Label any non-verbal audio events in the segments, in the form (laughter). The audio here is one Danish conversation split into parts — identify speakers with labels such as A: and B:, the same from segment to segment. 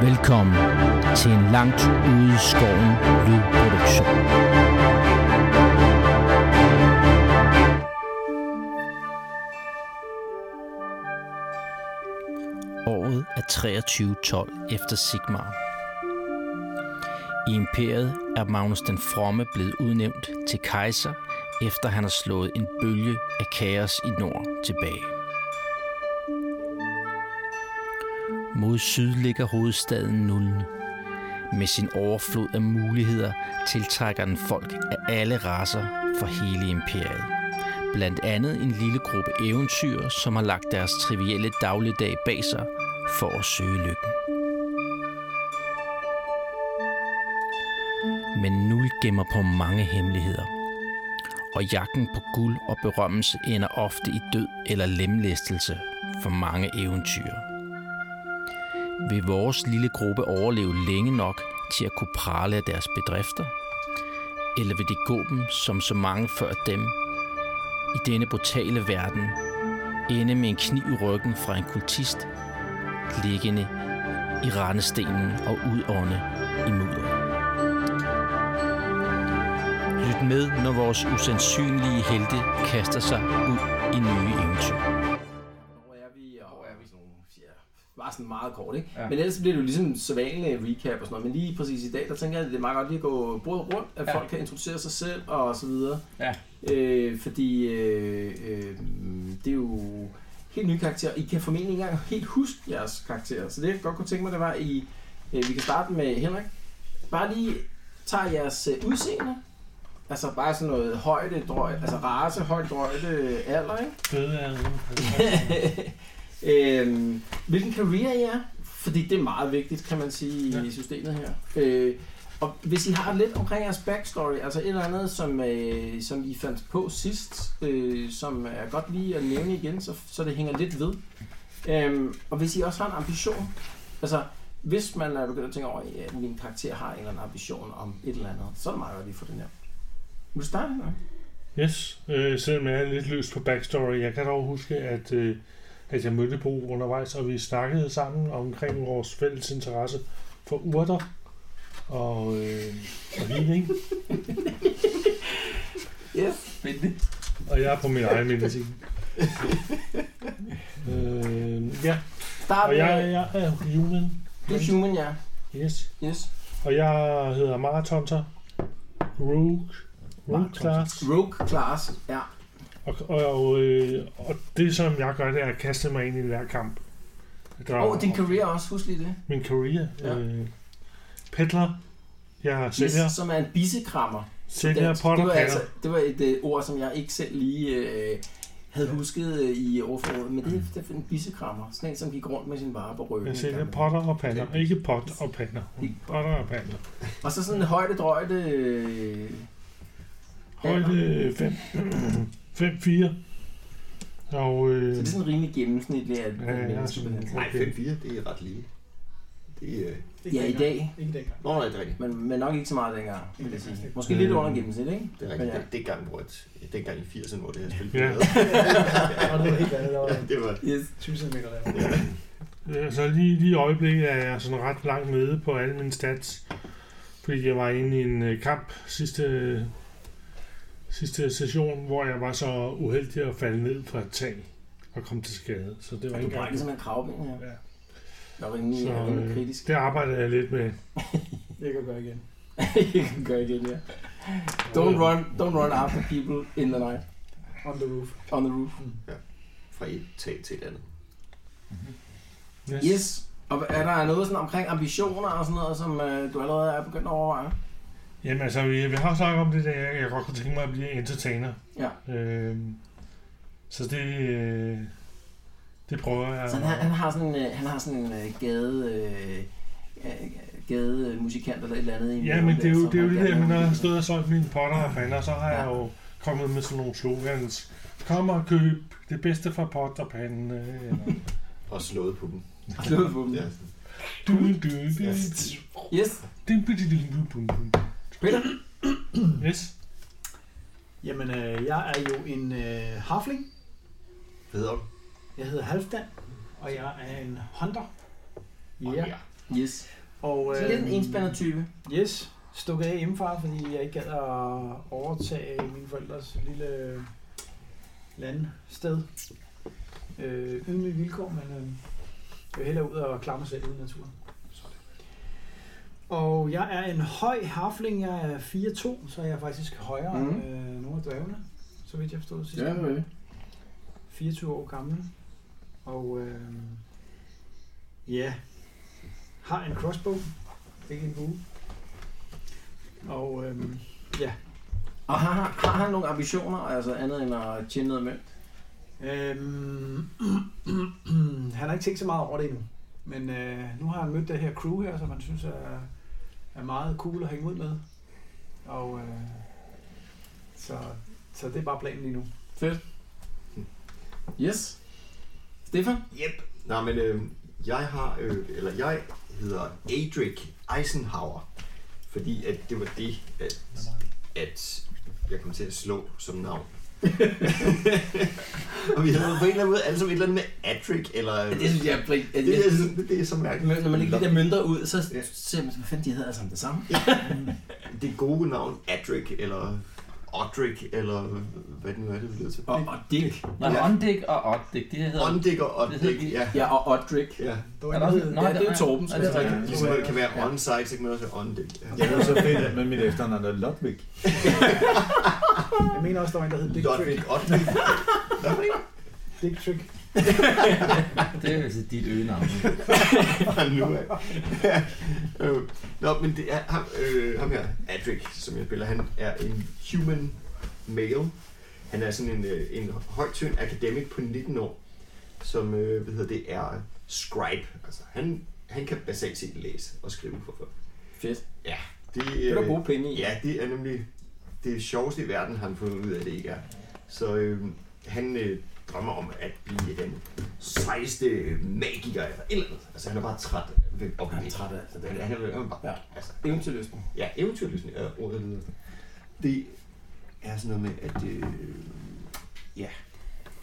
A: Velkommen til en langt ude i skoven lydproduktion. Året er 2312 efter Sigmar. I imperiet er Magnus den Fromme blevet udnævnt til kejser, efter han har slået en bølge af kaos i nord tilbage. Mod syd ligger hovedstaden Nuln. Med sin overflod af muligheder tiltrækker den folk af alle raser fra hele imperiet. Blandt andet en lille gruppe eventyr, som har lagt deres trivielle dagligdag bag sig for at søge lykken. Men Nul gemmer på mange hemmeligheder. Og jagten på guld og berømmelse ender ofte i død eller lemlæstelse for mange eventyr vil vores lille gruppe overleve længe nok til at kunne prale af deres bedrifter? Eller vil det gå dem, som så mange før dem, i denne brutale verden, ende med en kniv i ryggen fra en kultist, liggende i rendestenen og udånde i mudder? Lyt med, når vores usandsynlige helte kaster sig ud i nye eventyr.
B: Hvor er vi, og hvor er vi sådan nogle, ja, bare sådan meget kort, ikke? Ja. Men ellers bliver det jo ligesom sædvanlig recap og sådan noget, men lige præcis i dag, der tænker jeg, at det er meget godt lige at gå bordet rundt, at ja.
C: Ja.
B: folk kan introducere sig selv og så videre.
C: Ja.
B: Øh, fordi øh, øh, det er jo helt nye karakterer. I kan formentlig ikke engang helt huske jeres karakterer, så det jeg godt kunne tænke mig, det var, at I, øh, vi kan starte med Henrik. Bare lige tager jeres øh, udseende, altså bare sådan noget højde, drøj, altså race, højde, drøjde, alder, ikke?
C: Føde er
B: (laughs) øhm, hvilken karriere I er? Fordi det er meget vigtigt, kan man sige, ja. i systemet her. Øh, og hvis I har lidt omkring jeres backstory, altså et eller andet, som, øh, som I fandt på sidst, øh, som er godt lige at nævne igen, så, så det hænger lidt ved. Øhm, og hvis I også har en ambition, altså hvis man er begyndt at tænke over, at ja, min karakter har en eller anden ambition om et eller andet, så er det meget godt lige for den her. Vil du starte? Henrik?
D: Yes, øh, selvom jeg er lidt løs på backstory, jeg kan dog huske, at, øh, at jeg mødte Bo undervejs, og vi snakkede sammen omkring vores fælles interesse for urter og, øh, og healing.
B: Yes.
C: spændende.
D: Og jeg er på min egen medicin. øh, ja,
B: Start
D: og
B: med,
D: jeg, jeg er human.
B: du er human, ja.
D: Yes.
B: Yes.
D: Og jeg hedder Marathonter. Rogue. Rogue
A: Marathonter.
D: class.
B: Rogue class, ja.
D: Og, og, øh, og det som jeg gør, det er at kaste mig ind i hver kamp. Der,
B: Og oh, din career også, husk lige det.
D: Min career.
B: Ja.
D: Ja. Øh, Peddler. Jeg sælger,
B: Yes,
D: yes.
B: som er en bissekrammer.
D: sælger
B: Dansk.
D: pot
B: det,
D: og
B: var altså,
D: altså...
B: det var et øh, ord, som jeg ikke selv lige øh, havde husket øh, i ordforrådet, men det, det er en bissekrammer. Sådan en, som gik rundt med sin vare på ryggen.
D: Jeg sælger
B: Gamle.
D: potter og pander. Ikke pot og pander.
B: Ikke
D: Potter og pander.
B: Og så sådan en højde drøjde... Øh,
D: Højde øh, (clears throat) 5-4. Og
B: så
D: øh,
B: det er sådan rimelig gennemsnitligt af
D: Ja, ja,
B: menneske.
D: sådan-
B: men-
E: Nej,
D: Okay.
E: 5-4, det er ret lige. Det er... Øh...
B: Ja, i dag.
C: Ikke dengang.
E: Nå, nej, det er rigtigt.
B: Men, men nok ikke så meget dengang, vil jeg sige. Måske
D: Øh.
B: lidt under gennemsnit, ikke?
E: Det er rigtigt.
B: Men ja.
E: Ja. Det, det er gang, hvor et, det er gang i 80'erne, hvor det her spil
D: Ja.
E: blev
C: (laughs)
E: lavet.
C: Og det var helt andet, der var
E: det var...
B: Yes.
C: tusind meter der.
D: øh, så lige, lige i øjeblikket er jeg sådan ret langt nede på alle mine stats. Fordi jeg var inde i en øh, kamp sidste, sidste session, hvor jeg var så uheldig at falde ned fra et tag og kom til skade. Så det var
B: Du brækkede
D: ikke engang...
B: simpelthen kravben, ja.
D: Ja.
B: Der var rimelig,
D: Så,
B: ja, rimelig
D: øh,
B: kritisk.
D: Det arbejder jeg lidt med.
C: Det kan jeg gøre
B: (laughs)
C: igen.
B: Jeg kan gøre igen, ja.
D: Øh,
B: Don't run, don't run after people in the night,
C: On the roof.
B: on the roof.
E: Fra et tag til et andet.
B: Yes. Og er der noget sådan omkring ambitioner og sådan noget, som øh, du allerede er begyndt at overveje?
D: Jamen altså, vi, vi har snakket om det der, jeg, jeg godt kunne tænke mig at blive entertainer.
B: Ja.
D: Øhm, så det, øh, det prøver jeg.
B: Så han, har- han har sådan, øh, han har sådan en øh, gade... Øh, øh, gade øh, musikant eller et eller andet. i
D: ja,
B: maven
D: men det er jo
B: som
D: det, er jo
B: han
D: det der,
B: gerne
D: men når
B: vil-
D: jeg har stået og solgt mine potter og pander, så har jeg
B: Ja.
D: jo kommet med sådan nogle slogans. Kom og køb det bedste fra pot og panden. øh, eller-
E: Og slået på dem.
B: Og slået på
C: Mm.
B: dem.
E: Ja.
D: Du, du, du, du,
B: Yes.
D: du, du, du, du, du, du.
B: Peter?
D: Yes.
C: Jamen, øh, jeg er jo en øh, harfling.
E: Hvad hedder du?
C: Jeg hedder Halfdan, og jeg er en hunter. Ja.
E: Åh,
C: Yeah.
E: ja.
B: Yes.
C: Og,
D: øh,
B: Så lidt en enspænder type.
C: Yes, stukket af hjemmefra, fordi jeg ikke gad at overtage mine forældres lille landsted. Øh, ydmyge vilkår, men øh, jeg vil hellere ud og klare mig selv ude i naturen. Og jeg er en høj hafling, jeg er 4'2, så jeg er faktisk højere mm.
B: Mhm.
C: end øh, nogle af dvævene, så vidt jeg forstod sidst.
B: Ja, okay.
C: 24 år gammel. Og øh, ja, har en crossbow. Ikke en bue. Og øh,
B: Og har, har, har han nogle ambitioner, altså andet end at tjene noget mønt?
C: øh, Øhm, (clears throat) han har ikke tænkt så meget over det endnu. Men øh, nu har han mødt det her crew her, som han synes er, er meget cool at hænge ud med. Og øh, så, så det er bare planen lige nu.
B: Fedt. Yes. Stefan?
E: Yep. Nej, men øh, jeg har, øh, eller jeg hedder Adric Eisenhower, fordi at det var det, at, at jeg kom til at slå
B: (laughs)
E: som navn. og vi havde på en eller anden måde alle sammen et eller andet med Adric, eller... øh,
B: Det synes jeg er brig.
E: det, det, er, sådan- det, det er så mærkeligt.
B: Men når man ikke lige der mønter ud, så
E: Ja.
B: ser man, hvad fanden de hedder alle sammen det samme.
E: Det gode navn Adric, eller Odric, eller hvad det nu er, det bliver til.
B: Og, og Dick.
A: Nej,
E: Ja.
A: ja. Ondik og Oddik, det hedder...
E: Ånddikker og
A: Det hedder de.
E: Odric, ja.
B: Ja, og Odrik.
E: ja.
C: Der
A: Er der også- Nå,
B: Ja, det er jo
A: der-
B: Torben,
A: Ja,
B: så
A: det er
C: altså.
B: det er
A: rigtigt.
E: Ligesom det kan være on-site, så kan man også være on-dick.
F: Jeg er så fedt, at med mit efternavn er Ludwig.
C: Jeg mener også, der var en, der hed Dick Trick.
E: Lodvig, Odvig.
C: Dick Trick.
A: Det er altså dit øgenavn.
E: fra nu af. Ja. Øh, Nå, men det er ham, øh, ham her, Adric, som jeg spiller, han er en human male. Han er sådan en, øh, en høj, tynd academic på 19 år, som øh, hvad hedder det, er scribe. Altså, han, han kan basalt set læse og skrive for folk.
B: Fedt.
E: Det,
B: Det er der
E: øh,
B: gode penge i.
E: Ja, det er nemlig det sjoveste i verden, har han fundet ud af, at det ikke er. Så øh, han øh, drømmer om at blive den sejeste magiker eller et eller andet. Altså han er bare træt ved at
B: Han
E: blive
B: er træt af det.
E: Han, han, han er bare,
B: Ja.
E: ja. Altså,
B: Eventyrlysten.
E: ja, eventyrlysten er ordet, jeg leder. efter. Det er sådan noget med, at øh, ja,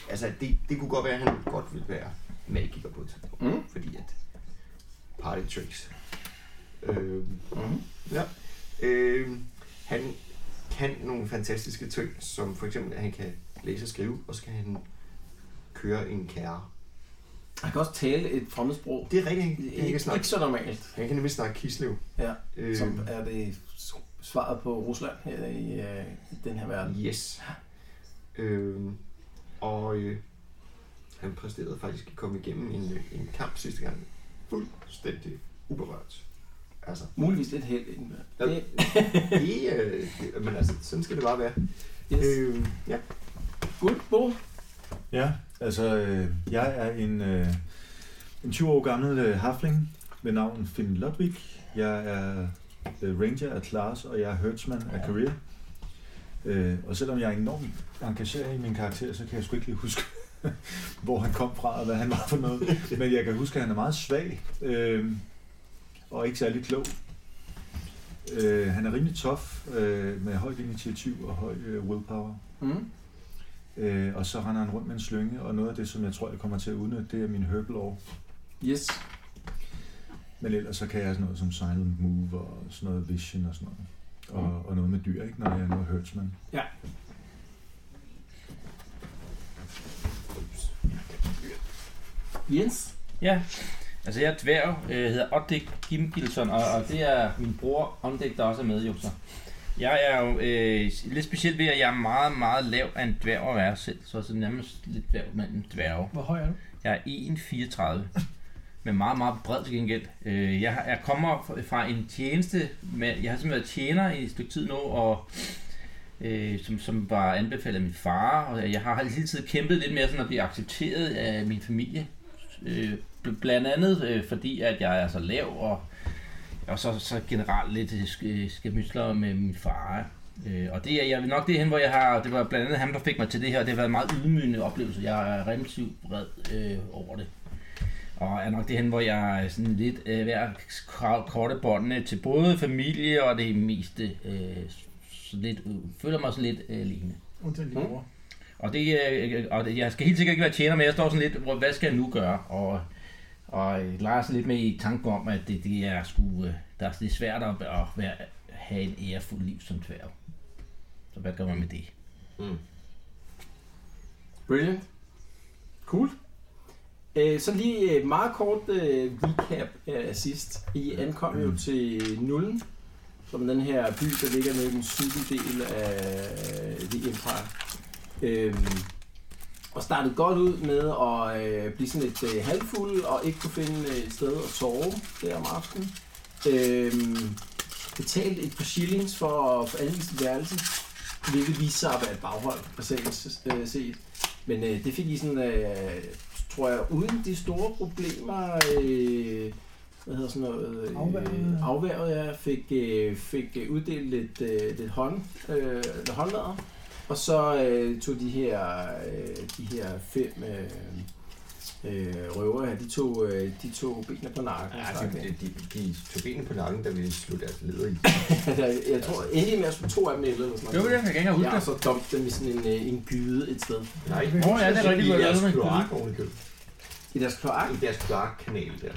E: altså det, det kunne godt være, at han godt ville være magiker på et tidspunkt,
B: Mm.
E: fordi at party tricks. Øh,
B: Mhm.
E: Ja. Øh, han kan nogle fantastiske ting, som for eksempel, at han kan læse og skrive, og så kan han køre en kære.
B: Han kan også tale et fremmedsprog.
E: Det er rigtigt, han kan
B: Ikke,
E: ikke snakke.
B: ikke så normalt,
E: Han kan nemlig snakke kislev.
B: Ja,
E: øh,
B: som er det svaret på Rusland her i, øh, i den her verden.
E: Yes. Øhm, og øh, han præsterede faktisk at komme igennem en, øh, en kamp sidste gang. Fuldstændig uberørt. Altså,
B: Muligvis lidt held i den verden.
E: Ja.
B: Det,
E: det, øh, det, men altså, sådan skal det bare være.
B: yes.
E: Øhm, ja.
B: Good, Bo.
F: Ja, altså øh, jeg er en, øh, en 20 år gammel øh, hafling ved navn Finn Ludwig. Jeg er øh, ranger af class, og jeg er herdsman af career. Øh, og selvom jeg er enormt engageret i min karakter, så kan jeg sgu ikke lige huske, (laughs) hvor han kom fra og hvad han var for noget. Men jeg kan huske, at han er meget svag øh, og ikke særlig klog. Øh, han er rimelig tof øh, med højt initiativ og høj øh, willpower.
B: Mm.
F: Øh, og så render han rundt med en slynge, og noget af det, som jeg tror, jeg kommer til at udnytte, det er min herbalov.
B: Yes.
F: Men ellers så kan jeg sådan noget som silent move og sådan noget vision og sådan noget. Og, og noget med dyr, ikke? Når jeg nu er herdsman.
B: Jens.
A: ja. Altså, jeg er dværg, øh, hedder Oddik Gimgilson, og, og det er min bror Ondik, der også er med, jo så. Jeg er jo øh, lidt speciel ved, at jeg er meget, meget lav af en dværg at være selv, så sådan nærmest lidt lav mellem dværge.
C: Hvor høj er du?
A: Jeg er 1,34, men meget, meget bred til gengæld. Øh, Jeg, har- jeg kommer fra- fra en tjeneste, med, jeg har simpelthen været tjener i et stykke tid nu, og øh, som, som var anbefalet af min far, og jeg har hele tiden kæmpet lidt mere sådan at blive accepteret af min familie. Øh, bl- blandt andet øh, fordi, at jeg er så lav, og, og så, så generelt lidt øh, sk- skærmydsler med min far. Øh, og det er jeg, nok det hen, hvor jeg har, det var blandt andet ham, der fik mig til det her, og det har været en meget ydmygende oplevelse. Jeg er relativt vred øh, over det. Og er nok det hen, hvor jeg er sådan lidt øh, ved at k- korte båndene til både familie og det meste. Øh, så lidt, øh, føler mig sådan lidt øh, alene. Mm.
C: Undtagen din mor.
A: øh, Og, det, øh, og det, jeg skal helt sikkert ikke være tjener, men jeg står sådan lidt, hvor, hvad skal jeg nu gøre? Og,
G: Og øh, Lars er lidt med i tanken om, at det, det er sgu, øh, der er, det er svært at, at være, have en ærefuld liv som dværg. Så hvad gør man med det?
B: Brilliant. Cool. Øh, så lige øh, meget kort øh, recap af sidst. I ankom jo til Nullen, som er den her by, der ligger nede i den sydlige del af øh, The Empire. Øhm, og startede godt ud med at øh, blive sådan lidt øh, halvfuld og ikke kunne finde øh, et sted at sove der om aftenen. Øhm, betalte et par shillings for at få anvist et værelse, hvilket viste sig at være et baghold, basalt øh, set. Men øh, det fik I sådan, øh, tror jeg, uden de store problemer, øh, hvad hedder sådan noget, øh,
C: Afværget.
B: afværget jeg, fik, øh, fik øh, uddelt lidt, øh, lidt, hånd, øh, lidt håndlader. Og så øh, tog de her, øh, de her fem øh, øh, røver her, de tog, øh, de tog benene på nakken.
E: Ja, altså,
B: stak
E: de,
B: af.
E: de, de, de tog benene på nakken, da vi slog deres leder i.
B: Jeg, jeg tror endelig med at skulle to af dem i eller sådan
G: Det var det, jeg kan ikke engang huske
B: Ja, og
G: det.
B: så dumpede dem i sådan en, øh, en gyde et sted.
E: Nej,
G: Åh, ja, det er rigtigt,
E: I
G: hvor jeg
E: deres
G: lavede en
E: kloak ovenikøbet.
B: I deres kloak?
E: I deres kloakkanal der.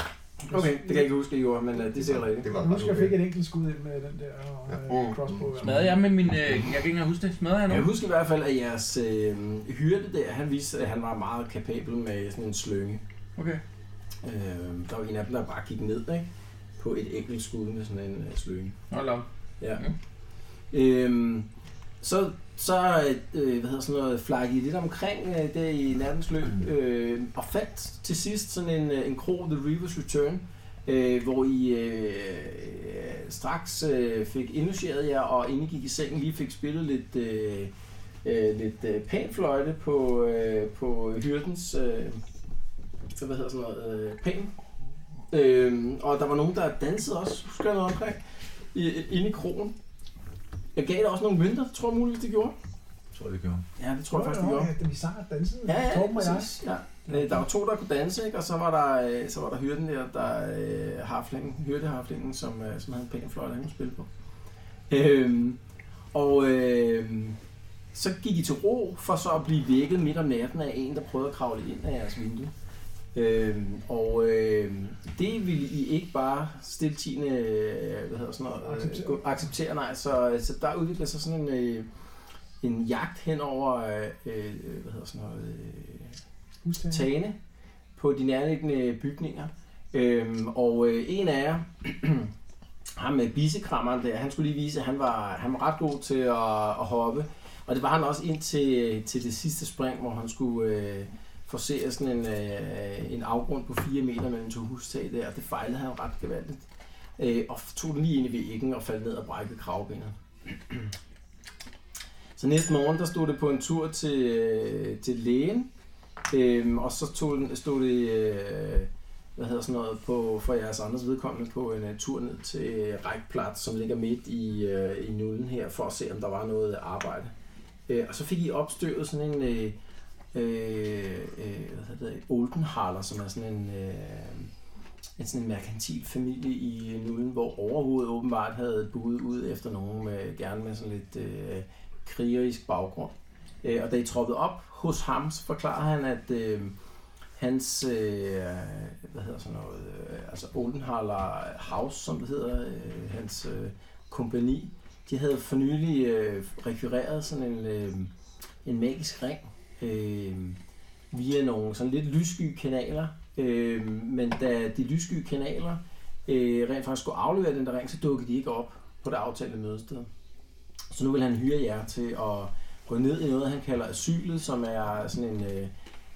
B: Okay, det kan jeg ikke huske, I gjorde, men øh, det er sikkert rigtigt.
E: Det
C: Jeg
E: var
C: husker, jeg
E: ret
C: fik
E: okay.
C: et enkelt skud ind med den der og,
E: Ja.
C: øh, crossbow.
G: Smadrede jeg med min... Øh, jeg kan ikke engang huske det. Smadrede jeg
B: Jeg
G: nogen?
B: husker i hvert fald, at jeres øh, hyrde der, han viste, at han var meget kapabel med sådan en slynge.
G: Okay.
B: Øh, der var en af dem, der bare gik ned ikke? på et enkelt skud med sådan en øh, slynge.
G: Hold op.
B: Ja.
G: Ja.
B: Øhm, så så øh, hvad hedder sådan noget, flakkede I lidt omkring øh, der i nattens
G: Mm.
B: løb, øh, og fandt til sidst sådan en, øh, en krog, The Reaver's Return, øh, hvor I øh, straks øh, fik indlogeret jer, og inden I gik i sengen lige fik spillet lidt, øh, øh, lidt øh, panfløjte på, øh, på hyrdens, øh, så hvad hedder sådan noget, øh, pan. Øh, og der var nogen, der dansede også, husker jeg noget omkring, i, inde i krogen. Jeg gav dig også nogle mønter, tror jeg muligvis, det gjorde.
F: Jeg tror, det gjorde.
B: Ja, det tror jeg faktisk, det gjorde.
C: Ja, da vi sang og dansede.
B: Ja, ja,
C: Torben og jeg.
B: præcis. Ja. Øh, Der var to, der kunne danse, ikke? og så var der, øh, så var der hyrden der, der øh, harflingen, hyrdehaflingen, som, øh, som havde en pæn fløjt, han kunne spille på. Øhm, og øhm, så gik I til ro, for så at blive vækket midt om natten af en, der prøvede at kravle ind af jeres vindue. Øhm, og øhm, det ville I ikke bare stiltigende øh, hvad hedder sådan noget,
C: Acceptere.
B: acceptere. Gå, acceptere, nej, så, så der udvikler sig sådan en, øh, en jagt hen over, øh, øh, hvad hedder sådan noget, øh,
C: Husk det.
B: tagene på de nærliggende bygninger. Øhm, og øh, en af jer, (clears throat) ham med bisekrammeren der, han skulle lige vise, at han var, han var ret god til at, at hoppe. Og det var han også ind til, til det sidste spring, hvor han skulle øh, forsere sådan en, øh, en afgrund på 4 meter mellem to hustag der. Det fejlede han ret gevaldigt. Øh, og tog den lige ind i væggen og faldt ned og brækkede kravbenet. Så næste morgen, der stod det på en tur til, øh, til lægen, Øhm, og så tog den, stod det, øh, hvad hedder sådan noget, på, for jeres andres vedkommende på en uh, tur ned til Rækplads, som ligger midt i, øh, i nullen her, for at se, om der var noget arbejde. Øh, og så fik I opstøvet sådan en, øh, øh, øh, hvad hedder det, Oldenhaler, som er sådan en, øh, en sådan en merkantil familie i nullen, hvor overhovedet åbenbart havde budet ud efter nogen, øh, gerne med sådan lidt øh, krigerisk baggrund. Øh, og da I troppede op hos ham, så forklarede han, at øh, hans, øh, hvad hedder sådan noget, øh, altså Oldenhaler House, som det hedder, øh, hans øh, kompani, de havde for nylig øh, rekvireret sådan en, øh, en magisk ring øh, via nogle sådan lidt lyssky kanaler. Øh, men da de lyssky kanaler øh, rent faktisk skulle aflevere den der ring, så dukkede de ikke op på det aftalte mødested. Så nu vil han hyre jer til at gå ned i noget, han kalder asylet, som er sådan en, øh,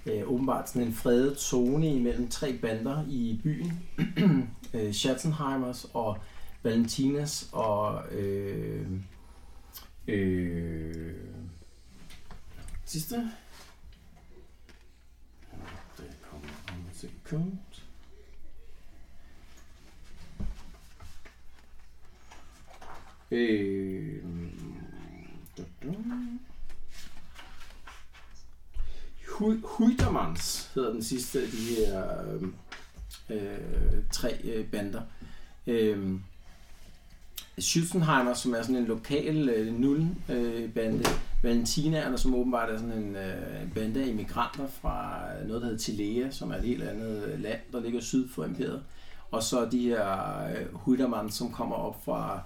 B: øh, åbenbart sådan en fredet zone imellem tre bander i byen. (clears throat) øh, Schatzenheimers og Valentinas og... Øh, øh, sidste? Det kommer om et sekund. Øh, da, da. Hu- Huidermans hedder den sidste af de her øhm, øh, tre øh, bander. Øh, Schützenheimer, som er sådan en lokal øh, nul øh, bande, Valentinerne, som åbenbart er sådan en, øh, en bande af immigranter fra noget, der hedder Tilea, som er et helt andet øh, land, der ligger syd for imperiet. Og så de her øh, Hudaman, som kommer op fra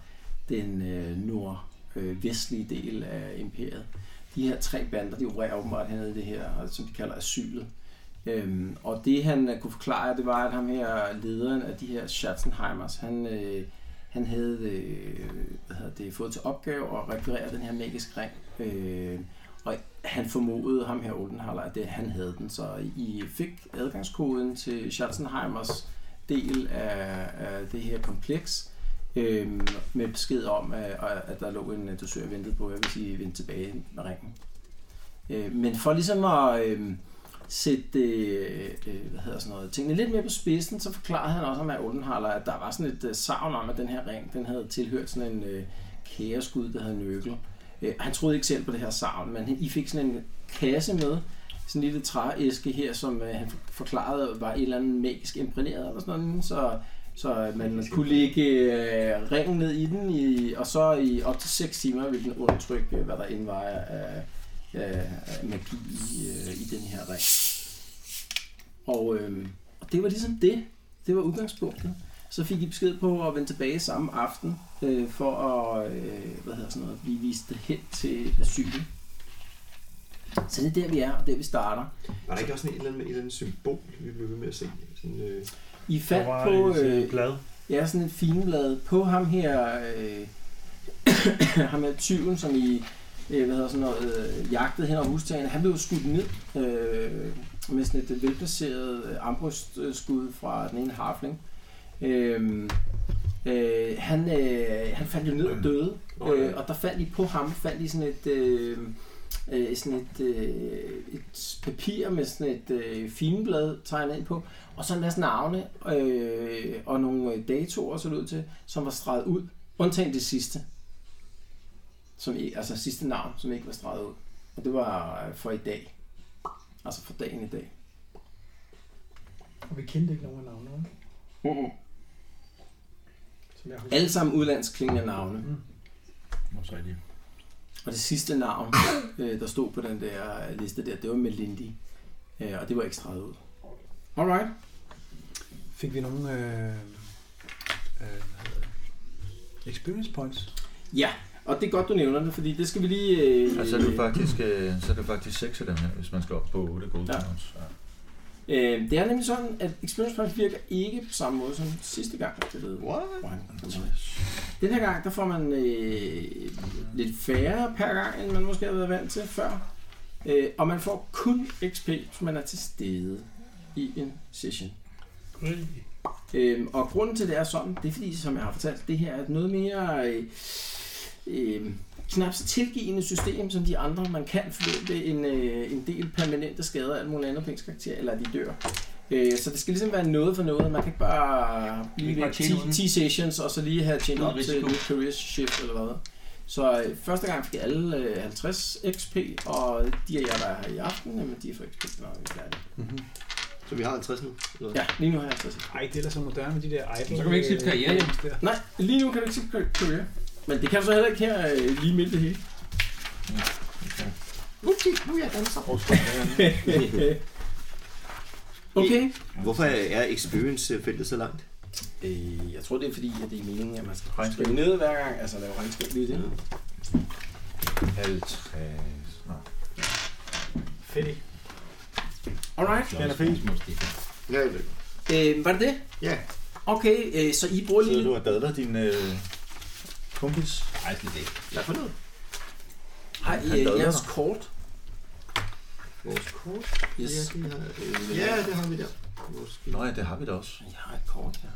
B: den øh, nordvestlige del af imperiet. De her tre bander, de opererer åbenbart hernede i det her, som de kalder asylet. Øhm, og det han øh, kunne forklare, det var, at ham her, lederen af de her Schatzenheimers, han, øh, han havde øh, hvad hedder det, fået til opgave at rekvirere den her magiske ring. Øh, og han formodede ham her, Oldenhaller, at det, han havde den. Så I fik adgangskoden til Schatzenheimers del af, af det her kompleks. Øh, med besked om, at, at der lå en øh, dosør ventet på, jer, hvis I vendte tilbage med ringen. Øh, men for ligesom at... Øh, sætte øh, øh, hvad hedder sådan noget, tingene lidt mere på spidsen, så forklarede han også om at Oldenhaler, at der var sådan et øh, savn om, at den her ring, den havde tilhørt sådan en øh, kæreskud, der havde nøkkel. Øh, han troede ikke selv på det her savn, men han, I fik sådan en kasse med, sådan en lille trææske her, som øh, han for- forklarede var et eller andet magisk imprægneret eller sådan noget, så, så man kunne lægge øh, ringen ned i den, i, og så i op til 6 timer ville den undertrykke, øh, hvad der end var af, af magi i, øh, i den her ring. Og øh, det var ligesom det. Det var udgangspunktet. Så fik I besked på at vende tilbage samme aften øh, for at øh, hvad hedder sådan noget, blive vist hen til asylen. Så det er der, vi er, og der vi starter.
E: Var der ikke også sådan et eller andet, et eller andet symbol, vi blev ved med at se? Sådan, øh,
B: I
D: Der
B: fandt
D: var
B: på...
D: et øh,
B: Øh,
D: blad.
B: ja, sådan et finblad på ham her... Øh, (coughs) ham her tyven, som I øh, hvad hedder sådan noget, øh, jagtede hen over hustagen. Han blev skudt ned øh, med sådan et øh, velplaceret øh, armbrystskud fra den ene harfling. Øhm, øh, han, øh, han faldt jo ned og døde,
E: Nå, ja.
B: øh, og der faldt I på ham, faldt I sådan et, øh, øh, sådan et, øh, et papir med sådan et øh, finblad tegnet ind på, og så en masse navne øh, og nogle øh, datoer, så det ud til, som var streget ud, undtagen det sidste. Som, i- altså sidste navn, som ikke var streget ud. Og det var øh, for i dag. Altså for dagen i dag.
C: Og vi kendte ikke nogen af navnene, vel?
G: Uh-uh.
C: som jeg husker.
B: Alle sammen udlandsklingende navne.
C: Mm.
G: Nå, så er det.
B: Og det sidste navn, øh, der stod på den der øh, liste der, det var Melindi. Øh, og det var ikke streget ud. Alright.
C: Fik vi nogen øh, øh, hvad hedder det? experience points?
B: Og det er godt, du nævner det, fordi det skal vi lige... Øh,
F: Altså, så er det jo faktisk, øh, så er det faktisk 6 af dem her, hvis man skal op på 8 gode
B: Ja.
F: ja. rounds. Ja.
B: øh, det er nemlig sådan, at Experience Points virker ikke på samme måde som sidste gang, det ved.
E: what?
B: Den her gang, der får man øh, lidt færre per gang, end man måske har været vant til før. Øh, og man får kun XP, hvis man er til stede i en session. Øhm, og grunden til, at det er sådan, det er fordi, som jeg har fortalt, det her er et noget mere øh, øh, knap så tilgivende system, som de andre. Man kan forvente en, øh, en del permanente skader af alle mulige andre pings karakter, eller de dør. Øh, så det skal ligesom være noget for noget. Man kan ikke bare
G: Ikke
B: blive
G: bare
B: ved
G: tjene
B: 10, 10 sessions, og så lige have tjent
G: Uden
B: op til
G: risiko.
B: et career shift eller hvad. Så øh, første gang fik alle øh, 50 XP, og de af jer, der er her i aften, jamen, de får XP, når vi er færdige.
C: Mm-hmm.
E: Så vi har 50 nu? Eller?
B: Ja, lige nu har jeg 50
C: Ej, det er da så moderne med de der iPhone.
G: Så kan vi ikke skifte karriere, ja.
C: Der.
B: Nej, lige nu kan du ikke se kar- karriere. Men det kan du så heller ikke her øh, lige midt i det hele.
E: Okay, nu er jeg danser.
B: (laughs) okay.
E: Hvorfor er experience-feltet så langt?
B: Øh, jeg tror, det er fordi, at det er meningen, at man skal
F: Regnskab.
B: skrive ned hver gang. Altså, lave regnskab lige det.
F: 50. Nå.
C: Fedt.
B: Alright.
F: Den er fint.
E: Ja, jeg ved.
B: Øh, var det det?
E: Ja.
B: Okay, øh, så I bruger
F: Sidder
B: lige...
F: du og dadler din øh, kompis?
G: Ej, slet ikke.
E: Hvad for noget?
B: Har I
F: Han
B: øh,
F: dadler
B: jeres
F: dig.
B: kort?
E: Vores kort?
B: Yes.
E: Ja, det har, øh, ja, det har vi der. Vores
F: Nå ja, det har vi da også.
B: Jeg har et kort her.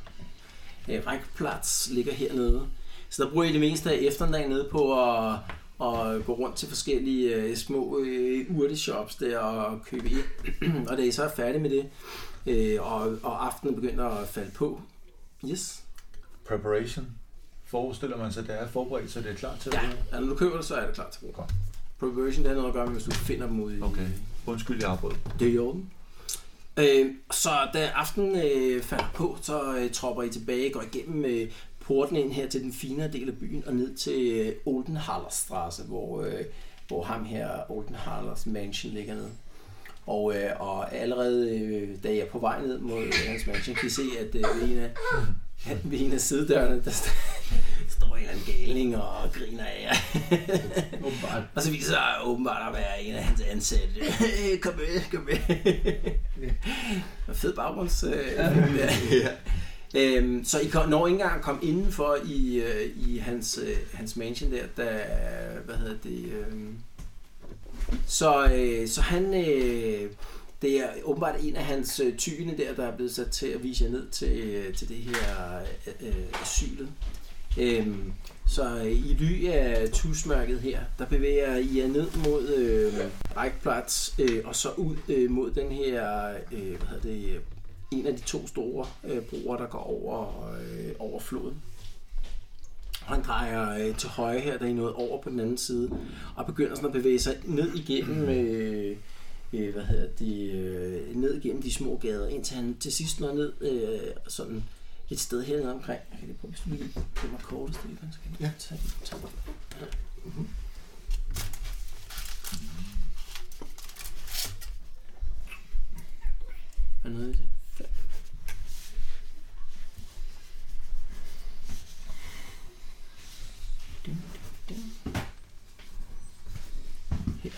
B: Øh, Rækkeplads ligger hernede. Så der bruger jeg det meste af eftermiddagen nede på at, at gå rundt til forskellige øh, små øh, urteshops der og købe ind. (clears throat) og da I så er færdige med det, øh, og, og aftenen begynder at falde på. Yes.
F: Preparation. Forestiller man sig, at det er forberedt, så det er klar til at
B: Ja,
F: bruge?
B: altså, når du køber det, så er det klar til brug.
F: Godt.
B: Proversion, det har noget at gøre med, hvis du finder dem ude i
F: Okay. Undskyld, jeg afbrød.
B: Det er i orden. Øh, så da aftenen øh, falder på, så øh, tropper I tilbage, går igennem øh, porten ind her til den finere del af byen og ned til øh, Oldenhallerstrasse, hvor øh, hvor ham her, Oldenharlers mansion, ligger nede. Og, øh, og allerede øh, da jeg er på vej ned mod øh, hans mansion, kan I se, at øh, ved, en af, (laughs) ved en af sidedørene, der st- (laughs) står en eller anden galning og griner af jer. (laughs)
G: Åbenbart.
B: Og så viser sig åbenbart at være en af hans ansatte. Hey, (laughs) kom med, kom med. Hvad (laughs) fed baggrunds... Øh, film (laughs) der.
E: Ja.
B: Øhm, så I kom- når ikke engang at komme indenfor i, øh, i hans, øh, hans mansion der, da, hvad hedder det, øh, så, øh, så han, øh, det er åbenbart en af hans øh, tyene der, der er blevet sat til at vise jer ned til, øh, til det her øh, øh, asylet. Øhm, så øh, i ly af tusmørket her, der bevæger I jer ned mod øh, Eichplatz, øh, og så ud øh, mod den her, øh, hvad hedder det, øh, en af de to store øh, broer, der går over, øh, over floden. Og han drejer øh, til højre her, da I er nået over på den anden side, og begynder sådan at bevæge sig ned igennem, øh, øh, hvad hedder det, øh, ned igennem de små gader, indtil han til sidst når ned øh, sådan et sted hernede omkring. Jeg kan lige prøve, hvis du lige giver mig kortet, så kan jeg lige tage Mm-hmm. det. Tage det. Hvad nåede I det? Her.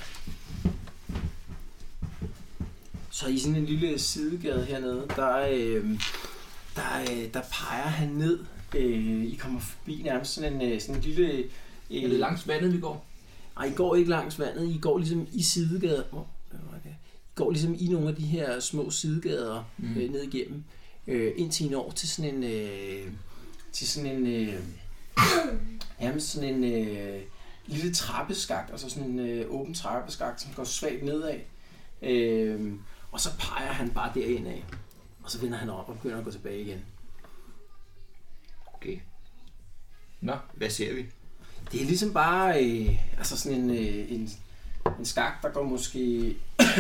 B: Så i sådan en lille sidegade hernede, der, øh, der, øh, der peger han ned. Øh, I kommer forbi nærmest sådan en, øh, sådan en lille... øh,
G: Er det langs vandet, vi går?
B: Nej, I går ikke langs vandet. I går ligesom i sidegader. Oh, okay. I går ligesom i nogle af de her små sidegader mm.
G: Mm.
B: øh, ned igennem. Øh, indtil I når til sådan en... Øh, til sådan en... Øh, jamen sådan en... Øh, lille trappeskakt, altså sådan en øh, åben trappeskakt, som går svagt nedad. Øh, og så peger han bare derind af. Og så vender han op og begynder at gå tilbage igen.
G: Okay. Nå,
E: Hvad ser vi?
B: Det er ligesom bare øh, altså sådan en, øh, en, en skak, der går måske (coughs)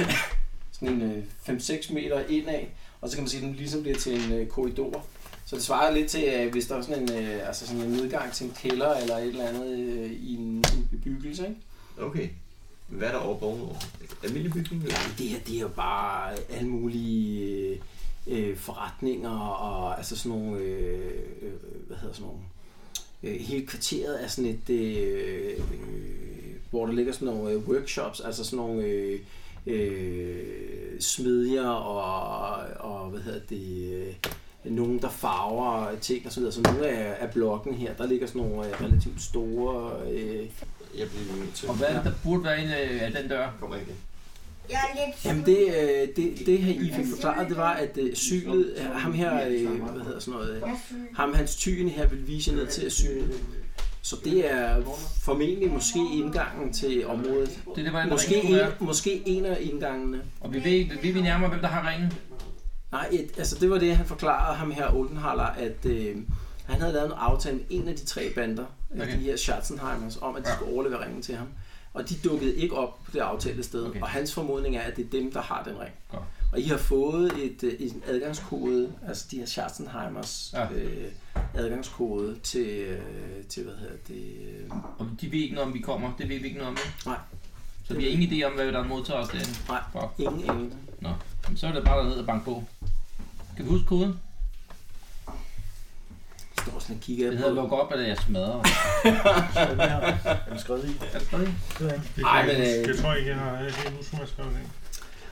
B: sådan en øh, 5-6 meter indad, og så kan man sige, at den ligesom bliver til en øh, korridor. Så det svarer lidt til, øh, hvis der er sådan en, øh, altså sådan en nedgang til en kælder eller et eller andet øh, i en, en bebyggelse. Ikke?
E: Okay. Hvad er der over borgen over? Almindelig bygning?
B: Ja,
E: Eller?
B: men det her det er jo bare alle mulige øh, øh, forretninger og altså sådan nogle, øh, øh, hvad hedder sådan nogle, øh, hele kvarteret er sådan et, øh, øh, hvor der ligger sådan nogle øh, workshops, altså sådan nogle øh, øh, smedjer og, og hvad hedder det, øh, nogen der farver ting og så videre. Så nogle af, af blokken her, der ligger sådan nogle øh, relativt store, øh,
E: Jeg bliver nødt til.
G: og hvad er det, der burde være inde øh, af den dør?
E: Kommer ikke.
H: Jeg er lidt
B: Jamen det, øh, det, det her, I fik forklaret, det var, at øh, synet, øh, ham her, øh, hvad hedder sådan noget, øh,
H: Jeg er syg.
B: ham hans tygen her vil vise jer ned til synet. Så det er formentlig måske indgangen til området.
G: Det er det, var en
B: Måske
G: ring,
B: en, måske en af indgangene.
G: Og vi ved ikke, ved vi nærmere, hvem der har ringen?
B: Nej, et, altså det var det, han forklarede ham her, Oldenhaller, at øh, han havde lavet en aftale med en af de tre bander, okay.
G: Okay.
B: de her Schatzenheimers, om at de
G: Ja.
B: skulle overlevere ringen til ham. Og de dukkede ikke op på det aftalte sted, okay.
G: Okay.
B: og hans formodning er, at det er dem, der har den ring.
G: Godt.
B: Og I har fået et, øh, en adgangskode, altså de her Schatzenheimers ja.
G: Ja.
B: øh, adgangskode til, øh, til, hvad hedder det, øh,
G: Og de ved ikke noget om, vi kommer. Det ved vi ikke noget om. ikke?
B: Nej.
G: Så vi har ingen idé om, hvad der modtager os derinde.
B: Nej.
G: Fuck.
B: ingen anelse.
G: Jamen, Så er det bare dernede og banke på. Kan du huske koden?
B: Jeg står sådan og kigger
G: Det hedder
B: på.
G: luk op, eller jeg smadrer.
C: Er du skrevet i?
G: Er det stadig?
C: Det ved jeg ikke.
D: Det
B: Ej,
D: kan jeg,
B: men,
D: ikke huske.
B: øh,
D: jeg tror ikke, jeg har jeg kan ikke huske, hvad jeg skrev det.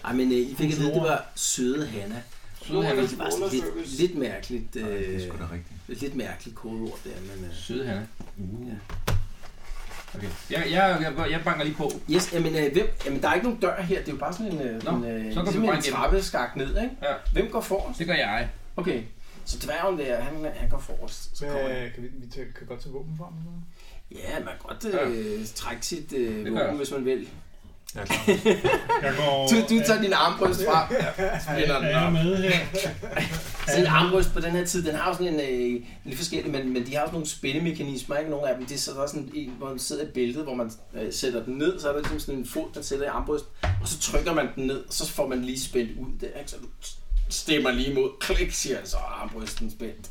B: Ej, men øh, I fik at vide, det
D: Husmor.
B: var søde Hanna.
G: Søde Hanna.
B: Det var sådan lidt, lidt mærkeligt. Øh,
F: det er sgu da rigtigt.
B: Det er et lidt mærkeligt kodeord der, men... Uh...
G: Søde Hanna. Uh. Okay. Jeg, jeg, jeg, jeg banker lige på.
B: Yes, jamen, øh, hvem, jamen, der er ikke nogen dør her. Det er jo bare sådan en, øh,
G: Nå,
B: en, øh,
G: så
B: ligesom
G: går vi bare
B: en
G: igennem.
B: trappeskak ned, ikke?
G: Ja.
B: Hvem går forrest?
G: Det gør jeg.
B: Okay, så dværgen der, han, han går forrest. Så går jeg.
C: Hvad, kan vi, vi tage, kan godt tage våben frem? Eller? hvad?
B: Ja, man kan godt øh, trække sit øh,
G: gør
B: våben,
G: jeg.
B: hvis man vil.
F: Jeg er klar.
D: Jeg går...
B: Du, du tager din armbryst frem. Spænder den
D: Er jeg
B: op.
D: med her?
B: Sådan Altså, en armbryst på den her tid, den har jo sådan en øh, lidt forskellig, men, men de har også nogle spændemekanismer, ikke? Nogle af dem, det er så der er sådan en, hvor man sidder i bæltet, hvor man øh, sætter den ned, så er der ligesom sådan en fod, der sætter i armbryst, og så trykker man den ned, og så får man lige spændt ud der, ikke? Så du stemmer lige imod, klik, siger det så, og armbrysten spændt.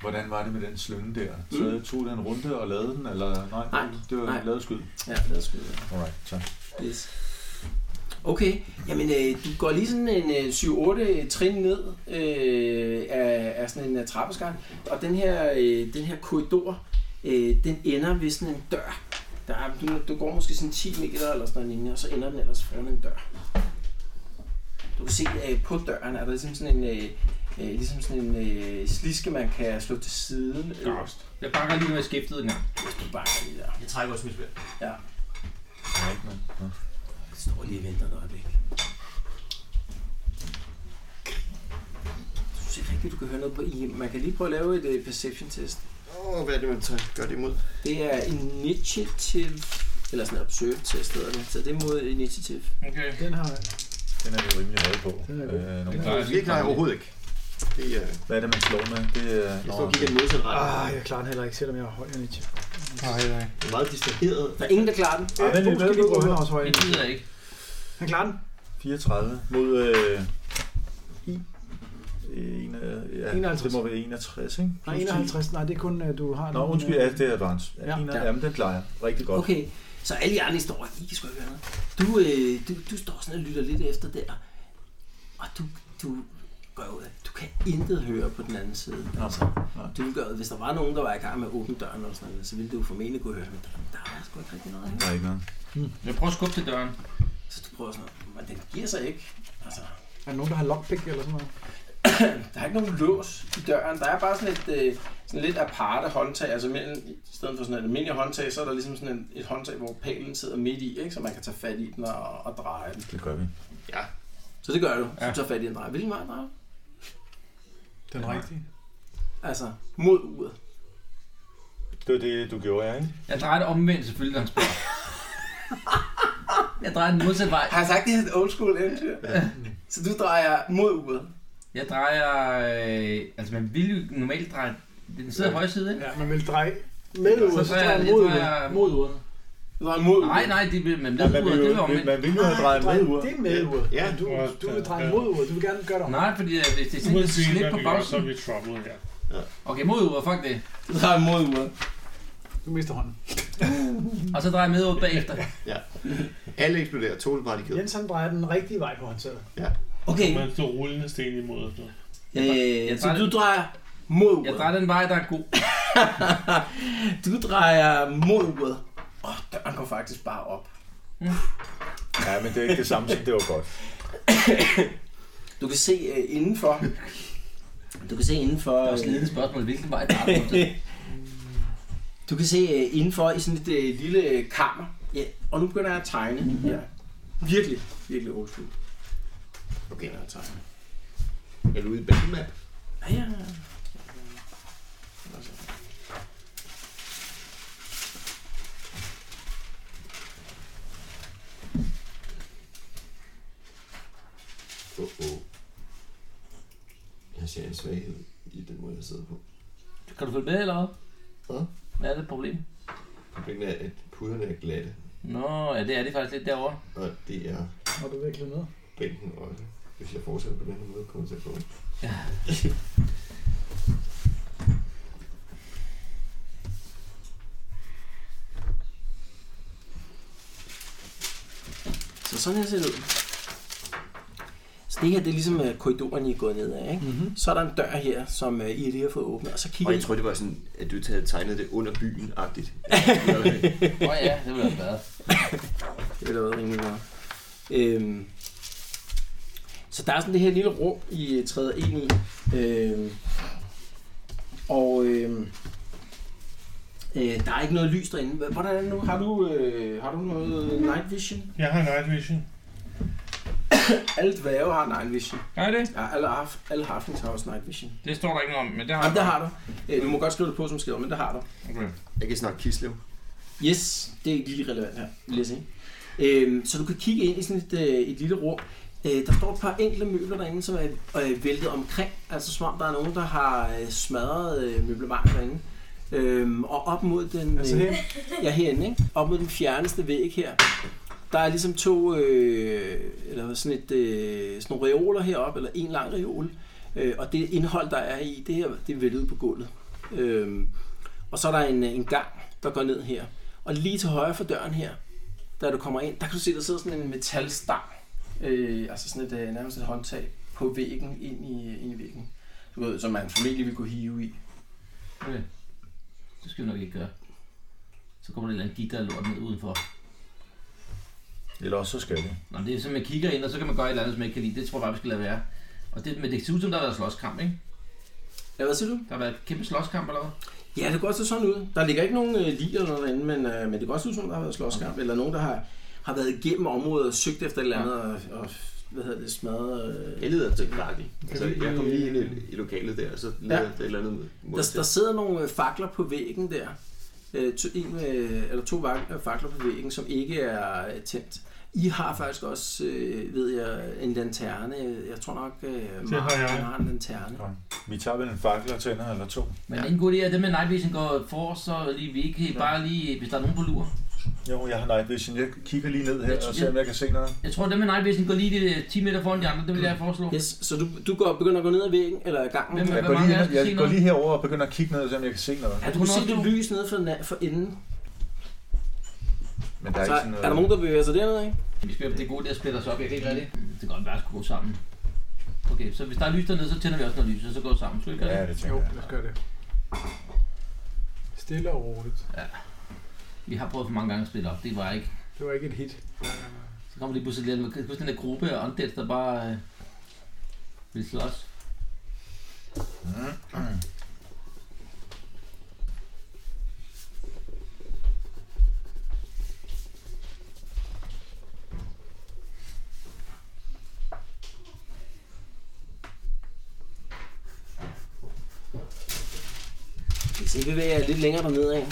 F: hvordan var det med den slynge der? Så tog den runde og lavede den, eller nej,
B: Nej,
F: det var
B: nej.
F: lavet skyd.
B: Ja, lad os gå videre.
F: Alright, tak.
B: Yes. Okay, jamen øh, du går lige sådan en øh, 7-8 trin ned øh, af, af sådan en øh, trappeskang, og den her, øh, den her korridor, øh, den ender ved sådan en dør. Der er, du, du går måske sådan 10 meter eller sådan noget lignende, og så ender den ellers foran en dør. Du kan se øh, på døren, er der ligesom sådan en, øh, øh, ligesom sådan en øh, sliske, man kan slå til siden, øh,
G: Jeg bakker lige med skiftet en gang.
B: hvis du bare er lige der.
E: Jeg trækker også mit spil.
F: Der er ikke noget. Nå.
B: Jeg står lige og venter et øjeblik. Du synes rigtigt, du kan høre noget på I. Man kan lige prøve at lave et uh, perception test.
E: Åh, hvad er det, man tager? gør det imod?
B: Det er initiative, eller sådan en observe test hedder det. Så det er mod initiative.
G: Okay.
C: Den har
F: Den er vi jo rimelig høje på.
C: Den er god.
F: Øh, nogle
G: Den
F: gange.
G: klarer
E: Det klarer jeg overhovedet ikke. Det, øh,
F: Hvad er det, man slår med? Det er...
E: jeg
F: Nå,
E: står og kigger i den modsatte retning.
C: Ah, jeg klarer den heller ikke, selvom jeg har høj energi.
D: Nej, nej.
E: Jeg er meget distraheret.
B: Der er ingen, der klarer den.
F: Ah, vent
C: Men
F: lidt,
C: det er
F: vent
C: lige prøve,
F: lidt.
C: han har også høj
G: Det
C: energi.
G: gider jeg ikke.
C: Han klarer den.
F: 34 mod... Øh, I. Øh, En, øh, ja,
C: 51.
F: Det må være 61, ikke?
C: Nej,
F: Plus 10.
C: 51. Nej, det er kun, øh, du har
F: Nå,
C: den,
F: undskyld,
C: øh,
F: ja, det er advance. Ja,
C: Ja.
F: 51, jamen, den klarer jeg. Rigtig godt.
B: Okay, så alle jer andre står, I kan sgu ikke høre noget. Du, øh, du, du står sådan og lytter lidt efter der, og du, du går ud af, du kan intet høre på den anden side. Altså, du gør, hvis der var nogen, der var i gang med at åbne døren, eller sådan noget, så ville du formentlig kunne høre, men der, der er sgu ikke rigtig noget at høre.
F: Der er ikke noget.
G: Jeg prøver at skubbe til døren.
B: Så du prøver sådan noget, men den giver sig ikke. Altså,
C: Er der nogen, der har lockpick eller sådan noget?
B: der er ikke nogen lås i døren. Der er bare sådan et øh, sådan lidt aparte håndtag. Altså mellem, i stedet for sådan et almindeligt håndtag, så er der ligesom sådan et, et håndtag, hvor pælen sidder midt i, ikke? så man kan tage fat i den og, og dreje den.
F: Det gør vi.
B: Så det gør du. Så
G: Ja.
B: du tager fat i en drej. Hvilken vej drejer du?
D: Den rigtige.
B: Altså, mod uret.
F: Det var det, du gjorde, ja, ikke?
G: Jeg drejer det omvendt selvfølgelig, når han spørger. Jeg drejer den modsatte vej.
B: Har jeg sagt, det er et old school eventyr?
E: Ja.
B: Så du drejer mod uret.
G: Jeg drejer... Øh, altså, man vil jo normalt dreje... Den sidder ja. højre side, ikke?
C: Ja, man vil dreje med uret, så
G: drejer
C: tager
G: jeg-
C: han
G: jeg
C: mod uret.
G: drejer-
C: Mod uret.
B: Du drejer mod uret.
G: Nej, nej, det vil man.
F: Ja,
G: Det
F: man,
G: vil
F: vil
G: det
F: jo,
G: var
F: man,
G: omvendt.
F: man vil jo have
E: Ah,
F: drejet med uret.
C: Det er med uret.
E: Ja,
C: Du, du vil dreje
D: Ja.
C: mod uret. Du vil gerne gøre det om.
G: Nej, fordi øh, hvis det er sådan et
D: Uanset
G: slip
D: hvad
G: på
D: vi gør, så
G: boksen...
D: er vi trouble her.
G: Okay, mod uret, fuck det.
B: Du drejer mod uret.
C: Du mister hånden.
G: Og så drejer jeg med uret bagefter.
E: Alle eksploderer. Tåle bare de gider.
C: Jens han drejer den rigtige vej på håndtaget.
B: Okay,
D: Man står rullende sten imod os nu.
B: øh, så
G: drejer-
B: du drejer mod
G: Jeg
B: uret.
G: drejer den vej, der er god.
B: Du drejer mod uret. Og døren går faktisk bare op.
F: Ja, men det er ikke det samme, som det var godt.
B: Du kan se øh, indenfor. Du kan se indenfor.
G: Det var sådan et lille spørgsmål. Hvilken vej drejer du?
B: øh, du kan se øh, indenfor i sådan et øh, lille øh, kammer. Ja, og nu begynder jeg at tegne
G: Mhm.
B: her. Virkelig, virkelig old school.
E: Okay.
B: Begynder jeg at tegne.
E: Er du ude i bandmap?
B: Ja, ja, ja.
E: Åh, oh, oh. Jeg ser en svaghed i den måde, jeg sidder på.
G: Kan du følge med, eller hvad?
E: Hvad?
G: Hvad er det problem?
E: Problemet er, at puderne er glatte,
G: Nå, ja, det er det faktisk lidt derovre.
E: og det er
C: Og du vil klæde ned.
E: bænken også. Hvis jeg fortsætter på den her måde, kommer jeg til at få ondt.
B: Så sådan her ser det ud. Så det her, det er ligesom øh, korridoren, I er gået ned
C: Mm.
B: af, ikke? Mm-hmm. Så er der en dør her, som øh, I lige har fået åbnet, og så kigger
E: Og
B: I...
E: jeg tror, det var sådan, at du havde tegnet det under
B: (laughs)
E: byen-agtigt.
G: Åh ja, det ville have været.
B: Det ville have været rimelig meget. Øhm, så der er sådan det her lille rum, I øh, træder ind i. Øhm, og øhm, øh, der er ikke noget lys derinde. Hva- Hvordan er det nu? Har du, øh, har du noget night vision?
D: Jeg har night vision.
B: Alle dværge har night vision.
G: Gør jeg det?
B: Ja, alle, har- alle harflings har også night vision.
G: Det står der ikke noget om, men det har
B: Jamen, det har du. Øh, du må godt skrive det på som skriver, men det har du.
G: Okay.
E: Jeg kan snakke kislev.
B: Yes, det er ikke lige relevant her. Lige se. Øhm, så du kan kigge ind i sådan et, øh, et lille rum. Øh, der står et par enkle møbler derinde, som er øh, væltet omkring. Altså som om der er nogen, der har øh, smadret øh, møblemangen derinde. Øhm, og op mod den...
C: Altså
B: øh,
C: her.
B: Ja, herinde, ikke? Op mod den fjerneste væg her. Der er ligesom to, øh, eller sådan et, øh, sådan nogle reoler heroppe, eller en lang reol. Øh, og det indhold, der er i det her, det er væltet på gulvet. Øhm, og så er der en, øh, en gang, der går ned her. Og lige til højre for døren her, da du kommer ind, der kan du se, der sidder sådan en metalstang. Øh, altså sådan et, øh, nærmest et håndtag på væggen, ind i, øh, ind i væggen. Du ved, som man formentlig vil kunne hive i.
G: Okay. Det skal vi nok ikke gøre. Så kommer der en eller anden gitterlort ned udenfor.
F: Eller også så skal det.
G: Nå, det er så, man kigger ind, og så kan man gøre et eller andet, som man ikke kan lide. Det tror jeg bare, vi skal lade være. Og det, men det ser ud som, der har været slåskamp, ikke?
B: Ja, hvad siger du?
G: Der har været et kæmpe slåskamp eller hvad?
B: Ja, det går også sådan ud. Der ligger ikke nogen øh, lig eller noget andet, men, øh, men det går også ud som, om, der har været slåskamp, okay. eller nogen, der har, har været igennem området og søgt efter et eller andet, og, og hvad hedder det, smadret... Øh.
E: Jeg leder til Clarky. Altså, jeg kom lige ind i, i lokalet der, og så leder jeg ja. et eller andet mod
B: Der, der sidder nogle øh, fakler på væggen der. Øh, to, en, øh, eller to vak- øh, fakler på væggen, som ikke er øh, tændt. I har faktisk også, øh, ved jeg, en lanterne. Jeg tror nok, øh,
D: har
B: Mark,
D: jeg.
B: han har en lanterne.
F: Vi tager vel en fakkel og tænder eller to.
G: Men ja. det er en god idé, at dem med nightvision går for, så lige vi ikke ja. bare lige, hvis der er nogen på lur.
F: Jo, jeg har night vision. Jeg kigger lige ned her og ser, om jeg kan se noget.
G: Jeg tror, at dem med nightvision går lige de, øh, 10 meter foran de andre, det vil jeg foreslå.
B: Yes, så du, du går, begynder at gå ned ad væggen, eller ad gangen.
G: Hvem-
F: Jeg
G: Hvor
F: går lige,
G: mange af os
F: hen,
G: kan se
F: jeg går
G: noget?
F: lige herover og begynder at kigge ned, og se, om jeg kan se noget.
B: Ja, du kan
G: Hvornår
B: se
G: skal
B: det
G: du-
B: lys nede for, na- for enden.
F: Men der er
B: Så
F: ikke sådan
B: er
F: noget.
B: der nogen, der bevæger sig dernede, ikke?
G: Vi skal det er gode, det at splitte os op, jeg kan ikke rigtig. Det kan godt være, at skulle gå sammen. Okay, så hvis der er lys dernede, så tænder vi også noget lys, og så går vi sammen. Skal vi ikke gøre
F: Ja,
G: det?
F: det
C: Jo,
F: tænker jeg.
C: lad os gøre det. Stille og roligt.
G: Vi har prøvet for mange gange at splitte op, det var ikke.
C: Det var ikke et hit.
G: Så kommer lige pludselig lidt, man kan huske den der gruppe af undead, der bare øh, vil slås.
B: Hvis I bevæger jer lidt længere dernede af,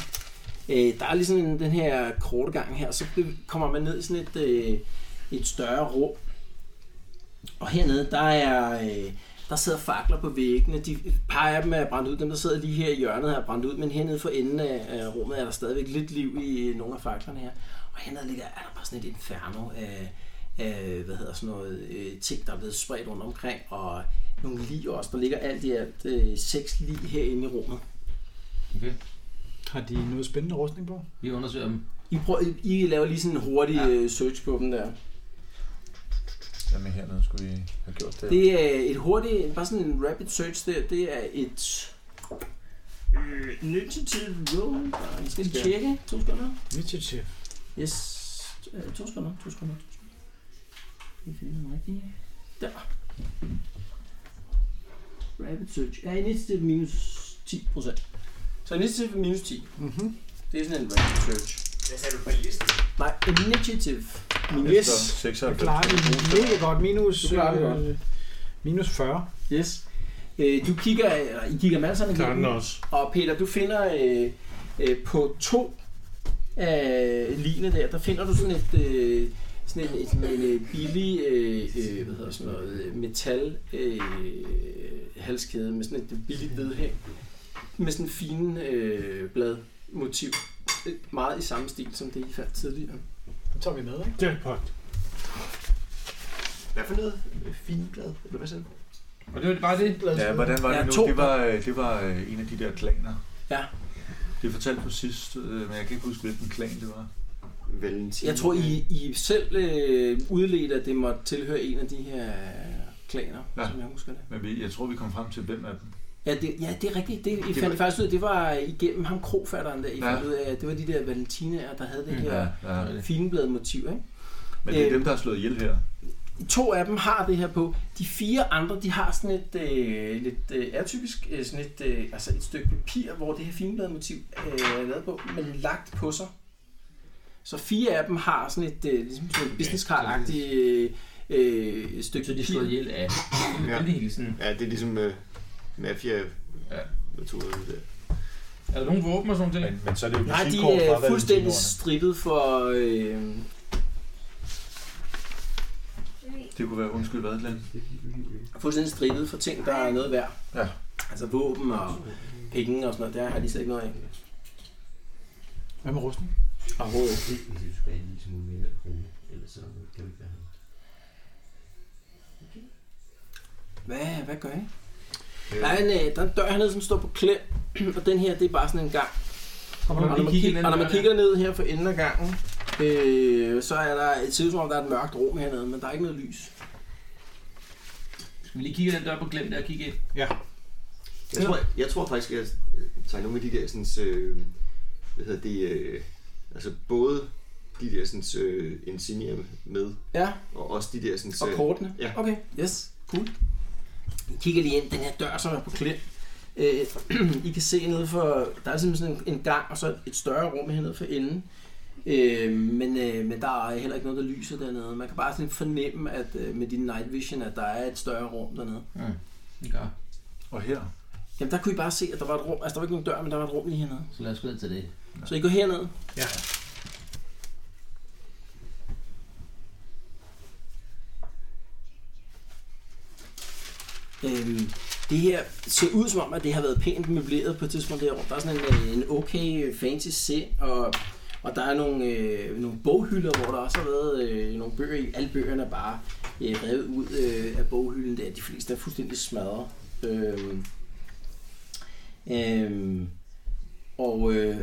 B: øh, der er lige sådan en, den her korte gang her, så be- kommer man ned i sådan et, øh, et større rum. Og hernede, der er... Øh, der sidder fakler på væggene. De peger dem er brændt ud. Dem, der sidder lige her i hjørnet, er brændt ud. Men hernede for enden af, af rummet er der stadigvæk lidt liv i øh, nogle af faklerne her. Og hernede ligger, er der bare sådan et inferno af, af hvad hedder sådan noget, øh, ting, der er blevet spredt rundt omkring. Og nogle lig også. Der ligger alt i alt øh, seks lig herinde i rummet.
G: Okay.
C: Har de noget spændende rustning på?
G: Vi undersøger dem.
B: I, prøver, I, I laver lige sådan en hurtig ja. search på dem der.
F: Jamen hernede skulle vi have gjort det.
B: Det er et hurtigt, bare sådan en rapid search der, det er et... Øh, initiative roll. Jeg skal lige tjekke. To sekunder.
C: Initiativ.
B: Yes. Øh, To sekunder, to sekunder, to sekunder. Skal vi finde den rigtige? Der. Rapid search. Ja, initiative minus 10 procent. Så initiative minus 10.
C: Mm-hmm.
B: Det er sådan en rapid search.
E: Hvad sagde du på listen?
B: Nej, initiative.
C: Yes.
F: Efter
C: Jeg
F: 96.
C: klarer det mega godt. Minus,
B: Du klarer det
C: øh,
B: godt.
C: minus 40.
B: Yes. Øh, Du kigger, eller I kigger med alle sammen
D: Klarer
B: igennem.
D: den også.
B: Og Peter, du finder øh, øh, på to af line der, der finder du sådan et øh, sådan en, en, en øh, billig øh, øh, hvad hedder sådan noget, øh, metal øh, halskæde med sådan et billigt vedhæng med sådan en fin øh, bladmotiv. Øh, Meget i samme stil som det, I fandt tidligere.
C: Den tager vi med, ikke?
D: Jackpot.
E: Hvad for noget? Finblad? Eller hvad sagde du?
G: Og det var bare det.
F: Ja, hvordan var
B: Ja,
F: det nu?
B: to.
F: Det var, øh, det var øh, en af de der klaner.
B: Ja.
F: Det fortalte du sidst, øh, men jeg kan ikke huske, hvilken klan det var.
E: Valentin.
B: Jeg tror, I, I selv øh, udledte, at det måtte tilhøre en af de her klaner, ja.
F: Ja.
B: som jeg husker det.
F: Men vi, jeg tror, vi kom frem til, hvem af dem.
B: Ja, det, ja, det er rigtigt. Det, I
F: Det
B: fandt
F: var-
B: faktisk ud af, det var igennem ham krofatteren der. I
F: Ja.
B: fandt ud af, at det var de der valentinaer, der havde det
G: Mm.
B: her
F: ja.
B: ja. finbladmotiv. Ikke?
F: Men det er
B: Øh.
F: dem, der har slået ihjel her.
B: To af dem har det her på. De fire andre, de har sådan et øh, lidt øh, atypisk øh, sådan et, øh, altså et stykke papir, hvor det her finbladmotiv øh, er lavet på, men lagt på sig. Så fire af dem har sådan et, øh, ligesom sådan et business card-agtigt øh, øh, stykke
G: Så de er slået
B: papir.
G: ihjel af
E: Ja.
G: ja. hilsen.
E: Ja, det er ligesom øh, mafia
G: Ja.
E: metoder der.
G: Er der nogen våben og sådan noget?
F: Men, men så er det jo
B: Nej, de øh,
F: visitkort fra
B: er fuldstændig
F: Valentinoerne.
B: strippet for... Øh,
F: Det kunne være undskyld hvad, Glenn?
B: fuldstændig strippet for ting, der er noget værd.
F: Ja.
B: Altså våben og penge og sådan noget, der har de slet ikke noget af.
C: Hvad med rustning?
B: Overhovedet. Hvad, hvad gør I? Der er en, øh, der er en dør hernede, som står på klem, (clears throat) og den her, det er bare sådan en gang. Og når, man kigger, og når man kigger ned her for enden af gangen, øh, så er der et ser ud som om, der er et mørkt rum hernede, men der er ikke noget lys.
G: Skal vi lige kigge i den dør på glem der og kigge ind?
E: Jeg tror, jeg, jeg tror faktisk, at jeg øh, tager nogle af de der sådan, øh, hvad hedder det, øh, altså både de der sådan, øh, insignier med,
B: Ja,
E: og også de der sådan,
B: og
E: øh,
B: kortene.
E: ja.
B: Okay, yes, cool. I kigger lige ind, den her dør, som er på klem. Øh, (clears throat) I kan se nede for, der er simpelthen sådan en, en gang, og så et større rum hernede for enden. Øh, men, øh, men der er heller ikke noget, der lyser dernede. Man kan bare sådan fornemme, at øh, med din night vision, at der er et større rum dernede.
G: Ja, det gør.
F: Og her.
B: Jamen der kunne I bare se, at der var et rum. Altså der var ikke nogen dør, men der var et rum lige hernede.
G: Så lad os gå ned til det.
B: Så I går herned.
D: Ja.
B: Øhm, det her ser ud som om, at det har været pænt møbleret på et tidspunkt det her rum. Der er sådan en, øh, en okay øh, fancy seng, og, og der er nogle, øh, nogle boghylder, hvor der også har været øh, nogle bøger i. Alle bøgerne er bare øh, revet ud øh, af boghylden der. De fleste er fuldstændig smadret. Øhm, øhm, og, øh,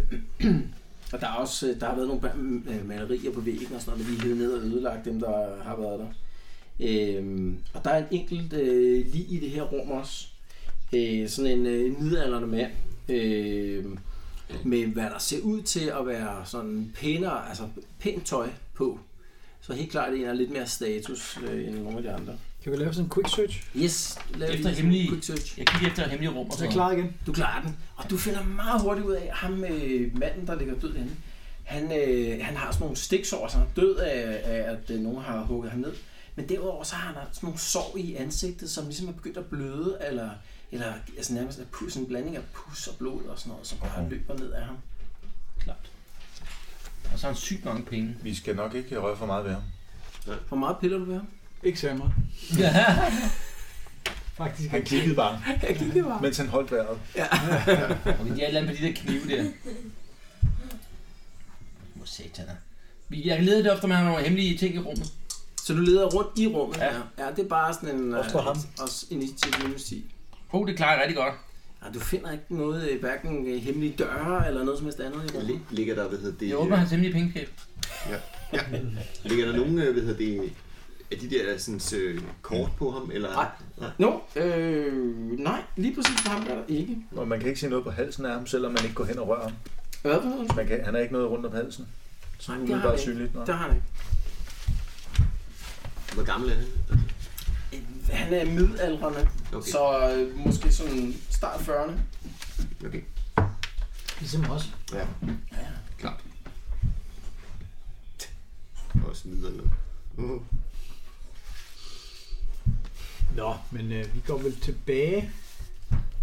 B: og der, er også, øh, der har været nogle ba- øh, malerier på væggen og sådan noget, der lige er hevet ned og ødelagt dem, der har været der. Øhm, og der er en enkelt øh, lige i det her rum også. Øh, sådan en øh, midalderne mand. Øh, med hvad der ser ud til at være sådan pænere, altså pænt tøj på. Så helt klart, at en er lidt mere status øh, end nogle af de andre.
C: Kan vi lave sådan en quick search?
B: Yes, lav
G: Efter
B: lige sådan en
G: hemmelige-
B: quick search.
G: Jeg kigger efter hemmelige rum og
C: Så er
G: sådan
C: jeg
G: noget.
C: klar igen.
B: Du klarer den, og du finder meget hurtigt ud af, at ham øh, manden, der ligger død henne, han, øh, han har sådan nogle stiksår, så han er død af, af at øh, nogen har hugget ham ned. Men derudover så har han sådan nogle sår i ansigtet, som ligesom er begyndt at bløde, eller, eller altså nærmest er pus, en blanding af pus og blod og sådan noget, som bare løber ned af ham.
G: Klart. Og så har han sygt mange penge.
F: Vi skal nok ikke røre for meget ved ham.
B: Hvor meget piller du ved ham?
C: Ikke så meget.
G: Ja.
C: Faktisk
F: Han
C: ikke.
F: kiggede bare,
B: Jeg kiggede bare.
F: mens han holdt vejret.
G: Okay, de er et eller andet på de der knive der. (laughs) Hvor sataner. Vi- Jeg leder det efter, man har nogle hemmelige ting i rummet.
B: Så du leder rundt i rummet?
G: Ja.
B: Ja, det er bare sådan en...
C: Også for
B: øh,
C: ham.
B: Også initiativ minus 10.
G: Oh, det klarer jeg rigtig godt.
B: Ja, du finder ikke noget, øh, hverken øh, hemmelige døre eller noget som helst andet i rummet.
E: Lig- Ligger der, hvad hedder det,
G: Jeg åbner
E: øh,
G: hans hemmelige pengeskab.
E: ligger der nogen, øh, hvad hedder det, er de der sådan, øh, kort på ham, eller?
B: Nej. Nå, øh, nej, lige præcis for ham gør der ikke.
F: Og man kan ikke se noget på halsen af ham, selvom man ikke går hen og rører ham.
B: Hvad for noget?
F: Man kan, han har ikke noget rundt om halsen. Så
B: Nej,
F: Nej,
B: det
F: det er
B: har han
F: bare
B: ikke.
F: synligt. Nå.
B: Der har han ikke.
E: Hvor gammel er han?
B: Øh, Han er midaldrende, okay.
E: Okay.
B: så øh, måske sådan start 40'erne.
E: okay.
C: Ligesom os.
E: Ja.
B: Ja.
E: Klart. Også midlerne.
C: Uh-huh.
E: Uh.
C: Nå, men øh, vi går vel tilbage.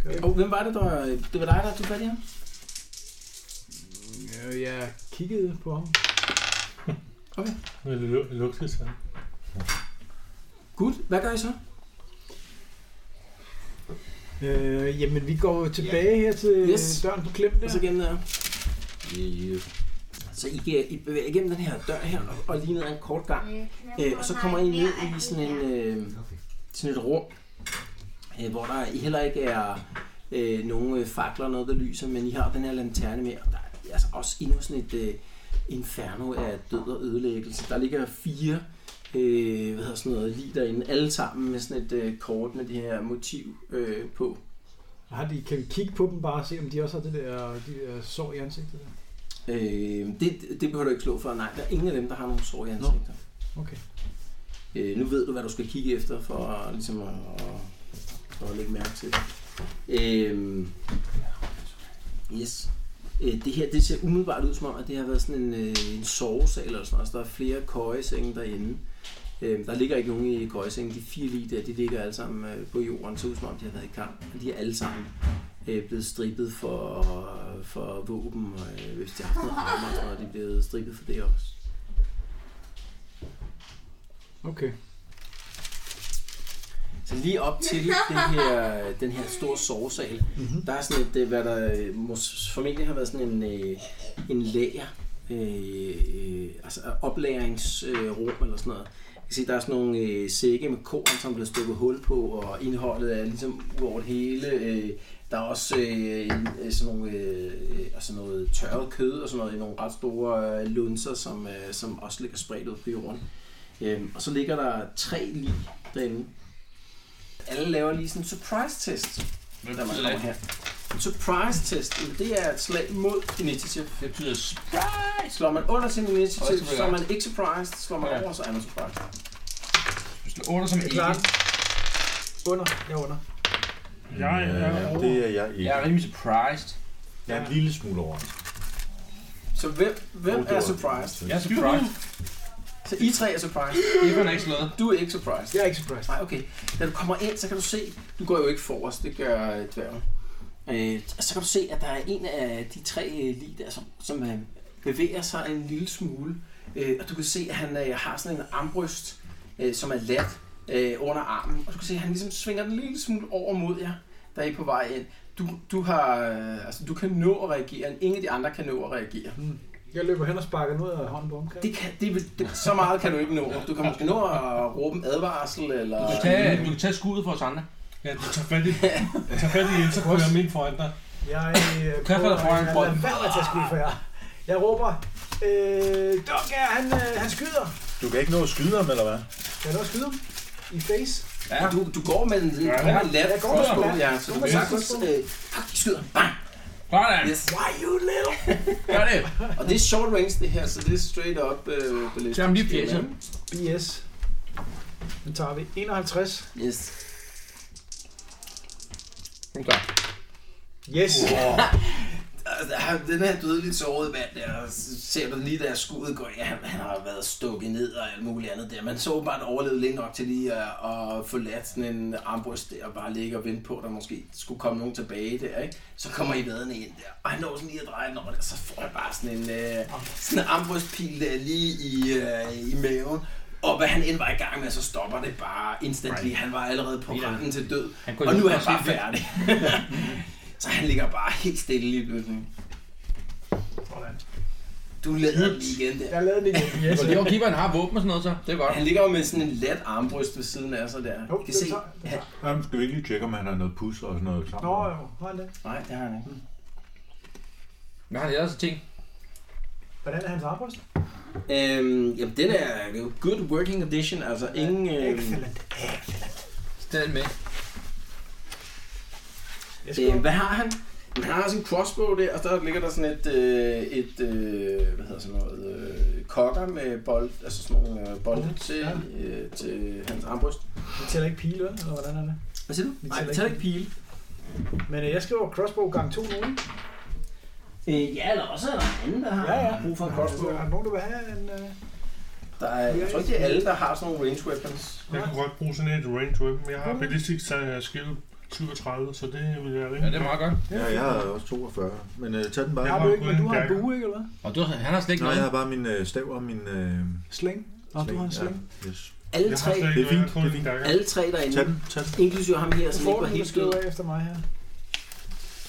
C: Gør vi?
B: Og hvem var det, der... Det var dig, der tog fat i ham?
C: Øh, jeg kiggede på ham.
D: Det lu- lugter sig.
B: Gud, hvad gør I så?
C: Øh, jamen, vi går jo tilbage her til
B: Yes.
C: yes. døren på klem der.
B: Og så gennem der. Så I, kan- I bevæger igennem den her dør her, og, og lige ned ad en kort gang. Øh, og så kommer I ned i sådan, en, øh, sådan et rum, øh, hvor der I heller ikke er øh, nogen øh, fakler noget, der lyser, men I har den her lanterne med, og der er altså også endnu sådan et øh, inferno af død og ødelæggelse. Der ligger fire øh, hvad hedder sådan noget, lige derinde, alle sammen med sådan et øh, kort med det her motiv øh, på.
C: Har de, kan vi kigge på dem bare og se, om de også har det der, de der sår i ansigtet der?
B: Øh, det, det behøver du ikke slå for, nej, der er ingen af dem, der har nogen sår i ansigtet.
C: Okay.
B: Øh, nu ved du, hvad du skal kigge efter for at, ligesom at, at, at lægge mærke til. Øh, yes. Øh, det her det ser umiddelbart ud som om, at det har været sådan en, øh, en sovesal eller sådan noget. Så der er flere køjesenge derinde. Øh, der ligger ikke nogen i køjesengen. De fire lige der, de ligger alle sammen øh, på jorden. Så ud som om, de har været i kamp. Og de er alle sammen øh, blevet strippet for, for våben. Og, øh, hvis de har haft noget armor, og sådan noget, de er blevet strippet for det også.
C: Okay.
B: Så lige op til den her, den her store sovesal,
C: Mm-hmm.
B: der er sådan et, øh, hvad der øh, mås- formentlig har været sådan en, øh, en lager, øh, øh, altså oplagringsrum øh, rum eller sådan noget. kan se, der er sådan nogle øh, sække med korn, som bliver stukket hul på, og indholdet er ligesom ud over det hele. Øh, der er også øh, en- øh, sådan, nogle, øh, øh, og sådan noget tørret kød og sådan noget i nogle ret store øh, lunser, som, øh, som også ligger spredt ud på jorden. Øh, og så ligger der tre lige derinde. Alle laver lige sådan en surprise-test,
G: Hvad
B: der man
G: betyder
B: kommer
G: det?
B: her. En surprise-test, jamen, det er et slag mod initiativ.
G: Det betyder
B: Surprise! Slår man under sin
G: Også
B: initiativ,
G: surprise.
B: så er man ikke surprised. Slår man
G: Ja.
B: over, så er man surprised.
G: slå otter som
C: Jeg
G: ikke.
C: klarer den. Under. Jeg er under.
D: Jeg er
F: Øh,
D: over.
F: det er jeg ikke.
G: Jeg er rimelig surprised.
F: Jeg er en lille smule overrasket.
B: Så hvem, hvem
F: Oh, det
B: er
F: var-
B: surprised?
G: Jeg er surprised.
B: Så I tre er surprised.
G: Ivan er ikke slået.
B: Du er ikke surprised.
C: Jeg er ikke surprised.
B: Nej, okay. Da du kommer ind, så kan du se, du går jo ikke forrest, det gør øh, dværgen. Øh, så kan du se, at der er en af de tre øh, lige der, som, som øh, bevæger sig en lille smule. Øh, og du kan se, at han øh, har sådan en armbryst, øh, som er lat øh, under armen. Og du kan se, at han ligesom svinger den en lille smule over mod jer, der er I på vej ind. Du, du, har, øh, altså, du kan nå at reagere, ingen af de andre kan nå at reagere.
C: Jeg løber hen og sparker den ud af hånden på omkring.
B: Det kan, det, vil- det, så meget kan du ikke nå. Du kan måske nå at råbe en advarsel, eller...
G: Du kan tage, du kan tage skuddet for os andre.
D: Ja, du tager fat i, tager fat i Jens og kører ham ind foran dig.
C: Jeg øh,
G: (laughs) Kan jeg få dig foran
C: jeg
G: bolden?
C: lader være med at tage skud for jer. Jeg råber, øh, Dunker, han, øh, han skyder.
F: Du kan ikke nå at skyde ham, eller hvad?
C: Kan du også skyde ham? I face?
G: Ja,
B: Ja. Du, du går med en, ja,
D: Ja,
B: du har en
C: ja.
B: lat
C: Jeg går med
B: crossbow,
C: en lat.
B: ja, så
C: Du
B: du
C: må
B: kan
C: sagtens-
B: sagtens øh, fuck, de skyder. Bang!
G: sådan.
B: Yes. Why you little?
G: Gør det.
B: Og det er short range det her, så det er straight up øh, ballistisk.
G: Jamen, lige pjæs, ja.
C: BS. Den tager vi. 51.
B: Yes.
G: Hun gør.
C: Yes.
B: Altså, han- Den her dødeligt sårede mand der, og s- ser du lige der skuddet går, ja, han- han har været stukket ned og alt muligt andet der. Man så bare overlevet længe nok til lige at, at få ladt sådan en armbryst der og bare ligge og vente på, at der måske skulle komme nogen tilbage der, ikke? Så kommer I vadende ind der, og han når sådan lige at dreje den over der, så får han bare sådan en, øh, sådan en armbrystpil der lige i, øh, i maven. Og hvad han end var i gang med, så stopper det bare instantly. Han var allerede på
G: Lige der.
B: randen til død,
G: Han går
B: og
G: lige
B: nu er han
G: ud og
B: bare
G: siger,
B: færdig. (laughs) så han ligger bare helt stille lige pludselig.
C: Sådan.
B: Du lader den lige igen der.
C: Jeg lavede den igen. Yes.
G: Hvor lige keeperen har våben og sådan noget, så det er godt.
B: Han ligger jo med sådan en let armbryst ved siden af sig der.
C: Jo,
B: I kan
C: den
B: se.
C: tager- den tager.
F: Jamen, skal vi ikke lige tjekke, om han har noget pus og sådan noget klar?
C: Nå, øh, jo. Hold da.
B: Nej, det har han ikke.
G: Hvad har han ellers af ting?
C: Hvordan er hans armbryst?
B: Øhm, jamen, den er jo good working condition, altså ingen... Øhm,
C: Excellent.
G: Stadig med.
C: Jeg
B: øh,
C: skyder.
B: hvad har han? Jamen, Han har sådan en crossbow der, og der ligger der sådan et, øh, et øh, hvad hedder sådan noget, øh, kokker med bold, altså sådan nogle øh, bolde til, øh, til hans armbryst.
C: Vi tæller ikke pile, vel? Eller hvordan er det?
B: Hvad siger du?
C: Vi
B: Nej,
C: tæller
B: det tager ikke
C: ikke
B: pile.
C: Men øh, jeg skriver crossbow gang 2 nu. ikke?
B: Øh, ja, eller også er der en anden, der har
C: Ja, ja.
B: brug for en crossbow.
C: Er der nogen, der vil have en... Øh...
B: Der er, jeg tror ikke, det er alle, der har sådan nogle range weapons.
D: Jeg kunne godt bruge sådan et range weapon. Jeg
C: Mm.
D: har ballistic øh, skill 37, så det vil jeg
G: Ja,
D: rimelig.
G: det er meget godt.
F: Ja, jeg har også 42, men øh, tag den bare.
C: Har
D: Jeg
C: du ikke, men du har en
D: Ja.
C: bue, ikke? Eller hvad?
G: Og du, han har slet ikke
F: Nej, jeg
G: noget.
F: har bare min øh, stav og min... Øh,
C: Sling. Nå, du har en
F: ja,
C: sling.
F: yes.
B: Alle
D: Jeg har
B: tre,
D: slet
F: Det er
D: ikke
F: fint,
D: noget, kun
F: det er
D: en
F: fint.
D: dagger.
B: alle tre
F: Tag
B: derinde,
F: den, tag den.
B: inklusive ham her,
C: Du
B: som
C: får
B: ikke var
C: den, der
B: helt død,
C: skrider af efter mig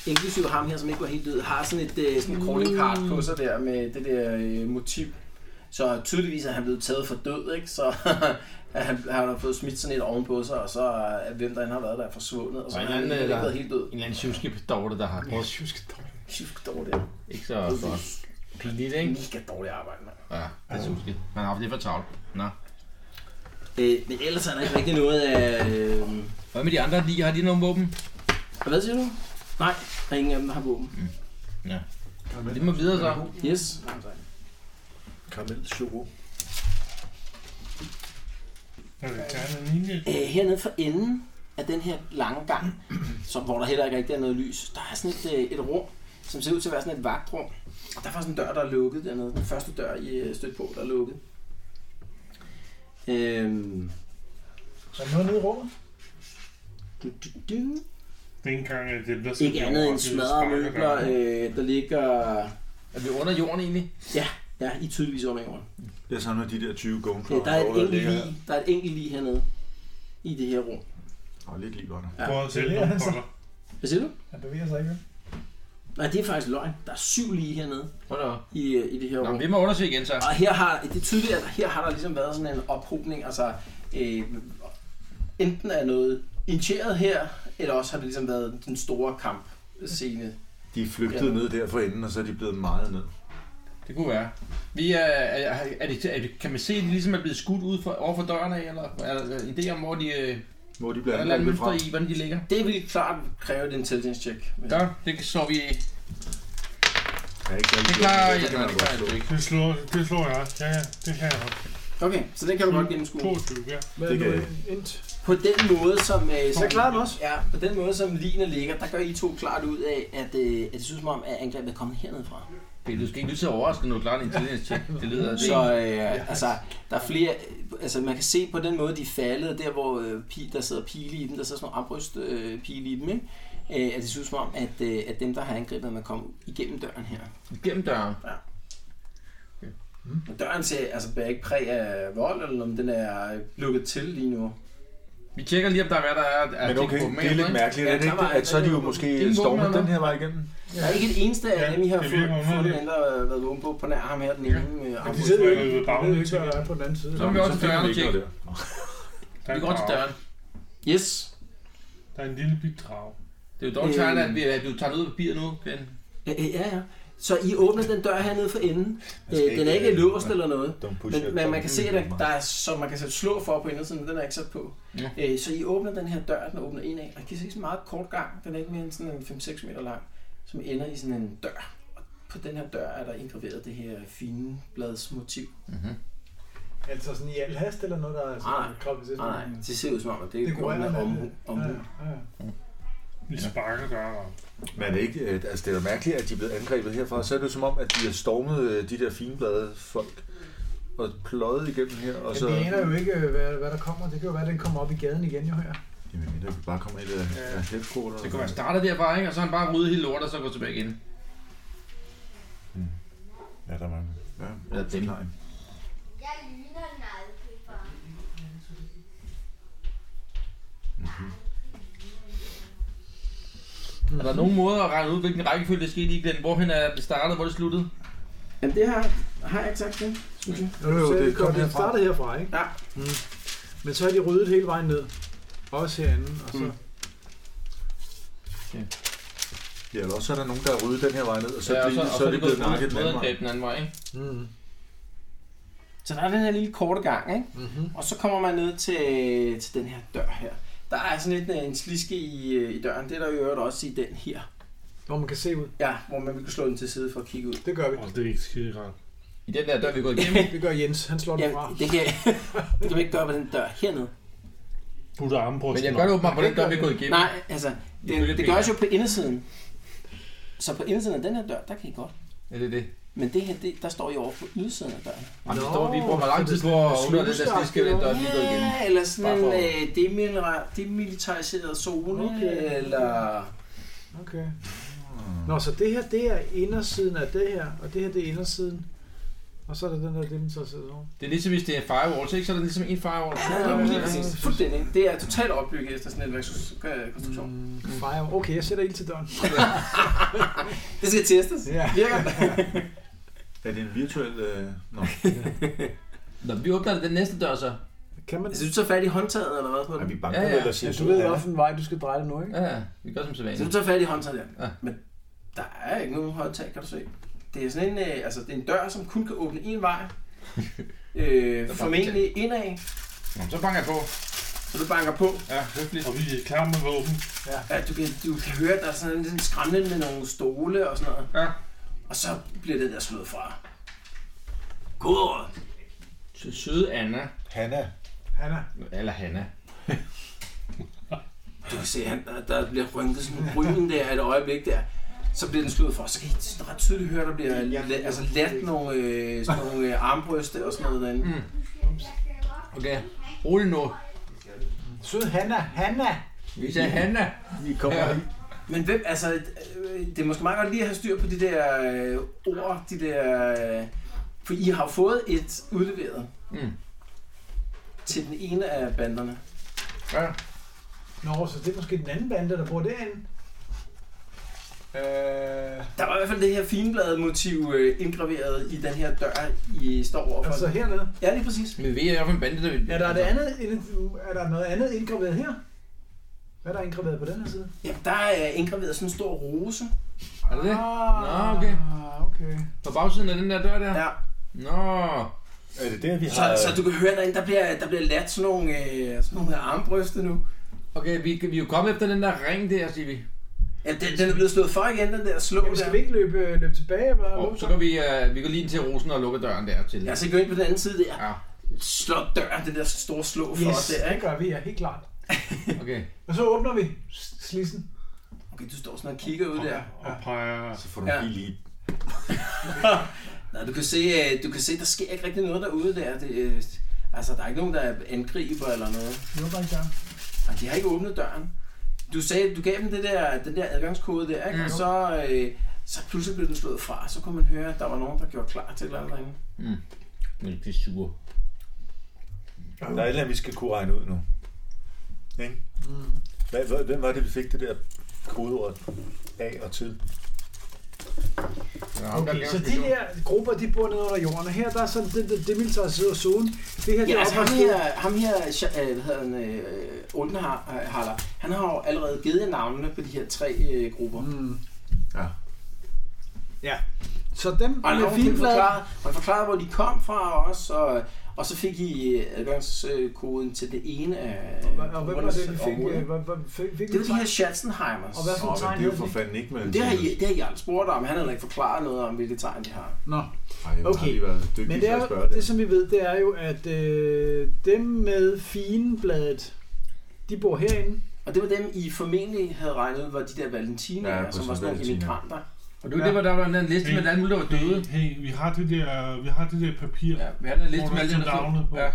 C: her.
B: inklusive ham her, som ikke var helt død, har sådan et øh, sådan et crawling card på sig der med det der øh, motiv. Så tydeligvis er han blevet taget for død, ikke? Så (laughs) at han, han har fået smidt sådan et ovenpå sig, og så er hvem der end har været der er forsvundet, og så
G: Og
B: har
G: en
B: han
G: anden,
B: ikke
G: øh, der-
B: været helt død.
G: En eller anden sjuskepistolte, der har prøvet
B: Sygt dårligt. Det
G: ikke så godt. Pinligt,
B: er
G: ikke?
B: mega dårligt arbejde, mand.
G: Ja, det er sjusket. Man har haft lidt for travlt. Nå.
B: Øh, men ellers er der ikke rigtig noget af... Øh,
G: Hvad med de andre? De, har de nogen våben?
B: hvad siger du? Nej, der er ingen af dem, der har våben.
G: Det må videre så.
B: Yes.
F: Karamel choco.
D: Jeg vil gerne en lille.
B: Øh, hernede for enden af den her lange gang, som, hvor der heller ikke rigtig er noget lys, der er sådan et, øh, et rum, som ser ud til at være sådan et vagtrum. Og der var sådan en dør, der er lukket dernede. Den første dør, I øh, stødte på, der er lukket. Øhm,
C: Er der noget nede i rummet?
B: du, du, du.
D: Det er ikke engang, at det bliver
B: Ikke andet end smadrede
D: sparker
B: møbler,
D: der.
B: øh, der ligger...
G: Er vi under jorden egentlig?
B: Ja, I er tydeligvis under jorden.
F: Jeg samler de der 20 golden
B: Øh,
F: claw.
B: der, er et enkelt lig, der er et enkelt lig hernede i det her rum.
F: Og lidt lige var der.
B: Ja.
D: Prøv at sælge
C: Ja,
D: nogle
C: altså.
D: boller.
B: Hvad siger du?
C: Han bevæger sig ikke. vel?
B: Nej, det er faktisk løgn. Der er syv lige hernede
G: Hold da op.
B: i, øh, i det her
G: Nå,
B: rum.
G: vi må undersøge igen så.
B: Og her har, det er tydeligt, at her har der ligesom været sådan en ophobning, altså øh, enten er noget initieret her, eller også har det ligesom været den store kamp scene.
F: De er flygtet
B: Ja.
F: ja. ned der for enden, og så er de blevet meget ned.
G: Det kunne være. Vi er, er, er, er, det, er det, kan man se, at de ligesom er blevet skudt ud for, over for døren af, eller er der en idé om, hvor de øh,
F: Hvor de
G: er
F: bliver
G: der et
F: angrebet fra.
G: mønster i, hvordan de ligger?
B: Det vil klart kræve et intelligence check.
G: Ja, det så vi.
F: Ja, ikke rigtig.
G: Det klarer
F: Det
G: jeg,
F: kan
G: nej,
F: man
G: det
F: godt
G: klarer
F: slå.
G: jeg ikke.
D: Det slår, det slår jeg også. Ja, ja, det kan jeg godt.
B: Okay, så den kan du godt
D: Mm.
B: gennemskue.
D: 22, ja.
C: Hvad
F: Det
C: det
F: kan
C: er
F: jeg.
C: nu endt?
B: På den måde, som... Øh, som
C: Jeg klarer den også.
B: Ja, på den måde, som ligene ligger, der gør I to klart ud af, at, øh, at det synes som om, at angrebet er kommet hernede fra.
G: Peter, Du skal ikke lytte til at overraske, når du klarer en intelligence check. Det lyder det.
B: Så øh, altså, der er flere, øh, altså man kan se på den måde, de er faldet, og der hvor øh, pi, der sidder pile i dem, der sidder sådan nogle ambryst øh, pile i dem, ikke? Øh, at det synes som om, at, øh, at dem, der har angrebet, man kommer igennem døren her.
G: Gennem døren.
B: Men døren ser altså bærer ikke præg af vold, eller om den er øh, lukket til lige nu.
G: Vi tjekker lige, om der er, hvad der er at
F: Men
G: tænke
F: okay,
G: på. Men
F: det er lidt
G: ikke?
F: mærkeligt, er det
B: Ja, der
F: ikke,
B: var-
F: at så er de jo
G: Det er
F: måske
G: en
F: stormet
G: våben,
F: den her vej igennem?
B: Der er ikke et eneste af
D: Ja,
B: dem, I har
D: det
B: fundet,
D: virker underligt.
B: fundet eller været vågen på, på nær ham her, den ene. øh, Ja.
C: Men de sidder jo
D: er
C: ikke,
D: ude
C: de
D: ved baghovedet,
C: ved jo
D: tænker
C: ikke, hvad der er på den anden side.
G: Så må vi også til
F: finder
G: døren
F: vi
G: og
F: ikke
G: tjekke.
F: noget der.
D: Der er
G: Vi
D: en
G: går til
D: drage.
G: døren.
B: Yes.
D: Der er en lille bit drag.
G: Det er jo dårligt tegn, at, vi, at du tager noget af papir nu, Ken.
B: Ja, ja, ja. Så I åbner den dør hernede for enden. Øh,
E: skal
B: den er
E: ikke,
B: ikke
E: øh,
B: låst eller noget.
E: Don't push
B: Men,
E: it.
B: men man kan se, at der,
E: Mm.
B: der er, så man kan sætte slå for på indersiden, men den er ikke sat på.
G: Ja.
B: Øh, så I åbner den her dør, den åbner en af, og I kan se sådan en meget kort gang, den er ikke mere end sådan en 5-6 meter lang, som ender i sådan en dør. Og på den her dør er der indgraveret det her fine bladsmotiv.
G: Mm-hmm.
C: Altså sådan i al hast eller noget, der er
B: Nej,
C: sådan krabbet til.
B: Nej, nej, det ser ud som om, at det er
C: Det kunne
B: kun
C: være,
B: med
C: at-
B: omhu. omhu.
C: Ja, ja.
D: Vi
G: Ja.
D: sparker døren op.
F: Men er det ikke, øh, altså det er da mærkeligt, at de er blevet angrebet herfra. Så er det jo som om, at de har stormet øh, de der finblade folk og pløjet igennem her. Og
C: Men
F: så,
C: vi aner jo ikke, øh, hvad, hvad der kommer. Det kan jo være, at den kommer op i gaden igen jo her.
F: Jamen, mindre vi bare kommer i det
D: Ja.
F: der hæftkort.
G: Det kunne være starter derfra, ikke? Og så er han bare ryddet hele lortet, og så går tilbage igen.
F: Ja, der var Ja,
E: Eller dem.
F: Nej.
H: Jeg ligner den aldrig, far.
G: Er der nogen måde at regne ud, hvilken rækkefølge det skete i, Glenn? Hvorhen er det startet, hvor det sluttede?
B: Jamen det her har jeg ikke sagt det, synes jeg.
F: Jo, jo,
C: Så
F: det kom
C: går- det
F: herfra.
C: startede herfra, ikke?
B: Ja.
C: Mm. Men så har de ryddet hele vejen ned. Også herinde, og så...
B: Mm.
F: Ja, eller også er der nogen, der har ryddet den her vej ned, og så,
G: Ja,
F: ja,
G: og
F: så, så, er de blevet
G: gået
F: nakket den anden
G: modangreb
F: vej.
G: den anden vej, ikke?
C: Mm.
B: Så der er den her lille korte gang, ikke?
C: Mm-hmm.
B: Og så kommer man ned til, til den her dør her. Der er sådan lidt øh, en sliske i, øh, i døren. Det er der jo øvrigt også i den her.
C: Hvor man kan se ud.
B: Ja, hvor man vil kunne slå den til side for at kigge ud.
C: Det gør vi.
D: Og Altså, det er ikke skide godt.
G: I den der dør, vi går igennem.
C: Det gør Jens. Han slår den fra.
B: Jamen, det, kan, (laughs) det kan man ikke gøre på den dør hernede.
D: Putter armbrusten
G: Men jeg gør det
D: op.
G: åbenbart på den dør, vi går igennem.
B: Nej, altså, det, det gøres jo på indersiden. Så på indersiden af den her dør, der kan I godt.
G: Ja, det er det.
B: Men det her, det, der står I over på ydersiden af døren.
G: Jamen, det
C: Nå,
G: står, vi bruger meget lang tid på at
C: det er
G: undre den der
C: slutstart,
G: stiske den dør, vi går igennem.
B: Ja, eller sådan
G: Bare
B: en
G: for-
B: øh, demilra- demilitariseret zone,
C: Okay.
B: okay. eller...
C: Okay. Nå, så det her, det er indersiden af det her, og det her, det er indersiden. Og så er der den der dem, der sidder over.
G: Det er ligesom, hvis det er firewalls, ikke? Så er der ligesom en firewall.
B: Ja,
C: ja,
B: lige
C: ja,
B: præcis.
C: ja.
B: Fuldstændig. Det er totalt opbygget efter sådan en værkskonstruktion. Mm.
C: Mm, fire. Okay, jeg sætter ild til døren.
B: Det skal testes.
C: Ja.
B: Virker
F: Er det en virtuel... Øh... Nå,
G: Når vi åbner den næste dør, så.
C: Kan man
B: Altså, du tager fat i håndtaget, eller hvad? På
E: Er
B: den?
E: vi banker
G: Ja,
E: ja,
G: ja.
E: ja. eller siger
C: Du ved
E: ja.
C: også, hvilken vej du skal dreje det nu, ikke?
G: Ja, ja. vi gør som så
B: Så du
G: vanligt.
B: Altså, tager fat i håndtaget der.
G: Ja.
B: Men der er ikke nogen håndtag, kan du se. Det er sådan en, øh, altså, det er en dør, som kun kan åbne én
G: (laughs)
B: vej. øh,
G: bare
B: formentlig indad,
G: Nå, Så fanger jeg på.
B: så du banker på.
G: Ja, høfligt.
D: Og vi er klar med våben.
B: Ja, du, kan, du kan høre, at der er sådan en, en skræmlen med nogle stole og sådan noget.
G: Ja.
B: Og så bliver det der slået fra. God.
G: Så søde Anna,
F: Hanna.
C: Hanna.
G: eller Hanna.
B: Du kan se, han, der, der bliver rynket sådan en bryn der et øjeblik der. Så bliver den slået for. Så kan I sådan ret tydeligt høre, der bliver
E: Ja.
B: la, altså lat nogle, øh, sådan nogle øh, armbryster og sådan noget derinde.
G: Mm. Okay, rolig nu.
C: Sød Hanna. Hanna.
G: Vi sagde Hanna.
F: Vi kommer
G: Ja.
F: ja.
B: Men hvem, altså, øh, det er måske meget godt lige at have styr på de der øh, ord, de der... Øh, for I har jo fået et udleveret
G: Mm.
B: til den ene af banderne.
G: Ja.
C: Nå, så det er måske den anden bande, der bor derinde. Øh,
B: Der var i hvert fald det her finbladmotiv øh, indgraveret i den her dør, I står overfor.
C: altså hernede.
B: Ja, lige præcis.
G: Men vi ved, at jeg er en bande, der vil...
C: Er der, det andet, ind- er der noget andet indgraveret her? Hvad er der indgraveret på den her side?
B: Ja, der er øh, indgraveret sådan en stor rose.
G: Altså, Er det det? Nå,
C: Ah,
G: okay.
C: okay.
G: På bagsiden af den der dør der?
B: Ja.
G: Nå,
F: Er det der, vi
B: Så,
F: har...
B: så du kan høre derinde, der bliver, der bliver ladt sådan nogle, øh, sådan nogle her armbryster nu.
G: okay, vi, vi er jo kommet efter den der ring der, siger vi.
B: Ja, den, den er blevet slået for igen, den der slå
C: Jamen, skal vi
B: der.
C: ikke løbe, øh, løbe tilbage? Bare
G: Og
C: oh,
G: så går vi, uh, vi går lige ind til rosen og lukker døren der til.
B: Ja, så gå ind på den anden side der.
G: Ja,
B: Slå døren, den der store slå for
C: yes,
B: yes. der,
C: det
B: ikke?
C: gør vi, ja, helt klart. (laughs)
G: okay.
C: Og så åbner vi slissen.
B: Okay, du står sådan og kigger ud der.
D: og peger...
E: Så får du
B: Ja.
E: ja. lige
B: Nej, du kan se, øh, du kan se, der sker ikke rigtig noget derude der. Det, øh, altså, der er ikke nogen, der angriber eller noget.
C: Jo, bare i gang.
B: Og de har ikke åbnet døren. Du sagde, du gav dem det der, den der adgangskode der, ikke? Mm. Og så, øh, så pludselig blev den slået fra, så kunne man høre, at der var nogen, der gjorde klar til et eller andet derinde.
G: Men det er sure.
F: Der er et eller andet, vi skal kunne regne ud nu. Ikke?
C: Mm.
F: Hvad, hvad, hvem var det, vi fik det der kodeord af og til?
G: Ja,
C: Okay, så de her grupper, de bor nede under jorden, og her der er sådan den der demilitariserede zone. Det her, det
B: Ja,
C: er
B: altså ham
C: opholdsstuen.
B: her, ham her Sha- øh, hvad hedder han, øh, Oldenhaller, han har jo allerede givet jer navnene på de her tre øh, grupper. Mm.
C: Mm.
F: Ja.
C: Ja. Så dem
B: Og han
C: med
B: har fint
C: finflader,
B: forklaret, han forklarede, hvor de kom fra også, og, og så fik I øh, adgangskoden til det ene af
C: Og hvad- Og hvem var
B: gruppernes
C: det, vi fik?
B: område.
C: øh, hvad- hvad- fik- fik
B: Det var
C: vi
B: de her
C: tegn?
B: Schatzenheimers.
C: Og hvad for
F: Nå,
C: et
F: men
C: tegn?
F: det er jo
C: hørte
F: for
C: vi?
F: fanden ikke med.
B: Det har, I, det har I aldrig spurgt om. Han har heller ikke forklaret noget om, hvilke tegn de har.
C: Nå,
F: Ej, jeg
C: Okay.
F: okay. har lige været dygtig
C: men
F: men
C: det,
F: til
C: er,
F: at spørge
C: jo- det
F: det.
C: som vi ved, det er jo, at øh, dem med finbladet, de bor herinde.
B: Og det var dem, I formentlig havde regnet ud, var de der valentiner,
F: Ja,
B: ja, som var
F: præcis,
B: sådan nogle
F: valentiner.
B: immigranter.
G: Og det var det, hvor der var den der liste med alle mulige, der var døde.
D: Hey, hey, vi har det der, vi har det der papir.
G: Ja, vi har den
D: Hvor
G: her liste
D: du
G: med alle dem,
D: ikke
G: der
D: tager navne på.
G: stod. Ja.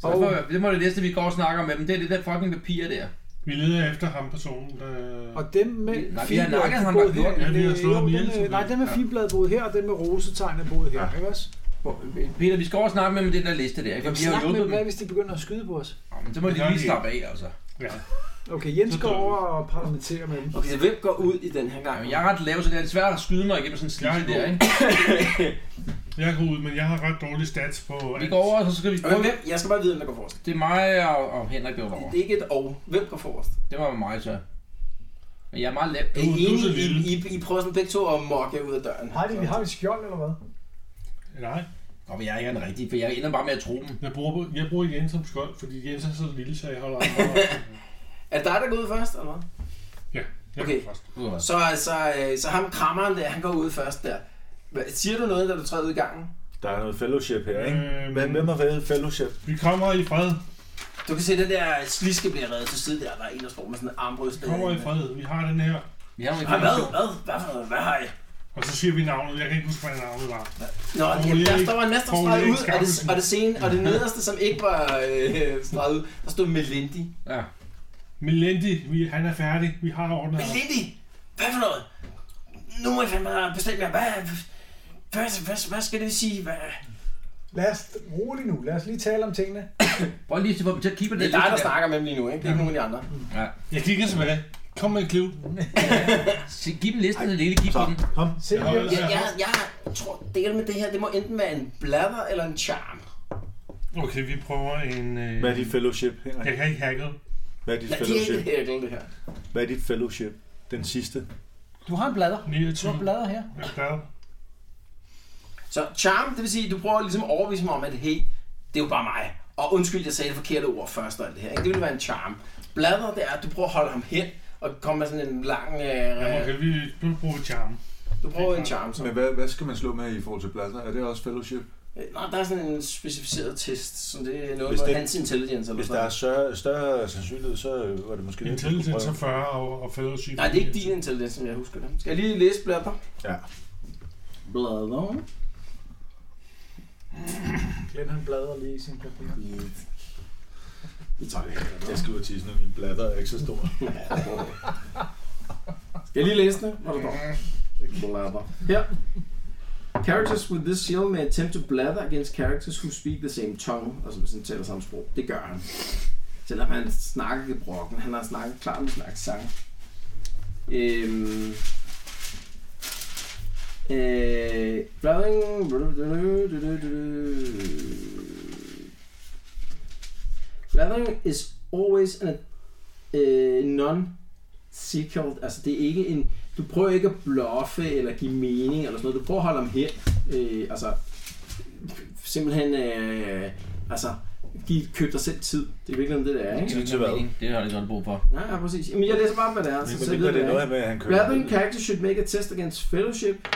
G: Så
C: Og-
G: det, får, det må det næste, vi går og snakker om med dem. Det er det der fucking papir der.
D: Vi leder efter ham personen, der...
C: Og dem med
G: Nej, vi har
C: finbladet,
G: nakket
C: de
G: ham,
C: boede
G: der
C: her.
G: gjorde
D: det. Ja, vi har
C: Øh,
D: slået
C: jo,
D: ham ihjel,
C: den, øh, Nej,
D: selvfølgelig.
C: dem med finbladet boede her, og dem med rosetegnet boede her,
F: Ja.
C: ikke også?
G: Hvor- Peter, vi skal over og snakke med dem om den der liste der. Ikke? For vi har
C: Snak
G: jo
C: med dem,
G: hjulpet
C: hvad
G: dem.
C: hvis de begynder at skyde på os?
G: Nå, men så må de
D: Det gør
G: lige
D: vi
G: slappe af, altså.
D: Ja.
C: Okay, Jens
D: Så
C: går
D: dør vi.
C: over og parlamenterer med dem.
B: Okay, så hvem går ud i den her gang?
G: Jamen, jeg er ret lav, så det er svært at skyde mig igennem sådan en slide
D: Jeg er
G: der,
D: god.
G: ikke?
D: Jeg går ud, men jeg har ret dårlige stats på...
G: Vi går over, og så skal vi...
B: Okay, hvem? Jeg skal bare vide, hvem der går forrest.
G: Det er mig og, og Henrik, der var over.
B: Det er ikke et og. Hvem går forrest?
G: Det var mig, så. Men jeg er meget lav.
B: Er
D: Du-
B: I
D: du er så
B: enige? I,
D: lille.
B: I, I prøver sådan begge to at mokke jer ud af døren.
C: Har de, vi har et skjold eller hvad?
D: Nej,
G: Nå, men jeg er ikke den rigtige, for jeg ender bare med at tro dem.
D: jeg bruger, jeg bruger Jens som skjold, fordi Jens er så lille, så jeg holder ham.
G: (laughs)
B: Er det dig, der går ud først, eller hvad?
D: Ja, jeg
B: Okay.
D: okay. først.
B: Så, så, øh, så ham krammeren der, han går ud først der. Hvad- Siger du noget, da du træder ud i gangen?
F: Der er noget fellowship her, ikke?
D: Øhm.
F: Hvem, hvem har været fellowship?
D: Vi kommer i fred.
B: Du kan se, den der sliske bliver reddet til side der. Der er en, der står med sådan en armbryst.
D: Vi kommer i fred. Vi har den her.
G: Vi har jo ikke
B: Har hvad? Hvad? Hvad, for noget? hvad har I?
D: Og så siger vi navnet. Jeg kan ikke huske, hvad navnet var.
B: Nå,
D: Formulering-
B: der står en masse der er streget
D: formulering
B: ud, og det,
D: skammelsen.
B: og det scene, og det nederste, som ikke var øh, streget ud, der stod Melindi.
G: Ja.
D: Melendi, vi, han er færdig. Vi har ordnet ham.
B: Melindi! Hvad for noget? Nu må jeg fandme bestemme jer. Hvad, hvad, hvad, hvad skal det sige? Hvad?
C: Lad os rolig nu. Lad os lige tale om tingene.
G: Prøv lige at få dem til at kigge på
B: Det er
G: den
B: dig, der
G: liste
B: snakker med dem lige nu, ikke? Det er ikke nogen af de andre.
G: Ja.
D: Jeg kigger tilbage. Kom med en kliv.
G: Se, giv dem listen, det lille giv
F: Så,
G: på den.
F: kom.
C: Se,
D: Jeg holder
B: Jeg,
D: her.
B: jeg, jeg tror, del med det her, det må enten være en bladder eller en charm.
D: Okay, vi prøver en... Øh...
F: Hvad er dit fellowship, Henrik?
D: Jeg kan ikke hacke.
F: Hvad er dit
B: Nej, det er
F: fellowship?
B: ikke hækkel, det her.
F: Hvad er dit fellowship? Den sidste.
C: du har en blader. Du
D: 29.
C: har en blader her.
D: Jeg er glad.
B: Så charm, det vil sige, du prøver ligesom at overbevise mig om, at hey, det er jo bare mig. Og undskyld, jeg sagde det forkerte ord først og alt det her. Ikke? Det ville være en charm. Bladder, det er, at du prøver at holde ham hen og komme med sådan en lang... Øh,
D: Okay, vi nu bruger vi charme.
B: du prøver en charm. Så.
F: Men hvad, hvad skal man slå med i forhold til pladser? Er det også fellowship?
B: Øh, Nej, der er sådan en specificeret test, så det er noget
F: Hvis
B: med
F: det-
B: hans intelligence eller
F: Hvis der
B: sådan
F: er større, større sandsynlighed, så var det måske det, vi skulle
D: Intelligence er
F: prøve.
D: 40 og, og fellowship.
B: Nej, det er ikke din intelligens, som jeg husker det. Skal jeg lige læse bladder?
F: Ja.
B: Bladder.
C: Glenn han bladrer lige i sin papir.
F: Det tager jeg. Jeg skal ud og tisse, når min bladder er ikke så stor.
B: Skal jeg lige læse det, hvad der står? Bladder. Her. Characters with this shield may attempt to blather against characters who speak the same tongue, og som sådan taler samme sprog. Det gør han. Selvom han snakker gebrokken, han har snakket klart med sin accent. Øhm, øh, Blowing... Blathering is always an, øh, non sequel. Altså, det er ikke en... Du prøver ikke at bluffe eller give mening eller sådan noget. Du prøver at holde ham hen. Øh, altså, simpelthen... Øh, altså, giv, køb dig selv tid. Det er virkelig det, det er, ikke?
G: Det,
F: til hvad?
G: det har jeg godt brug for.
B: Nej, ja, præcis. Jamen, jeg læser bare, hvad det er. Så, så
F: Men
B: jeg ved,
F: det
B: hvad
F: er
B: det
F: noget
B: er.
F: af, hvad han kører.
B: Blathering character should make a test against fellowship.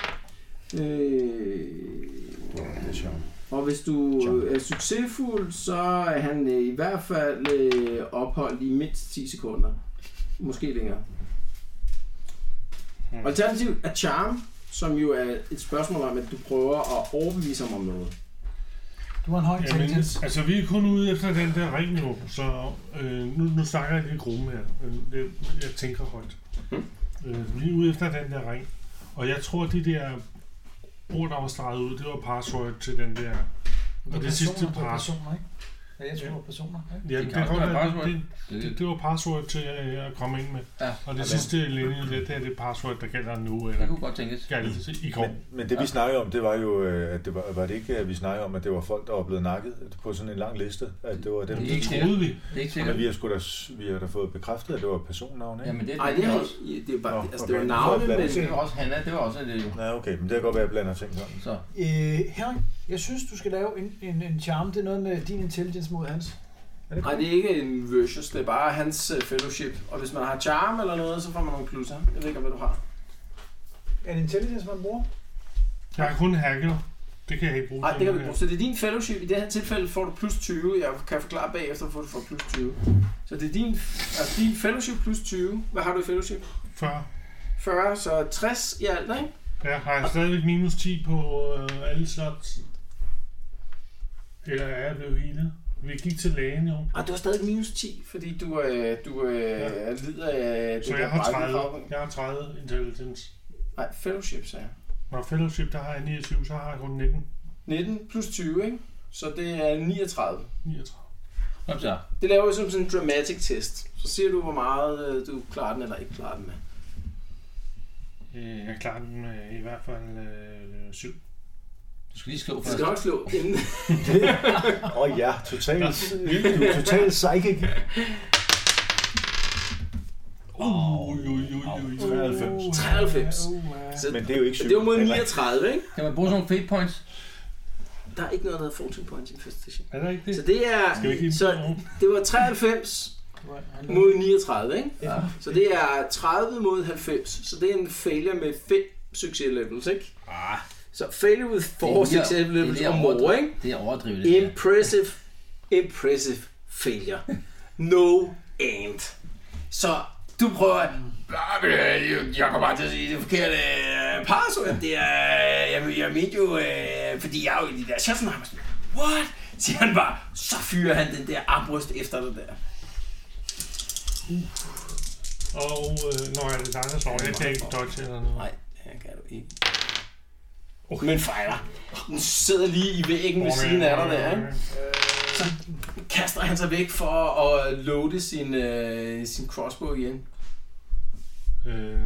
B: Øh,
F: Det er sjovt.
B: og hvis du øh, er succesfuld, så er han øh, i hvert fald øh, opholdt i mindst 10 sekunder. Måske længere.
D: Hmm.
B: Alternativt er charm, som jo er et spørgsmål om, at du prøver at overbevise ham om noget.
C: Du har en høj
D: Jamen,
C: intelligens.
D: altså, vi er kun ude efter den der ring nu, så øh, nu, nu snakker jeg lidt grumme her. Øh, det, jeg tænker højt.
C: Mhm.
D: Øh, vi er ude efter den der ring, og jeg tror, de der ord, der var streget ud, det var password til den der...
C: Det er
D: det sidste
C: personer, det er
D: par.
C: personer, ikke? Ja, jeg tror, det er personer. ikke?
D: Ja,
G: Det
D: det,
G: kan
D: kan
G: også
D: godt
G: være
D: være,
G: password.
D: det, det,
G: Det-
D: det, det var password til øh, at komme ind med.
G: Ja,
D: Og det sidste linje, det, det er det password, der gælder nu,
G: det
D: eller
G: kunne godt tænkes.
D: galt i går.
F: Men, men det vi snakkede om, det var jo, øh, at det var, var det ikke, at vi snakkede om, at det var folk, der var blevet nakket på sådan en lang liste, at det var dem,
G: Det er
D: Det
G: ikke
D: troede vi.
G: Det er ikke
F: men
G: sikkert.
F: vi har, sgu da, vi har da fået bekræftet, at det var personnavn, ikke?
G: Jamen, det,
B: Nej,
G: det,
B: det,
G: det,
B: er,
G: også.
B: det er bare,
F: Nå,
B: altså, det var
F: okay.
B: navne,
F: Det
B: men...
F: var blandt-
G: Det var også Hanna, det var også det jo.
F: Nej, okay, men det kan godt være, at jeg blander ting sammen.
G: Så.
C: Øh, Henrik, jeg synes, du skal lave en, en, en charme. Det er noget med din intelligence mod hans. Er det
B: Nej, det er ikke en versus, det er bare hans øh, fellowship. Og hvis man har charm eller noget, så får man nogle plusser. Jeg ved ikke, hvad du har.
C: Er det intelligence, man bruger?
D: Jeg er kun hacker. Det kan jeg ikke bruge.
B: Nej,
D: til
B: det kan vi
D: her.
B: bruge. Så det er din fellowship. I det her tilfælde får du plus 20. Jeg kan forklare bagefter, hvorfor du får plus 20. Så det er din, altså din fellowship plus 20. Hvad har du i fellowship?
D: Før.
B: 40, så 60 i alt, ikke?
D: Ja, har jeg stadigvæk minus 10 på øh, alle shots? Eller er jeg blevet healet? Vi gik til lægen jo.
B: Og du har stadig minus 10, fordi du, øh, du øh,
D: Ja.
B: lider af det
D: Så
B: der
D: jeg har 30,
B: brændende-
D: jeg har 30 intelligence.
B: Nej, fellowship, sagde jeg.
D: Når fellowship, der har jeg 29, så har jeg kun 19.
B: 19 plus 20, ikke? Så det er 39.
D: 39.
G: Kom så.
B: Det laver vi som sådan en dramatic test. Så siger du, hvor meget øh, du klarer den eller ikke klarer den med.
D: Øh, Jeg klarer den øh, i hvert fald øh, 7.
G: Du skal lige slå
B: Du
G: først.
B: skal nok slå inden. (laughs)
F: Åh oh, ja, totalt. Du er totalt psychic.
D: Ui, ui, ui, ui.
F: 93.
B: 93.
D: oh,
B: Så,
F: Men det er jo ikke sygt.
B: det var mod
F: Henrik.
B: 39, ikke?
G: Kan man bruge sådan nogle fate points?
B: Der er ikke noget, der hedder 14 points i infestation.
D: Er der ikke
B: Så
D: det?
B: det er...
D: Skal vi ikke lige
B: Så det var 93 mod 39, ikke?
C: Ja.
B: Så det er 30 mod 90. Så det er en failure med 5 succes levels, ikke?
G: Ah,
B: Så failure with 4
G: Det er mere-
B: success levels
G: det er
B: og
G: mere
B: more,
G: overdrevet.
B: ikke?
G: det er overdrivet. det der.
B: Impressive, impressive failure. No end. Så du prøver... Ah, men, øh, Jeg jeg kommer bare til at sige det forkerte øh, passord. Det er... øh, Jeg, jeg mente jo... øh, Fordi jeg er jo i de der shots, og han var sådan, What? Siger han bare, så fyrer han den der armbrust efter det der.
D: Og øh, når jeg er det dig, der slår, jeg kan ikke dodge eller noget.
B: Nej, det kan du ikke. Okay. Men fejler. Den sidder lige i væggen ved siden af dig der, ikke? Så kaster han sig væk for at loade sin, øh, sin crossbow igen.
D: Øh,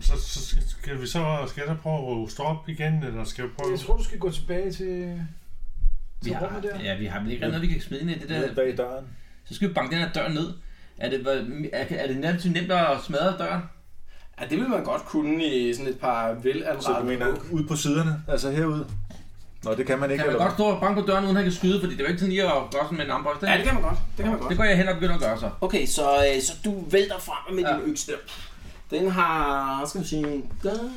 D: så, så skal- skal vi så skal jeg så prøve at ruste op igen, eller skal jeg prøve
C: Jeg tror, du skal gå tilbage til,
G: Vi
C: til
G: har,
C: rummet der.
G: ja, vi har vel ikke rigtig noget, vi kan smide ind i det der.
F: Ned bag døren.
G: Så skal vi banke den her dør ned. Er det, hvor- er, er det nærmest nemt at smadre døren?
B: Ja, det vil man godt kunne i sådan et par
F: Så du mener
B: velanrettede
F: ud på siderne, altså herude? Nå, det kan man ikke.
G: Kan man
F: eller
G: godt stå og banke på døren, uden han kan skyde? Fordi det er jo ikke sådan lige at gøre sådan med en armbrøst.
B: Ja, det kan man godt. Det kan man
G: det
B: godt.
G: går jeg hen og begynder at gøre så.
B: Okay, så, øh, så du vælter frem med
G: Ja.
B: ja. din økse der. Den har, skal vi sige, der.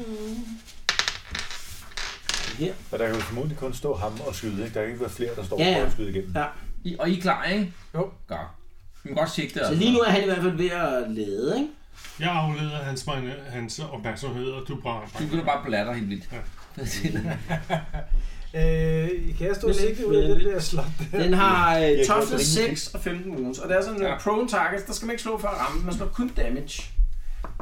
B: her.
F: hvad? Og der kan jo formodentlig kun stå ham og skyde, ikke? Der kan ikke være flere, der står
B: Ja, ja.
F: og prøver at skyde igennem.
B: Ja.
G: I, og I er klar, ikke?
C: Jo.
G: Godt. Vi må godt sigte.
B: Så
G: Altså.
B: lige nu er han i hvert fald ved at lade, ikke?
D: Jeg afleder hans, mine- hans opmærksomhed, og du brænder
G: Du
D: frem.
G: begynder bare at blatter helt vildt.
D: Ja.
C: Øh, kan jeg stå
B: Det er lidt
C: sikkert ud af det
B: venligt.
C: der slot der?
B: Den har øh,
F: kan
B: toughness
F: også rimelig
B: 6 og 15 wounds, og det er sådan nogle
G: Ja.
B: prone targets, der skal man ikke slå for at ramme, man slår kun damage.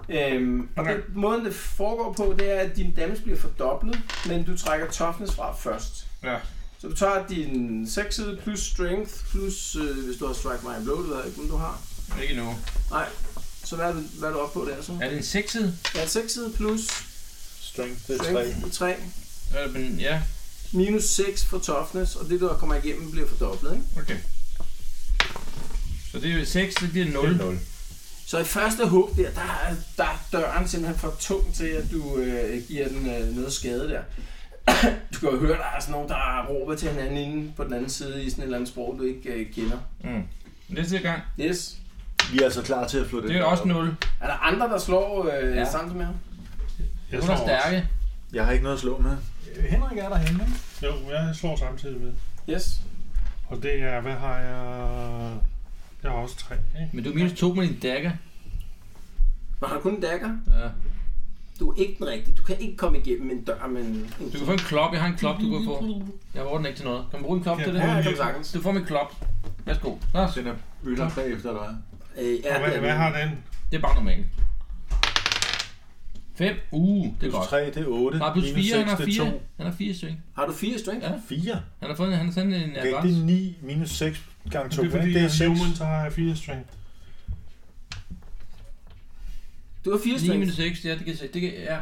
B: Øhm, og
D: Okay.
B: den, måden det foregår på, det er, at din damage bliver fordoblet, men du trækker toughness fra først.
G: Ja.
B: Så du tager din 6 side plus strength, plus øh, hvis du har strike my blow, det ved jeg ikke, om du har.
G: Ikke nu.
B: Nej. Så hvad er, du, hvad er du oppe på der så?
G: Er det en 6
B: Ja, 6 side plus
F: Strength er 3.
B: strength 3.
G: Øh, men ja,
B: Minus 6 for toughness, og det der kommer igennem bliver fordoblet, ikke?
G: okay. Så det er jo 6, så det er 0.
F: Det er 0.
B: Så i første hug der, der, er- der er døren simpelthen for tung til, at du øh, giver den øh, noget skade der. (coughs) du kan jo høre, der er sådan nogen, der råber til hinanden inde på den anden side i sådan et eller andet sprog, du ikke øh, kender.
G: Mm. Næste gang,
B: Yes.
F: Vi er altså klar til at flytte
G: det er også 0.
B: Er der andre, der slår øh, ja.
G: Ja.
B: sammen med ham?
G: Jeg
D: Jeg
G: er
D: slår
G: der stærke.
F: Jeg har ikke noget at slå med.
C: Øh, Henrik er derhenne, ikke?
D: også. Jo, jeg slår samtidig med.
B: Yes.
D: Og det er, hvad har jeg... Jeg har også tre, ikke?
G: Men du er minus 2 med din dagger.
B: Man har kun en dagger.
G: Ja.
B: Du er ikke den rigtige. Du kan ikke komme igennem en dør med en... en
G: Du kan få en klop. Jeg har en klop, du kan få. Jeg bruger den ikke til noget. Kan du bruge en klop
D: Kan
G: til
D: jeg
G: det?
D: bruge
B: Ja, det
D: en
B: kan
D: lille-
B: du sagtens.
G: Du får min klop. Værsgo. Nå, så-
F: Den er bylder bagefter, eller hvad?
B: Øh, ja,
D: Og
B: det
D: hvad,
B: er
D: hvad
B: den.
D: har den?
G: det er bare normalt. 5. Uh, det er
F: Plus
G: godt.
F: 3, det er 8.
G: Nej, plus 4, han har
F: 2.
G: 4. Han har 4 string.
B: har du fire string?
G: Ja.
F: 4?
G: Han har fået en, han har sendt en
F: Okay,
G: advance.
F: det er 9 minus 6 gange 2.
D: Det er fordi,
F: det er
D: jeg er
F: 6.
D: human, så har jeg fire strength.
B: Du har fire
G: 9
B: string.
G: minus 6, ja, det kan jeg se. Det kan, ja.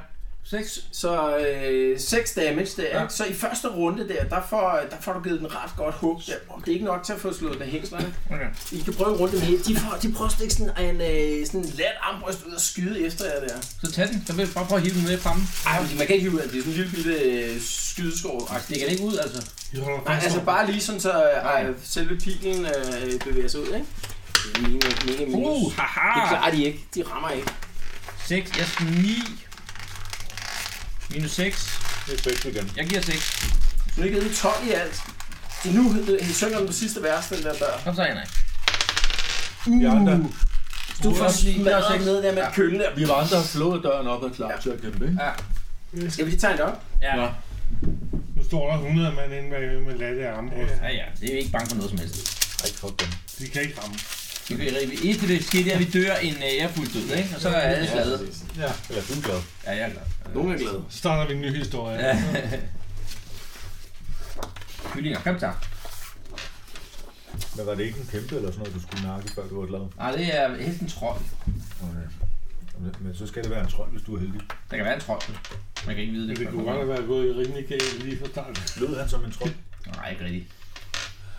G: 6.
B: Så øh, 6 damage der,
G: Ja.
B: ja. Så i første runde der, der får, der får du givet den ret godt hug der. Og det er ikke nok til at få slået af hængslerne.
G: Okay.
B: I kan prøve rundt dem helt. De, får, de prøver at stikke sådan en øh, sådan en let armbryst ud og skyde efter jer der.
G: Så tag den. Så vil jeg bare prøve at hive den med i prammen.
B: Ej, fordi man kan ikke hive ud af det. Det er sådan en lille bitte øh, skydeskov.
G: Og stikker den ikke ud, altså.
D: I holder
B: Nej,
D: fast
B: altså
D: om-
B: bare lige sådan, så øh, ej, selve pilen øh, bevæger sig ud, ikke? Det er Mega, mega minus.
G: Uh,
B: Det
G: haha.
B: klarer de ikke. De rammer ikke.
G: 6, jeg skal 9. Minus 6.
F: Det er 6 igen.
G: Jeg giver 6.
B: Nu er det givet 12 i alt. Så nu øh, synger den på sidste vers, den der dør.
G: Kom så, Henrik.
F: Vi andre,
B: Du
G: Uh,
B: får
G: også lige-
B: smadret
G: også-
B: ned der med
G: Ja.
B: kølen der.
F: vi var andre har flået døren op og klar
B: Ja.
F: til at kæmpe, ikke?
B: Skal vi lige tegne det op?
G: Ja.
F: Nå.
D: Nu står der 100 mand inde med, med latte armbryst.
G: Ja, ja. Det er jo ikke bange for noget som helst.
F: Ej, fuck dem.
D: De kan ikke ramme.
G: Vi kan rive et til det sker, det er, at vi dør en uh, ærefuld død, ikke? Og så er alle glade.
F: Jeg er glad.
G: Ja, jeg er glad. (laughs)
B: Nogen er glade.
D: Så starter vi en ny historie.
G: Ja. Kyllinger, kom tak.
F: Men var det ikke en kæmpe eller sådan noget, du skulle nakke, før du var glad?
G: Nej, det er hesten trold.
F: Okay. Men- Men så skal det være en trold, hvis du er heldig.
G: Der kan være en trold. Man kan ikke vide
D: Men
G: det.
D: det kunne godt have været gået rimelig galt lige fra starten.
F: Lød han som en trold?
G: Nej, ikke rigtigt.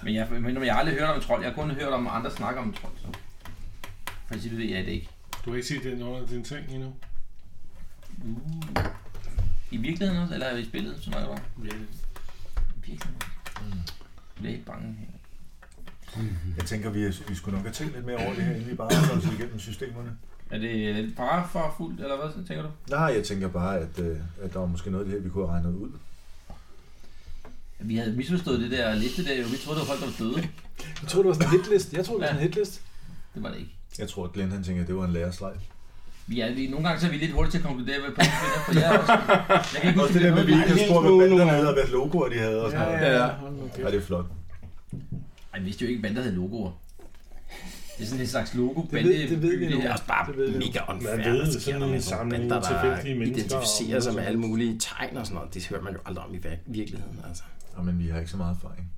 G: Men jeg, men jeg har aldrig hørt om en trold. Jeg har kun hørt om andre snakker om en trold. Så. For princippet ved jeg det ikke.
D: Du har ikke set den under din ting endnu.
G: I virkeligheden også, eller i spillet, som jeg var.
D: Ja.
G: I virkeligheden også. Jeg bliver helt bange. her.
F: Jeg tænker, vi, vi skulle nok have tænkt lidt mere over det her, inden vi bare har os igennem systemerne.
G: Er det lidt bare for fuldt, eller hvad tænker du?
F: Nej, jeg tænker bare, at, øh, at der var måske noget af det her, vi kunne have regnet ud.
G: Vi havde misforstået det der liste der, jo. Vi troede, det var folk, der var døde.
C: Jeg troede, det var sådan en hitlist. Jeg troede, det var sådan en hitlist.
G: Det var det ikke.
F: Jeg tror, at Glenn han tænker, at det var en lærerslej.
G: Vi er, vi, nogle gange så er vi lidt hurtigt til at konkludere, hvad pointen er, for jeg, er også, jeg kan ikke huske,
F: Også det der med, at vi ikke
G: noget.
F: havde spurgt, hvad banderne havde, og hvad logoer de havde og sådan noget.
C: ja. Hold nu
F: Ja,
C: kæft.
F: det er flot.
G: Ej, vi vidste jo ikke, hvad der havde logoer. Det er sådan en slags logo
C: Det ved, det ved vi nu.
G: det her.
B: også bare
C: Det ved vi nu.
B: mega
D: Man
B: unfair.
D: ved
B: at der sker
D: sådan
B: noget med
D: en
B: sådan nogle
D: samling
B: bander,
D: af tilfældige
B: der
D: mennesker.
B: identificerer sig med
D: og-
B: alle mulige tegn og sådan noget. Det hører man jo aldrig om i vir- virkeligheden, altså.
F: Jamen, vi har ikke så meget erfaring.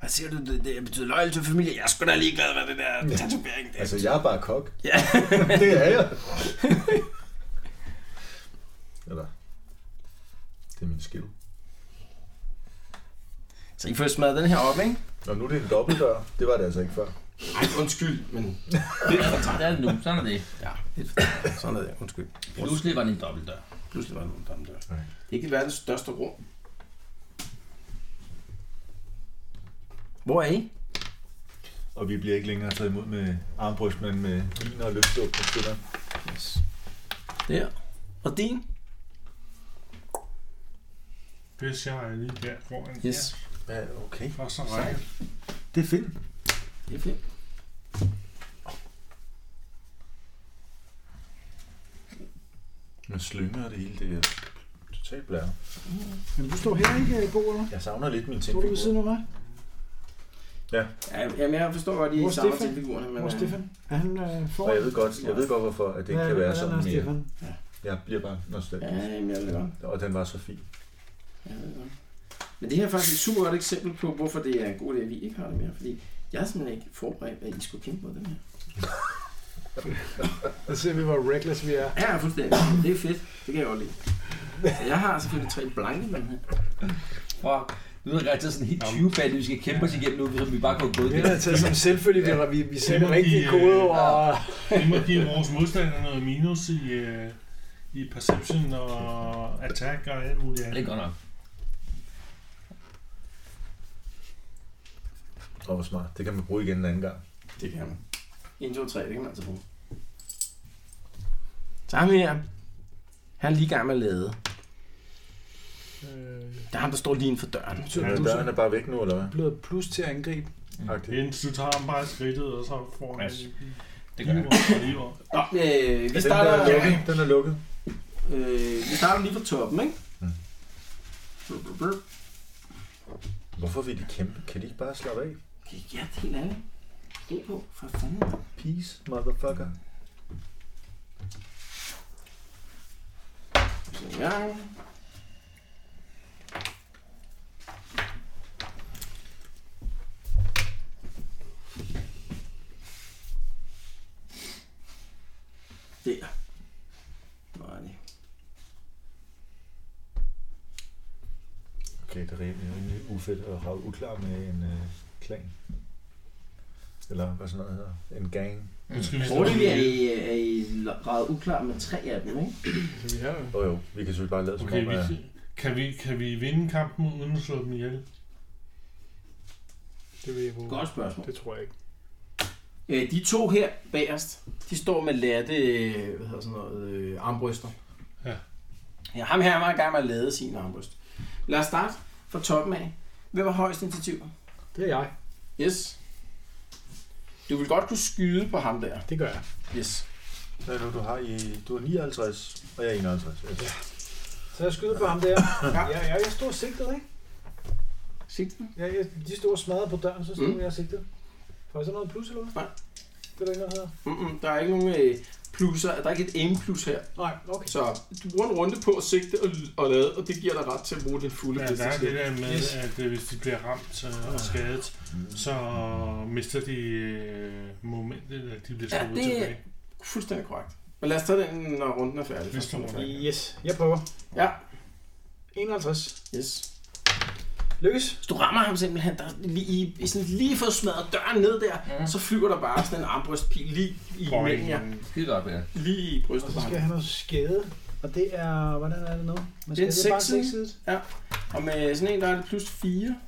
B: Hvad siger du? Det, det betyder loyal til familie. Jeg er sgu da ligeglad med det der tatovering. Der.
F: Altså, jeg er bare kok.
B: Ja.
F: (laughs) det er jeg. Eller, det er min skill.
B: Så I får smadret den her op, ikke?
F: Nå, nu er det en dobbeltdør. Det var det altså ikke før.
B: Ej, undskyld, men
G: Det er det nu, sådan er det.
B: ja, lidt sådan er det. Undskyld.
G: Pludselig var det en dobbeltdør.
B: Pludselig var der nogen, der dør.
F: Nej.
B: Det er ikke verdens største rum. Hvor er I?
F: Og vi bliver ikke længere taget imod med armbryst, men med vin og løftedup og spiller.
B: Yes. Der. Og din?
D: Hvis jeg er lige der foran.
B: Yes.
F: Ja, okay.
D: Ja, Første række.
F: Det er fint.
B: Det er fint.
F: Med slynger og det hele, det er totalt blære.
C: Men du står her ikke, øh, Bo, eller? hvad?
F: Jeg savner lidt min ting.
C: Står du ved siden af mig?
B: Ja, jamen, jeg forstår godt, at I
C: Hvor
B: er
C: er
B: sammen
C: Stefan?
B: til figurerne. Men,
C: Hvor er
B: øh,
C: Stefan? Er han øh,
F: Og
C: foran?
F: jeg ved godt, jeg ved godt hvorfor at det ikke
C: Hvad-
F: kan være
C: hvordan
F: sådan
C: er
F: mere.
C: Stefan?
F: Jeg bliver bare
B: Ja,
F: nostalgisk.
B: jamen, jeg ved godt.
F: Og den var så fin.
B: Jeg ved godt. Men det her er faktisk et super godt eksempel på, hvorfor det er en god idé, at vi ikke har det mere. Fordi jeg er simpelthen ikke forberedt, at I skulle kæmpe mod dem her.
C: Så ser vi, hvor reckless vi er.
B: Ja, fuldstændig. Det er fedt. Det kan jeg godt lide. Så jeg har selvfølgelig tre blanke mænd her.
G: Fuck. Nu er det sådan helt 20 bag, vi skal kæmpe os igennem nu, som vi bare kunne have gået
C: Vi
G: igennem.
C: har taget som selvfølgelig, ja. vi, vi
D: Det
C: sender
D: må
C: rigtige
D: de, øh,
C: kodeord. Og...
D: Vi må give vores modstandere noget minus i, øh, i perception og attack og alt muligt
G: Det
D: andet.
G: er godt nok.
F: Åh, oh, smart. Det kan man bruge igen en anden gang.
B: Det kan man. 1, 2, 3, det kan man altså bruge. Så ham her, han er lige i gang med at lade.
C: Øh,
B: Der er ham, der står lige inden for døren.
C: betyder
F: Ja,
C: det, at du
F: døren
C: så
F: er bare væk nu, eller hvad?
C: er blevet plus til at angribe?
F: Agtigt.
D: Jens, du tager ham bare i skridtet, og så får han
G: Yes.
D: en
G: Det gør jeg.
D: livord og livord.
B: Nå, øh, vi
F: Den der
B: starter...
F: er lukket. Den er lukket.
B: Øh, vi starter lige fra toppen, ikke?
F: Mm.
B: Blup, blup, blup.
F: Hvorfor vil de kæmpe? Kan de ikke bare slappe af?
B: Ja, det er helt ærligt. Ro på, for fanden.
F: Peace, motherfucker.
B: Så jeg... Der. Hvor er det?
F: Okay, det er rimelig, rimelig ufedt at have uklar med en øh, klan. Eller hvad sådan noget hedder. En gang.
G: Mm.
D: Nu skal vi
B: Jeg
D: slå
B: tror, Altså, det er
D: ihjel.
B: i, er i grad uklar med tre af dem, ikke?
C: Så vi har jo...
F: Åh oh, jo, vi kan selvfølgelig bare lade som
D: Okay,
F: om, at...
D: vi, kan, vi, kan vi vinde kampen uden at slå dem ihjel?
C: Det vil jeg håbe.
B: Godt spørgsmål.
C: Det tror jeg ikke.
B: Øh, de to her bagerst, de står med latte, øh, hvad hedder sådan noget, øh, armbryster.
D: Ja.
B: Ja, ham her var i gang med at lade sin armbryst. Lad os starte fra toppen af. Hvem var højst initiativ?
C: Det er jeg.
B: Yes. Du vil godt kunne skyde på ham der.
C: Det gør jeg.
B: Yes.
F: Hvad er det nu, du har i... Du er 59, og jeg er 51. Ja.
C: Så jeg skyder på ham der. Ja, ja, jeg stod sigtet, ikke?
B: Sigten?
C: Ja, jeg, de stod og smadrede på døren, så stod
B: Mm.
C: mm. jeg sigtet. Får jeg så noget plus eller hvad?
B: Nej.
C: Det er der ikke noget, der hedder.
B: Mm-mm, mm, der er ikke nogen øh, plusser. Der er ikke et aim plus her.
C: Nej, okay.
B: Så du bruger en runde på at sigte og, og lade, og det giver dig ret til at bruge din fulde
D: Ja, der er det
B: skill.
D: der med,
C: Yes. Ah. Mm.
D: at øh, hvis de bliver ramt øh, og skadet, så mister de øh, momentet, at de bliver
B: Ja,
D: slået
B: det-
D: tilbage.
B: Fuldstændig korrekt. Men lad os tage den, når runden er færdig.
D: Hvis du må.
C: Yes, jeg prøver.
B: Ja,
C: 51.
B: yes.
C: Lykkes.
B: Så du rammer ham simpelthen, der lige, i- i, sådan lige for smadret døren ned der,
G: Mhm.
B: så flyver der bare sådan en armbrystpil lige i
D: Boing.
B: mellem jer.
G: Skide godt, Peter.
B: Lige i
C: Og så
B: brystet.
C: skal jeg have noget skade. Og det er... Hvordan er det nu? Man
B: Det er
C: skal, det er bare
B: sekssiden.
C: 6 side.
B: Og med sådan en, der er det plus 4.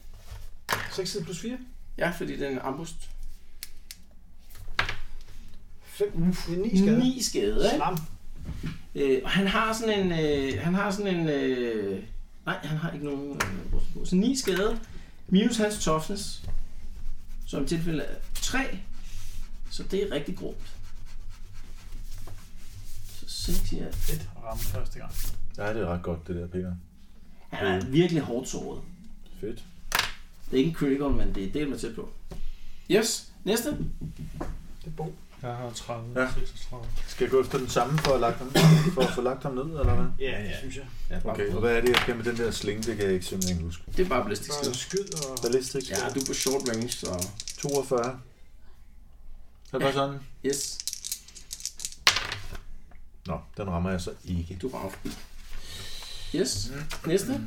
C: 6 side plus 4.
B: Ja, fordi den er en armbryst.
C: 5. uh, Det er 9 skade.
B: 9 skade, ikke?
C: Slam.
B: Øh, og han har sådan en... Øh, han har sådan en... Øh, nej, han har ikke nogen... Øh, rust på. så 9 skade. Minus hans toughness. Som i tilfælde er 3. Så det er rigtig grumt. Så 6 i alt.
C: Fedt at ramme første gang.
F: Nej, det er ret godt, det der, Peter.
B: Han er virkelig hårdt såret.
F: Fedt.
B: Det er ikke en critical, men det er det, man er tæt på. Yes, næste.
C: Det er Bo.
D: Jeg har 30,
F: Ja.
D: 36.
F: Skal jeg gå efter den samme for at, lagt ham, for at få lagt ham ned, eller hvad?
C: Ja, det synes jeg.
G: Ja, bare
F: Okay, og
G: fod.
F: hvad er det, jeg skal med den der slinge? Det kan jeg ikke simpelthen huske.
B: Det er bare ballistisk
C: Bare
B: skade.
C: skyd og...
F: Ballistik.
B: Ja, du er på short range, så...
F: 42. Er det bare sådan?
B: Yes,
F: Nå, den rammer jeg så ikke.
B: du rammer forbi. Yes,
G: Mhm.
B: næste.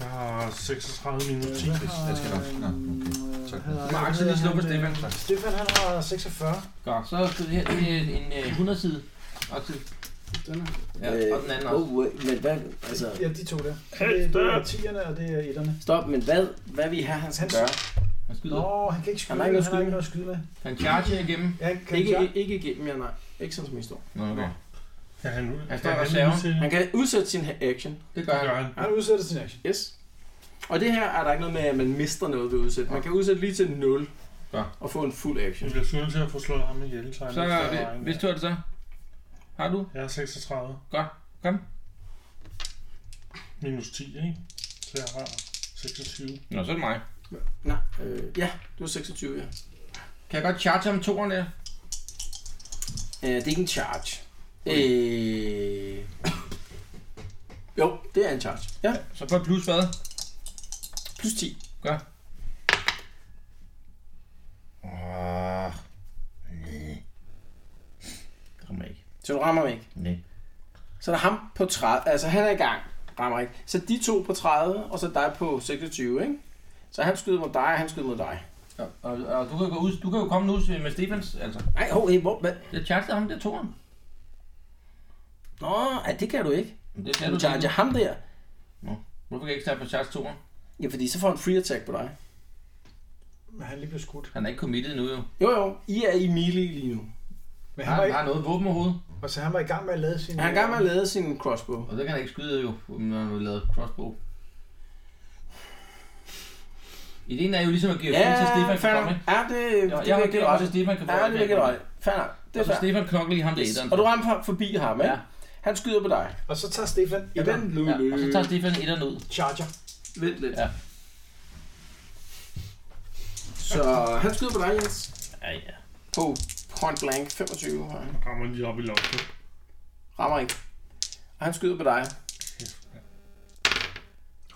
D: Jeg har 36 minus 10.
C: Hvad
F: Hvis-
C: har-
F: jeg skal nok. Nå, okay. Tak.
C: Hvad hedder-
G: Mark, så
C: hvad
G: lige slå på
C: hedder han,
G: Stefan.
C: øh, Stefan han har 46.
G: Godt, så er det her det er en, en øh, 100 side. Og til.
C: Den er.
G: Ja, og den anden også.
B: Oh, wait, men hvad, altså,
C: Ja, de to der. Det, det er 10'erne og det er 1'erne.
B: stop, men hvad, hvad vi har, han skal
C: Hans-
B: gøre?
G: Han skyder.
C: Nå, han kan ikke skyde.
B: Han har ikke noget
C: han har
B: skyde.
C: ikke noget at skyde med.
G: Han charger igennem.
C: Ja, kan ikke,
B: Ikke, ikke igennem, ja, nej. Ikke sådan, som I står.
G: Nå, okay.
D: Kan han,
G: Han
D: kan
G: står i
D: han
G: reserve.
D: udsætte?
B: Han kan udsætte sin action.
G: Det gør
D: Det
G: han.
D: gør han.
C: Han udsætter sin action.
B: Yes. Og det her er der ikke noget med, at man mister noget ved at udsætte. Man kan udsætte lige til 0
G: Ja.
B: og få en fuld action.
D: Vi bliver nødt til at få slået ham ihjel, så han
G: Så
D: ikke
G: er
D: står
G: det,
D: vejen.
G: hvis du er det så. Har du?
D: Jeg har 36
G: Godt. Kom.
D: minus 10, ikke? Så jeg har 26.
G: Nå, så er det mig.
B: Nej, øh, ja, du er 26, ja.
G: Kan jeg godt charge ham toeren der?
B: Øh, det er ikke en charge. Øh... Jo, det er en charge. Ja,
G: Så får jeg plus hvad?
B: plus 10.
G: Åh,
B: Så du rammer ham ikke.
G: Nej.
B: Så er der ham på 30. Altså, han er i gang. Rammer ikke. Så de to på 30, og så dig på 26, ikke? Så han skyder mod dig, og han skyder mod dig.
G: Og, og, og, du, kan jo gå ud, du kan jo komme nu med Stefans, altså.
B: Nej, hov, hey, hvor... Hvad?
G: Jeg chancede ham, det tog han.
B: Nå, ej, det kan du ikke.
G: Det
B: Kan
G: kan
B: du
G: du
B: charge
G: sige.
B: ham der?
G: Hvorfor kan jeg ikke tage på charge 2'eren?
B: Ja, fordi så får han free attack på dig.
C: Men han er lige blevet skudt.
G: Han er ikke committed nu jo.
B: Jo, jo. I er i melee lige nu.
C: Men han
G: Han
C: var
G: har,
C: ikke,
G: har noget våben overhovedet,
C: og så han var i gang med at lade sin...
B: Han er i gang med at lade sin crossbow.
G: og det kan han ikke skyde jo, når han har lavet crossbow. Ideen er jo ligesom at give
B: Ja,
G: ja, til Stefan
B: fair nok.
G: kan komme,
B: Ja, det,
G: Jeg,
B: det
G: jeg har
B: vil jeg
G: givet
B: give
G: ret til
B: dig.
G: Stefan kan få
B: Ja, det vil jeg give dig.
G: ret.
B: Fair nok. Det
G: Og
B: er
G: så
B: fair.
G: Stefan knokker lige ham der
B: Yes.
G: etteren.
B: Og du rammer ham forbi ham, ikke?
G: Ja.
B: Han skyder på dig.
C: Og så tager Stefan
B: Ja,
C: et
B: vent nu.
G: Ja, og så tager Stefan etteren ud.
C: charger.
B: Vent lidt.
G: Ja.
B: Så han skyder på dig, Jens.
G: Ja, ja.
B: På point blank 25. har han.
D: Rammer lige op i loftet.
B: Rammer ikke. Og han skyder på dig.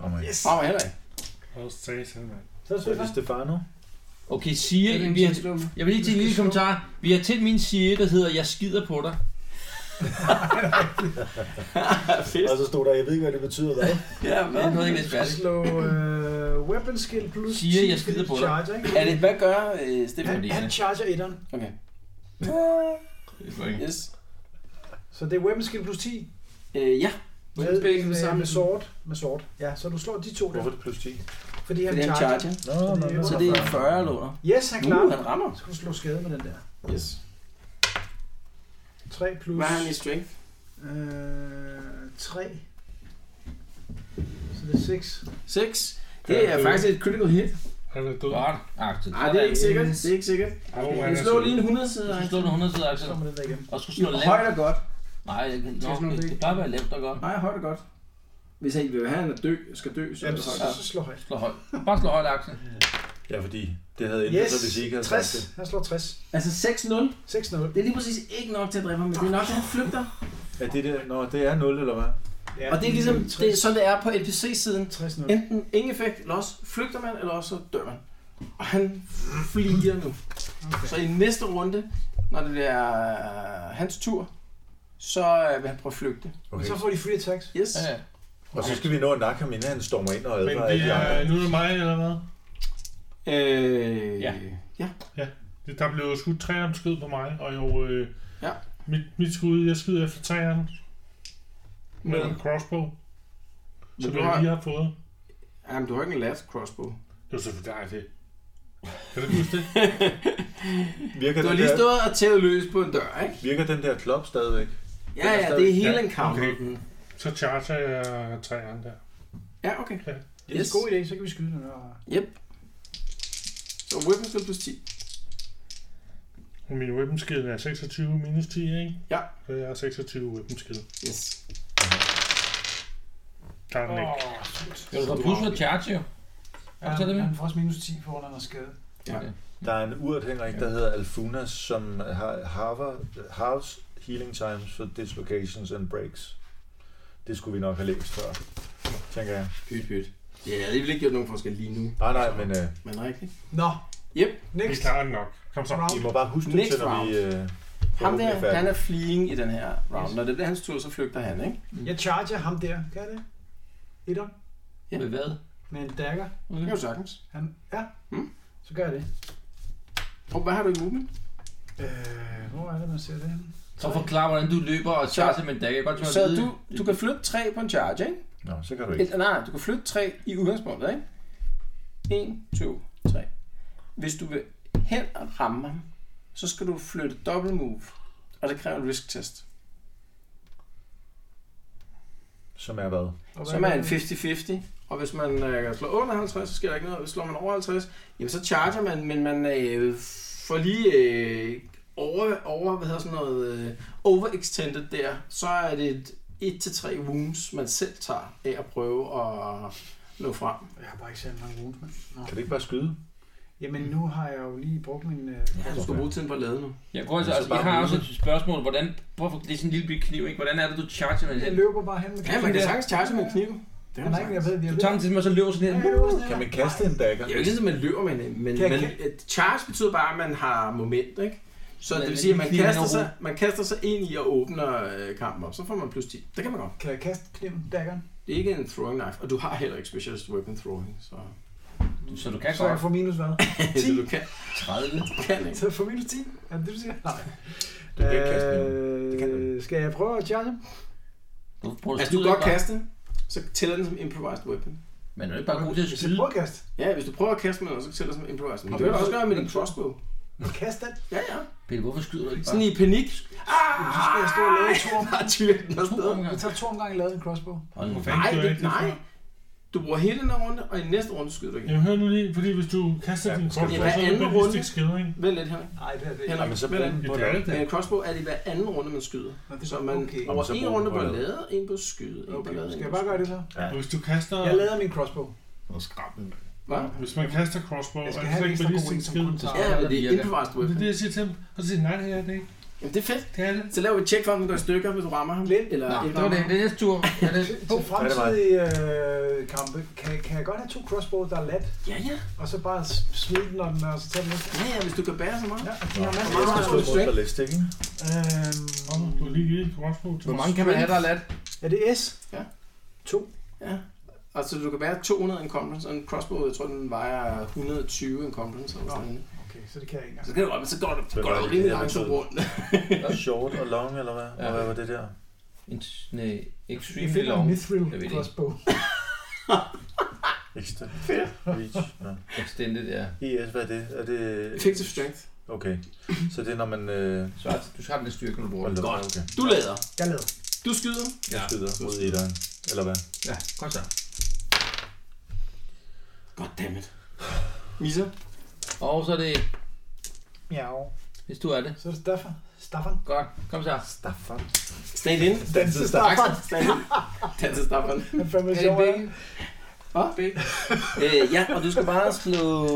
F: Rammer ikke.
C: Yes.
B: Rammer heller ikke.
D: Og satan, mand.
C: Så er
F: Så er det
C: Stefan.
F: Stefano.
G: Okay, Siri, vi har, jeg vil lige til en lille kommentar. Vi har til min Siri, der hedder, jeg skider på dig.
F: Og så stod der, jeg ved ikke, hvad det betyder, hvad?
B: Ja,
G: Det er noget,
B: hvad?
G: jeg ikke færdigt.
C: Slå øh, weapon skill plus
G: Siger,
C: 10
G: jeg skider på dig.
C: charger, ikke?
B: Er det, hvad gør øh, Stefan?
G: Fordi
C: Han
G: han-
C: charger etteren.
B: Okay. Yes.
C: Så det er weapon skill plus 10.
B: Øh, ja,
C: Med,
I: Weapon skill
C: med,
I: sammen.
C: med sort. Med sort. Ja, så du slår de to der,
F: (laughs) Hvorfor er det plus 10?
C: fordi han
B: det er en
C: charger.
B: charger.
F: Nå,
C: nå, nå. Uh.
B: Så det er 40 eller under.
C: Yes, han klarer
B: Nu,
C: det.
B: han rammer.
C: Så skal du slå skade med den der.
B: Yes.
C: 3 plus...
B: Hvad er han i strength?
C: Øh, 3. Så det er 6.
B: 6. Det er faktisk et critical hit.
D: Han er død.
G: Godt, Axel.
B: Nej, det er ikke sikkert. Det er ikke sikkert.
D: Åh, han
B: Vi
D: er
B: slår
D: sød.
B: lige en 100
G: Du
B: side.
G: skulle slå den 100 side, Axel.
C: Så må den der igen.
G: Og skulle slå lavt.
B: Højt er godt.
G: Nej, jeg, nå,
C: sådan noget,
G: det,
C: det-
G: det plejer at være lavt og godt.
B: Nej, højt er godt. Hvis han vil have, han er dø, skal dø, så er
C: Jamen,
B: det
C: så,
B: højt.
C: så slår han.
G: Slå højt. Bare slå højt, Axel.
F: Ja, fordi det havde ændret
C: Yes,
F: sig, hvis I ikke havde sagt det.
C: 60. Han slår 60.
B: Altså 6-0,
C: 6-0.
B: det er lige præcis ikke nok til at dræbe ham, men det er nok, at han flygter.
F: Er det der? Nå, det er 0, eller hvad?
C: Ja,
B: Og det er ligesom, det er
C: 60.
B: sådan, det er på NPC-siden.
C: 60-0.
B: Enten ingen effekt, eller også flygter man, eller også så dør man. Og han fliger nu.
C: Okay.
B: Så i næste runde, når det er øh, hans tur, så øh, vil han prøve at flygte.
C: Og
F: Okay.
C: så får de free attacks.
B: Yes.
G: Ja, ja.
F: Og så skal vi nå at nakke ham, inden han stormer ind og
D: Men
F: advarer
D: det
F: alle de andre.
D: er, nu er det mig, eller hvad?
B: Øh,
G: Ja.
D: Det, der blev jo skudt træerne skød på mig, og jo... Øh,
B: Ja.
D: Mit, mit skud, jeg skyder efter træerne med
B: Men-
D: en crossbow,
B: Men
D: som
B: du
D: jeg
B: har,
D: lige har fået.
B: jamen, du har ikke en last crossbow.
D: Det var selvfølgelig dig, det. Kan du ikke huske det?
F: Virker
B: Du har
F: den,
B: lige
F: der,
B: stået og tævet løs på en dør, ikke?
F: virker den der klop stadigvæk?
B: Ja,
F: Den er
B: ja, det er
F: stadig-
B: hele
F: ja,
B: en kamp.
D: okay. Så charger jeg træerne der.
B: Ja, okay.
C: Det er
B: Yes.
C: en god idé, så kan vi skyde den. Og...
B: Så weapon skill plus 10.
D: Og min weapon skill er 26 minus 10, ikke?
B: Ja.
D: Så jeg har 26 weapon skill.
B: Yes.
D: Der er den ikke.
G: Jo, du får plus for charge, jo. Er
C: Han,
G: det så det, vi?
C: han får også minus 10 på, når han er skadet.
F: Der er en urt, Henrik, der hedder Alfuna, som har Harvard, Harv's Healing Times for Dislocations and Breaks. Det skulle vi nok have læst før, tænker jeg.
B: Pyt, pyt. Ja, jeg har alligevel ikke gjort nogen forskel lige nu,
F: Nej, nej, men øh,
B: men rigtigt.
C: Nå.
B: Yep.
D: Vi
C: Next
D: klarer den nok. Kom så.
F: I
C: round.
F: må bare huske det,
B: Next
F: til, når vi øh,
B: Ham
F: forhåbentlig er
B: der, han
F: færdige.
B: er fleeing i den her round. Når det bliver hans tur, så flygter han, ikke?
C: Jeg charger ham der. Kan jeg det? Etter.
B: Ja.
G: Med hvad?
C: Med en dagger.
B: Det kan jo sagtens.
C: Han, ja.
B: Mm.
C: Så gør jeg det.
B: Og hvad har du i movement?
C: Øh, hvor er det, man ser det henne?
G: Så forklar, hvordan du løber og charger med en dagger. Jeg kan Godt, tænke mig
B: Så
G: at vide-
B: du, du kan flytte 3 på en charge, ikke?
F: Nå, så kan du ikke.
B: Et, nej, du kan flytte 3 i udgangspunktet, ikke? 1, 2, 3. Hvis du vil hen og ramme ham, så skal du flytte double move. Og det kræver en risk test.
F: Som er hvad?
C: Og hvad
B: Som er
C: det?
B: en 50-50. Og hvis man øh, slår under 50, så sker der ikke noget. Og hvis slår man over 50, jamen så charger man, men man øh, får lige øh, over, over, hvad hedder sådan noget, øh, overextended der. Så er det et 1-3 wounds, man selv tager af at prøve at nå frem.
C: Jeg har bare ikke særlig mange wounds, mand. Nå.
F: Kan du ikke bare skyde?
C: Jamen, nu har jeg jo lige brugt min... Øh,
B: Ja, du skal bruge tiden på at lade nu.
G: Jeg, går altså,
F: Så
G: altså,
F: bare
G: jeg har
F: rulle.
G: også et spørgsmål. Hvordan, hvorfor, det er sådan en lille bit kniv, ikke? Hvordan er det, du charger med
C: jeg
G: den?
C: løber bare hen med
B: Ja, man kan sagtens charge med en kniv. Det
C: Han har ikke, jeg ved, jeg
G: Du
C: ved.
G: tager den til mig, og så løber sådan her.
F: Kan man kaste en dagger?
B: ligesom, Jeg er jo ikke sådan, at man løber med en, men,
C: Kan-
B: men
C: kan-
B: øh, charge betyder bare, at man har moment, ikke? Så
G: Men
B: det vil
G: lige
B: sige, at man
G: kniven
B: kaster,
G: over
B: sig, man kaster sig ind i og åbner øh, kampen op. Så får man plus 10. Det kan man godt.
C: Kan jeg kaste kniven, daggeren?
B: Det er ikke en throwing knife, og du har heller ikke specialist weapon throwing. Så,
G: Så du kan
C: Så jeg
G: godt
C: får minus hvad?
B: (laughs) så du kan,
G: 30.
B: kan ikke. Altså,
C: Så jeg får minus 10? Er det det, du siger? Nej.
B: Du kan ikke kaste
C: Øh,
B: Det kan du ikke.
C: Skal jeg prøve at charge?
G: Du bruger
B: Altså, du
G: skyde,
B: kan godt
G: ikke?
B: kaste, den, så tæller den som improvised weapon.
G: Men er du ikke bare god til at
C: Hvis jeg
G: skyde?
C: prøver at kaste.
B: Ja, hvis du prøver at kaste med noget, så tæller det som improvised. Men
C: Og
B: det kan du
C: hvad-
B: også gøre med din crossbow.
C: Kast den.
B: Ja, ja.
G: Pelle, hvorfor skyder du ikke
B: Sådan
G: bare?
B: i panik. (laughs)
C: Så skal jeg stå og lave to om.
B: Bare tyrer den afsted.
G: To omgange.
C: Jeg tager to omgange lavet en crossbow.
G: Hold nu.
D: Fanden,
B: Nej,
D: gør jeg
B: det,
D: ikke det
B: nej.
D: før?
B: Du bruger hele den her runde, og i næste runde skyder du igen.
D: Jamen hør nu lige, fordi hvis du kaster
F: Ja,
D: din
F: skal
D: kort,
F: vi
D: så
B: hver
D: er det
B: anden
D: ballistic
B: runde?
D: skill, ikke?
B: Vent lidt her.
C: Nej, det er det
B: Henrik,
A: så
B: vent lidt.
D: Ja, det er det da.
B: Men en crossbow er det hver anden runde, man skyder. Så man
C: Okay.
B: over
F: Så
B: en
F: bruger
B: runde
F: du
B: på
F: bare-
B: lade, en på skyde, en på
C: Okay,
B: lade.
C: skal jeg bare gøre det så?
D: Og Hvis du kaster...
C: Jeg lader min crossbow.
E: Og skrabbel, mand.
B: Hvad?
D: Hvis man kaster crossbow,
C: Jeg
D: er
C: skal
D: det
C: have
D: så
C: en
D: ikke
C: ekstra god
D: ballistic
C: en, som
D: skill?
C: kun tager.
B: Ja, men det er
G: virker.
B: improvised
D: Det er
B: weapon.
D: det, jeg siger til dem. Og så siger de, nej, det her er det ikke.
B: Jamen, det er fedt.
D: Det er det.
B: Så laver vi et check for, om den går i stykker, hvis du rammer ham.
C: Lidt.
B: Eller
G: Nå,
B: ikke
G: det var det.
B: rammer
G: Det er næste tur. Er det?
C: Til til fremtidige øh, kampe, kan, kan jeg godt have to crossbow, der er lat,
B: ham. Ja, ja.
C: og så bare s- smide den, når den er, og så tage den næste.
B: Ja, ja, hvis du kan bære så meget.
C: Ja, og de har masser
B: Jeg
C: af
B: skal
C: crossbow.
B: slå-
F: og læste,
B: (laughs)
F: ikke?
C: Øhm,
D: Kom, du har lige givet et crossbow til
G: Hvor
D: mig.
G: mange kan man have, der er lat?
C: er det S?
B: Ja. Og så du kan bære 200 encumbrances, og en crossbow, jeg tror, den vejer 120 encumbrances. Eller sådan noget.
C: Okay, så det kan jeg ikke engang.
B: Så kan du godt, men så går
F: Så
B: det, går det
F: var
B: jo
F: det
B: rimelig
F: det,
B: langt
F: jeg
B: rundt.
F: Short og long, eller hvad? Og
G: Ja.
F: hvad var det der?
G: En s- nej,
C: Vi
G: extremely
C: finder
G: long.
C: en mithril
G: Jeg ved det
C: crossbow.
F: Extra. Reach. Nå.
G: Extended, ja.
F: ES, hvad er det? Er det...
B: Effective strength.
F: Okay. Så det er, når man... Øh,
G: Så er det- du har den der styrke, når du bruger den.
F: holder-
B: Godt.
F: Okay.
B: Du lader.
C: Jeg lader.
B: Du skyder.
F: Ja. Skyder mod etteren. Eller hvad?
G: Ja, godt så.
B: Goddammit. Misser.
G: Og så er det,
C: Ja,
G: hvis du er det.
C: så er det Staffan. Staffan.
G: Godt, kom så.
F: Staffan. (laughs)
B: Stand in.
C: Danse Staffan.
B: Stand in. Tag til stafferen.
C: Han er fandme
G: Er det
C: sjov.
G: begge?
B: Øh, ja, og du skal bare slå...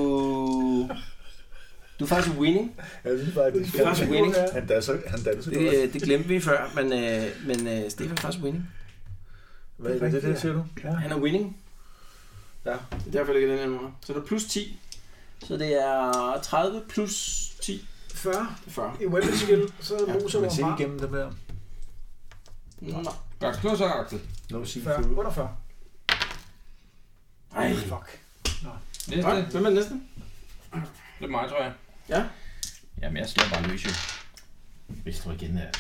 B: Du er faktisk winning.
F: Jeg synes bare,
B: Du er faktisk winning.
F: Han danser, han danser
B: Det, øh, det glemte vi før, men, øh, men øh, Stefan er faktisk winning.
F: Hvad er det, det der, siger du?
B: Han er winning.
F: Ja.
B: Det er derfor, jeg ligger den her nummer. Så der er plus 10. Så det er 30 plus 10.
C: 40
B: Det er 40.
C: i weapon skill, så
B: Ja,
C: moser man
F: Kan man se
C: bare.
F: igennem dem her?
B: Nå.
G: Godt, slå så, Axel.
F: No see
C: 40.
F: through.
C: 48.
B: Ej.
C: Fuck.
G: Næste.
B: Godt. Hvem er den næste?
G: Det er mig, tror jeg.
B: Ja.
G: Jamen, jeg slår bare løs, jo. Hvis du igen er...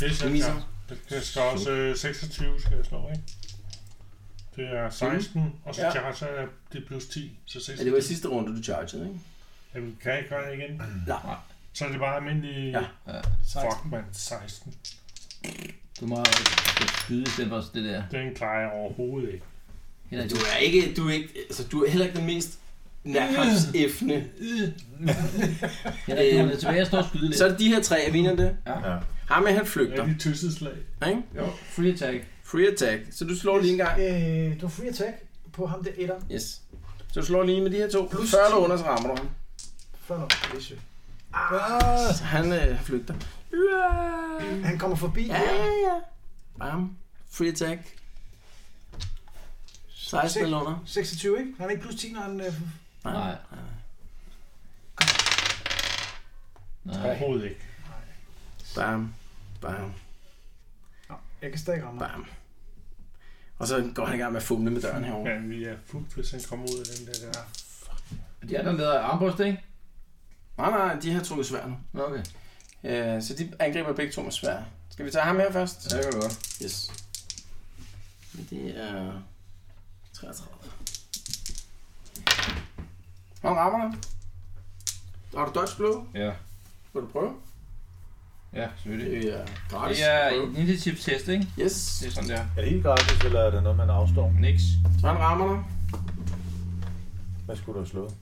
D: Det er sådan,
B: Misser.
D: jeg- jeg skal også øh, 26, skal jeg slå, ikke? Det er 16, og så
B: Mm. Ja.
D: charger jeg, det er plus 10, så
B: Ja, det var i
D: 16.
B: sidste runde, du chargede, ikke?
D: Jamen, kan jeg ikke gøre det igen?
B: Nej.
D: Så er det bare almindelig...
B: Ja.
G: Ja.
D: Fuck, mand, 16.
G: Du må skyde i stedet for det der.
D: Den klarer jeg overhovedet ikke.
G: Henrik,
B: Du
G: du
B: er ikke, du er ikke, altså, du er heller ikke den mest nærkampseffende.
G: Henrik, du er tilbage og står og skyde lidt.
B: Så er det de her tre, er vi enige om det?
F: Ja.
B: Ham er, han flygter,
D: Er det tøsseslag?
B: ikke?
G: Jo, free attack.
B: Free attack. Så du slår lige en gang.
C: Øh, du har free attack på ham der etter.
B: Yes. Så du slår lige med de her to.
C: Plus
B: 40 eller
C: 10.
B: under, så rammer du ham.
C: Før nu. Det er sygt.
B: Så han øh, flygter.
C: Han kommer forbi.
B: Ja, ja, ja. Bam. Free attack. 16 eller under.
C: 26, ikke? Han er ikke plus 10, når han... Øh,
G: Nej. Nej.
D: Overhovedet ikke.
B: Bam. Bam.
C: Nå, jeg kan stadig ramme ham.
B: Bam. Og så går han i gang med at fumle med døren herovre.
D: Ja, vi er fuldt, hvis han kommer ud af den der. der.
G: De andre lader armbryst, ikke?
B: Nej, nej, de har trukket svær nu.
G: Nå, Okay,
B: Øh, så de angriber begge to med svær. Skal vi tage ham her først?
G: ja, det kan du godt.
B: Yes. Det er 33. Hvor rammer du? Har du dodge blow?
G: Ja,
B: Vil du prøve?
G: ja, selvfølgelig.
B: Det er gratis.
G: Det er
B: at prøve.
G: en initiativ test, ikke?
B: Yes,
G: Det er sådan der.
F: Er det helt gratis, eller er det noget, man afstår?
G: Nix.
B: så han rammer dig.
F: Hvad skulle du have slået?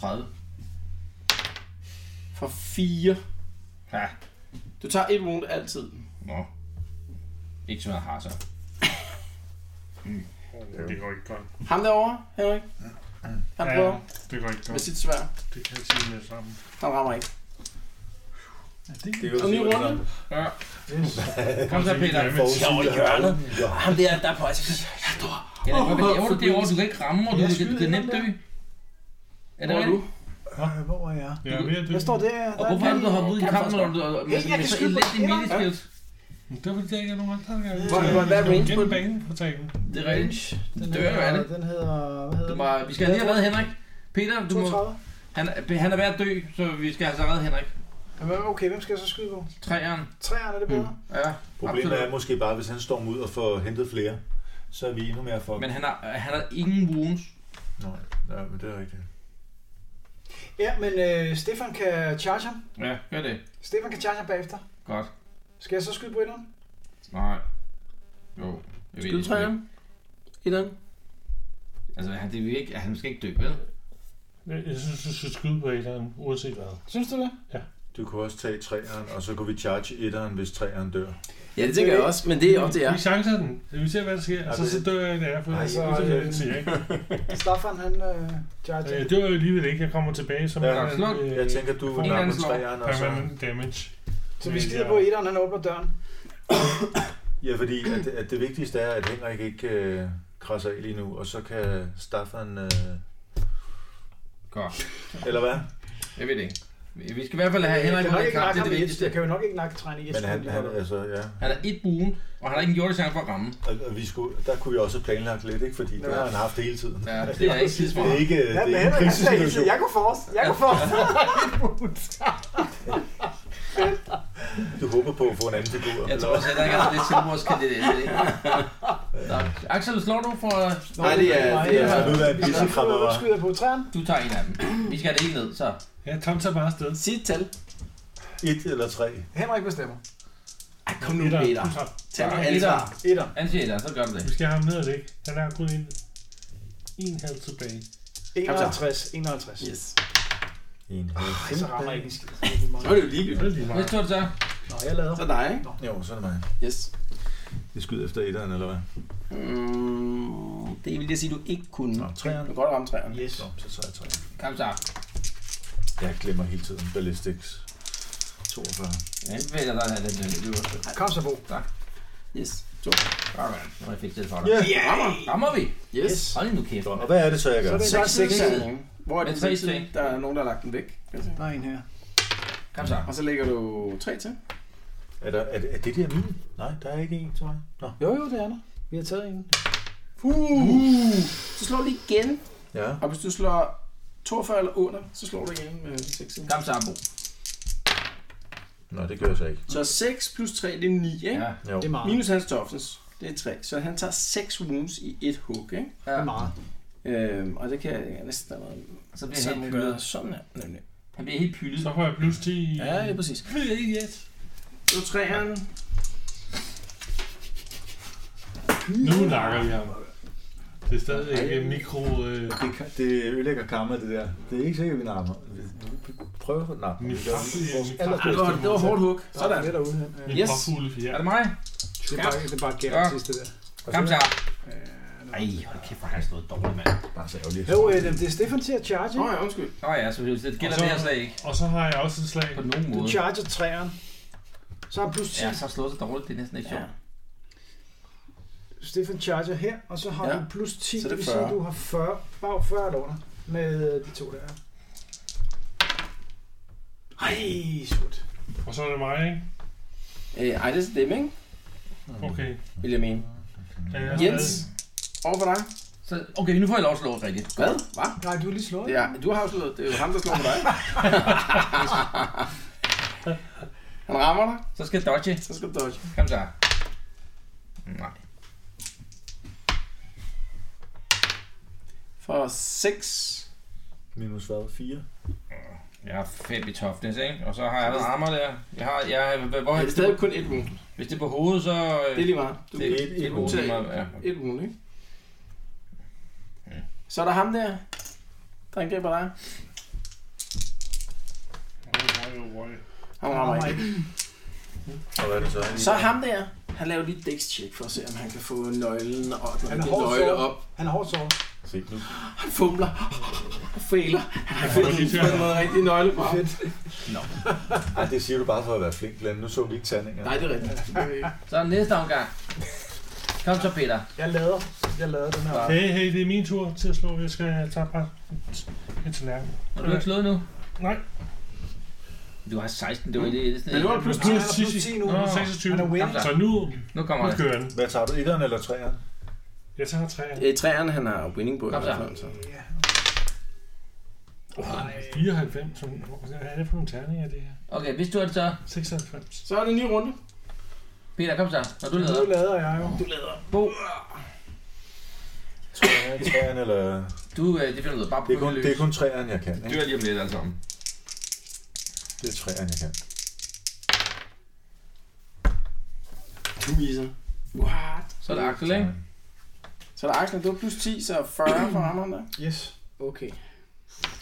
G: 30.
B: For 4.
G: Ja,
B: Du tager et wound altid.
G: nå. Ikke så meget har så.
D: Oh, det går ikke godt.
B: Ham derovre, Henrik. Han
D: Ja.
B: prøver
D: Det går ikke
B: med
D: godt.
B: sit svær.
D: Det kan jeg sige med det samme.
B: Han rammer ikke.
F: Det kan
B: Og ny runde.
G: Ja. Kom så, Peter.
F: Forudsigelig
B: hjørnet.
F: Ja.
B: Ham der, der er på vej til Jeg dør.
G: Ja, det er godt, men det er jo det er jo, du kan ikke ramme, og du, du, du kan nemt dø. Er det
B: Hvor er du?
G: rigtigt?
C: Øh, hvor er jeg?
D: Jeg er ved at dø.
C: Jeg står der. der
G: Og hvorfor er det, du hoppet ud i
C: Kan
G: kampen, når
C: faktisk
G: du og- og-
C: Hey, jeg
G: med
C: kan
G: så
C: skyde på
G: elendig
C: ender.
G: miniskills?
D: Det var fordi, jeg ikke er nogen andre. der er-
C: Hvor-
B: hvor- hvad er range på
D: Gennem
B: den?
D: banen på tagen.
G: Det er rigtigt.
C: godt. Den
G: Det dør jo alle.
C: hedder, den hedder, hvad hedder
G: Du
C: den?
G: må, vi skal lige have reddet Henrik. Peter, du må,
C: 32.
G: han, er- han er ved at dø, så vi skal altså redde Henrik.
C: Jamen, Okay, hvem skal jeg så skyde på?
G: Træeren.
C: Træerne er det bedre.
G: Ja,
F: Problemet er måske bare, hvis han stormer ud og får hentet flere, så er vi endnu mere for...
G: men han har, han har ingen wounds.
F: Nej, ja, men det er rigtigt.
C: Ja, men øh, Stefan kan charge ham.
G: Ja, gør det.
C: Stefan kan charge ham bagefter.
G: Godt.
C: Skal jeg så skyde på enderen?
G: Nej. Jo. Jeg ved,
B: Skyd
G: det sgu ikke.
B: træerne. Etteren.
G: Altså, han, det vil ikke, han skal ikke dø, vel?
D: Jeg- Jeg synes, du skal skyde på æderen, uanset hvad.
C: Synes du det?
F: Du kunne også tage træeren, og så kunne vi charge etteren, hvis træeren dør.
B: Ja, det tænker jeg også, men det er op til jer.
D: Vi chancer den. Vi ser, hvad der sker. Altså, så dør jeg, når jeg er før.
F: Ej,
D: Altså,
C: så-
D: det er det, siger, ikke?
C: Staffan, han øh, charger.
D: Jeg dør jo alligevel ikke. Jeg kommer tilbage som
F: Ja,
D: en,
G: slå.
D: øh,
F: Jeg tænker, du
D: får
G: en
F: napper
G: anden slår.
F: træeren, og så...
D: permanent damage.
C: Så vi skider på etteren, han åbner døren.
F: Ja, fordi at, at det vigtigste er, at Henrik ikke øh, krasser af lige nu, og så kan Staffan... Øh,
G: Godt.
F: eller hvad?
G: Jeg ved det ikke. Vi skal i hvert fald have Henrik
C: jeg, kan
G: ud
C: nok
G: af
C: ikke
G: kamp,
C: nakke
G: det
C: ham
G: er
C: i
G: det
C: et,
G: vigtigste.
C: jeg kan jo nok ikke nakke træerne i et
F: Men han,
C: sekund,
F: han
C: (laughs) alligevel.
F: altså, ja.
G: Han har et buen, og han har ikke gjort det chance for at ramme.
F: Og- Og vi skulle, der kunne vi også have planlagt lidt, ikke? Fordi det
C: Ja.
F: har han haft hele tiden.
G: Ja, det er ikke
F: Det er
G: tidsmart.
F: ikke,
C: Ja,
F: det
C: men
F: er ikke
C: Henrik,
F: en
C: han sagde hele
F: krisesituation.
C: tiden, jeg kunne forrest, jeg kunne forrest.
F: (laughs) Du håber på at få en anden figur.
G: Jeg tror også heller ikke, at det er selvmordskandidat. det er det ikke. Nå, Axel, slår du for...
B: Nej, det er... Det
F: Altså,
B: er.
F: nu er der en pissekrabber,
C: Nu
F: var.
C: skyder jeg på træerne.
G: Du tager en af dem. Vi skal have det hele ned, så...
D: Ja, Tom tager bare afsted.
B: Sig et tal.
F: Et eller tre.
C: Henrik bestemmer.
B: Ej, kom nu,
D: Peter,
B: Peter.
D: du tager.
B: Tag nu
G: Etter.
B: ansvar.
C: Etter.
G: Anti et af, så gør du det.
D: Vi skal have ham ned og ligge. Han har kun en, en halv tilbage.
C: 51. 51.
B: Yes.
F: En.
C: Ej, så rammer jeg ikke en skid. Det er meget-
B: Så er det jo
D: Det
B: ligegyldigt.
D: er lige
G: Næste
D: meget.
G: tur så.
C: Nå, jeg lader.
B: Så er dig, ikke?
F: Jo, så er det mig.
B: Yes.
F: Det skyder efter etteren, eller hvad?
B: Mm, det vil jeg sige, du ikke kunne.
F: Nå, træerne.
B: Du kan godt ramme træerne.
C: Yes.
F: Nå, så tager jeg tre.
G: Kom så.
F: Jeg glemmer hele tiden ballistics. 42.
G: Jeg anbefaler dig at have den der løber.
C: Kom så, Bo.
B: Yes. To.
G: Godt, jeg fik det for dig.
F: Ja.
B: Rammer.
G: Rammer vi?
B: Yes.
G: Hold nu kæft.
F: Og hvad er det så, jeg gør?
C: Så er det
B: Der
C: bare
B: er seks
C: 6.
B: terninger. Hvor er
G: Men
B: det
G: tre
B: tre til?
G: styk.
B: Der er nogen, der har lagt den væk.
C: Der er en her.
G: Kom så.
B: Og så lægger du tre til.
F: Er, der, er, det, er det der min? Nej, der er ikke en til mig. Nå.
C: Jo, jo, det er der. Vi har taget en.
B: Uh. Så slår du lige igen.
F: Ja.
B: Og hvis du slår 42 eller under, så slår du igen med 6.
G: Kom så, Bo.
F: Nå, det gør jeg så ikke.
B: Så 6 plus 3, det er 9, ikke?
G: Ja.
F: Jo.
C: Det er meget.
B: Minus hans toftens, det er 3. Så han tager 6 wounds i et hug, ikke?
G: ja.
C: Det er meget.
B: Øhm, og det kan jeg næsten allerede
G: Så bliver han
B: sådan
G: helt
B: gøre
G: pyldet.
B: sådan her, nemlig.
G: Han bliver helt pyldet.
D: Så får jeg plus 10 i...
B: Ja, det er præcis.
D: Yes.
B: Så træeren,
D: Nu nakker vi ham. Det er stadig ikke mikro... Øh,
F: Det, kan- det ødelægger karma, det der. Det er ikke sikkert, vi napper. Prøv at nappe.
D: mit kraftige...
B: Ej, det var, det var hårdt hug. Sådan.
C: Øh, Det er derude. hen.
D: Mit
B: Yes.
D: kraftfulde
G: Er
D: fjerde.
G: det mig?
C: Det er bare, det er bare gær
G: Ja.
C: til sidst, det der.
G: Kom så. Ej, hold kæft, hvor har jeg stået dårligt, mand.
F: Bare så ærgerligt.
C: Jo, øh, det er Stefan til at charge.
B: Nå
C: ikke?
B: ja, undskyld.
G: Nå ja, så det gælder
D: Og så-
G: det her slet ikke.
D: Og så har jeg også et slag.
G: På nogen
C: Du
G: måde.
C: charger træerne. Så er plus 10.
G: Ja, så har slået så dårligt, det er næsten ikke
B: Ja.
G: sjovt.
C: Stefan charger her, og så har
B: Ja.
C: ja. du plus 10,
B: Så er
C: så
B: det
C: det vil sige,
B: 40.
C: at du har 40, bag 40 eller under med de to der. Ej, surt.
D: Og så er det mig, ikke?
B: Øh, ej, det er dem, ikke?
C: Mm.
D: Okay.
B: Vil jeg mene.
D: Ja, jeg er
B: Jens, over for dig.
G: Så, okay, nu får jeg lov at slå rigtigt.
B: Hvad? Hva?
C: Nej, du er lige slået.
B: Ja, du har jo slået. Det er jo ham, der slår (laughs) på dig. Han rammer dig,
G: Så skal jeg dodge.
B: så skal du dodge.
G: Kom så. Nej.
B: For 6.
F: Minus hvad? 4?
G: Jeg har fem i toughness, ikke? Og så har jeg noget armor der. Jeg har, jeg, hvad- hvor,
B: Ja, det er
G: hvis, det,
B: stadig kun et wound.
G: hvis det er på hovedet, så... øh,
B: Det er lige meget. Du
G: det,
F: et-
G: det, det,
F: et
G: er
B: du
G: hovedet,
B: tager
G: lige meget. ja.
B: et wound, ikke? Så er der ham der, der angriber dig. Han rammer ikke.
F: Og hvad er det så?
B: Så er ham der, han laver lige et dex check for at se, om han kan få nøglen og den
C: Han er
B: rigtige
C: hårdt
B: nøgle
C: såret.
B: op.
C: Han er hårdt såret.
F: Se nu.
B: Han fumler. Han fejler. Han har fået
D: lige til
B: fået noget rigtig nøgle på.
C: Fedt.
F: Ej, det siger du bare for at være flink, Glenn. Nu så vi ikke tandinger.
B: Nej, det er rigtigt. Det er ikke.
G: Så næste omgang. Kom så, Peter.
C: Jeg lader. Jeg lader den her.
D: Hey, hey, det er min tur til at slå. Jeg skal tage bare en tallerken.
G: Har du ikke slået nu?
D: Nej.
G: Du har 16, det var det. det,
B: Men nu er det plus 10.
C: Han er plus 10 nu.
D: Nå,
C: Han
D: 26.
C: er winning.
D: Så nu,
G: Nu kommer
D: nu
G: jeg.
D: kører den.
F: Hvad tager du? Etteren eller træeren?
D: Jeg tager træerne.
B: Øh, træerne, han har winning på i
G: Kom så.
B: hvert fald. Så.
C: Ja.
D: Oh, 94. som- Hvad er det for nogle terninger, det her?
G: Okay, hvis du er det så.
D: 96.
B: så er det en ny runde.
G: Peter, kom så. Når du
C: Nu
G: leder.
C: lader jeg jo.
G: Bo,
F: Træeren, træeren eller...
G: du, øh, det finder du ud af. Bare
F: Det er, kun,
G: prøv
F: det er kun træeren, jeg kan. Ikke?
G: Dør lige om lidt, alle sammen.
F: Det er træeren, jeg kan.
B: Du viser. What?
G: Så er det Axel, ikke?
B: Så er der Axel, det var plus 10, så 40 for ham der.
C: Yes.
B: Okay.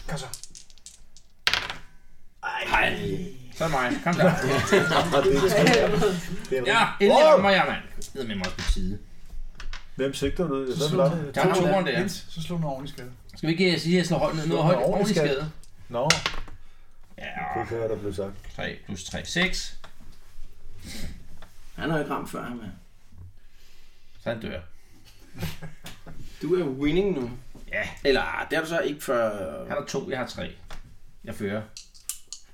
C: Kom så.
B: Ej.
G: Så er det mig. Kom (laughs) så.
F: Og det er træeren.
G: Ja, endelig rammer jeg, mand. Det er med mig også på side.
F: Hvem sigter du?
C: Så
F: Hvem
C: slår
F: var
C: du
F: det?
G: Der er toeren der.
C: Jens, så slår du ordentligt skade.
G: Skal vi ikke øh, sige, at jeg slår højt ned? Nu er højt ordentligt skade.
F: Nå, det
G: Ja,
F: kan være, der blev sagt.
G: 3 plus 3, 6.
B: Han har ikke ramt før ham her.
G: Så han dør.
B: Du er winning nu.
G: Ja.
B: Eller ah, det er du så ikke for...
G: Han har to, jeg har tre. Jeg fører.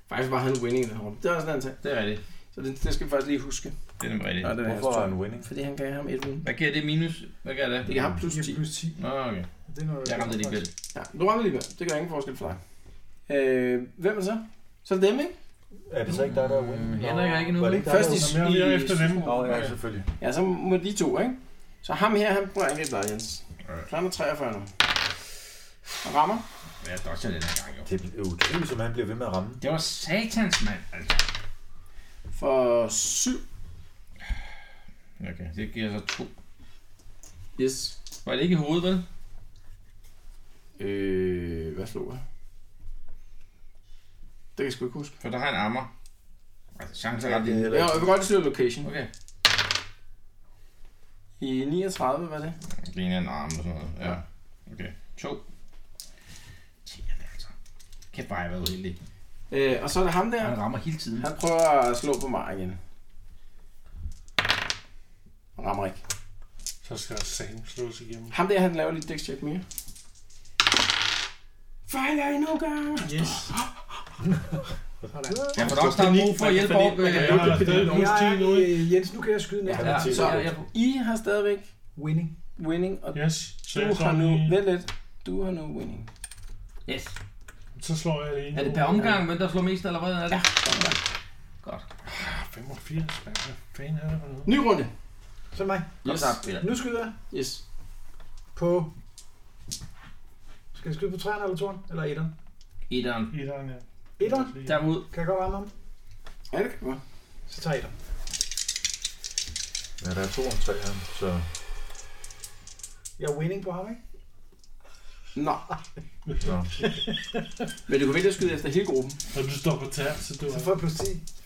B: Faktisk var han winning i den her runde. Det er også en anden ting.
G: Det er rigtigt.
B: Så det, det skal vi faktisk lige huske.
G: Det er nemlig rigtigt.
B: Ja, det er
F: Hvorfor er
B: Hvorfor?
F: han winning?
B: Fordi han gav ham et win.
G: Hvad giver det minus? Hvad giver det?
B: Det gav ham plus
C: Giver
B: 10.
C: plus 10.
G: Nå, okay.
C: Det er noget,
G: Jeg ramte det alligevel.
B: Ja, du rammer lige med. Det gør ingen forskel for dig. Øh, hvem er så? Så er det dem, ikke?
F: Er det så ikke dig, der er winning?
G: Mm, Henrik er ikke nu.
F: Var det ikke dig,
B: Først
F: der
B: i...
F: var-
D: Jamen, jeg er efter dem.
F: Nå, ja, selvfølgelig.
B: Ja, så må de to, ikke? Så ham her, han prøver at angribe dig, Jens. Så han er 43 nu. Og rammer.
G: Ja, jeg dodger den her gang, jo.
F: Det er utroligt, som han bliver ved med at ramme.
G: Det var satans, mand. Altså.
B: For 7.
G: Okay, det giver så to.
B: Yes.
G: Var det ikke i hovedet, vel?
B: Øh, hvad slog jeg? Det kan jeg sgu ikke huske.
G: For der har en ammer. Altså, chancen er
F: Ja,
G: ret
F: det er
G: lille.
B: Ja,
F: heller
B: jeg vil godt slå location.
G: Okay.
B: I 39, hvad er det?
G: Det ligner en arm og sådan noget. Ja. Okay. To. Tjene, altså. Kæft, bare jeg har været uheldig.
B: Øh, og så er det ham der.
G: Han rammer hele tiden.
B: Han prøver at slå på mig igen. Og Rammer ikke.
D: Så skal Sam slås igennem.
B: Ham der, han laver lige et dækstjek mere. Fejler endnu gang!
C: Yes.
G: Jeg får nok snart brug for at hjælpe op. øh,
D: Jeg har stadig plus
C: Jeg
D: 10 nu, ikke?
C: er, øh, Jens, nu kan jeg skyde
B: Ja,
C: næste.
G: Ja,
B: så
G: så jeg, jeg,
B: I har stadigvæk
C: Winning.
B: winning, og
D: Yes, så
B: du
D: jeg
B: har
D: slår
B: nu...
D: lige.
B: Vent lidt. Du har nu winning.
G: yes.
D: Så slår jeg lige.
G: Er det per omgang, men der slår mest, eller hvad er det?
B: Ja, sådan der.
G: Godt.
D: 85, mand. Hvad fanden er det for noget?
B: Ny runde.
C: Så er det mig.
G: Kom
B: Yes.
G: så, Peter.
C: Nu skyder jeg
B: Yes.
C: på... Skal jeg skyde på træerne eller toren? Eller etteren?
G: Etteren.
D: Etteren, ja.
C: Etteren?
G: Derud.
C: Kan jeg godt ramme ham?
B: Ja, det kan godt.
C: Så tager jeg etteren.
F: Ja, der er to om træeren, så...
C: Jeg er winning på ham, ikke?
B: Nå.
F: Nå.
B: Men du kan vælge at skyde efter hele gruppen.
D: Og du står på tær, så du
C: Så
D: er...
C: får jeg plus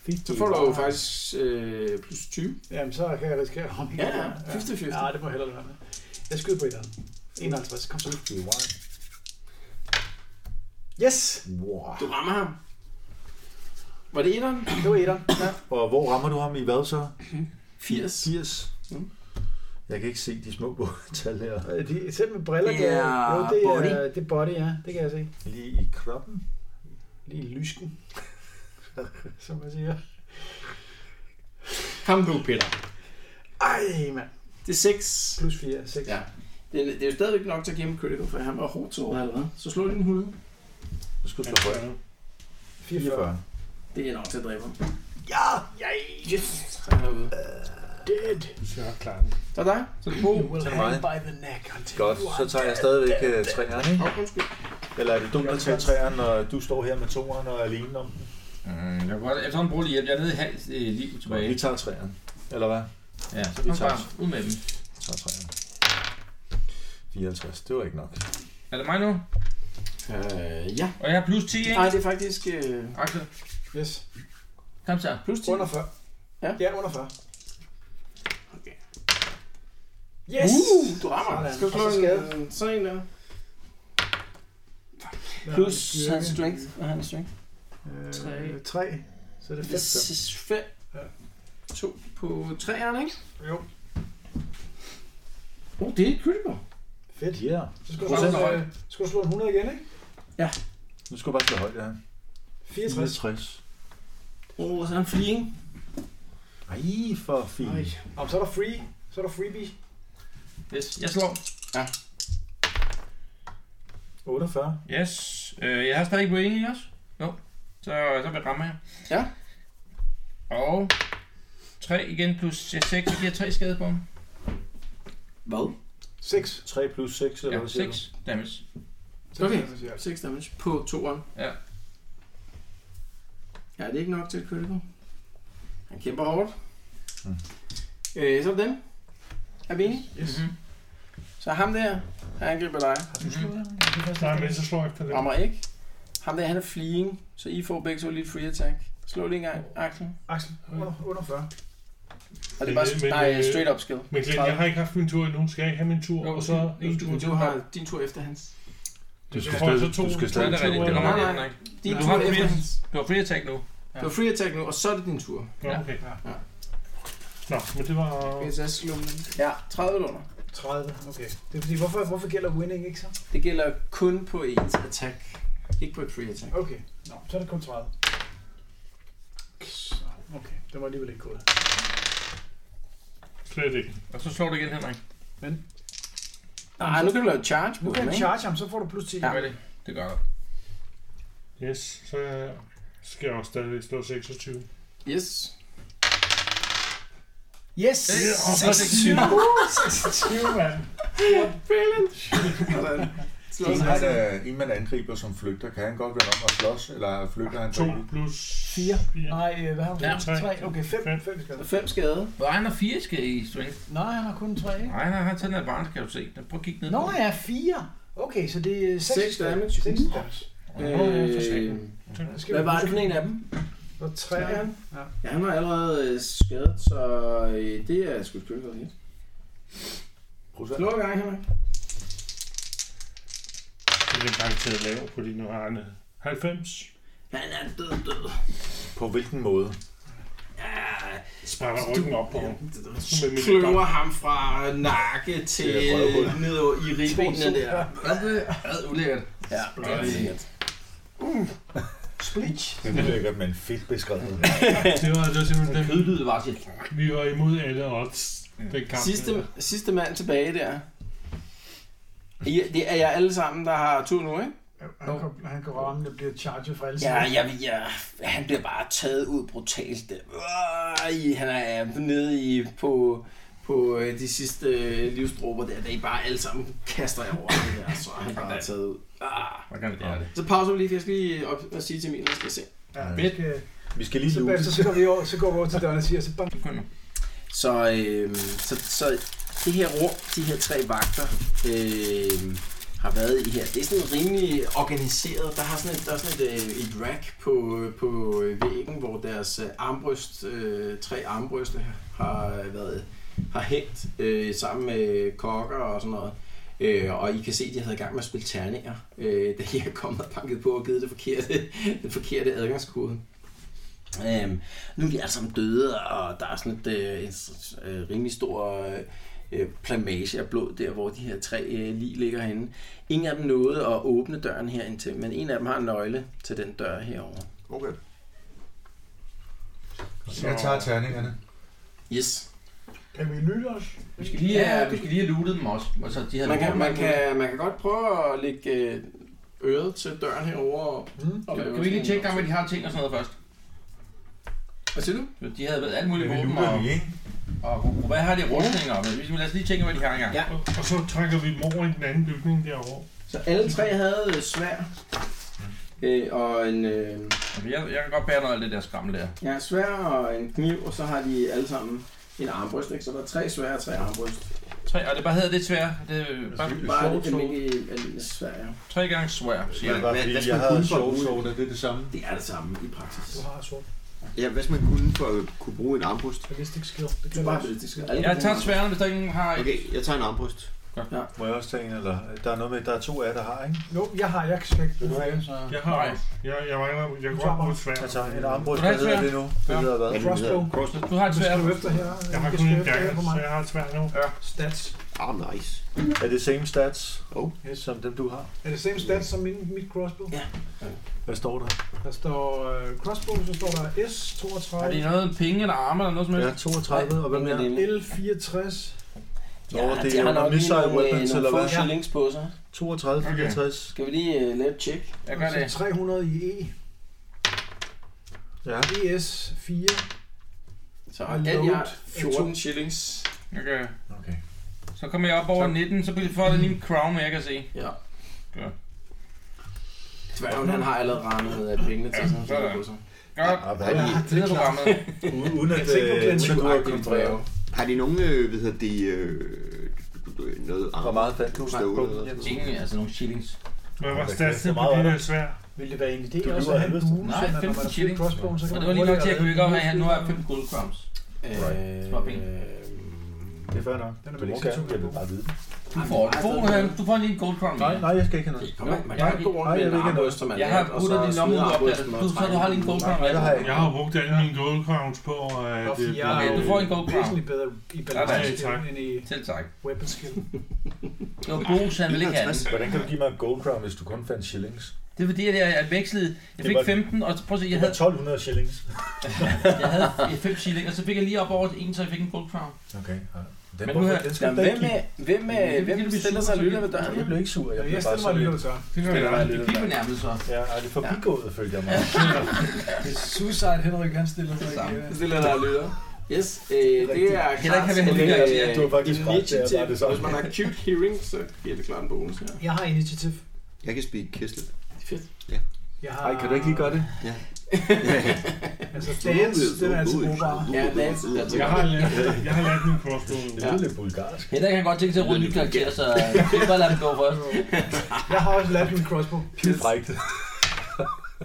C: 10.
B: Så får du jo faktisk øh, plus 20.
C: Jamen, så kan jeg risikere at ramme
B: Ja,
C: hele
B: ja.
C: vejen.
B: 50-50.
C: Ja, det må jeg hellere lade være med. Jeg skyder på etteren. 51. Kom så. Yes!
F: Wow.
B: Du rammer ham. Var det etteren?
C: Det var etteren. Ja.
F: Og hvor rammer du ham i hvad så?
B: 80.
F: 80.
B: Mm.
F: Jeg kan ikke se de små tal her.
C: Øh, De, selv med briller,
B: Det
C: det er,
B: er
C: jo, det
B: body.
C: er, det er body, ja. Det kan jeg se.
F: Lige i kroppen.
C: Lige i lysken. (laughs) Som man siger.
B: Kom nu, Peter.
C: Ej, mand.
B: Det er 6.
C: Plus 4, 6.
B: Ja. Det er, det er jo stadigvæk nok til at give ham critical, for han var hårdt såret allerede. Så slå din hud.
F: Du skal slå højt.
C: 44.
F: 44.
B: Det er nok til at dræbe ham.
C: Ja! Ja! Yes!
B: Så er han herude.
C: Dead!
D: Du skal nok klare den.
B: Så er der. Så er det Bo.
C: Will
F: mig.
C: hang by the neck until
F: Godt,
C: you
F: så
C: are
F: tager jeg
C: dead.
F: stadigvæk øh, træeren, ikke?
B: Hov, undskyld.
F: Eller er det dumt at tage træeren, når du står her med toeren og er alene om den?
G: Mm, jeg kan godt efterhånden bruge lige hjælp. Jeg er nede i halvt øh, liv tilbage.
F: Vi tager træeren. Eller hvad?
G: Ja, så
F: vi
G: kom
F: tager
G: bare ud med dem.
F: Vi tager træeren. 54, det var ikke nok.
G: Er det mig nu?
B: Øh, ja.
G: Og jeg har plus 10, ikke?
B: Nej, det er faktisk øh,
G: Axel,
C: Yes.
G: kom så.
B: plus 10.
C: Under 40.
B: Ja.
C: Ja, under 40. Okay. Yes!
B: Uh, du rammer.
C: Sådan.
B: Skal du
C: Og
B: slå
C: så skade.
B: en, sådan en der.
C: Hvad har
B: Plus
C: vi?
B: hans strength. Hvad har hans strength?
C: Øh, 3. Så er det
B: Det
C: 5.
B: er 5.
C: Ja.
B: 2 på 3'eren, ikke?
C: Jo.
B: Oh, det er et critical.
C: Fedt.
F: Yeah.
C: Så skal du slå, øh, skal du slå en 100 igen, ikke?
B: Ja.
F: Nu skal du bare slå højt, ja.
C: 64.
F: 64.
B: Åh, oh, så er han fleeing.
F: Ej, for fint.
C: Nej. Om så er der free. Så er der freebie.
G: Yes, jeg slår.
F: 48.
G: Yes. Øh, jeg har stadig point, ikke også? Jo. Så, så vil jeg ramme her.
B: Ja.
G: Og 3 igen plus 6, det giver 3 skade på ham.
B: Hvad?
C: 6.
F: 3 plus 6, eller
G: Ja,
F: hvad siger
G: 6 damage.
B: Okay. 6 damage på toeren.
G: Ja.
B: Ja, det er ikke nok til et critical. Han kæmper hårdt.
F: Mm.
B: Øh, så er det dem. Er vi enige?
C: Yes.
D: Mhm.
G: Mm-hmm.
B: Så ham der, han angriber dig.
D: Nej, men så slår jeg ikke på det.
B: Rammer ikke. Ham der, han er fleeing, så I får begge to lige et free attack. Slå lige en gang, Axel.
C: Axel, under, under 40.
B: Og det er bare
D: Men, men,
B: nej,
D: øh,
B: straight up skill.
D: Men Glenn, jeg har ikke haft min tur endnu. Skal jeg ikke have min tur?
G: Jo,
D: og så
G: din-
D: en
G: din
D: tur.
B: Men du har din tur efter hans.
F: Du skal
D: Jeg får
F: stadig,
D: så to.
F: du skal
G: Så er
F: stadig
G: det rigtigt. Det
B: Nej, nej.
G: kommer den, ikke?
B: Din
G: Du
B: tur
G: har
B: efter
G: free-
B: hans.
G: Du har free attack nu.
B: Det var free attack nu, og så er det din tur.
D: Nå, okay.
C: Ja.
B: Ja.
D: Nå, men det var...
B: Okay, så slå Ja, 30 dollar.
C: 30. Okay. Det er fordi, hvorfor, hvorfor gælder winning ikke så?
B: Det gælder kun på ens attack. Ikke på et free attack.
C: Okay. Nå, så er det kun 30. Så, okay. Det var alligevel ikke gået.
D: Slet ikke.
G: Og så slår du igen, Henrik.
B: Nej, nu kan du lave charge på
C: Nu kan
B: den,
C: jeg
B: ikke?
C: charge ham, så får du plus 10.
G: Ja. Gør det. Det gør du.
D: Yes, så skal jeg også stadigvæk slå 26.
B: Yes.
C: Yes!
G: Det er også
C: 26.
D: 26, mand.
B: Sådan. Slå
F: En
B: sig.
F: man, øh, en man angriber, som flygter, kan han godt være om at slås, eller flygter han
D: 2
F: bare ud?
D: plus...
C: Fire.
D: 4.
C: Nej, øh, hvad har
G: Ja,
C: han?
D: tre.
C: 3. Okay, 5.
D: Fem.
C: 5 skal der.
B: 5 skade.
G: Hvor han har 4 skal i strength.
C: Nej, han har kun 3, ikke?
G: Nej, nej, han tager den her barn, kan du se. Den- Prøv at kigge ned.
C: Nå
G: på den.
C: ja, 4. Okay, så det er 6.
B: Seks damage.
C: 6 damage.
D: for
B: Øh,
D: satan.
C: Der skal
B: hvad
C: vi
B: var det
C: huske,
B: for en af dem?
C: Der var 3.
B: Ja.
C: Ja.
B: Ja, han var allerede øh, skadet, så øh, det er sgu et critical hit.
F: Procent.
B: Slå i gang, Henrik.
D: Det er garanteret lav, fordi nu har han øh, 90.
B: Han er død, død.
F: På hvilken måde?
B: Ja,
D: Sparker ryggen op på ham. Med mit
B: kløver ham fra nakke til
F: Til røvhul.
B: ned i ribbenene der.
G: Ad, øh, Ad, ulækkert.
B: Ja,
C: Bleach.
F: Det er lækkert, men fedt beskrevet.
D: Det var, det var simpelthen det.
G: Kødlydet var til.
D: Vi var imod alle odds. Den kamp.
B: sidste, sidste mand tilbage der. I, det er jer alle sammen, der har tur nu, ikke?
C: Ja, Han kan, han kan ramme, det bliver charge fra alle
B: Ja,
C: sider.
B: jeg, jeg, han bliver bare taget ud brutalt. der. Øh, I- Han er nede i, på, på øh, de sidste øh, livsdråber der, der I bare alle sammen kaster jer over det der, så er han bare taget ud. Ah.
G: Hvordan det er det?
B: Så pauser vi lige, for jeg skal lige op og sige til Emil, at jeg skal se.
C: Ja, vi skal,
F: Vi skal lige
C: så
F: lute.
C: bagefter så går vi over, så går vi over til døren og siger, så bang.
G: Begynder.
B: Så, øh, så, så det her rum, de her tre vagter, øh, har været i her. Det er sådan rimelig organiseret. Der, har sådan et, der er sådan et, øh, et rack på, øh, på øh, væggen, hvor deres øh, armbryst, øh, tre armbryster har været har hængt øh, sammen med kokker og sådan noget. Øh, og I kan se, at de havde i gang med at spille terninger, øh, da de er kommet og banket på og givet det forkerte, (laughs) den forkerte adgangskode. Øhm, nu er de alle sammen døde, og der er sådan et, øh, en s- øh, rimelig stor øh, øh, plamage af blod der, hvor de her tre øh, lige ligger henne. Ingen af dem nåede at åbne døren her indtil, men en af dem har en nøgle til den dør herover.
E: Okay.
F: Jeg tager terningerne.
B: Yes.
C: Kan vi lytte os?
G: Vi skal lige have, vi skal lige have lootet dem også. Og så de havde
B: Man kan, man kan, man kan godt prøve at lægge øh, øret til døren herover. Og,
C: Mm.
B: og
G: Kan,
B: lave
G: kan vi ikke
B: sådan
G: lige tjekke
B: en-
G: gang, hvad de har ting og sådan noget først?
B: Hvad siger du?
G: For De havde været alt muligt
F: Vi
G: våben
F: luter
G: og,
F: lige, ikke?
G: og, og, hvad har de rustninger? Men vi skal- lad os lige tjekke, hvad de har engang.
B: Ja.
D: Og, og så trækker vi dem over i den anden bygning derovre.
B: Så alle tre havde øh, svær. Øh, og en, øh,
G: Altså, Jeg, jeg kan godt bære noget af det der skræmmel der.
B: ja, svær og en kniv, og så har de alle sammen en armbryst. Ikke? Så der er tre svær og tre armbryst.
G: Tre, og det bare hedder det svært. Det er bare
B: Bare det almindelige, almindelige svær, ja.
G: tre gange svært.
E: Ja,
F: Ja,
E: hvad-
F: hvad,
E: hvad
F: hvad,
E: skal
F: jeg
E: man
F: havde
E: kunne for
F: sjov
E: at bruge-
F: zone, det er det samme.
B: Det er det samme i praksis.
C: Du har sort.
E: Ja, hvad skal man kunne for at kunne bruge en armbrust?
C: Ballistic skill. Det
B: Du
C: kan
B: er
C: bare
B: bare ballistisk. Alle
G: Jeg
B: kan
G: tager
B: bruge
G: sværen, hvis der ikke er nogen har et.
E: Okay, jeg tager en armbrust.
F: Må jeg også tage en, eller? Der er noget med, der er to af jer, der har, ikke?
C: Jo, jeg har, jeg skal ikke.
F: du have en?
C: Så...
D: Jeg har
G: Nej.
D: også. Jeg, jeg, jeg, jeg kan
C: tager
D: godt bruge et
F: Jeg
D: sværd.
F: tager en armbryst,
G: Hvordan
F: hvad hedder
G: svært?
F: det nu? Det
G: Ja.
F: hedder hvad?
E: Hvad er det, den
C: Crossbow.
E: hedder? Crossbow.
G: Du har et
C: Du
G: svært.
C: skal jo efter her.
D: Jeg har
C: Vi
D: kun
C: skal
D: en
C: efter her
D: dagger,
C: på
D: så
C: mig.
D: jeg har et sværd nu.
C: Stats.
E: Ah, oh, nice.
F: Er det same stats,
E: Oh.
F: yes. som dem du har?
C: Er det same stats som min, mit crossbow?
B: Ja.
F: Hvad står der?
C: Der står øh, crossbow, så står der S32,
G: Er det noget penge eller arme eller noget som helst?
F: Ja, 32, og hvad mere?
C: L64.
F: Nå, det er jo under missile
B: øh,
F: weapons, eller hvad?
B: Ja. links på sig.
F: 32,
G: Okay.
F: 64.
B: Skal vi lige øh, lave et tjek?
G: Jeg gør det.
C: Så 300 i E,
F: Ja.
C: ES4.
B: Så
C: Og
B: alt i
C: load
B: alt 14 shillings.
G: Okay.
F: Okay.
G: Så kommer jeg op over 19, så får jeg lige en crown, jeg kan se.
B: Ja.
G: Ja.
B: Dværgen, han har allerede regnet af pengene til sådan
G: sådan.
B: noget på sig.
G: Godt.
F: Ah, hvad
G: Det
F: er
G: er
F: det?
G: programmet.
F: Uden- Uden at...
C: tænkte på
F: øh,
C: Glenn
F: uden at du har
B: Agtig
F: kontrolleret.
B: dværg.
E: Har de nogen, øh, hvad hedder det, øh, noget arm?
F: Hvor meget fandt du?
E: Stål eller sådan noget?
G: Ingen, altså nogle shillings.
D: Hvad var
F: Okay.
D: statsen
F: Hvor
D: på
F: meget var
D: de
F: der?
D: der svær?
C: Vil det være en idé
F: Du
C: også
F: lyver
C: at have en
F: helvede.
C: bue,
G: Nej,
C: sådan at når
G: 15
C: man har spillet
G: shillings.
C: crossbow, så kan
G: Og det
C: man
G: var lige nok til, at jeg kunne
C: hurtigt
G: ikke op,
C: lave
G: at
C: en
G: jeg nu
C: bue.
G: har 5 gold crowns.
B: Øh,
G: Små penge.
F: Det er fair nok.
C: Den er vel ikke
F: Du må
C: så
F: gerne,
C: tung.
F: jeg vil bare vide.
G: Du får, du får, du får lige en gold crown.
F: Nej,
G: mere.
F: nej, jeg skal ikke have noget.
B: Kom man, man
G: Jeg-
B: kan ikke gå rundt
F: nej,
B: med
F: jeg
B: en
F: vil ikke have
B: armbøst, som man
G: Jeg
B: har,
G: har
B: lært, og
G: puttet
B: så
G: din
B: smide
G: lomme op der,
B: armbøsten og
G: du, så
B: trække
G: du har lige en
B: den.
G: gold crown. med.
F: Nej, det har jeg ikke.
D: Jeg har jo brugt alle mine gold crowns på, og øh,
C: Hvorfor
D: det
C: jeg-
G: Okay, du får en gold crown.
C: væsentligt bedre i
G: Nej,
C: balance
D: nej, tak.
C: end i
G: Selv tak.
C: weapon skill.
G: Det var god, så han ville ikke have den.
F: Hvordan kan du give mig en gold crown, hvis du kun fandt shillings?
G: Det er fordi, at jeg jeg vekslede. Jeg
F: Det
G: fik
F: var-
G: 15, og så- prøv at se,
F: Jeg
G: jeg
F: havde
G: havde,
F: 1200 shillings.
G: jeg havde 5 shilling, og så fik jeg lige op over en, så jeg fik en gold crown.
F: Okay, ja. Den,
G: Men
F: men
G: nu
F: nu
G: her-
F: den skal
B: Jamen,
F: du da
B: hvem,
F: ikke give.
B: er- hvem, er-
G: Det
B: hvem
G: bliver
B: stiller
G: super,
B: sig og
G: så
B: lytter ved
G: bliver-
B: døren?
F: Jeg blev ikke sur, jeg
C: Jeg,
F: blev
C: jeg stiller
F: bare
C: mig
F: sådan
C: lige ud
F: lidt...
C: til.
D: det gør
B: Stiller
D: jeg.
B: mig
G: Du
B: lidt
G: fik
B: ved
G: benærmet så.
F: Ja, ej, det er forbigået, følte jeg mig.
C: Suicide Henrik, han stiller sig.
G: Samme.
C: ikke,
B: døren.
C: øh.
B: Stiller dig og lytter. Yes, øh, det er
G: Heller ikke
B: klart
G: have været heldig,
B: sådan,
G: altså, ja.
B: øh,
F: Du har faktisk ret, det er
B: initiativ.
F: bare det samme.
B: Hvis man har cute hearing, så giver det klart en bonus
F: øh.
B: her.
C: Jeg har initiativ.
E: Jeg kan spille kæsle.
B: Fedt.
C: Jeg har...
F: Ej, kan du ikke lige gøre det?
C: (laughs) Altså, dance, den er altid brugbar.
B: Ja, Nancy, jeg
D: Jeg
B: tænker.
D: har lært, jeg har lært min crossbow.
F: Det lyder lidt bulgarsk.
G: Henrik kan godt tænke sig at rulle nyt karakter, så øh, jeg skal bare lade dem gå først.
C: Jeg har også lært min crossbow.
F: Det er frækt.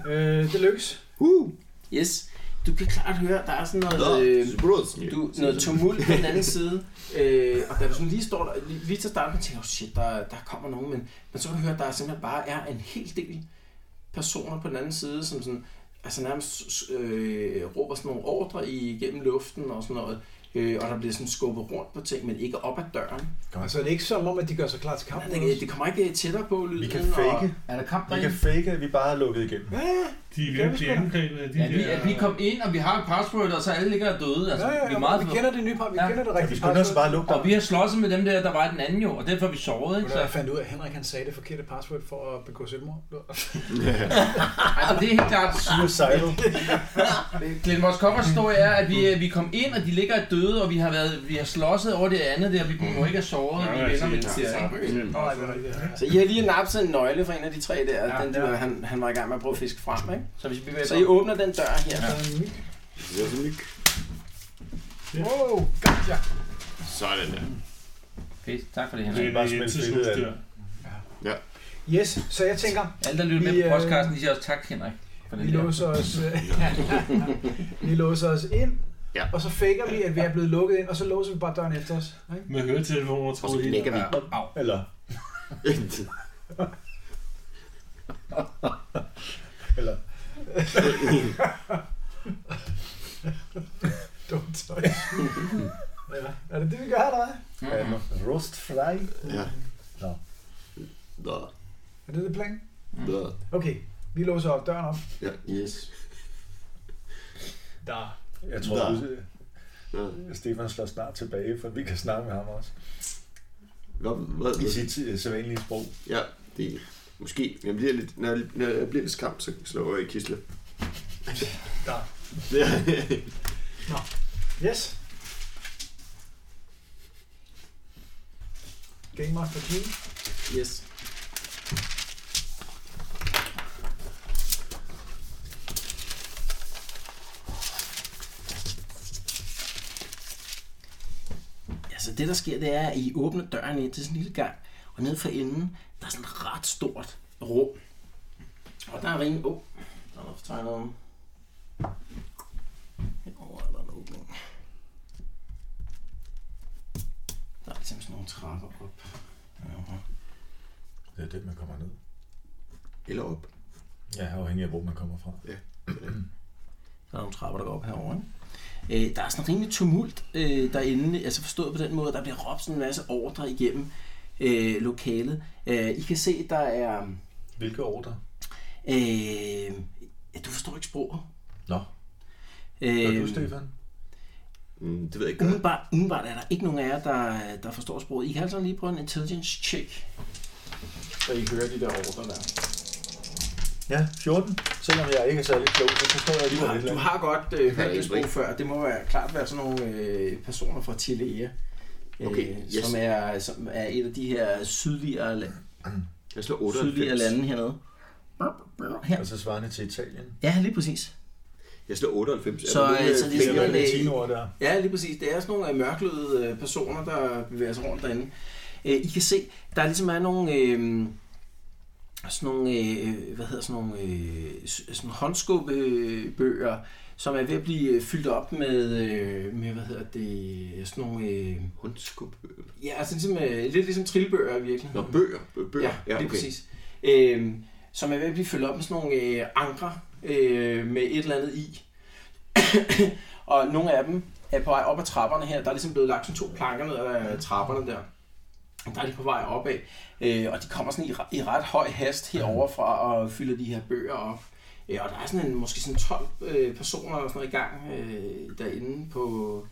C: Øh, det lykkes.
E: Uh,
B: Yes, du kan klart høre, der er sådan
E: nå,
B: noget... Øh,
E: brøds.
B: du, noget tumult på den anden side. Øh, og da du sådan lige står der, lige- lige til starten, tænker du, shit, der, der kommer nogen, men, men så kan du høre, at der simpelthen bare er en hel del personer på den anden side, som sådan, altså nærmest øh, råber sådan nogle ordre igennem luften og sådan noget. Øh, og der bliver sådan skubbet rundt på ting, men ikke op ad døren.
C: Altså, det er ikke som om, at de gør sig klar til kampen.
B: Men det, det kommer ikke øh, tættere på lyden.
F: Vi kan
B: og-
F: fake,
G: Er der kamp
F: vi kan
G: derinde?
F: fake, at vi bare er lukket igennem.
D: De er ved at blive angrebet af de
G: Ja, vi,
D: der...
G: at vi kom ind, og vi har et password, og så alle ligger og døde. Altså,
C: Ja, ja,
G: vi
C: ja,
G: er meget
C: vi kender det nye par, vi
G: Ja.
C: kender det
F: Ja, vi
C: rigtige
F: skynder os bare at lukke
G: Og
F: dig.
G: vi har slåsset med dem der, der var i den anden jo, og derfor er vi såret, ikke? Så,
C: Jeg fandt ud af, at Henrik han sagde det forkerte password for at begå selvmord.
G: altså, det er helt klart.
F: Suicidal.
G: Glenn Moss Coppers historie er, at vi, øh, vi kom ind, og de ligger og døde, og vi har, været, vi har slåsset over det andet der, vi må ikke have såret, og vi
D: altså,
G: vender med det der, ikke?
C: Nej, det er rigtigt.
B: Så I har lige napset en nøgle fra en af de tre der,
G: Ja,
B: ja, den der han, han var i gang med at prøve at fiske frem, ikke?
G: Så hvis vi bevæger
B: Så I åbner den dør her.
C: Ja.
E: (laughs) Det er sådan myg.
C: Wow, gotcha.
E: Sådan der.
G: Okay, tak for det,
D: Det
G: Henrik.
D: er bare smidt billedet af
C: Yes, så jeg tænker,
G: Alle, der lytter
C: Vi,
G: med på
C: øh,
G: podcasten, de siger også tak, Henrik. For
C: vi
G: den der.
C: låser os, øh, (laughs) vi låser os ind,
E: Ja.
C: og så faker vi, at vi er blevet lukket ind, og så låser vi bare døren efter os. Ikke?
D: Med høretelefoner,
E: Og så
D: tror jeg.
E: knækker
C: (laughs)
E: vi.
G: Au.
F: Eller, eller.
C: Dumt tøj. ja. Er det det, vi gør, eller hvad?
G: Mm-hmm.
F: Um, rostfrei.
E: ja.
F: Nå.
E: Nå.
C: Er det det plan?
E: Nå.
C: Okay, vi låser op døren op.
E: Ja. Yes.
C: Der.
F: Jeg tror,
E: Nå.
F: du-
E: Nå.
F: Stefan slår snart tilbage, for vi kan snakke med ham også.
E: Nå, hvad?
F: I sit øh, sædvanlige sprog.
E: Ja, det er... Måske. Jeg bliver lidt, når, jeg, når jeg bliver lidt skræmt, så slår jeg i kisle.
C: Der.
E: Ja.
C: Yes. Game Master King.
B: Yes. Altså det, der sker, det er, at I åbner døren ind til sådan en lille gang, og nede for enden, der er sådan et ret stort rum. Og der er rimelig... Åh, oh, der er noget tegnet om. Herovre er der en åbning. Der er ligesom sådan nogle trapper op. Herovre.
F: Det er det, man kommer ned.
E: (laughs) Eller op.
F: Ja, afhængig af, hvor man kommer fra.
B: Der er nogle trapper, der går op herovre. Øh, der er sådan rimelig tumult øh, derinde, altså forstået på den måde, at der bliver råbt sådan en masse ordre igennem øh, lokalet. Øh, I kan se, der er...
I: Hvilke ordre?
B: Øh, du forstår ikke sproget.
I: Nå. Gør du,
B: Øh,
I: Stefan?
E: Mm, det ved jeg ikke. Gør.
B: umiddelbart, umiddelbart er der ikke nogen af jer, der, der forstår sproget. I kan altså lige prøve en intelligence check.
C: Så I hører de der ordre der.
F: Ja, 14.
I: Selvom jeg ikke er særlig klog, så forstår jeg
B: Du
I: alligevel
B: har,
I: lidt.
B: du har godt øh, hørt
E: jeg
B: det sprog
E: ikke.
B: før. Det må være, klart være sådan nogle øh, personer fra Tilea, øh,
E: Okay, yes.
B: som, er, som er et af de her sydligere, la-
E: Jeg slår
B: sydligere
E: 98.
B: lande hernede. Her.
I: Altså svarende til Italien.
B: Ja, lige præcis.
E: Jeg slår 98. Er
B: Så,
E: der nogen,
B: øh, så
E: øh,
B: det er sådan
E: flere?
B: nogle, øh,
I: Ord der.
B: Ja, lige præcis. Det er sådan nogle øh, mørklødede øh, personer, der bevæger sig rundt derinde. Øh, I kan se, der ligesom er nogle... Øh, sådan nogle, øh, hvad hedder sådan nogle øh, s- sådan håndskubbebøger, som er ved at blive øh, fyldt op med, øh, med hvad hedder det, sådan nogle, øh,
E: Håndskub.
B: ja, altså ligesom, øh, lidt ligesom trillebøger i
E: Nå,
B: virkeligheden.
E: bøger. Bøger.
B: Ja, ja okay. lige præcis. Øhm, som er ved at blive fyldt op med sådan nogle øh, ankre øh, med et eller andet i. (coughs) og nogle af dem er på vej op ad trapperne her. Der er ligesom blevet lagt sådan to planker ned ad øh, trapperne der. Og Der er de på vej opad. Øh, og de kommer sådan i, re- i ret høj hast herover fra og fylder de her bøger op. Øh, og der er sådan en, måske sådan 12 øh, personer eller sådan noget i gang øh, derinde på,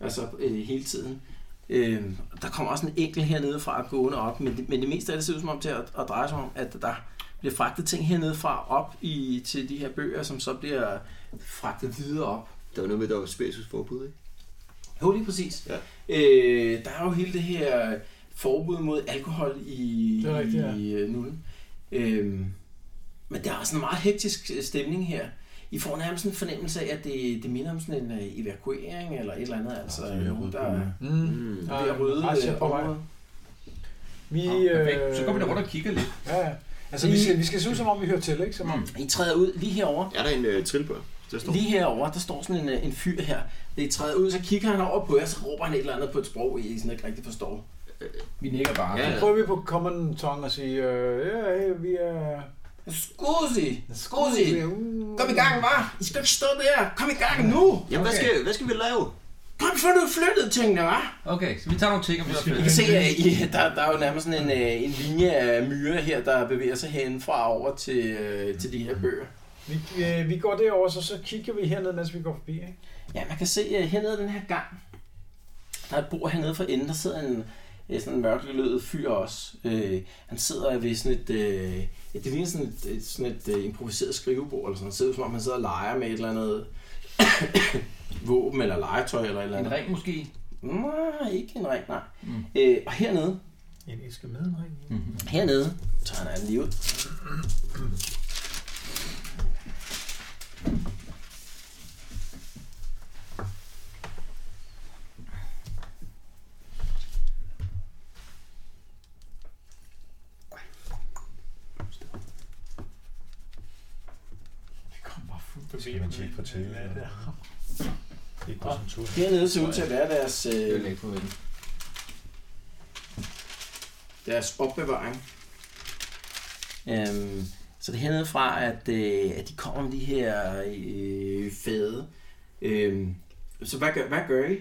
B: altså øh, hele tiden. Øh, der kommer også en enkelt hernede fra gående op, men det, men det meste af det ser ud som om til at, at dreje sig om, at der bliver fragtet ting hernede fra op i, til de her bøger, som så bliver fragtet videre op.
E: Der var noget med, der var spiritusforbud, ikke?
B: Jo, lige præcis.
E: Ja.
B: Øh, der er jo hele det her forbud mod alkohol i,
C: Det er rigtigt, ja.
B: i øh, nullen. Øhm, men der er sådan en meget hektisk øh, stemning her. I får nærmest en fornemmelse af, at det, det minder om sådan en øh, evakuering eller et eller andet. Altså,
F: det er
B: nogen,
F: røde
B: der
F: byer.
B: er
C: Mm.
E: Mm.
B: ved at rydde
C: Razzia
B: øh,
C: på vej.
B: området.
C: Vi, øh,
G: Perfekt. Så går vi da rundt og kigger lidt.
C: Ja, ja. Altså, vi skal, vi skal se ud, som om vi hører til, ikke? Som om.
B: I træder ud lige herover.
E: Er der en øh, trillebør? Der står.
B: Lige herover, der står sådan en, øh, en fyr her. Da I træder ud, så kigger han over på jer, så råber han et eller andet på et sprog, I sådan ikke rigtig forstår.
G: Vi nikker bare.
E: Ja,
C: Så prøver vi på common tongue og sige, øh, ja, hey, vi er... uh.
B: Skusi! Skusi! Kom i gang, var! I skal ikke stå der! Kom i gang nu!
E: Jamen, hvad
G: Okay.
E: skal, hvad skal vi lave?
B: Kom, få nu flyttet tingene, var!
G: Okay, så vi tager nogle ting, og vi
D: skal-
B: I
G: også
B: kan se, at I, (laughs) der, der er jo nærmest sådan en, øh, en linje af myrer her, der bevæger sig henfra over til, øh, til de her bøger.
C: Mhm. Vi, øh, vi går derover, så, så kigger vi herned, mens vi går forbi, ikke?
B: Ja, man kan se uh, hernede ad den her gang. Der er et bord hernede for enden, der sidder en, øh, sådan en mørkelødet fyr også. Øh, han sidder ved sådan et, øh, ja, det ligner sådan et, et, sådan et øh, improviseret skrivebord, eller sådan. Det ser ud som om, han sidder og leger med et eller andet (coughs) våben eller legetøj eller et eller
G: en
B: andet.
G: ring måske.
B: Nej, ikke en ring, nej.
G: Mm.
B: Øh, og hernede,
I: En æske med en ring.
G: Mm-hmm.
B: hernede, tager han anden lige ud.
F: Skal man tjekke på tale? eller? Ikke på sådan en tur.
B: Hernede ser ud til at være deres,
G: Jeg
B: øh,
G: lægger på den.
B: deres opbevaring. Øhm, så det er hernede fra, at, øh, at de kommer med de her øh, fade. Øhm, så hvad gør, hvad gør I?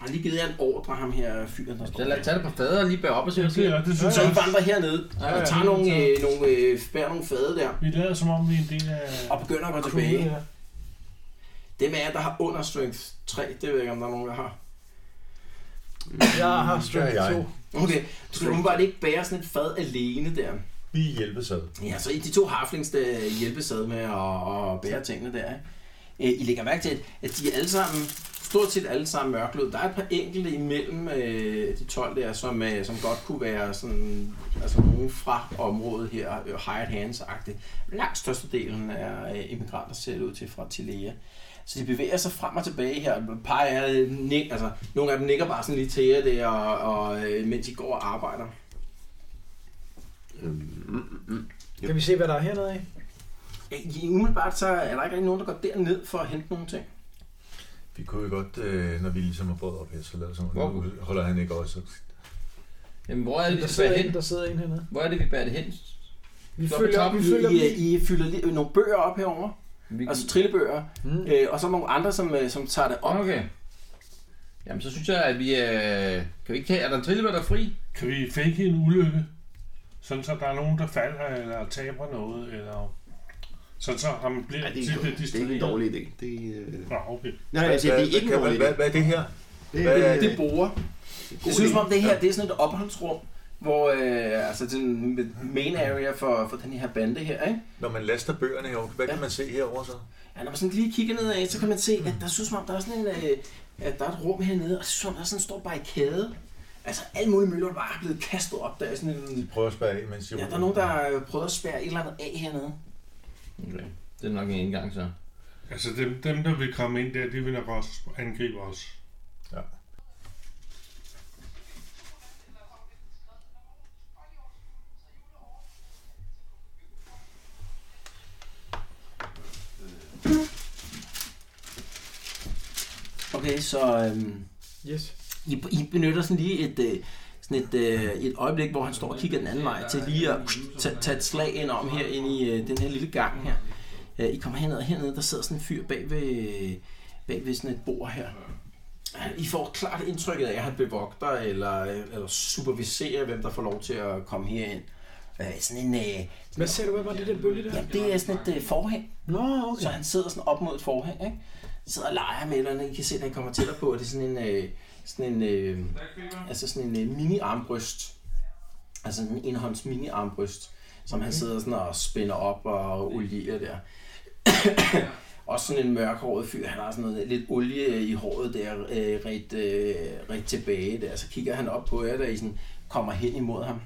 B: Jeg har lige givet jer en ordre, ham her fyren, der står
G: Så lad
B: der.
G: os tage det på fader og lige bære op og se, hvad
D: Jeg
G: der
D: siger,
G: sker.
D: det synes
B: Så I
D: jeg også.
B: vandrer hernede
D: ja,
B: og tager nogle, øh, nogle, øh, bærer nogle fade der
D: Vi lader som om, vi er en del af...
B: og begynder at gå tilbage. Dem af jer, der har under strength 3, det ved jeg ikke, om der er nogen, der har.
C: Jeg har
I: Det er
C: strength
I: jeg.
C: 2.
B: Okay, så du bare ikke bære sådan et fad alene der.
I: Vi hjælpes ad.
B: Ja, så I- de to harflings, der hjælpes ad med at, at bære tingene der, ikke? Øh, I lægger mærke til, at- at de er alle sammen, stort set alle sammen mørklød. Der er et par enkelte imellem øh, de 12 der, som, øh, som godt kunne være sådan, altså nogen fra området her, øh, hired hands-agtigt. Langt størstedelen er øh, immigranter, ser det ud til, fra Tilea. Så de bevæger sig frem og tilbage her. Et par af jer, øh, nik, altså, nogle af dem nikker bare sådan lige til jer der, og, og, øh, mens de går og arbejder.
C: Kan vi se, hvad der er hernede i?
B: I umiddelbart så er der ikke rigtig nogen, der går derned for at hente nogle ting.
I: Vi kunne jo godt, øh, når vi ligesom har brudt op her, så lader det som om,
G: Hvor-
I: nu holder han ikke også.
G: Jamen, hvor er det,
C: Der
G: vi bærer
C: sidder
G: hen?
C: en, der sidder en hernede.
G: Hvor er det, vi bærer det hen?
C: Vi
G: Står på
C: følger,
G: toppen.
C: vi
B: I,
C: følger dem.
B: I, I fylder lige nogle bøger op herover.
G: Vi,
B: Altså trillebøger.
C: Mm.
B: Øh, og så nogle andre, som, øh, som tager det op.
G: Okay. Jamen, så synes jeg, at vi... Øh, kan vi ikke tage... Er der en trillebør, der er fri?
D: Kan vi fake en ulykke? Sådan så der er nogen, der falder eller taber noget, eller... Sådan så ham bliver
E: Nej,
D: ja,
E: det, er,
D: bliver
E: ikke- det er ikke en
D: distraheret.
E: dårlig idé. Det, øh...
D: Nå, okay.
E: Nej, altså, det er ikke en
I: kan man-
E: dårlig idé.
I: hvad, hvad er det her?
E: Det,
I: hvad-
E: er-
B: Det, det bruger.
E: god
B: Jeg synes,
E: idé.
B: som om det her det er sådan et opholdsrum, hvor øh, altså det er en main area for, for den her bande her, ikke?
I: Når man laster bøgerne herovre, hvad kan
B: Ja.
I: man se herover så?
B: Ja, når man sådan lige kigger nedad, så kan man se, at der synes man, der er sådan en, øh, at der er et rum hernede, og så synes man, der er sådan en stor barrikade. Altså, alle mulige møller bare er blevet kastet op. Der er sådan en...
I: Prøv at spørge af, mens jeg...
B: Ja, der er nogen, der har prøvet at spære et eller andet af hernede.
G: Okay. Det er nok en indgang, så.
D: Altså dem, dem, der vil komme ind der, de vil nok også angribe os.
B: Okay, så øhm,
C: Yes.
B: I, I benytter sådan lige et, øh, sådan et, øh, et øjeblik, hvor han står og kigger den anden vej, til lige at pst, tage- tage et slag ind om her, ind i øh, den her lille gang her. Øh, I kommer herned, og hernede, der sidder sådan en fyr bag ved, bag ved sådan et bord her. I får klart indtrykket af, at han bevogter eller, øh, eller superviserer, hvem der får lov til at komme herind. Øh, sådan en, øh,
C: Hvad sagde du, hvad var det der bølge der?
B: ja, det er sådan et øh, forhæng,
C: Nå,
B: så
C: okay.
B: han sidder sådan op mod et forhæng, ikke? Sidder og leger med et eller andet. I kan se, at han kommer tættere på, og det er sådan en, øh, sådan en, øh, altså sådan en øh, mini-armbryst. Altså en enhånds mini-armbryst, som han sidder sådan og spænder op og olierer der. Også sådan en mørkhåret fyr, han har sådan noget lidt olie i håret der, øh, ret, øh, ret tilbage der. Så kigger han op på jer, der I sådan kommer hen imod ham.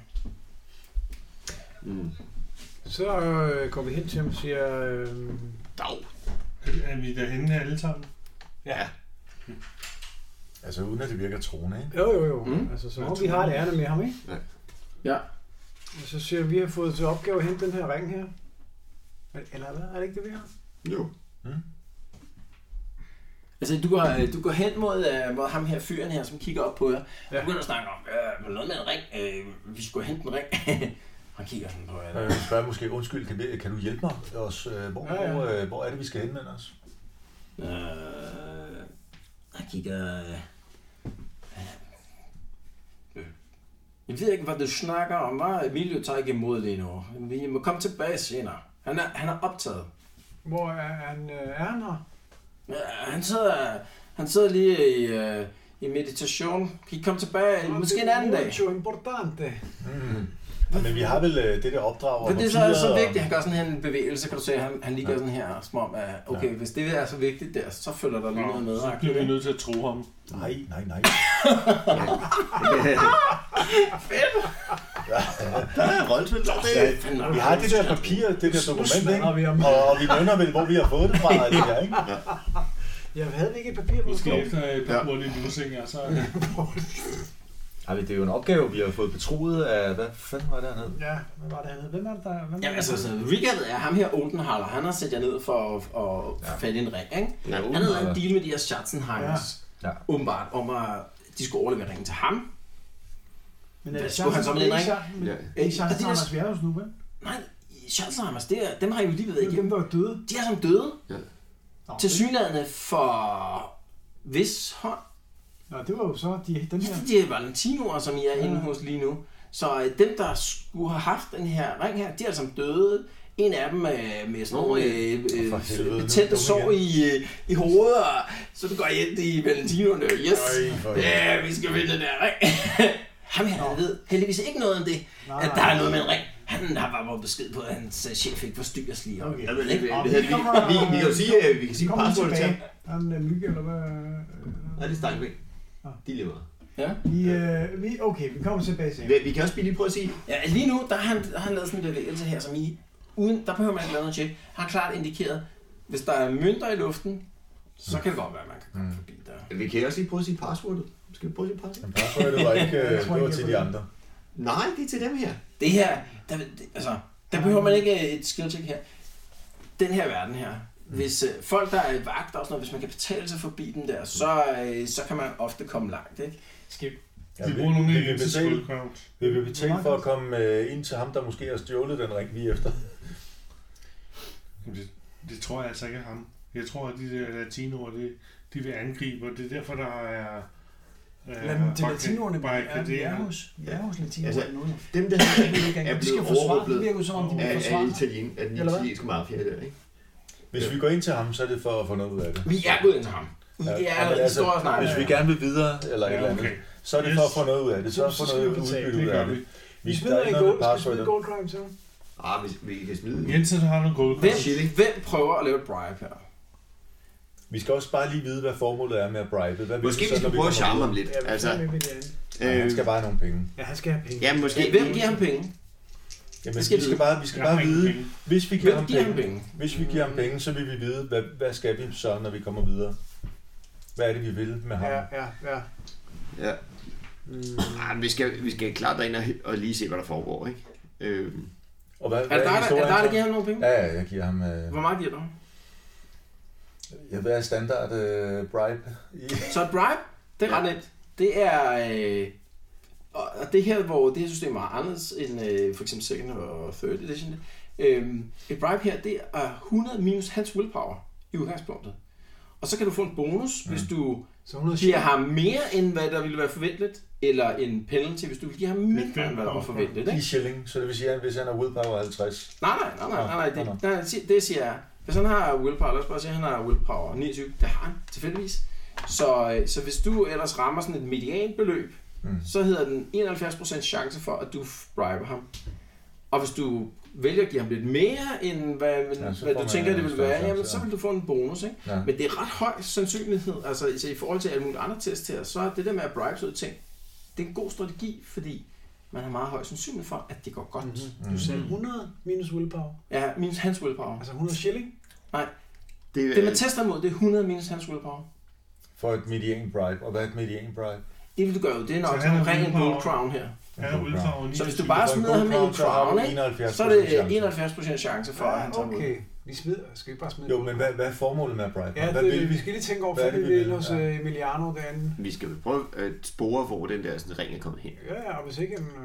C: Så øh, går vi hen til ham og siger... Øh,
D: Er- Er vi derhenne alle sammen?
I: Altså uden at det virker troende, ikke?
C: jo, jo, jo.
B: Mm.
C: Mm. Altså, så vi har et ærne med ham, ikke?
E: Ja.
B: Ja.
C: Og så siger vi, vi har fået til opgave at hente den her ring her. Eller hvad? Er det ikke det, vi har?
E: Jo.
B: Altså, du går, øh, du går hen mod, øh, mod ham her fyren her, som kigger op på jer. Ja. Du
C: Ja.
B: begynder at snakke om, øh, noget med en ring. Øh, vi skulle hente en ring. (laughs) Han kigger sådan på jer.
I: Jeg vil spørge Øh, måske, undskyld, kan, vi, kan du hjælpe mig os? øh, Hvor,
C: Ja, ja.
I: hvor, øh, hvor er det, vi skal henvende os?
B: Øh, han kigger... Øh, øh. jeg ved ikke, hvad du snakker om. Hvad Emilio tager ikke imod lige nu. Vi må komme tilbage senere. Han er, han er optaget.
C: Hvor er han? Øh, er han her?
B: Øh, han, sidder, han sidder lige i, øh, i meditation. Kan I komme tilbage? Måske en anden dag.
C: Det er importante.
I: Mm. Men vi har vel øh, det der opdrag og
B: For det er
I: papirer
B: så, så
I: og-
B: vigtigt, at han gør sådan her en bevægelse, kan du se, han, han lige gør sådan her, som om, at okay, ja. hvis det er så vigtigt der, så følger der lige noget med.
D: så bliver vi nødt til at tro ham.
I: Nej, nej, nej.
E: Der er rollespil. Der
I: Ja,
E: er
I: vi har det der papir, det der dokument, ikke?
C: smadrer vi ham.
I: Og, og vi nævner vel, hvor vi har fået det
E: (laughs)
I: fra, og det der, ikke?
C: Jeg havde ikke et papir på
D: Måske
C: det.
D: efter øh, et par hurtige lusinger, så...
F: Ej, men det er jo en opgave, vi har fået betroet af... Hvad fanden var det, han hed?
C: Ja, hvad var det, han hed? Hvem er det, der? Hvem er
B: Jamen
C: det,
B: altså, så Richard er ham her, Oldenhaller, han har sat jer ned for at, at ja. fatte en ring, ikke?
E: Ja,
B: han havde lavet en deal med de her Schatzenhangers,
F: Ja.
B: ja.
F: Ja.
B: åbenbart, om at de skulle overlevere ringen til ham.
C: Men øh, er det
B: Skulle han så med en ring?
C: Schatzenhammer?
E: Ja.
C: Er det ikke
B: Og det er-
C: Schatzenhammer, vi er hos nu, vel?
B: Nej, Schatzenhangers, det er, dem har I jo lige
C: Det
B: ved
C: er
B: ikke.
C: dem, der var døde.
B: De er som døde,
E: Ja.
C: Nå,
B: til synlædende for hvis hånd,
C: Nå, det var jo så de,
B: (laughs)
C: den her.
B: de er valentinoer, som I er inde hos lige nu. Så øh, dem, der skulle have haft den her ring her, de er altså døde. En af dem øh, med sådan nogle øh,
I: For helvede,
B: øh,
I: nu
B: betændte
I: kom
B: sår i, øh, i hovedet, og så du går ind i Valentinoerne. Yes,
I: Øj, for
B: ja, vi skal vinde den her ring. (laughs) Ham her, han ved heldigvis ikke noget om det,
C: Nej.
B: at der er noget med en ring. Han har bare fået besked på, at hans øh, chef ikke forstyrres lige.
C: Okay.
E: Jeg ved ikke,
C: Nå,
E: hvad det
C: vi
E: hedder. Vi,
C: kommer-
E: vi, vi kan jo sige, øh, vi kan
C: De
E: sige
C: kommer lige
E: password til
C: tilbage.
E: ham.
C: Han er mygge, eller hvad?
E: Nej, det er Steinbeck.
C: Nå.
E: De lever.
C: Vi, øh, vi, okay, vi kommer tilbage senere.
E: Vi, vi kan også lige prøve at sige,
B: Ja, lige nu, der har han, der har han lavet sådan en bevægelse her, som I, uden, der behøver man ikke lave noget tjek, har klart indikeret, hvis der er mønter i luften, så kan det godt være, at man kan
F: Mm.
B: komme forbi der.
E: vi kan også lige prøve at sige passwordet. Skal vi prøve at sige passwordet?
I: Men password, det var ikke øh,
C: Jeg tror
I: det var
C: ikke,
I: til
C: jeg
I: de
C: ved
I: andre.
E: Nej, det er til dem her.
B: Det her, der, det- altså, der behøver man ikke øh, et skill check her. Den her verden her,
F: Mm.
B: hvis øh, folk, der er vagt og sådan noget, hvis man kan betale sig forbi den der, så, øh, så kan man ofte komme langt, ikke?
C: Skib.
I: Ja,
D: Vi
I: vi,
D: bruger nogle
I: vi, vil
D: af til
I: betale,
D: skuldcrowns.
I: vi vil betale for at komme øh, ind til ham, der måske har stjålet den ring lige efter.
D: Det tror jeg altså ikke er ham. Jeg tror, at de der latinoer, de, de vil angribe, og det er derfor, der er... Øh,
C: Lad til latinoerne
D: bare
C: er, vi er hos, vi er hos latinoerne
E: Altså,
C: nu. jo.
E: Dem, der er,
C: De
E: er
C: skal
E: blevet
C: forsvare, det
E: overrumplet
C: virker jo som om, de
E: af,
C: bliver
E: af
C: forsvaret.
E: italien, af den
C: Eller hvad?
E: italienske mafia der, ikke?
F: Hvis vi går ind til ham, så er det for at få noget ud af det.
B: Vi er gået ind til ham. I
F: Ja,
B: er
F: jamen,
B: ja,
F: altså,
B: store snakker.
F: Hvis vi gerne vil videre, eller et
D: Ja,
F: eller andet,
D: okay.
F: så er det for
D: Yes.
F: at få noget ud af det. Så er det for
C: Så skal
F: noget
C: vi betale.
F: udbytte
D: Det
F: ud af
D: gør
F: det.
D: vi.
C: Vi
F: Vi der
C: smider
F: er
C: i
F: ikke
C: gold,
F: noget med
C: skal vi smide
F: password.
C: gold crime så.
E: Ah, hvis vi kan smide den.
D: Jensen har noget gode
B: Hvem,
E: Shilling.
B: hvem prøver at lave et bribe her?
F: Vi skal også bare lige vide, hvad formålet er med at bribe. Hvad vil
E: Måske
F: det så,
E: vi
F: når
E: skal prøve at charme
F: kommer ud?
E: ham lidt.
C: Ja, vi
E: Altså,
C: finder med det andet.
F: Nej,
E: øh,
F: Han skal bare have nogle penge.
C: Ja, han skal have penge.
E: ja, måske.
B: Hvem giver ham penge?
F: Jamen,
B: Det
F: vi
B: skal vi
F: skal
B: vide.
F: bare, vi skal bare vide, hvis vi giver
B: Hvem
F: ham
B: giver ham
F: penge,
B: penge?
F: hvis vi giver ham penge, så vil vi vide, hvad, hvad skal vi så, når vi kommer videre? Hvad er det, vi vil med ham?
C: Ja, ja, ja.
E: Ja.
C: Mm.
E: Ah, men vi skal, vi skal klart derind og, og lige se, hvad der foregår, ikke? Øh,
F: Og hvad,
B: Er
F: hvad
B: det dig, der, er
F: historien
B: det dig, der
F: så?
B: giver ham nogle penge?
F: Ja, ja, jeg giver ham... Øh,
B: Hvor meget giver du? ham?
F: ja, hvad er standard øh, bribe?
B: Så et bribe, det er ret nemt. Det er... Øh, og og det her, hvor det her system er meget anderledes end øh, for eksempel second og third edition. Øh, et bribe her, det er 100 minus hans willpower i udgangspunktet. Og så kan du få en bonus, mm. hvis du
C: Så 100
B: giver ham mere, end hvad der ville være forventet, eller en penalty, hvis du giver ham mindre, end hvad der var forventet. Ikke?
F: I shilling, så det vil sige, at hvis han er willpower 50,
B: Nej, nej, nej, nej, nej, nej,
F: Nå,
B: det, nej, sig- det siger jeg. Hvis han har willpower, lad os bare sige, at han har willpower 29, det har han tilfældigvis. Så, øh, så hvis du ellers rammer sådan et medianbeløb, mm.
F: Mm.
B: så hedder den 71% chance for, at du briber ham. Og hvis du vælger at give ham lidt mere, end hvad, ja,
F: Ja, så
B: hvad
F: får
B: du
F: man
B: tænker,
F: en
B: det vil
F: større
B: være,
F: chance,
B: jamen, så
F: ja.
B: vil du få en bonus. Ikke?
F: Ja.
B: Men det er ret høj sandsynlighed, altså i- så i forhold til alle mulige andre tests her, så er det der med at bribe sådan ting, det er en god strategi, fordi man har meget høj sandsynlighed for, at det går godt. Mm-hmm.
F: Mhm. mm.
C: Du sagde 100 minus willpower.
B: Ja, minus hans willpower.
C: Altså 100 shilling.
E: det,
B: Det man tester mod, det er 100 minus hans willpower.
F: for et median bribe. Og hvad er et median bribe?
B: Det vil du gøre, det er nok
D: Så han har
B: omkring en gold
D: willpower.
B: crown her.
D: Ja, udfarver
B: Så hvis
D: 29.
B: du bare
F: For en
B: smider ham
F: gold
B: med en
F: crown, så har
B: crown,
F: du
B: ikke?
F: 71%
B: så er det øh,
F: chance.
B: 71% chance for, at han tager okay.
C: okay. Vi smider. Skal vi bare smide
F: Jo,
C: gold?
F: men hvad, hvad er formålet med at bribe?
C: Ja,
F: hvad
C: det, vi skal lige tænke over,
F: Hvad
C: for
F: er
C: det
F: det,
C: vi
F: vi
C: vil
F: vil?
C: hos
F: Ja.
C: øh, Emiliano derinde.
E: Vi skal prøve at spore, hvor den der sådan, ring er kommet hen.
C: Ja, ja, og hvis ikke en... Øh,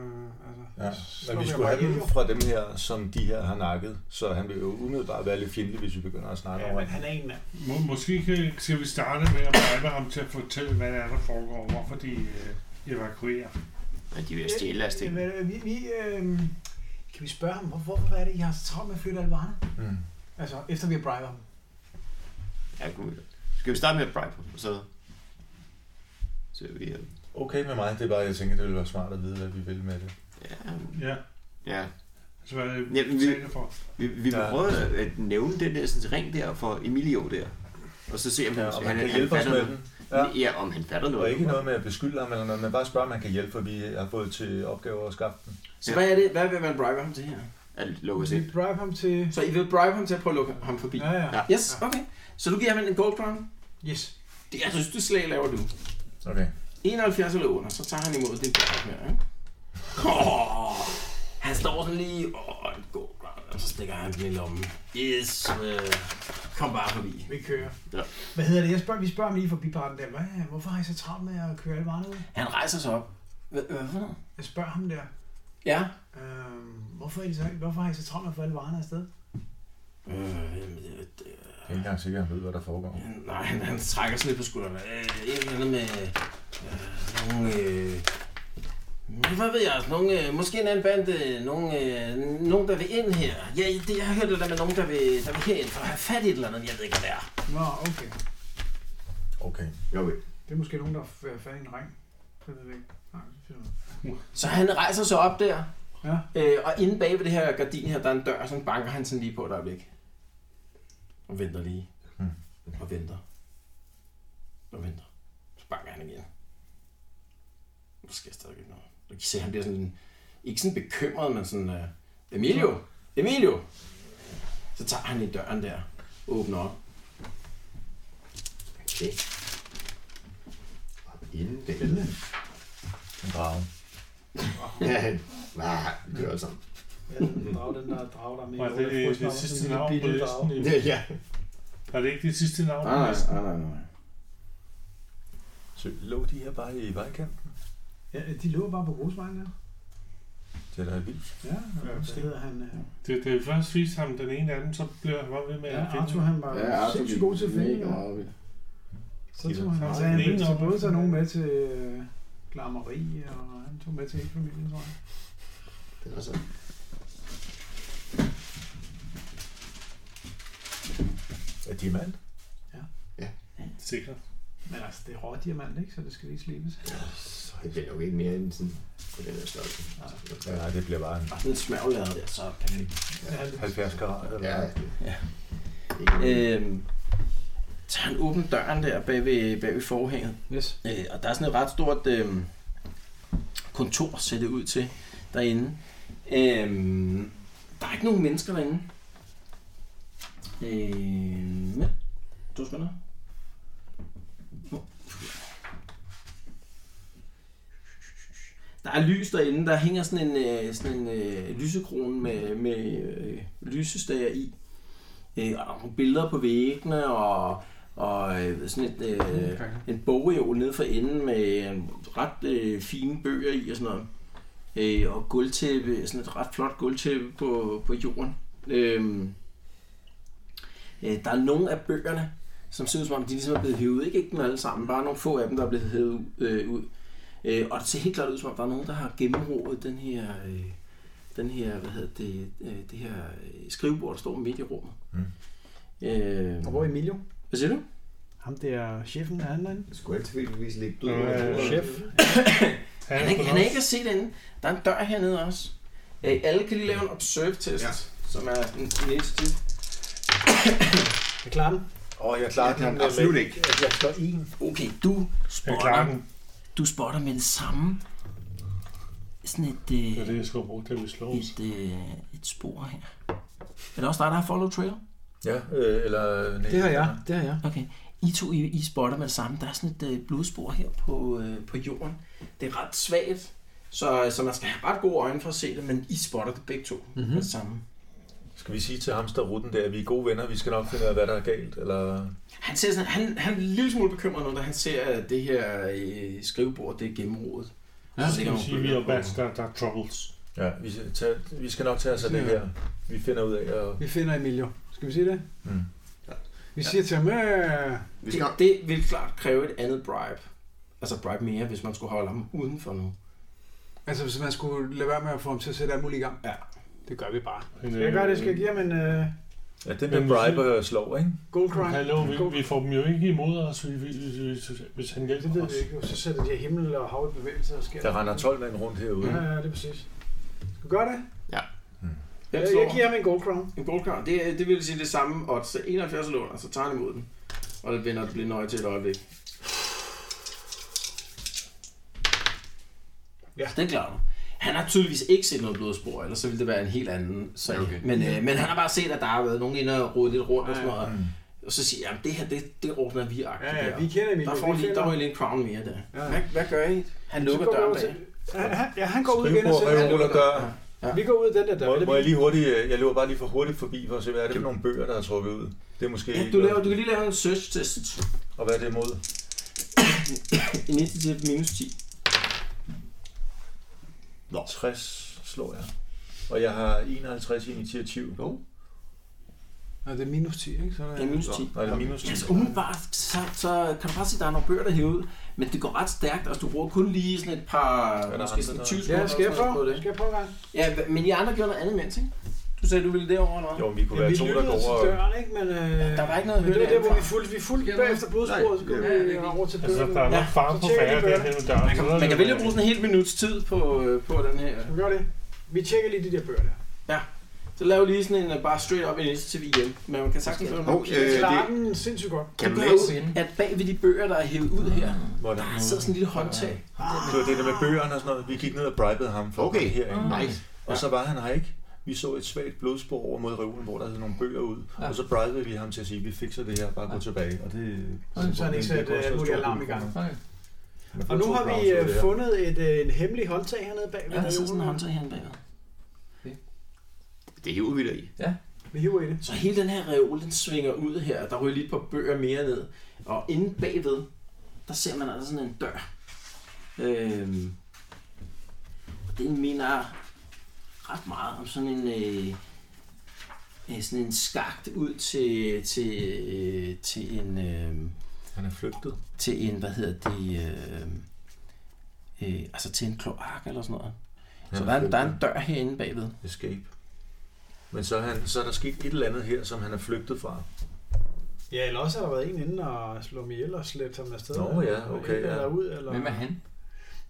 C: altså,
F: Ja,
C: så
F: men vi
C: bliver
F: skulle
C: bare
F: have dem
C: ihjel, jo.
F: fra dem her, som de her har nakket, så han vil jo umiddelbart være lidt fjendtlig, hvis vi begynder at snakke
C: Ja,
F: over
C: men
F: det.
C: han er en mand.
D: Må, måske kan, skal vi starte med at bribe ham til at fortælle, hvad der er, der foregår, og hvorfor de øh, evakuerer.
E: Og de vil stjæle deres ting.
C: Ja, men, Vi, vi, øh, kan vi spørge ham, hvor, hvorfor er det, I har så travlt med at flytte Alvana?
F: Mm.
C: Altså, efter vi har bribet ham.
E: Ja, kunne vi godt. Skal vi starte med at bribe ham, og så... Så vi... øh,
F: Okay med mig, det er bare, jeg tænker, det ville være smart at vide, hvad vi vil med det.
E: Ja,
D: Ja,
E: ja.
D: så hvad er det,
E: Ja,
D: vi
E: vi-
D: taler for?
E: Vi, vi vil
F: Ja.
E: prøve at, at nævne den der sådan, ring der for Emilio der. Og så se, om han,
F: Ja, og man kan hjælpe os
E: fatter
F: med
E: noget.
F: den. Ja.
E: Ja, om han fatter
F: Og
E: noget.
F: ikke noget med at beskylde ham eller noget, men bare spørge, om man kan hjælpe, for vi har fået til opgaver at skaffe den.
B: Så hvad er det? Hvad vil man bribe ham til her?
E: At lukke os ind.
C: Vi bribe ham til...
B: Så I vil bribe ham til at prøve at lukke ham forbi?
C: Ja, ja.
E: Ja.
B: Yes, okay. Så du giver ham en gold crown.
C: Yes.
B: Det er synes, du slag laver du.
F: Okay.
B: 71 eller under, så tager han imod din bribe her, ikke? Oh, han står sådan lige, åh, oh, en gold crown, og så stikker han den i lommen. Yes, øh, kom bare forbi.
C: Vi kører.
E: Ja.
C: Hvad hedder det? Jeg spørger, vi spørger ham lige forbi parten der. Hvad, hvorfor har I så travlt med at køre Alvana ud?
B: Han rejser sig op. Hvad, hvad for noget?
C: Jeg spørger ham der.
B: Ja.
C: Øh, hvorfor, er I så, hvorfor har I så travlt med at få Alvana afsted?
B: Øh, jamen, det, det,
F: Jeg er ikke engang sikker, at han ved, hvad der foregår.
B: nej, han, han trækker sig lidt på skuldrene. Øh, et eller andet med... Øh, nogle, øh, hvad ved jeg, nogle, øh, måske en anden bande, nogle, øh, nogen, der vil ind her. Ja, det, jeg har hørt det der med nogen, der vil, der vil herind for at have fat i et eller andet, jeg ved ikke, hvad det er.
C: Nå, okay.
F: Okay.
E: Jo, okay.
C: Det er måske nogen, der har fat i en ring. Det ved jeg ikke. Nej, det finder jeg.
B: Så han rejser sig op der,
C: Ja.
B: øh, og inde bag ved det her gardin her, der er en dør, så banker han sådan lige på et øjeblik. Og venter lige.
E: Hmm.
F: Mm.
B: Og venter. Og venter. Så banker han igen. Nu sker stadig ikke noget. Du kan se, han bliver sådan, ikke sådan bekymret, men sådan, øh, Emilio, Emilio! Så tager han i døren der, åbner op.
E: okay. Inden det.
F: En drage.
E: Ja, han. Nej, det gør alt sammen.
C: Ja, drag den der drag, der er med.
D: Var det, øh, det sidste navn på listen?
E: Ja.
D: Var det ikke det sidste navn på listen?
B: nej, nej, nej.
F: Så lå de her bare i vejkanten?
C: Ja, de løber bare på grusvejen der.
J: Det er da vildt.
C: Ja, ja det hedder han. øh,
D: Det, det først viste ham den ene af dem, så blev han bare ved med
C: Ja,
D: at finde
C: Arthur han var
G: Ja, Arthur
C: sindssygt
G: gik
C: god til at finde.
G: mega
C: jo.
G: meget vildt.
C: Så tog han,
D: Så
C: så han
D: den ene
C: ville tage
D: op.
C: både tage nogen med til øh, Clara Marie, og han tog med til hele familien, tror jeg.
E: Den er så.
F: Er diamant?
D: sikker.
C: Men altså, det er rådiamant, ikke? Så det skal lige slibes.
E: Så det bliver nok ikke mere end sådan på den her størrelse. Altså,
F: Ja, nej, det bliver bare en
B: Bare sådan en smørvlader der, så perfekt.
C: Ja, det
F: 70 karat eller
E: Ja, Øh.
F: ja.
E: det-
B: Ja.
E: Ikke-
B: Øhm, så han åbner døren der bag ved, bag ved forhænget.
C: Yes.
B: Øh, og der er sådan et ret stort øh, kontor, ser det ud til, derinde. Øh, der er ikke nogen mennesker derinde. Øh, men, du skal noget? Der er lys derinde, der hænger sådan en, øh, sådan en øh, lysekrone med, med øh, lysestager i. Øh, og der er nogle billeder på væggene, og, og øh, sådan et, øh, en bogreol nede for enden med øh, ret øh, fine bøger i og sådan noget. Øh, og gulvtæppe, sådan et ret flot gulvtæppe på, på jorden. Øh, øh, der er nogle af bøgerne, som ser ud som om, de ligesom er blevet hævet. Ikke, ikke dem alle sammen, bare nogle få af dem, der er blevet hævet ud- øh, ud. Øh, og det ser helt klart ud som om, der er nogen, der har gennemrodet den her, øh, den her, hvad hedder det, øh, det her øh, skrivebord, der står midt i rummet. Mm. Øh,
C: Og hvor er Emilio?
B: hvad siger du?
C: Ham der chefen, er han derinde?
E: Det skulle jeg tilfældigvis ligge død.
D: Øh,
C: Chef.
B: Han
D: Han,
B: er,
D: er
B: ikke,
D: sgu
B: han er
D: nok-
B: ikke at se derinde. Der er en dør hernede også. Øh, alle kan lige lave en observe-test, ja.
E: Ja.
B: som er en en initiativ.
C: Jeg klarer den.
F: Åh, jeg klarer
E: Ja,
F: den.
E: absolut
F: med-
E: ikke.
F: Jeg slår en.
B: Okay, du
D: Han klarer
B: spotter,
D: den.
B: du spotter med det samme sådan et,
D: Det er
B: øh,
D: det, jeg skulle have brugt, det vi slår os.
B: et, øh, et spor her. Er det også dig, der har follow trail?
F: Ja, øh, eller... Nej,
C: Det har jeg, det har jeg.
B: Okay. I to, I, I spotter med det samme. Der er sådan et øh, blodspor her på, øh, på jorden. Det er ret svagt, så, så man skal have ret gode øjne for at se det, men I spotter det begge to
D: Mhm.
B: mm-hmm. med det samme.
F: Skal vi sige til hamsterruten der, at vi er gode venner, vi skal nok finde ud af, hvad der er galt, eller...
B: Han, ser sådan, han, han er en lille smule bekymret nu, da han ser, at det her øh, skrivebord, det er gennemrodet.
D: Ja,
B: Så
D: så
B: ligger
D: kan vi
B: nogle
D: sige, vi
B: bøger
D: er
B: på.
D: bats, der, der er troubles.
F: Ja, vi, skal tage, vi skal nok tage os af det her. Vi finder ud af at...
C: Vi finder Emilio. Skal vi sige det?
F: Mm.
C: Vi siger til ham, øh,
E: Vi
B: Det,
E: skal nok...
B: det vil klart kræve et andet bribe. Altså bribe mere, hvis man skulle holde ham udenfor nu.
C: altså hvis man skulle lade være med at få ham til at sætte alt muligt i gang.
B: Ja.
C: Det gør vi bare.
D: Men,
C: Skal jeg gøre det, skal jeg give ham en uh,
F: Ja, den
D: Men
F: der
D: vi
F: bribe slår, ikke?
C: gold
D: øh,
C: crown?
D: Hallo, vi,
C: Gold-
D: vi får dem jo ikke imod os, hvis, hvis, hvis, hvis han
C: Det
D: hjælper
C: ved
D: os.
C: vi ikke, jo. så sætter de her himmel og hav i bevægelse og sker.
F: Der render 12 mand rundt herude.
C: Ja, ja, det er præcis. Skal vi gøre det?
B: Hvem
C: Øh, Jeg, jeg
B: slår?
C: giver ham en gold crown.
B: En goldkar. Det, er- det vil sige det samme odds. Så 71 låner, så tager han imod den. Og det vender det bliver nøje til et øjeblik.
C: Ja.
B: det klarer du. Han har tydeligvis ikke set noget blodspor, ellers så ville det være en helt anden sag. Okay. Men, øh, men han har bare set, at der har været nogen inde og rodet lidt rundt og sådan noget. Og så siger jeg, at det her, det, det ordner vi
C: Ja,
B: aktivt.
C: ja, vi kender Emilio.
B: Der får
C: vi
B: lige, der
C: kender
B: var lige en crown mere der.
C: Ja.
B: Hvad, hvad gør I? Han
C: Så
B: lukker
C: går vi
B: døren
C: over
B: bag.
C: til- Han- han- Ja, han går ud igen og
F: Skrivebord,
C: sætter
F: reol og dør.
C: Vi går ud af den der dør.
F: Må,
C: Eller
F: må jeg
C: vi-
F: lige hurtigt... øh, Jeg løber bare lige for hurtigt forbi for at se, hvad er det for nogle bøger, der er trukket ud? Det er måske...
B: Ja,
F: ikke
B: du, laver,
F: noget.
B: du kan lige lave en search test.
F: Og hvad er det imod?
B: Initiativ minus 10.
F: Nå. 60 slår jeg. Og jeg har 51 i initiativ. Jo.
C: Nå, det er minus 10, ikke? Så er
B: Ja,
C: det...
B: minus 10.
F: Nej, det er minus 10.
B: Ja, altså umiddelbart, så, så kan du bare se, at der er nogle bøger, der hæver ud, men det går ret stærkt, altså du bruger kun lige sådan et par,
F: der
B: måske
F: andre,
B: sådan
F: der-
B: 20
C: Ja,
B: sekunder
C: skal jeg
B: eller sådan
C: prøve?
B: noget på det.
C: Skal jeg prøve en gang?
B: Ja, hva- men I andre gjorde noget andet imens, ikke? Du sagde, du ville derover eller
F: Jo,
B: noget?
F: men vi kunne være
C: vi
F: to, der
C: lyttede
F: går
C: til
F: over...
C: døren, ikke? Men, øh,
B: Der var ikke noget at
C: men det
B: høre
C: var der, hvor vi
B: derindefra.
C: fulgte. Vi fulgte
G: Gjorde
C: bagefter blodsporet, så
E: Nej, ja.
C: kom vi over til
D: Altså,
C: døren.
D: der
B: Ja,
D: er nok far
C: så
D: på
C: tjekker
D: færre
C: vi
D: der
C: bøgerne.
D: hen døren.
B: Man kan, man kan vælge
D: øh,
B: at bruge sådan en hel minuts tid på, øh, på den her.
C: Skal vi gøre det? Vi tjekker lige de der bøger der.
B: Så lav lige sådan en øh, bare straight up initiativ igen, men man kan sagtens få
E: Hov,
B: noget.
E: øh,
C: Vi klarer
E: det-
C: den sindssygt godt.
E: Kan
B: Du kan
E: Mads...
C: øh.
B: jo- at bag ved de bøger, der er hævet ud her, der
F: Hvordan?
C: Altså,
B: sidder sådan en lille håndtag.
F: Det var det der med bøgerne og sådan noget. Vi gik ned og bribede ham for
E: Okay,
F: okay. herinde.
E: nice.
F: Og så var han her ikke. Vi så et svagt blodspor over mod reolen, hvor der havde nogle bøger ud.
C: Ja.
F: Ja. Og så bribede vi ham til at sige, vi fikser det her, bare gå tilbage. Og det,
C: Så han ikke øh, satte
D: øh,
C: alt muligt alarm i gang.
F: Man får
C: Og nu
F: to
C: har vi
F: crowns ud af
C: øh,
F: det her.
C: fundet et, øh, en hemmelig håndtag hernede bagved.
B: Ja, der sidder sådan en
C: reolen.
B: håndtag hernede bagved.
E: Det hiver vi dig i.
C: Vi hiver i det.
B: Så hele den her reol, den svinger ud her, der ryger lige et par bøger mere ned. Og inde bagved, der ser man altså sådan en dør. Øhm, og det mener ret meget om sådan en, øh, øh, sådan en skagt ud til, til, øh, til en... Øh,
F: Han er flygtet.
B: til en, hvad hedder det, øh, øh, altså til en kloak eller sådan noget. Så
F: Han
B: der er, en, der er en
F: flygtet.
B: dør herinde bagved.
F: Escape. Men så er, han, så er der sket et eller andet her, som han er flygtet fra.
D: Ja, eller også har der været en inde og slå mig ihjel og slæbt ham afsted.
F: Nå, ja, okay,
D: Eller
F: ja.
D: ud, eller...
G: Hvem er han?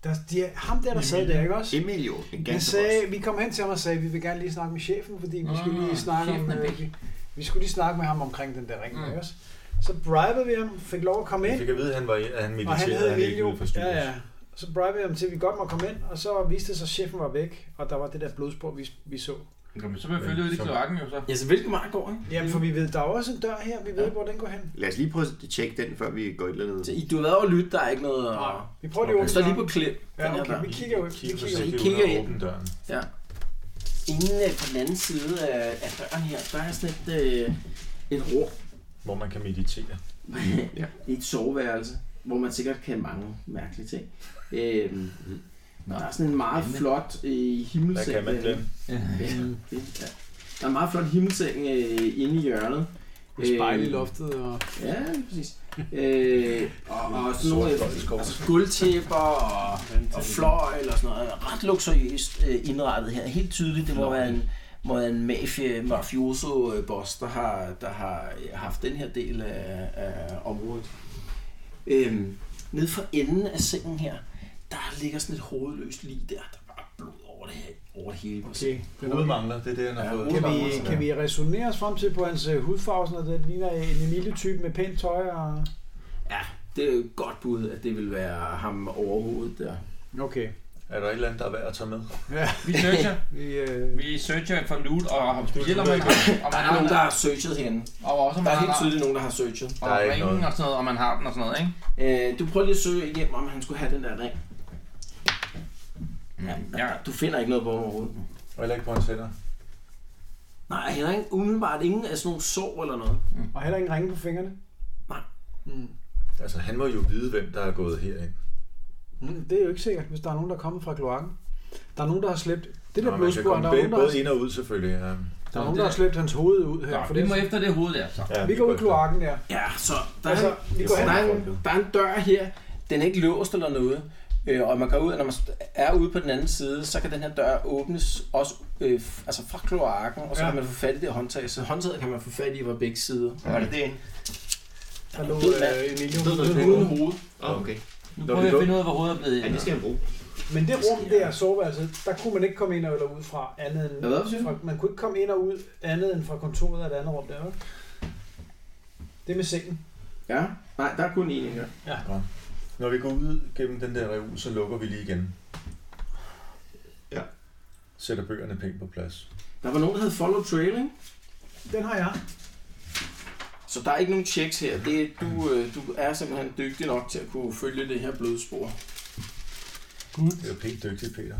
D: Der, de, ham der, der sad der, ikke også?
E: Emilio, en
D: Jeg
E: gangsterboss.
D: sagde, vi kom hen til ham og sagde, at vi vil gerne lige snakke med chefen, fordi vi skulle
G: Nå,
D: lige snakke om,
G: chefen er
D: øh,
G: væk.
D: vi, vi skulle lige snakke med ham omkring den der ring,
G: Mm.
D: ikke også? Så bribede vi ham, fik lov at komme
F: Vi
D: ind,
F: fik at vide, at han, var, at han
D: og han
F: mediterede,
D: hed
F: og han ikke
D: Emilio.
F: ville forstyrres.
D: Ja, ja. Så bribede vi ham til, at vi godt måtte komme ind, og så viste det sig, at chefen var væk, og der var det der blodspor, vi, vi så.
G: Jamen, så vil jeg følge ud i
F: så-
G: kloakken jo så.
B: Ja, så hvilken vej går han?
D: Ja, for vi ved, der er også en dør her, vi ved,
B: Ja.
D: ja. hvor den går hen.
E: Lad os lige prøve at tjekke den, før vi går et eller andet.
B: Så I, du har været over at lytte, der er ikke noget...
D: Nej.
B: Og...
D: Vi prøver lige at
B: Jeg
D: åbne
B: står lige på
D: døren.
B: klip.
D: Ja, okay, vi kigger jo. Vi
F: Kig
D: kigger
F: forsigtigt
B: kigger
F: ud
B: ind.
F: og åbne døren.
B: Inden øh, på den anden side af, af døren her, der er sådan et, øh, et rum.
F: Hvor man kan meditere.
B: ja. Et soveværelse, hvor man sikkert kan mange mærkelige ting. Øhm, der er sådan en meget
G: Spændende.
B: flot øh,
F: Hvad
B: himmelseng. øh,
F: kan man glemme?
B: Ja, det- ja. Der er en meget flot himmelseng øh, inde i hjørnet. Øh,
D: Med spejl i loftet og...
B: Ja, lige præcis. Øh, og, og sådan nogle
F: Sort fløjlskort.
B: altså, guldtæpper og, og fløjl og sådan noget. Ret luksuriøst øh, indrettet her. Helt tydeligt, det må være en, må være en mafia, mafioso-boss, der har, der har øh, haft den her del af, af området. Øhm, nede for enden af sengen her, der ligger sådan et hovedløst lige der. Der er bare blod over det, her, over det hele.
D: Okay.
F: Hovedet mangler, det er det, han har
B: Ja,
F: fået.
D: Kan vi,
B: Hovedfarven,
D: kan vi resonere os frem til på hans øh, hudfarve, sådan at det ligner en Emilie-type med pænt tøj og...
B: Det er jo et godt bud, at det vil være ham overhovedet der.
D: Okay.
F: Er der et eller andet, der er værd at tage med?
G: Vi searcher.
D: Vi, øh,
G: Vi searcher for loot og har spillet om man har, om
B: Der
G: man
B: er
G: har
B: nogen,
G: den,
B: der har searchet hende.
G: og også om
B: Der
G: man
B: er helt
G: har
B: tydeligt nogen, der har searchet.
G: og
F: Der er ikke
G: ringen
F: noget.
G: og sådan noget, og man har den og sådan noget, ikke?
B: Øh, du prøver lige at søge igennem, om han skulle have den der ring.
G: Ja.
B: Ja. Du finder ikke noget på overhovedet.
F: Og heller ikke på hans hænder.
B: Nej, han har ikke umiddelbart ingen af sådan nogle sår eller noget.
D: og heller ingen ringe på fingrene.
B: Nej.
D: Mm.
F: Altså, han må jo vide, hvem der er gået herind.
D: Mm, Det er jo ikke sikkert, hvis der er nogen, der er kommet fra kloakken. Der er nogen, der har slæbt... Det
F: Nå,
D: der
F: man kan
D: blodspor, der
F: komme
D: er nogen,
F: både,
D: der har,
F: både ind og ud, selvfølgelig. Ja.
D: der, er nogen, der har slæbt hans hoved ud her.
G: Nå,
D: for
G: vi
D: det,
G: må efter det hoved der, så.
F: Ja,
D: vi går ud i kloakken der.
B: Ja, så der, altså,
D: Altså,
B: er,
D: vi
F: Jeg
D: går
B: en, der,
D: hen.
F: får-
B: er en, der er en dør her. Den er ikke låst eller noget. Øh, og man går ud, og når man er ude på den anden side, så kan den her dør åbnes også øh, f- altså fra kloakken, og så
D: Ja.
B: ja. kan man få fat i det håndtag. Så håndtaget kan man få fat i på begge sider.
E: Var det derinde?
D: Der lå
B: Død mand.
D: øh, Emilio.
B: Uden hoved.
E: Åh, oh, okay.
G: Nu
F: Nå,
G: prøver
F: vi
G: vi at
F: går-
G: finde ud af, hvor hovedet er blevet.
E: Ja, det skal han bruge.
D: Men det rum der, soveværelset, der kunne man ikke komme ind eller ud fra andet end...
B: Hvad var det, du siger?
D: fra, man kunne ikke komme ind og ud andet end fra kontoret og et andet rum der, vel? Det med sengen.
B: Ja, nej, der er kun en her.
F: Når vi går ud gennem den der reol, så lukker vi lige igen.
E: Ja.
F: Sætter bøgerne pænt på plads.
B: Der var nogen, der hed Follow Trail, ikke?
D: Den har jeg.
B: Så der er ikke nogen checks her. Det er, du, øh, du er simpelthen dygtig nok til at kunne følge det her blodspor.
F: Det er jo pænt dygtigt, Peter.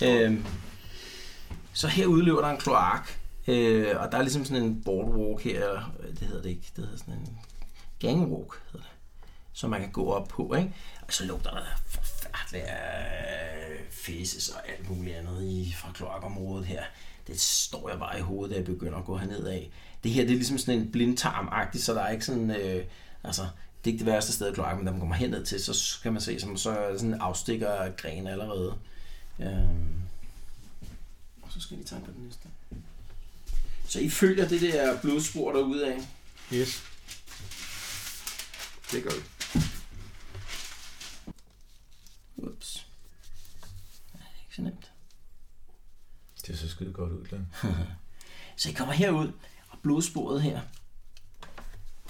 B: Ja. Øhm, så her udløber der en kloak, øh, og der er ligesom sådan en boardwalk her, eller øh, det hedder det ikke, det hedder sådan en gangwalk, hedder det, som man kan gå op på, ikke? Og så lugter der forfærdeligt af fæses og alt muligt andet i, fra kloakområdet her. Det står jeg bare i hovedet, da jeg begynder at gå herned af. Det her, det er ligesom sådan en blindtarm så der er ikke sådan, øh, altså, det er ikke det værste sted at kloakke, men når man kommer herned til, så kan man se, som så er der sådan afstikker grene allerede. Øhm. Og så skal de tage på den næste. Så I følger det der blodspor derude af.
E: Det gør vi.
B: Ups. Ja, det er ikke så nemt.
F: Det ser skide godt ud, Glenn.
B: Så I kommer herud, og blodsporet her,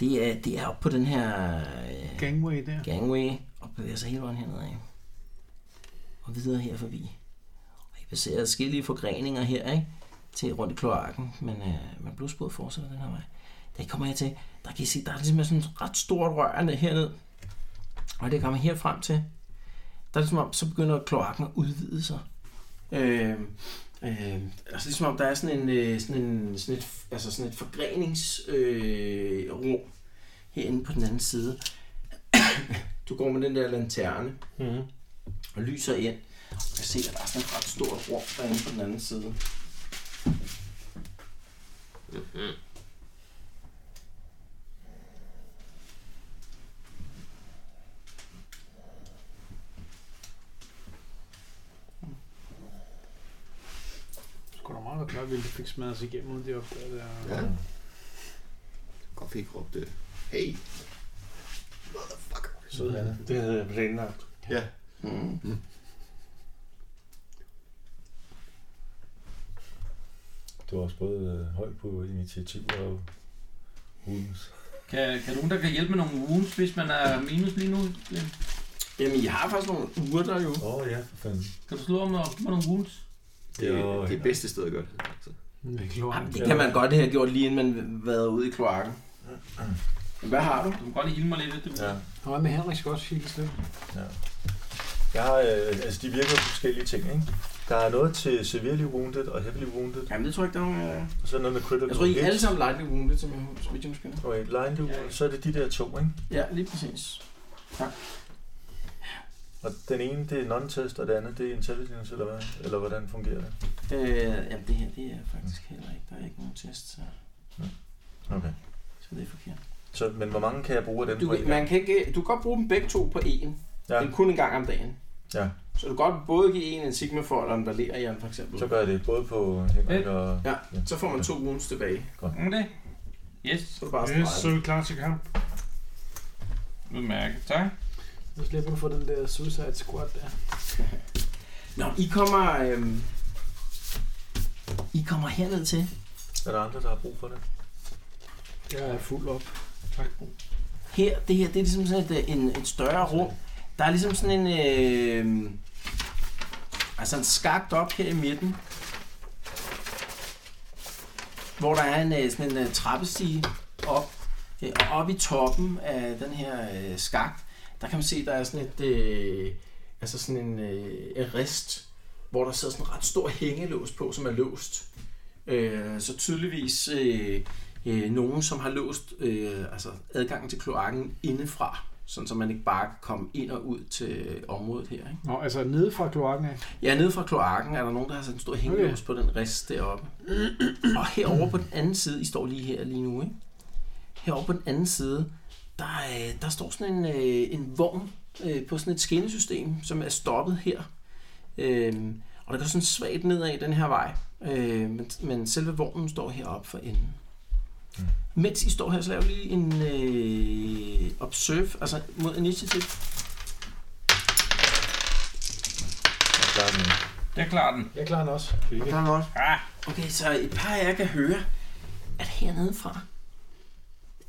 B: det er, det er oppe på den her øh,
D: Gangway der.
B: gangway og bevæger sig hele vejen hernede af. Og videre her forbi. Og I passerer forskellige forgreninger her, ikke? Til rundt i kloakken, men, øh, men blodsporet fortsætter den her vej. Da I kommer her til, der kan I se, der er ligesom sådan et ret stort rør ned herned. Og det kommer her frem til. Der er ligesom om, så begynder kloakken at udvide sig. Øh, øh, altså ligesom om, der er sådan en, øh, sådan en sådan et, altså sådan et forgreningsrum øh, rum herinde på den anden (clears throat) side. Du går med den der lanterne
K: Mm-hmm.
B: og lyser ind, Du kan se, at der er sådan et ret stort rum derinde på den anden side.
C: Skulle da meget godt være, at vi fik smadret os igennem uden de opdagede der.
E: Ja. Godt fik råbt, øh, hey, motherfucker.
C: Sød Anna.
D: Det havde jeg planlagt.
E: Ja,
B: Mm.
I: Du har også både øh, høj på initiativ og hundes.
G: Kan, kan nogen, der kan hjælpe med nogle wounds, hvis man er minus lige nu? Glenn?
B: Jamen, jeg har faktisk nogle urter jo.
I: Åh oh, ja, for fanden.
G: Kan du slå om med, med nogle wounds?
E: det er
I: Jo,
E: det,
I: ja.
E: det bedste sted at gøre det. Altså.
C: Det er klart.
B: Jamen, det kan man godt have gjort, lige inden man været ude i kloakken. Hvad har du?
G: Du kan godt lige hilde mig lidt. Det
I: Ja.
G: ja.
C: Nå, men Henrik skal også helt lidt.
I: Jeg har, øh, altså de virker på forskellige ting, ikke? Der er noget til severely wounded og heavily wounded,
B: Jamen, det tror jeg ikke, der er nogen øh, af jer.
I: og så er der noget med critical
B: Jeg tror, I er
I: hit.
B: alle sammen lightly wounded, som jeg, så vidt jeg husker.
I: Okay, line to, så er det de der to, ikke?
B: Ja, lige præcis.
I: Og den ene, det er non-test, og det andet, det er intelligence, eller hvad? Eller hvordan fungerer det?
B: Øh, jamen, det her, det er faktisk heller ikke. Der er ikke nogen test, så,
I: Okay.
B: så det er forkert.
I: Så, men hvor mange kan jeg bruge af dem
B: Du,
I: på en gang?
B: man kan ikke, du kan godt bruge dem begge to på én. Ja.
I: Ja,
B: Men kun en gang om dagen.
I: Ja.
B: Så du kan godt både give en en sigma for, eller en valerian, for eksempel.
I: så gør jeg det både på Henrik og...
B: Ja. Så får man to wounds tilbage.
G: Kan man Mm, det? Yes,
B: Så er du bare
D: Yes, så er
B: streget.
D: vi klar til kamp.
G: udmærket. Tak.
C: Nu slipper du for den der Suicide Squad der.
B: Nå, I kommer... Øhm, I kommer herned til.
I: Er der andre, der har brug for det?
C: Jeg er fuld op.
B: Her, det her, det er ligesom sådan et, øh, en, et større rum. Der er ligesom sådan en... Øh, altså en skagt op her i midten. Hvor der er en, øh, sådan en øh, trappestige op. Øh, Og oppe i toppen af den her øh, skagt, der kan man se, der er sådan et... Øh, altså sådan en øh, rest, hvor der sidder sådan en ret stor hængelås på, som er låst. Øh, så tydeligvis... Øh, øh, nogen, som har låst øh, altså adgangen til kloakken indefra, sådan så man ikke bare kan komme ind og ud til området her. Ikke?
C: Nå, altså nede fra kloakken af.
B: Ja, nede fra kloakken er der nogen, der har sat en stor hængelås okay. på den rest deroppe. Og herover på den anden side, I står lige her lige nu, ikke? herover på den anden side, der, øh, der står sådan en, øh, en vogn øh, på sådan et skinnesystem, som er stoppet her. Øhm, og der går sådan svagt nedad den her vej, øh, men, men selve vognen står heroppe for enden. Mm. Mens I står her, så laver jeg lige en øh, observe, altså mod initiativ.
I: Jeg klarer den.
G: Jeg klarer den.
C: Jeg klarer den også.
B: Der er også.
G: Ah,
B: Okay, så et par af jer kan høre, at hernede fra,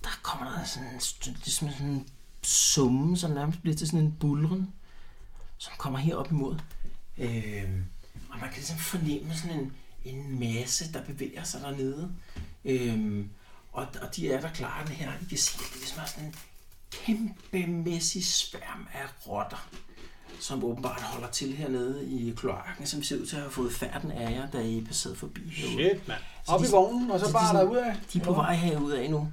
B: der kommer der sådan en, st- ligesom sådan en summe, som nærmest bliver til sådan en bulren, som kommer herop imod. Øh, og man kan ligesom fornemme sådan en, en masse, der bevæger sig dernede. Øh, og, og de er der klarer det her. I kan se, at det ligesom er sådan en kæmpemæssig sværm af rotter som åbenbart holder til hernede i kloakken, som ser ud til at have fået færden af jer, da I passerede forbi herude.
C: Shit, mand.
B: Så
C: Op
B: de-
C: i vognen, og så
B: så de
C: bare
B: sådan-
C: derud af.
B: De er på vej herud af nu,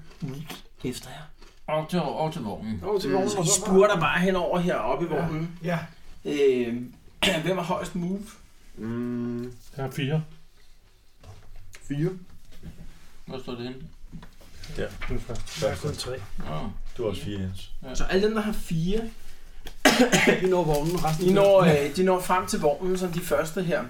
B: efter jer.
G: over til, over til vognen.
C: Over til vognen,
B: Mm. Så
C: og
B: I
C: så bare.
B: spurter bare henover heroppe i vognen.
C: Ja.
B: Øh, (clears throat) hvem har højst move?
E: Mm,
D: Jeg har fire.
E: fire.
G: Hvor står det henne?
D: Den første.
C: Jeg er kun tre.
G: Nå.
I: Du har også fire, Jens.
B: Så alle dem, der har fire,
C: Vi når vognen, resten
B: de når, øh, de når frem til vognen som de første her.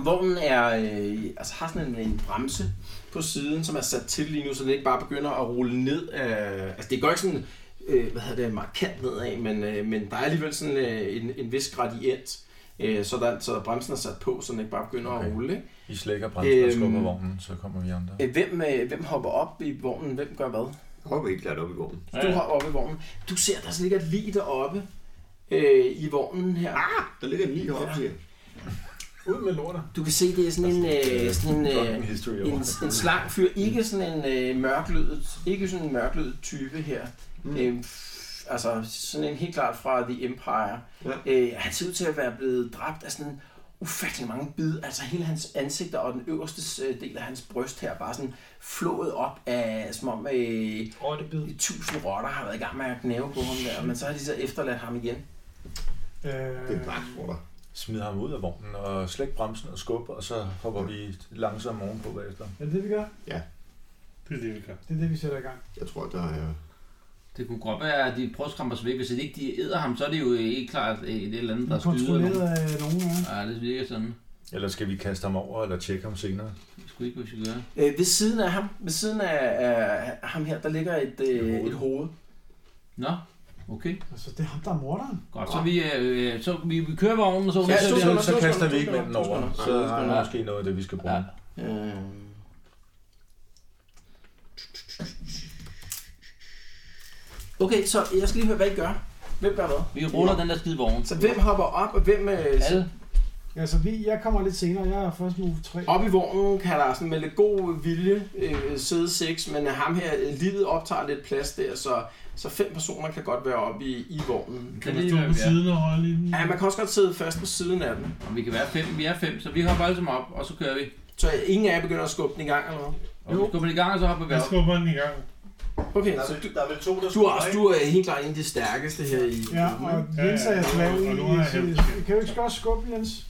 B: Vognen er, øh, altså har sådan en, en bremse på siden, som er sat til lige nu, så den ikke bare begynder at rulle ned. Øh, altså det går ikke sådan, øh, hvad hedder det, markant nedad, men, øh, men der er alligevel sådan øh, en, en vis gradient, øh, så, der, så bremsen er sat på, så den ikke bare begynder okay.
I: Okay.
B: at rulle. ikke?
I: I slækker bremsen og
B: Øhm.
I: skubber vognen, så kommer vi andre.
B: Øh, Hvem, øh, hvem hopper op i vognen? Hvem gør hvad?
E: Hopper helt klart op i vognen.
B: Du hopper op i vognen. Du ser, der ligger et lig deroppe øh, i vognen her.
E: Der ligger en lige heroppe, siger jeg.
C: Ud med lortet.
B: Du kan se, det er sådan en, øh, sådan en, øh,
I: Fucking history
B: en,
I: over.
B: en slang fyr. Ikke sådan en øh, mørklødet, ikke sådan en mørklødet type her. Mm. Øh, altså sådan en helt klart fra The Empire. Ja. Øh, han ser ud til at være blevet dræbt af sådan ufattelig mange bid. Altså hele hans ansigt og den øverste øh, del af hans bryst her bare sådan flået op af, som om øh,
C: Åh, det bid.
B: tusind rotter har været i gang med at gnave på ham der, men så har de så efterladt ham igen.
C: Øh,
E: Det er en blank for dig.
I: smide ham ud af vognen og slække bremsen og skubbe, og så hopper vi langsomt ovenpå bagefter.
C: Er det det, vi gør?
D: Det er det, vi gør.
C: Det er det, vi sætter i
B: Mm.
C: gang.
E: Jeg tror, der er...
G: Det kunne godt være, at de prøver at skræmme os væk. Hvis ikke de æder ham, så er det jo ikke klart øh, et eller andet,
C: Vi
G: der
C: er
G: skyder
C: kontrolleret
G: nogen.
C: af nogen af
G: Ja, det virker sådan.
I: Eller skal vi kaste ham over eller tjekke ham senere?
G: Det skulle ikke, hvad vi skal gøre.
B: Øh, ved siden af ham, ved siden af, af ham her, der ligger et, øh, et hoved.
G: Nå, okay.
C: Altså, det er ham, der er morderen.
G: Godt, så vi, øh, så vi, vi kører vognen, og så...
B: Ja,
I: så,
B: to
I: så,
B: sekunder,
I: så,
B: to
I: så kaster
B: sekunder,
I: vi
B: to
I: ikke
B: sekunder,
I: mænden
B: to
I: over.
B: sekunder.
I: Så
B: Ja, to
I: er
B: sekunder.
I: der måske noget af det, vi skal bruge.
G: Ja.
B: Øh, okay, så jeg skal lige høre, hvad I gør. Hvem gør hvad?
G: Vi ruller den der skide vogn.
B: Så hvem hopper op, og hvem... Øh,
G: Alle.
C: Altså, vi, jeg kommer lidt senere. Jeg er først move 3.
B: op i vognen kan der sådan med lidt god vilje øh, sidde seks, men ham her, øh, livet optager lidt plads der, så, så fem personer kan godt være oppe i, i vognen.
D: Kan man
G: Det er
D: stå
G: lige,
D: på
G: hvad vi er.
D: siden og holde i den?
B: Ja, man kan også godt sidde fast på siden af den.
G: Og vi kan være fem, vi er fem, så vi hopper alle sammen op, og så kører vi.
B: Så ingen af jer begynder at skubbe den i gang eller hvad?
G: Og jo. så går man i gang, og så hopper vi
D: Jeg
G: op.
D: skubber den i gang.
B: Okay,
I: Der
B: så
I: er, vel, der er vel to, der
B: du er, også, du er helt klart en af de stærkeste her i...
C: Ja, og Jens er
D: Ja, ja,
C: slav i...
D: og nu er jeg
C: i- Kan du ikke godt skubbe, Jens?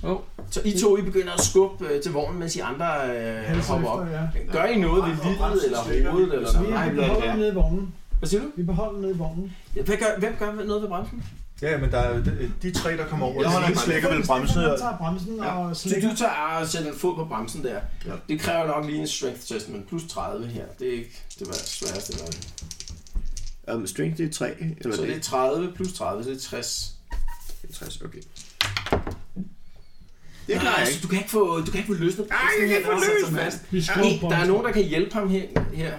B: Så I to, I begynder at skubbe øh, til vognen, mens I andre øh,
C: Halsen
B: hopper op.
C: Altså, efter, ja.
B: Gør I noget ved livet eller hovedet eller
C: Vi,
B: Nej,
C: vi
B: hvad-
C: beholder nede i vognen.
B: Hvad siger du?
C: Vi beholder nede i vognen.
B: Ja, Hvad gør, hvem gør noget ved bremsen?
I: Ja, men der er de, de tre, der kommer over.
E: Jeg holder
I: den ene
E: mig.
I: slækker vel bremsen.
C: Han
I: og-
C: tager bremsen
E: Ja.
C: og
B: Så
C: slikker.
B: du tager og sætter en fod på bremsen der.
E: Ja.
B: Det kræver nok lige en strength test, men plus 30 her. Det er ikke det var sværest i verden.
E: Um, strength, det er 3, eller
B: Så det er 30 plus 30, så det er 60.
E: er 60, okay.
B: Det
E: Det klarer jeg
B: altså,
E: ikke.
B: du kan ikke få, du kan ikke få løsnet. Nej,
E: jeg kan ikke få løsnet.
D: Vi
B: Ikke,
D: skubber
B: der er nogen, der kan hjælpe ham her. her.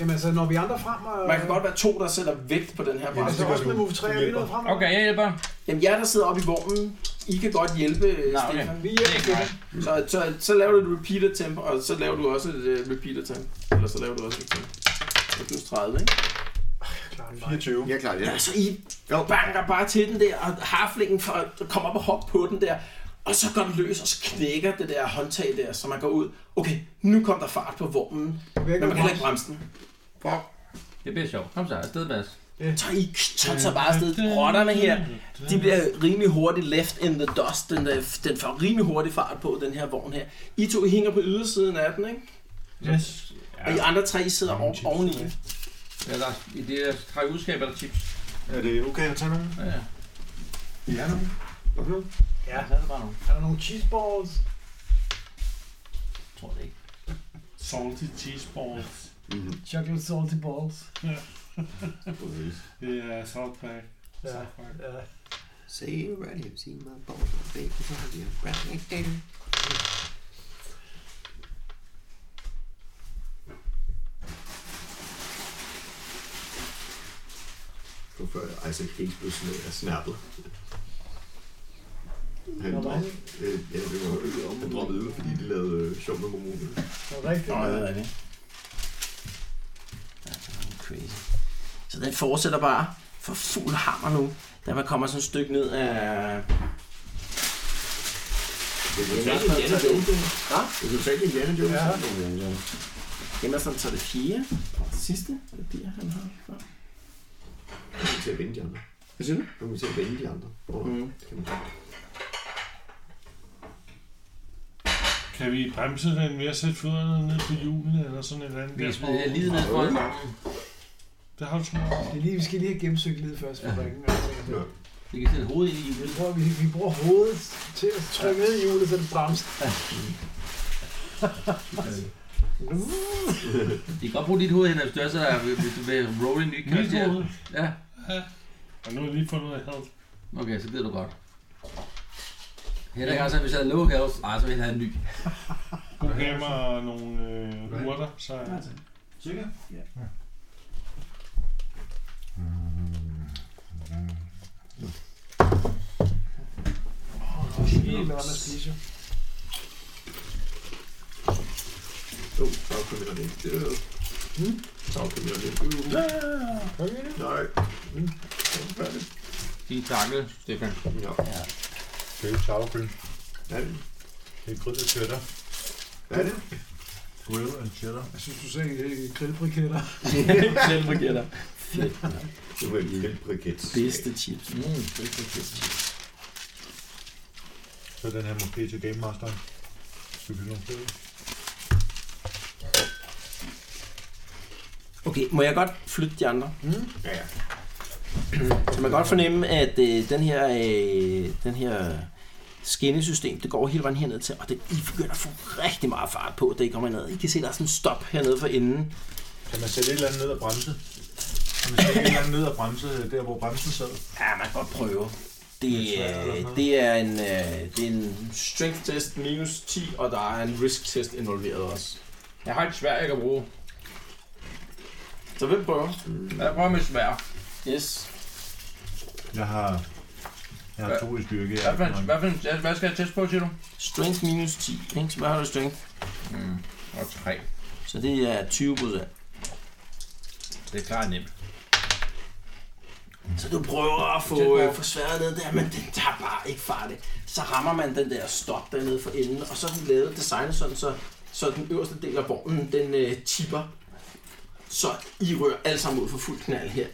C: Jamen altså, når vi andre frem og...
B: Man kan godt være to, der sætter vægt på den her
I: Ja,
B: bremse.
C: Altså,
I: det
C: også med move 3 og vi er nede frem.
G: Okay, jeg hjælper.
B: Jamen, jer, der sidder oppe i vognen, I kan godt hjælpe
G: Nå,
B: Nej,
G: okay.
B: Stefan.
C: Vi
G: Det er
C: hjælper
G: ikke mig.
B: Så, så, så laver du et repeater temp, og så laver du også et uh, repeater temp. Eller så laver du også et temp. Det er plus 30, ikke?
C: Klarer den bare.
I: 24.
E: Jeg klarer det.
B: Ja, så I banker bare til den der, og harflingen får- kommer op og hopper på den der, og så går den løs, og så knækker det der håndtag der, så man går ud. Okay, nu kom der fart på vognen,
C: Vi er
B: men man kan heller
C: ikke
B: ikke bremse den.
G: Det bliver sjovt. Kom så, afsted, Mads.
B: Så I tonser bare afsted. Rotterne her, de bliver rimelig hurtigt left in the dust. Den, der, den får rimelig hurtig fart på, den her vogn her. I to hænger på ydersiden af den, ikke?
D: Yes.
B: Og I andre tre I sidder oven, oveni.
G: Ja, der, er- I det der træk udskab er der chips.
I: Er det okay at tage nogen?
G: Ja, ja.
I: Ja, nogen. Okay.
C: Ja.
G: Så er der bare nogen.
C: Er der nogle cheeseballs?
G: Jeg tror det ikke.
D: Salty cheese balls.
E: Mm-hmm.
C: Chocolate salty balls.
D: Det er salt pack.
C: Ja. ja.
E: Say you ready, I've seen my balls, my baby, I'll have you brown like gator. Hvorfor er Isaac Hayes blevet sådan af snappet? Han,
C: Nå, nej.
E: øh, ja, det var øl, han droppede øl, fordi de lavede øh, sjov med mormoner.
C: Det var rigtigt.
B: Nå, det er rigtigt. Ja, det er jo crazy. Så den fortsætter bare for fuld hammer nu, da man kommer sådan et stykke ned af...
E: Det var
B: Ja, det er
E: totalt Indiana
B: det.
E: Jones.
B: Hva?
E: Det var totalt Indiana Jones. Ja.
B: Emerson tager det fjerde. Det sidste papir, han har. før.
E: Nu kommer vi til at vende de andre.
B: Hvad siger du?
E: Nu kommer vi til at vende de andre. Hvor
B: Mm.
E: kan man
D: Kan vi bremse den ved at sætte fødderne ned på hjulene eller sådan et eller andet?
G: Vi
D: der?
G: er smidt lige ned foran vognen.
D: Det har du sgu nok.
C: Det er lige, vi skal lige have gennemsøgt lidt først på ringen.
E: Ja.
G: Vi kan sætte hovedet ind i
C: Jeg
G: hjulet.
C: tror, vi, vi bruger hovedet til at trykke ned i hjulet, så det bremser.
G: Vi kan godt bruge dit hoved, Henrik Større, så der, hvis du vil roll en ny
D: Mit
G: karakter.
D: hoved.
G: Ja,
D: Og nu har jeg lige fundet ud af health.
G: okay, så gider du godt. Henrik har sagt, hvis jeg havde low health, ej, så ville jeg have en ny.
D: God gamer og nogle øh, urter, så...
B: altså-
C: Helt hvad man spiser.
E: Oh, bagkommer det. Det er jo... Bagkommer det. Nej. Mm. Så er det færdigt.
G: Din takkel, Stefan.
E: Ja.
I: Det er jo sauerkøl.
E: Er det?
I: Det er krydset cheddar.
E: Er det?
I: Grill and cheddar.
C: Jeg synes, du sagde øh, grillbriketter.
B: Selv fungerer der.
E: Det var en lille briket.
B: Bedste chips.
G: Mm.
I: Så den her måske til Game Masteren. Skal vi nogle flere?
B: Okay, må jeg godt flytte de andre?
E: Ja, ja.
B: Så man kan godt fornemme, at øh, den her, øh, den her skinnesystem, det går hele vejen herned til, og det, I begynder at få rigtig meget fart på, da I kommer ned. I kan se, der er sådan en stop hernede for enden.
I: Kan man sætte et eller andet ned og bremse? Kan man sætte et eller andet ned og bremse der, hvor bremsen sad?
B: Ja, man kan godt prøve.
I: Det
B: Det,
I: er svært,
B: øh,
I: eller?
B: det, er en, øh, det er en strength test minus 10, og der er en risk test involveret også.
G: Jeg har et svær, jeg kan bruge.
B: Så hvem prøver?
G: Jeg prøver med svær.
B: Yes.
I: Jeg har, jeg har
G: Hvad-
I: to i styrke. Jeg
G: Hvad, for,
I: er
G: en-
I: ikke
G: hvad, for, en- hvad skal jeg teste på, siger du?
B: Strength minus 10, ikke? Så hvad har du i strength?
G: Mm. Og tre.
B: Så det er 20 procent.
G: Det er klart nemt.
B: Så du prøver at
G: Det
B: få,
G: går.
B: øh, få sværet ned der, men den tager bare ikke fart. ikke? Så rammer man den der stop dernede for enden, og så er den lavet designet sådan, så, så den øverste del af vognen, den øh, tipper. Så I rører alle sammen ud for fuld knald her.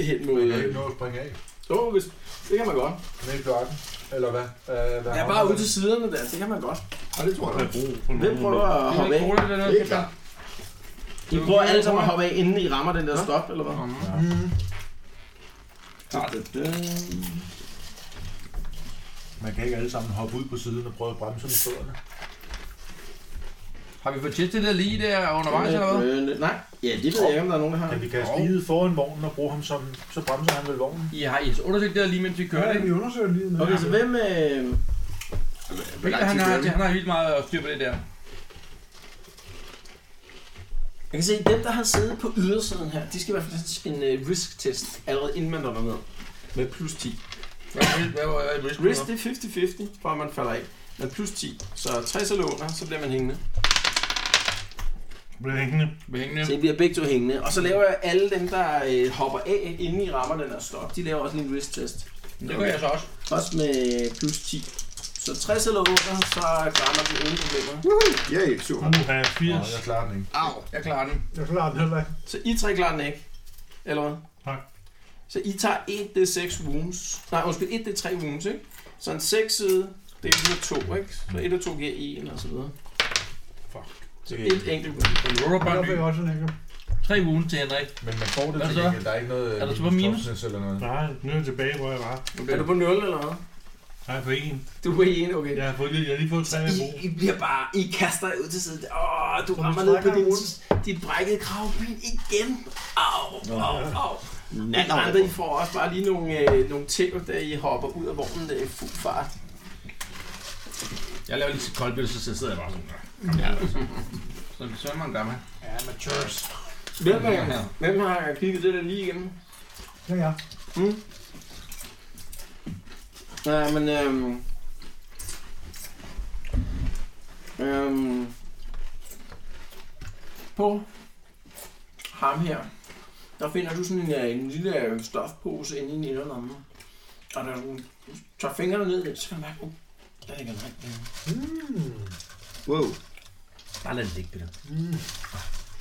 B: Hen mod...
I: Jeg kan ikke
B: Øh,
I: nå at springe af
B: oh, hvis, det kan man godt.
I: med i blokken. Eller hvad? Øh, hvad
B: Jeg er
I: havner
B: bare
I: den?
B: ude til siderne der, det kan man godt. Mm-hmm.
E: Og det tror jeg nok.
B: Hvem prøver
G: Det
B: at
G: er
B: hoppe
G: ikke
B: af?
G: roligt, det der.
E: Det er klart.
B: I prøver alle sammen at hoppe af, inden I rammer den der stop, eller hvad?
G: Mhm.
I: Man kan ikke alle sammen hoppe ud på siden og prøve at bremse med fødderne.
G: Har vi fået testet det lige der undervejs, eller hvad?
B: Øh, Nej, ja, det ved jeg ikke, om der er nogen, der har.
I: Kan vi kaste livet foran vognen og bruge ham som, så bremser han vel vognen?
G: I har I har undersøgt det her lige, mens vi kører
C: Ja,
G: det.
C: vi undersøger lige nu.
B: Okay, så hvem... Øh,
G: Peter, han har, han har helt meget at styr på det der.
B: Jeg kan se, at dem, der har siddet på ydersiden her, de skal i hvert fald til en øh, risk-test, allerede inden man når ned. Med plus 10.
G: Hvad er det- Hvad er det?
B: Risk, det er 50-50, for at man falder af. Med plus 10, så 60 eller under, så bliver man hængende.
D: Bliver hængende.
G: Med hængende.
B: Så I bliver begge to hængende. Og så laver jeg alle dem, der øh, hopper af, inden I rammer den her stop. De laver også lige en risk-test.
G: Det gør jeg så også.
B: Også med øh, plus 10. Så 60 eller under, så klarer man den uden problemer.
E: Ja, ja, super.
D: Nu har jeg
I: Nå,
D: 80.
I: jeg klarer den ikke.
G: Au, jeg klarer den.
C: Jeg klarer den heller ikke.
B: Så I tre klarer den ikke, eller hvad?
D: Nej.
B: Så I tager 1d6 wounds. Nej, undskyld, 1d3 wounds, ikke? Så en 6 side, det er 1 og 2, ikke? Så 1 og 2 giver 1 og så videre.
G: Fuck.
B: Så et enkelt wound.
G: Den ruller
C: Der
G: bare
C: fik
G: ny.
C: jeg også en enkelt.
G: Tre ugen til Henrik.
I: Men man får det
G: Hvad
I: til
G: så?
I: gengæld. Der er ikke noget
G: Er der så
I: øh,
G: bare minus?
I: stofness eller noget.
D: Nej, nu er jeg tilbage, hvor jeg var.
B: Er du på 0 eller hvad?
D: Nej, på en.
B: Du er på 1, okay.
D: Jeg har, fået, jeg har lige fået tre af gode.
B: I, I bliver bare, I kaster jer ud til siden. Åh, du
C: Så vi
B: rammer ned på
C: trækker
B: din,
C: rundt.
B: dit brækkede kravben igen. Au, au, au. Alle andre, I får også bare lige nogle, øh, nogle tæv, da I hopper ud af vognen der i fuld fart.
G: Jeg laver lige sit koldbøl, så sidder jeg bare sådan. Ja, så så er man gammel.
C: Amateurs.
B: Hvem, er, hvem har kigget det der lige igennem?
C: Ja, ja.
B: Mm. Nej, men øhm, øhm, på ham her, der finder du sådan en, øh, en lille øh, stofpose inde i en inderlomme. Og da du tager fingrene ned i den, så kan du mærke, uh, der ligger noget. derinde.
E: Wow.
G: Bare lad det ligge, Peter.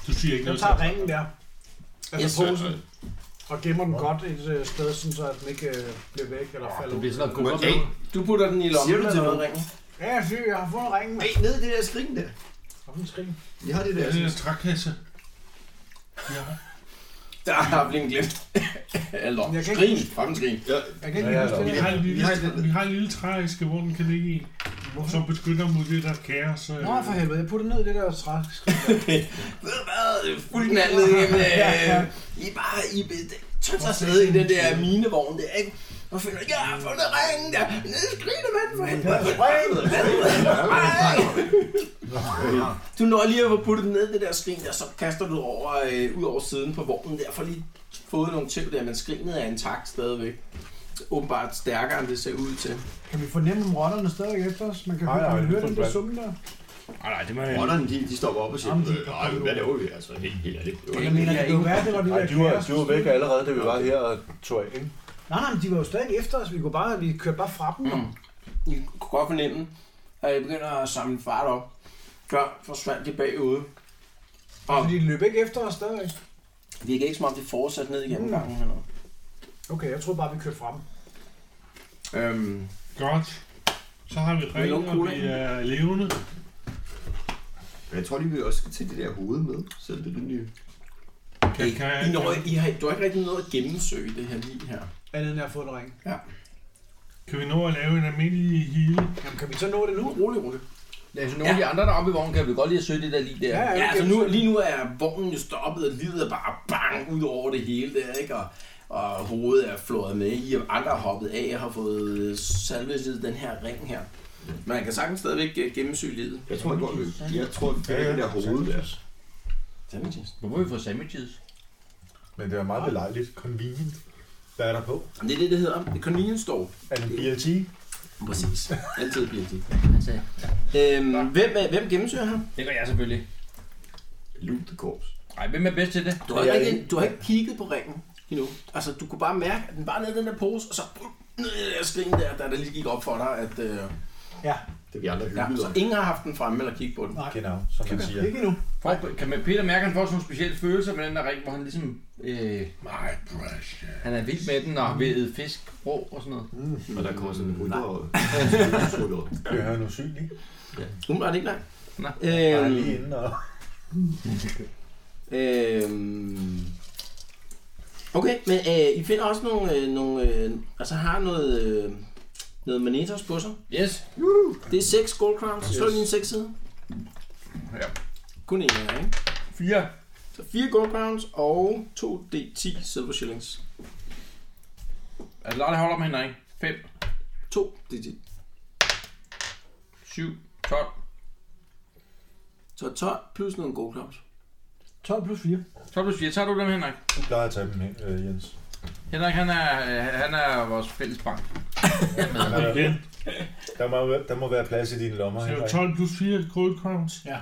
D: Du siger ikke
C: Jeg
D: noget
C: tager
D: til.
C: ringen der. Altså
B: Yes.
C: posen. Og gemmer den godt et øh, sted, sådan så at den ikke øh, bliver væk eller falder
G: Det bliver
C: ud.
G: sådan noget god
E: Hey,
B: Du putter den i lommen
E: Siger du
B: eller
E: til
B: noget,
E: mig?
B: ringen.
C: Ja, jeg er syg. Jeg har fundet ringen.
E: hey, ned i det der skrin der.
C: Kom, skrig.
E: Vi har det
D: Det
E: der.
D: er den der trækasse. Ja.
B: Der har blevet glemt. Eller
C: Jeg kan
B: skrin, fucking skrin.
E: Ja,
C: Jeg kan ikke lige huske
D: Vi
C: det.
D: har en lille,
E: Vi har et-
D: vi har en lille træske, hvor den kan ligge i, som beskytter mod det der kaos. øh.
C: Nå, for helvede. Jeg putter ned i det der træsk.
B: ved du hvad, fuld knald ned igennem, øh, I er bare, I tømte sig sted i den der minevogn der, ikke? Og finder, jeg har fundet ringen der, nede skriner manden for helvede. Du når lige at få puttet den ned i det der skrin der, så kaster du over, øh, ud over siden på vognen der, for lige fået nogle tæv der, men skrinet er intakt stadigvæk. Åbenbart stærkere, end det ser ud til.
C: Kan vi fornemme, om rotterne stadig er efter os? Man kan
I: Ej,
C: høre,
I: ej,
C: kan man
I: det er
C: høre den
I: fuldt
C: der
I: blandt.
C: summen der.
G: Nej, nej, det må jeg
E: Rotterne, de, de stopper op og siger,
C: Jamen, de
E: øh,
C: kan
E: "Ej,
C: komme
E: hvad laver vi? Altså, helt, helt ærligt. Det var
C: Jeg
E: ikke-
C: mener, det kan jo være, det var det
I: Ej,
C: der
I: de var,
C: kaos.
I: de var væk allerede, da vi var her og tog af, ikke?
C: Nej, nej, men de var jo stadig efter os. Vi, kunne bare, vi kørte bare fra dem.
B: Mm. I kunne godt fornemme, at I begynder at samle fart op. Før forsvandt de bagude.
C: Og
B: Og
C: de løb ikke efter os stadig.
B: det gik ikke som om, det fortsatte ned igennem
C: Mm.
B: gangen hernede.
C: Okay, jeg troede bare, vi kørte fra dem.
B: Øhm,
D: Godt. Så har vi ren,
B: Melon
D: og
B: cola.
D: vi er levende.
E: Men jeg tror lige, vi også skal tage det der hoved med, så det er den nye.
D: Kan, kan,
B: I, når, I har, du har ikke rigtig noget at gennemsøge det her lige her.
C: Andet end at få en ring.
D: kan vi nå at lave en almindelig hele?
C: Jamen, kan vi så nå det nu?
B: Nu, rolig, rolig.
G: Altså, nogle ja. af de andre, der er oppe i vognen, kan vi godt lige at søge det der lige der.
C: Ja,
B: Ja, altså nu, lige nu er vognen jo stoppet, og livet er bare bang ud over det hele der, ikke? Og, og hovedet er flået med. I og andre er hoppet af og har fået salveset den her ring her. Men Mm. man kan sagtens stadigvæk øh, gennemsøge livet.
E: Jeg tror, jeg går løb. Jeg tror, vi finder det der hoved der.
G: Hvorfor har vi fået sandwiches?
I: Men det er meget belejligt. Convenient. Hvad er der på?
B: Men Det er det, det hedder. Det er convenience store.
I: Er det en BLT?
B: Præcis. Altid bliver det.
G: Altså,
B: Øhm, hvem, øh, hvem gennemsøger ham?
G: det gør jeg selvfølgelig.
E: Lutekors.
G: Ej, hvem er bedst til det?
B: Du har, ikke, rigtig- du har ikke kigget på ringen endnu. Altså, du kunne bare mærke, at den var nede i den der pose, og så ned i det der skrin der, da det lige gik op for dig, at... Øh,
E: Det vi andre
B: ja,
E: hyggede
B: så
E: om.
B: ingen har haft den fremme eller kigget på den.
I: Genau, som man siger.
C: Ikke endnu.
G: Får, kan man Peter mærke, at han får sådan nogle specielle følelser med den der ring, hvor han ligesom... Øh,
D: My precious.
G: han er vild med den og har vedet fisk, rå og sådan noget.
E: Og der kommer sådan en rydder og skulder.
I: Vi hører en usynlig.
B: Umiddelbart ikke, nej.
G: Nej.
I: Bare
B: Øhm,
I: lige inden og...
B: øhm, okay, men øh, I finder også nogle... Øh, nogle øh, altså har noget... Øh, noget manetos på sig.
G: Yes.
B: Det er 6 gold crowns. Så slå lige en 6 side.
G: Ja.
B: Kun en af jer, ikke?
G: Fire.
B: Så 4 gold crowns og 2d10 silver shillings.
G: Altså, Lotte holder med hende, ikke? Fem,
B: 2d10.
G: syv, tolv.
B: Så 12 plus nogle gold crowns.
C: 12 plus 4.
G: Så plus fire. Tager du dem, Henrik?
I: Du plejer at tage dem hen, øh, Jens.
G: Henrik, han er, øh, han er vores fælles bank.
I: Han er-
D: Igen.
I: øh, Der må, være- der må være plads i dine lommer.
D: Så det er jo
I: Henrik.
D: 12 plus 4 gold crowns.
G: Ja.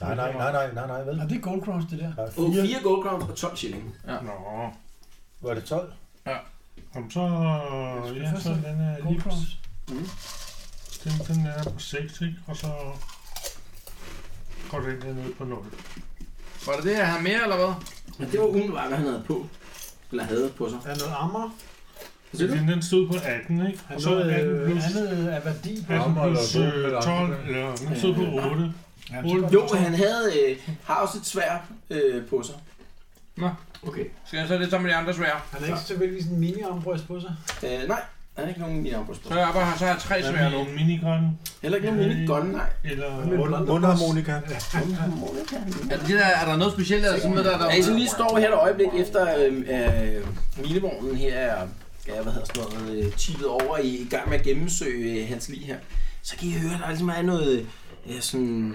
I: Nej, nej, nej, nej, nej, nej, vel?
C: Og det er Gold Cross, det der.
I: Der er
B: Og
I: fire.
B: 4 gold crowns og 12 shilling.
D: Nå.
I: Var det 12?
D: Kom så...
C: skal
D: Ja,
C: først
D: så
C: have
D: den er
C: Gold
D: lige
C: Cross.
D: Den, den er på 6, ikke? Og så går den her ned på 0.
G: Var det det, jeg havde med, eller hvad?
B: Men det var umiddelbart, hvad han havde på. Eller havde på sig.
C: Der er noget ammer.
B: Hvad siger du?
D: Den, den stod på 18, ikke?
C: Han
D: Og
C: er
D: så
C: noget
D: 18
C: øh,
D: plus,
C: andet af værdi på.
D: 18
I: Rammer
D: plus
I: eller
D: øh,
I: bombe,
D: 12,
I: eller-
D: eller den stod på 8.
C: Ja,
D: Otte.
B: Jo, han havde, øh, har også et svær øh, på sig.
E: Okay.
G: Skal jeg så det sammen med de andre svære?
C: Han har ikke selvfølgelig en mini armbryst på sig.
B: Øh, nej, han er ikke nogen mini
G: Så
B: afbrudspil.
G: er jeg oppe her, så har jeg tre
D: Hvad
G: svære nu.
D: med en minigun?
B: Heller ikke nogen mini gun, nej.
D: Eller...
I: Mund- Mundharmonika.
G: Er, det der, er der noget specielt, eller sådan noget, der, der
B: Ja, I så lige står her et øjeblik efter øh, øh, minevognen her er, ja, hvad hedder sådan noget, øh, tippet over i, i gang med at gennemsøge øh, hans lig her. Så kan I høre, der ligesom er noget øh, sådan,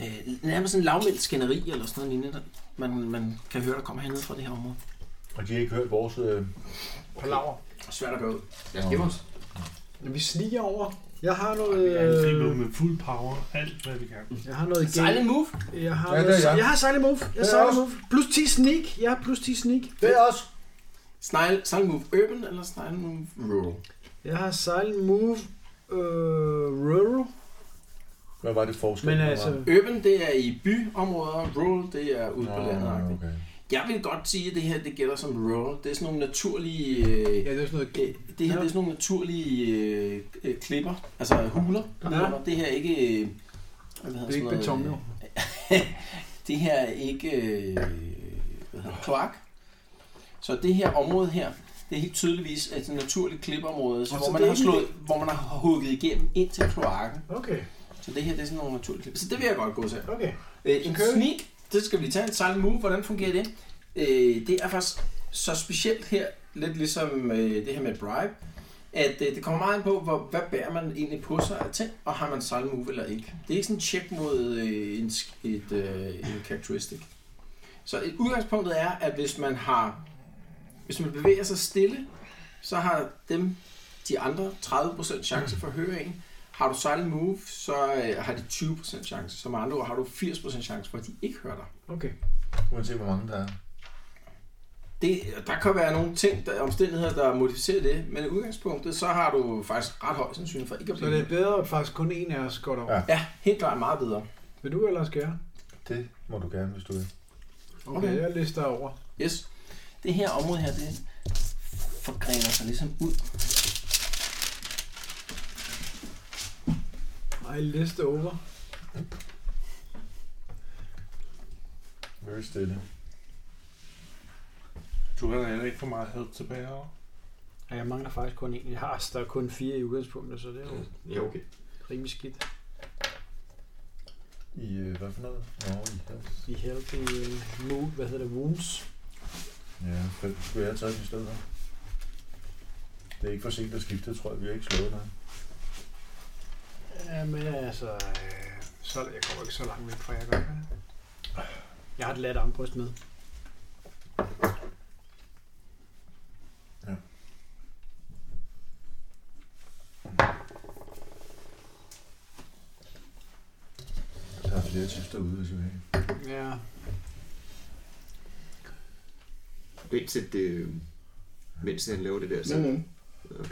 B: øh, nærmest sådan lavmældt skænderi eller sådan noget lignende, der man, man kan høre, der kommer hernede fra det her område.
I: Og de har ikke hørt vores... Øh...
C: Palaver.
B: Svært at gøre ud.
E: Lad os gemme os.
C: Når vi sniger over. Jeg har noget...
D: Vi driver
C: Øh,
D: med fuld power, alt hvad vi kan.
C: jeg har noget game.
B: Silent move.
C: Jeg har,
I: Ja,
C: ja,
I: det er jeg.
C: jeg. jeg har silent move. Jeg
I: Det er
C: har silent
I: også.
C: move. Plus 10 sneak. Jeg har plus 10 sneak.
I: Det er os!
B: Snile, silent move urban eller silent move rural?
C: Jeg har silent move. Øh, rural.
I: Hvad var det forskel?
C: Men
I: der var?
C: altså...
B: Urban, det er i byområder, rural, det er ude
F: Ah.
B: på
I: Nå,
B: landet.
I: okay.
B: Jeg vil godt sige, at det her det gælder som rural. Det er sådan nogle naturlige... Øh,
C: Ja, det er sådan noget...
B: øh, det her det er sådan nogle naturlige øh, øh, klipper, altså huler. Ja. Det her er ikke... Øh, hvad hedder
C: Det er ikke
B: sådan
C: beton,
B: noget,
C: jo.
B: øh, det her er ikke øh, hvad hedder, det, kloak. Så det her område her, det er helt tydeligvis et naturligt klippeområde, så
C: Og
B: hvor,
C: så
B: man
C: det er
B: har
C: ikke-
B: slået, hvor man har hugget igennem ind til kloakken.
C: Okay,
B: Så det her det er sådan nogle naturlige klipper. Så det vil jeg godt gå til.
C: okay.
B: Øh, en
C: Så kører vi.
B: sneak, det skal vi lige tage. En silent move, hvordan fungerer det? Øh, det er faktisk så specielt her, lidt ligesom øh, det her med bribe, at øh, det kommer meget an på, hvor, hvad bærer man egentlig på sig af ting, og har man silent move eller ikke. Det er ikke sådan en check mod øh, en, sk- et, øh, en characteristic. Så et udgangspunktet er, at hvis man har hvis man bevæger sig stille, så har dem, de andre 30% chance for at høre en, har du silent move, så øh, har de 20% chance. Så med andre ord har du 80% chance for, at de ikke hører dig.
I: Uanset hvor mange der er.
B: Det, der kan være nogle ting, der, omstændigheder, der modificerer det, men i udgangspunktet, så har du faktisk ret høj sandsynlighed for ikke at
C: Så
B: blive
C: det er bedre, at faktisk kun en af os går derover.
I: Ja.
B: Ja, helt klart meget bedre.
C: Vil du ellers gøre?
I: Det må du gerne, hvis du vil.
C: Okay,
B: Okay.
C: okay. jeg lister over.
B: Yes. Det her område her, det forgrener sig ligesom ud.
C: I list over.
I: Very stille.
D: Du har da heller ikke for meget had tilbage over.
C: Ja, jeg mangler faktisk kun en. Jeg har der er kun fire i udgangspunktet, så det er jo
E: Ja, okay.
C: rimelig skidt.
I: I øh, hvad for noget? Nå, i helst.
C: I healthy uh, mood, hvad hedder det, wounds.
I: Ja, fem skulle jeg have taget den i stedet her. Det er ikke for sent at skifte, tror jeg. Vi har ikke slået noget.
C: Ja, men altså, øh, så jeg kommer ikke så langt væk fra jer, gør jeg. Jeg har et lat armbryst med.
I: Der er flere tips derude, hvis I vil have.
C: Ja,
E: Mens, at, øh, mens han laver det der, så...
B: nej.
E: Okay.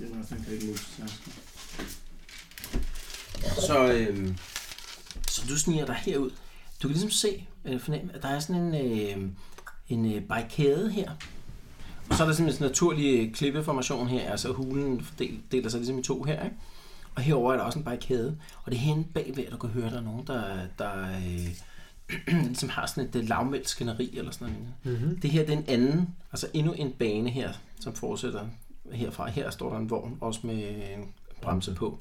B: Jeg tror, han kan ikke multitaske.
E: Så, øh,
B: øhm, Så du sniger dig herud. Du kan ligesom se, øh, fornemme, at der er sådan en, øh, en øh, barrikade her. Og så er der simpelthen sådan en naturlig øh, klippeformation her, altså hulen fordel- deler sig ligesom i to her, ikke? Og herover er der også en barrikade, og det er henne bagved, at du kan høre, at der er nogen, der, der øh, (clears throat) ligesom har sådan et øh, lavmældt skænderi eller sådan noget.
C: mm-hmm.
B: Det her det er en anden, altså endnu en bane her, som fortsætter herfra. Her står der en vogn, også med en bremse på.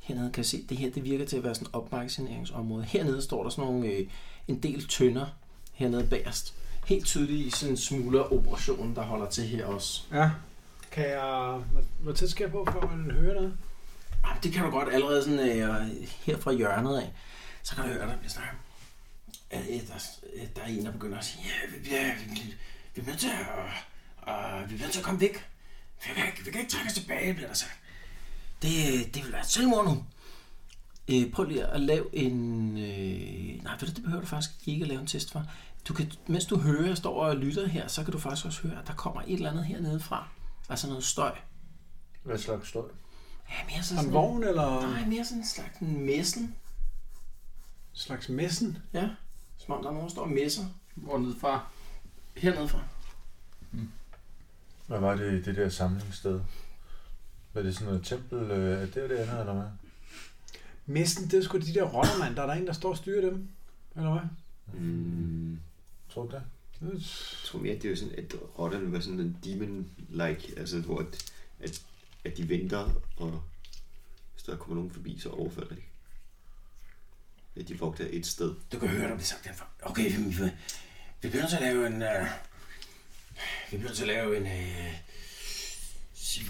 B: Hernede kan jeg se, det her det virker til at være sådan et opmagasineringsområde. Hernede står der sådan nogle, øh, en del tønder hernede bagerst. Helt tydeligt i sådan en smugleroperation, der holder til her også.
C: ja. Kan jeg, hvor- hvor tæt skal jeg på, for at man hører noget?
B: Ah, Det kan du godt allerede sådan øh, her fra hjørnet af. Så kan du høre, der bliver snakket. Øh, øh, der, er- øh, der er en, der begynder at sige, ja, vi, bliver, vi, bliver, vi bliver nødt til at, øh, vi bliver nødt til at komme væk. Vi kan, ikke- vi kan ikke trække os tilbage, bliver der sagt. Det, det vil være et selvmord nu. Øh, prøv lige at lave en... Øh, nej, ved du, det behøver du faktisk ikke at lave en test for. Du kan, mens du hører, jeg står og lytter her, så kan du faktisk også høre, at der kommer et eller andet hernede fra. Altså noget støj.
I: Hvad slags støj?
B: Ja, mere så
C: En
B: sådan...
C: vogn eller
B: Nej, mere sådan en slags en messen.
C: slags messen?
B: Ja, som om der er nogen, der står og messer
G: Hvor ned fra?
B: hernede fra.
I: Hvad var det, det der samlingssted? Var det sådan noget tempel? Øh, er det og det andet, eller hvad?
C: Messen, det er sgu de der rotter, mand. Der er der en, der står og styrer dem. Eller hvad?
E: mm,
I: Tror du det?
E: jeg tror mere, at det er sådan, at rotterne var sådan en demon-like, altså hvor at, at, at de venter, og hvis der kommer nogen forbi, så overfalder de. At de vogter et sted.
B: Du kan høre, der bliver sagt derfra. Okay, vi, vi, vi bliver nødt til at lave en... Uh, vi bliver nødt til at lave en... Uh,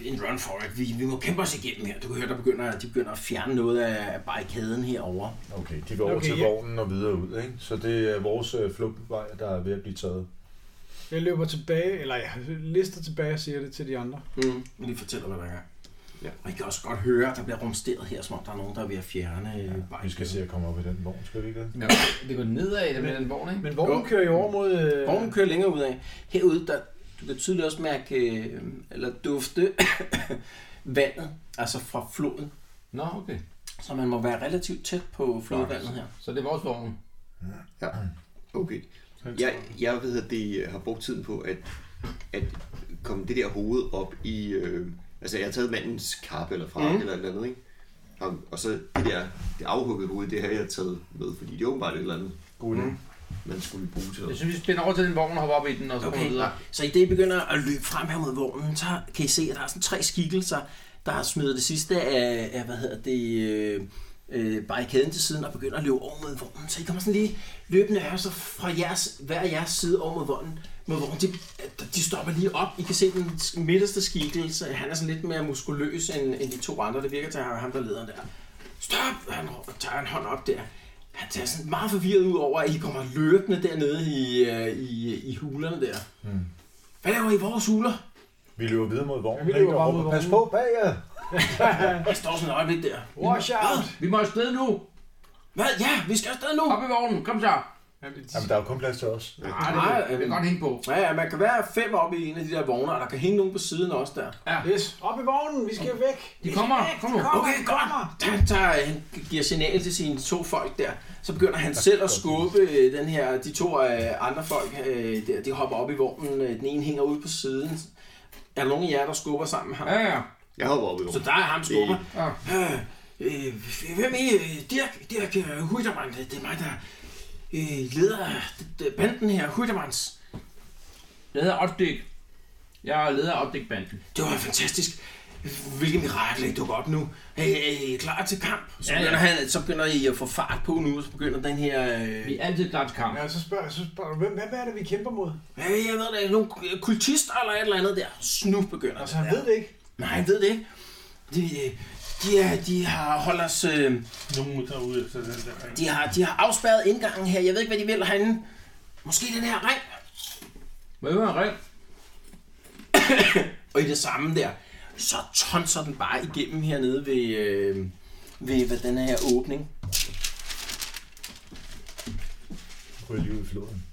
B: en run for it. Vi, vi må kæmpe os igennem her. Du kan høre, der begynder, de begynder at fjerne noget af af barrikaden herover.
I: Okay, de går over
C: Okay,
I: okay, til
C: ja.
I: vognen og videre ud, ikke? Så det er vores øh, flugtvej, der er ved at blive taget.
C: Jeg løber tilbage, eller jeg lister tilbage og siger det til de andre.
B: Mm. Lige fortæller, hvad der er.
E: Ja.
B: Og I kan også godt høre, at der bliver rumsteret her, som om der er nogen, der er ved at fjerne øh, ja,
I: Vi skal se at komme op i den vogn, skal vi ikke det?
G: Ja, det går nedad, det med den vogn, ikke?
C: Men vognen kører jo over mod... Øh,
B: Vognen kører længere ud af. Herude, der, du kan tydeligt også mærke, øh, eller dufte (coughs) vandet, altså fra floden.
G: Nå, okay.
B: Så man må være relativt tæt på flodvandet her.
G: Så det er vores vogn.
E: Okay. Jeg, jeg ved, at det øh, har brugt tiden på at, at komme det der hoved op i... Øh, altså, jeg har taget mandens kappe eller frakke
B: Mhm.
E: mm. eller et eller andet, ikke? Og, og så det der det afhuggede hoved, det har jeg taget med, fordi det er åbenbart et eller andet,
I: God idé.
E: man skulle bruge til
G: Mm. Jeg
E: noget.
G: synes, vi spænder over til den vogn og hopper op i den, og så okay.
B: Okay,
G: videre.
B: så i det I begynder at løbe frem her mod vognen, så kan I se, at der er sådan tre skikkelser, der har smidt det sidste af, af hvad hedder det, øh, øh, barrikaden til siden og begynder at løbe over mod vognen. Så I kommer sådan lige løbende her, så fra jeres, hver jeres side over mod vognen. Mod vognen de, de stopper lige op. I kan se den midterste skikkelse. Han er sådan lidt mere muskuløs end, end de to andre. Det virker til at være ham, der leder der. Stop! Han råber, tager en hånd op der. Han ser sådan meget forvirret ud over, at I kommer løbende dernede i, øh, i, i hulerne der.
I: Mm.
B: Hvad laver I i vores huler?
I: Vi løber videre mod vognen,
C: Ja, vi løber
I: ikke? Og
C: bare
I: råber,
C: mod
I: Pas
C: vognen."
I: på bag jer!
B: Jeg står sådan et øjeblik der.
C: Wash out!
G: Vi må afsted nu!
B: Hvad? Ja, vi skal afsted nu.
G: Op i vognen, kom så!
C: Jamen, de,
I: Jamen, der er jo kun plads til os.
G: Nej, det,
B: Nej,
G: det, det
B: øhm.
G: kan godt hænge på.
B: Ja, ja, man kan være fem op i en af de der vogne, og der kan hænge nogen på siden også der.
C: yes, op i vognen, vi skal væk!
G: De kommer, kom nu.
B: Okay, godt. Han tager, han giver signal til sine to folk der. Så begynder han selv at skubbe øh, den her, de to øh, andre folk øh, der. De hopper op i vognen. Øh, Den ene hænger ude på siden. Er der nogen af jer, der skubber sammen med ham?
G: Ja, ja.
E: Jeg hopper op i rummet.
B: Så der er ham skubber. Øh, øh, hvem er I? Øh, Dirk, Dirk øh, Huydermann, det, det er mig, der øh, leder af d- d- banden her, Huydermanns.
G: Jeg hedder Opdik. Jeg er leder af Opdik-banden.
B: Det var fantastisk. Hvilket mirakel, I dukker op nu. Hey, hey, er I klar til kamp? Så,
G: Ja, ja.
B: begynder Han, så begynder I at få fart på nu, så begynder den her... Øh,
G: Vi er altid klar til kamp.
C: Ja, så spørger, så spørger du, hvem, hvem er det, vi kæmper mod?
B: hey, jeg ved det, er nogle kultister eller et eller andet der. Snu begynder
C: Altså, han ved det ikke.
B: Nej, jeg ved det ikke. De, øh, de, er, de har holdt os... Øh,
D: Nogen derude efter den der ring.
B: de, har, de har afspærret indgangen her. Jeg ved ikke, hvad de vil herinde. Måske den her ring.
G: Må jeg høre en ring?
B: Og i det samme der, så tonser den bare igennem hernede ved, øh, ved, ved den her åbning.
I: Ryger lige ud i floden.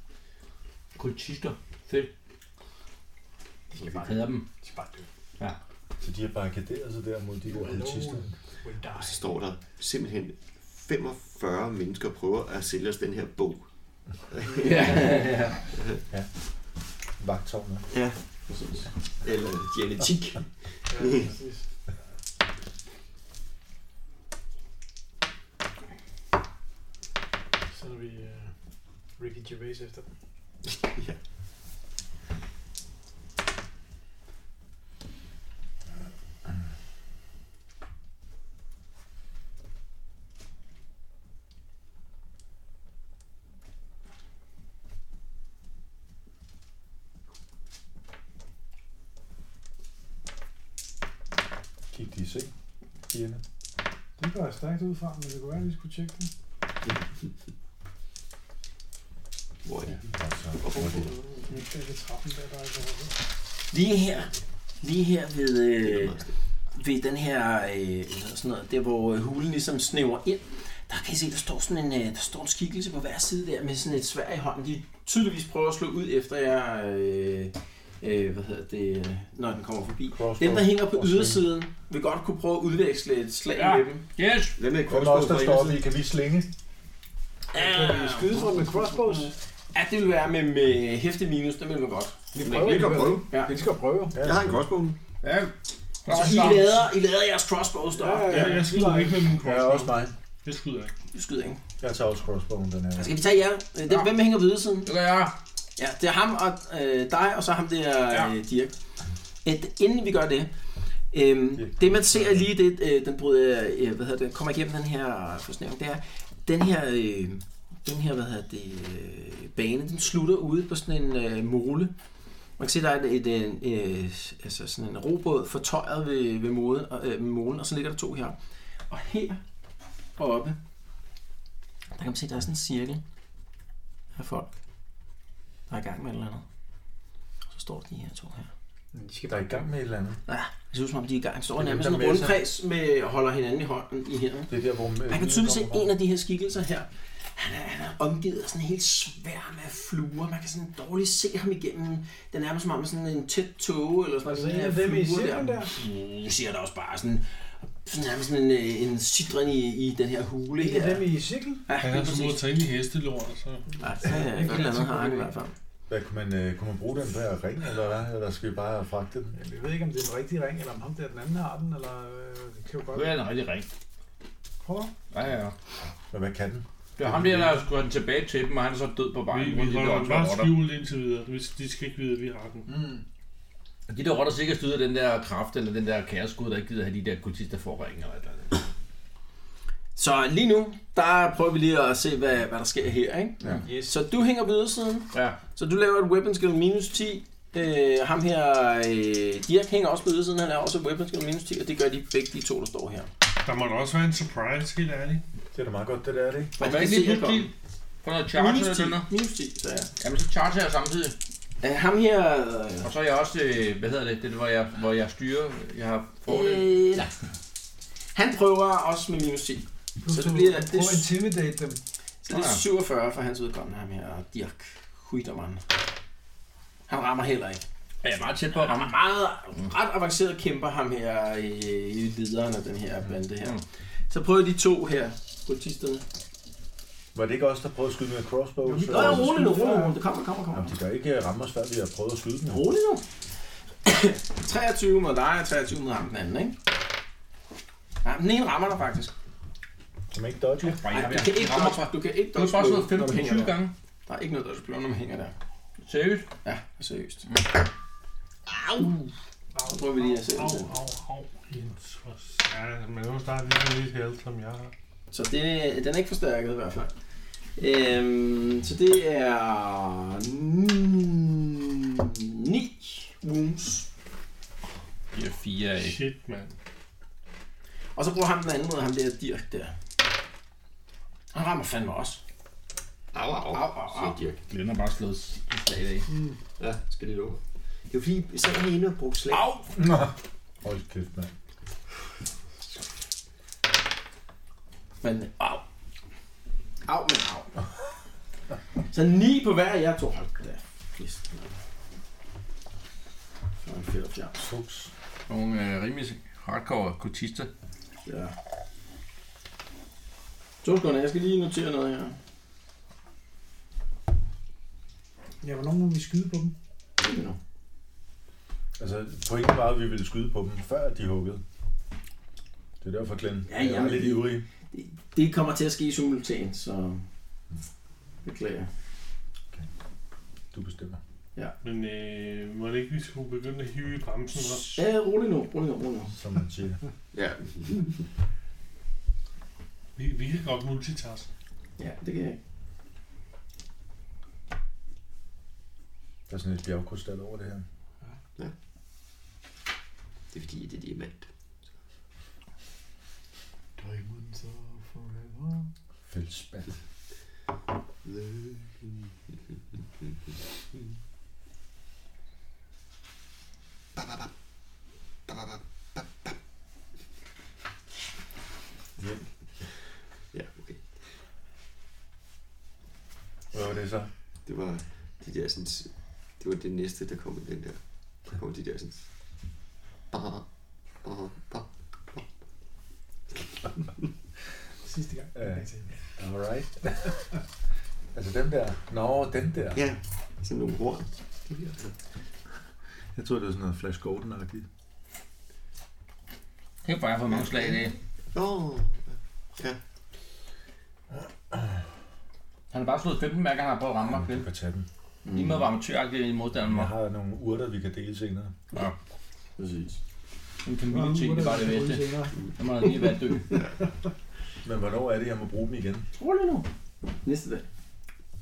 G: Kultister. Fedt. Jeg hader dem.
E: De er bare døde.
I: Så de har barrikaderet sig der mod de der politister.
E: Og så står der simpelthen 45 mennesker prøver at sælge os den her bog.
G: Ja, ja.
I: Vagtårnet.
E: Ja. Eller genetik.
C: Ja, præcis. Så er vi
D: øh,
C: uh, Ricky Gervais efter.
E: ja.
I: Gik de i seng? Pigerne.
C: Den går jeg stærkt ud fra, men det kunne være, at vi skulle tjekke den.
D: Mm.
E: Hvor er det?
I: Altså, hvor er det?
C: Det er ved trappen der, der er ikke overhovedet.
B: Lige her, lige her ved,
E: Det er
B: øh,
E: meget stille.
B: ved den her, øh, hvad hedder sådan noget, der hvor øh, hulen ligesom snæver ind, der kan I se, der står sådan en, øh, der står en skikkelse på hver side der med sådan et svær i hånden. De tydeligvis prøver at slå ud efter jer, øh, øh, hvad hedder det, øh, når den kommer forbi.
I: Crossbow.
B: Dem, der hænger på ydersiden, vil godt kunne prøve at udveksle et slag
G: Ja.
B: med dem.
G: (laughs) Yes!
E: Hvad med
I: Hvem er os, der står oppe i? Kan vi slinge?
C: Kan vi skyde fra med crossbows?
B: Ja, det vil være med, med hæfte minus, det vil være godt.
C: Vi
E: Vi kan prøve.
B: Ja.
C: Vi skal prøve.
E: Jeg har en crossbow.
G: Ja.
B: Så I lader, I lader jeres crossbows deroppe.
D: Ja, jeg skyder ikke med min
I: Ja, også
D: crossbow.
I: mig.
D: Det skyder jeg ikke.
B: I skyder ikke.
I: Jeg tager også crossbowen den her.
B: Skal vi tage jer? Øh, Dem,
G: Ja.
B: Hvem hænger ved ydersiden?
G: Det gør jeg.
B: Ja, det er ham og øh, dig, og så ham der
G: Ja.
B: ja. øh, Dirk. Et, inden vi gør det, øh, det man ser lige det, øh, den bryder, øh, hvad hedder det, kommer igennem den her forsnævning, det er, den her, øh, den her, hvad hedder det, øh, bane, den slutter ude på sådan en øh, mole. Man kan se, der er et, et, en, øh, altså sådan en robåd fortøjet ved, ved mode, og, øh, molen, og så ligger der to her. Og her oppe, der kan man se, der er sådan en cirkel af folk der er i gang med et eller andet. Så står de her to her.
I: De skal bare i gang med et eller andet.
B: Ja, det ser ud som om, de er i gang.
I: Det
B: Står
I: er
B: nærmest
I: dem,
B: sådan
I: der
B: en
I: messer.
B: rundkreds med og holder hinanden i hånden i her.
I: Det er der, hvor... øh,
B: Man kan tydeligt se en af de her skikkelser her. Han er, han er omgivet af sådan en helt sværm af fluer. Man kan sådan dårligt se ham igennem. Det er nærmest som om sådan en tæt tåge eller sådan
C: Altså
B: Den
C: en
B: her
C: af dem i
B: flue
C: cirklen der.
B: Uh, siger der også bare sådan, sådan nærmest sådan en, øh, en sidren i, i den her hule
C: En af
B: her.
C: dem i cirklen.
B: Ja,
D: Han
B: lige
D: har så
B: præcis.
D: måde at tage ind i hestelort, så...
B: Ja, ja, et eller andet har han i hvert fald.
I: Hvad, kunne man, øh, kunne man bruge den der ring, eller hvad? Eller skal vi bare fragte den?
C: Jamen, jeg ved ikke, om det er den rigtige ring, eller om ham der den anden har den, eller øh, det kan jo godt
G: Det er en rigtig ring.
C: Prøv.
G: Ja, ja.
I: Men hvad kan den?
G: Det var ham der, der skulle have den tilbage til dem, og han er så død på vejen.
D: Vi,
G: hvor
D: vi
G: de der
D: holder den
G: åndsvage
D: bare
G: rotter.
D: skjult indtil videre. Hvis de skal ikke vide, at vi har den.
G: De der rotter sikkert styrer den der kraft, eller den der kæreskud, der ikke gider have de der kultister for ringe eller et eller andet.
B: Så lige nu, der prøver vi lige at se, hvad, hvad der sker her, ikke?
G: Ja.
B: Yes. Så du hænger på ydersiden,
G: Ja.
B: så du laver et weapon skill minus 10. Øh, ham her, øh, Dirk hænger også på ydersiden, han laver også et weapon skill minus 10, og det gør de begge de to, der står her.
D: Der må da også være en surprise, helt ærligt.
I: Det er da meget godt, det der, er det ikke?
G: Og
B: det
G: hvad er
B: kan
G: det
B: se, jeg
G: lige pludselig? For noget charge
B: minus
G: eller
B: 10,
G: sådan noget?
B: minus 10, så ja.
G: Jamen så charger jeg samtidig.
B: Øh, ham her, øh,
G: Og så er jeg også, øh, hvad hedder det, det er, hvor jeg, hvor jeg styrer, jeg har fordel.
B: øh, han prøver også med minus 10. Så det bliver- det-
C: Prøv at intimidate dem.
B: Så det er
G: Ja.
B: 47 for hans udkommende, ham her, Dirk Huitermann. Han rammer heller ikke.
G: Ja, jeg er meget tæt på at
B: Han
G: ramme.
B: er meget ret avanceret kæmper, ham her, øh, lederen af den her bande her.
G: Mm.
B: Så prøver de to her, politisterne.
I: Var det ikke os, der prøvede at skyde med crossbow?
C: Jo, vi
I: Så-
B: Nå, ja, rolig nu, rolig nu. Det kommer, det kommer, det
I: Jamen,
B: kommer.
I: de kan ikke øh, ramme os, før vi har prøvet at skyde dem.
B: Rolig nu. (coughs) 23 mod dig og 23 mod ham den anden, ikke? Ja, den ene rammer dig faktisk.
F: Som ikke dodge.
G: Ej,
B: Nej, du
G: jeg-
B: kan ikke
G: jeg rammer
B: dodge, du kan ikke
G: Du har
B: dodge
G: bare
B: blow,
G: slået
B: når du hænger
G: 15-20
B: der.
G: gange.
B: Der er ikke noget dodge blow, når man hænger der.
G: Seriøst?
B: Ja, seriøst. Au! Så prøver vi lige at se.
D: Au, au, au. Jens, hvor s- Ja, man kan jo starte lige med lidt held, som jeg har.
B: Så det, den er ikke forstærket i hvert fald. Øhm, så det er 9 wounds.
G: Giver fire af.
D: Shit, mand.
B: Og så bruger han den anden mod ham der Dirk der. Han rammer fandme også.
E: Au,
B: Au,
E: au,
B: au, au.
E: siger Dirk.
G: Glenn har bare slået et slag i dag.
E: Ja, skal det over. Det er jo fordi, så er han inde og brugt slag.
B: Au!
F: Hold kæft, mand.
B: Men au. Au, men au. Så 9 på hver af jer to. Hold da. Kæft. Så er en fedt og fjern.
D: Fuchs.
G: Nogle øh, rimelig hardcore kultister.
B: Ja. To sekunder, jeg skal lige notere noget her.
C: Ja, hvornår må vi skyde på dem?
F: Altså, pointen var, at vi ville skyde på dem, før de huggede. Det er derfor, Glenn.
B: Ja, ja,
F: Jeg er
B: men
F: lidt
B: det-
F: ivrig.
B: Det kommer til at ske simultant, så beklager.
F: Du bestemmer.
D: Men øh, må det ikke, vi skulle begynde at hive i bremsen også?
B: Ja, rolig nu, rolig nu, rolig nu.
F: Som man siger.
E: Ja.
D: Vi, vi kan godt multitask.
B: Ja, det kan jeg ikke.
F: Der er sådan et bjergkrystal over det her.
E: Det er fordi, det er diamant. Diamonds are forever.
F: Feldspat.
E: Ja, okay.
F: Hvad var det så?
E: Det var de der sådan... Det var det næste, der kom i den der. Der kom de der sådan... Bare, bare, bare.
C: Sidste gang.
F: Ja. Alright. Øh, altså den der. Nå, den der.
E: Ja, sådan nogle horn.
F: Jeg tror, det var sådan noget Flash Gordon-agtigt.
G: Kæft, hvor jeg har fået mange slag i dag.
E: Åh,
G: Han har bare slået 15 mærker, han har prøvet at ramme mig. Glenn.
F: Du kan tage dem.
G: Lige med hvor amatøragtig modstanderen
F: Jeg
G: var.
F: har nogle urter, vi kan dele senere.
B: Præcis.
G: En familieting, det var det bedste. Han må da lige være død.
F: Men hvornår er det, jeg må bruge dem igen?
B: Rolig nu. Næste dag.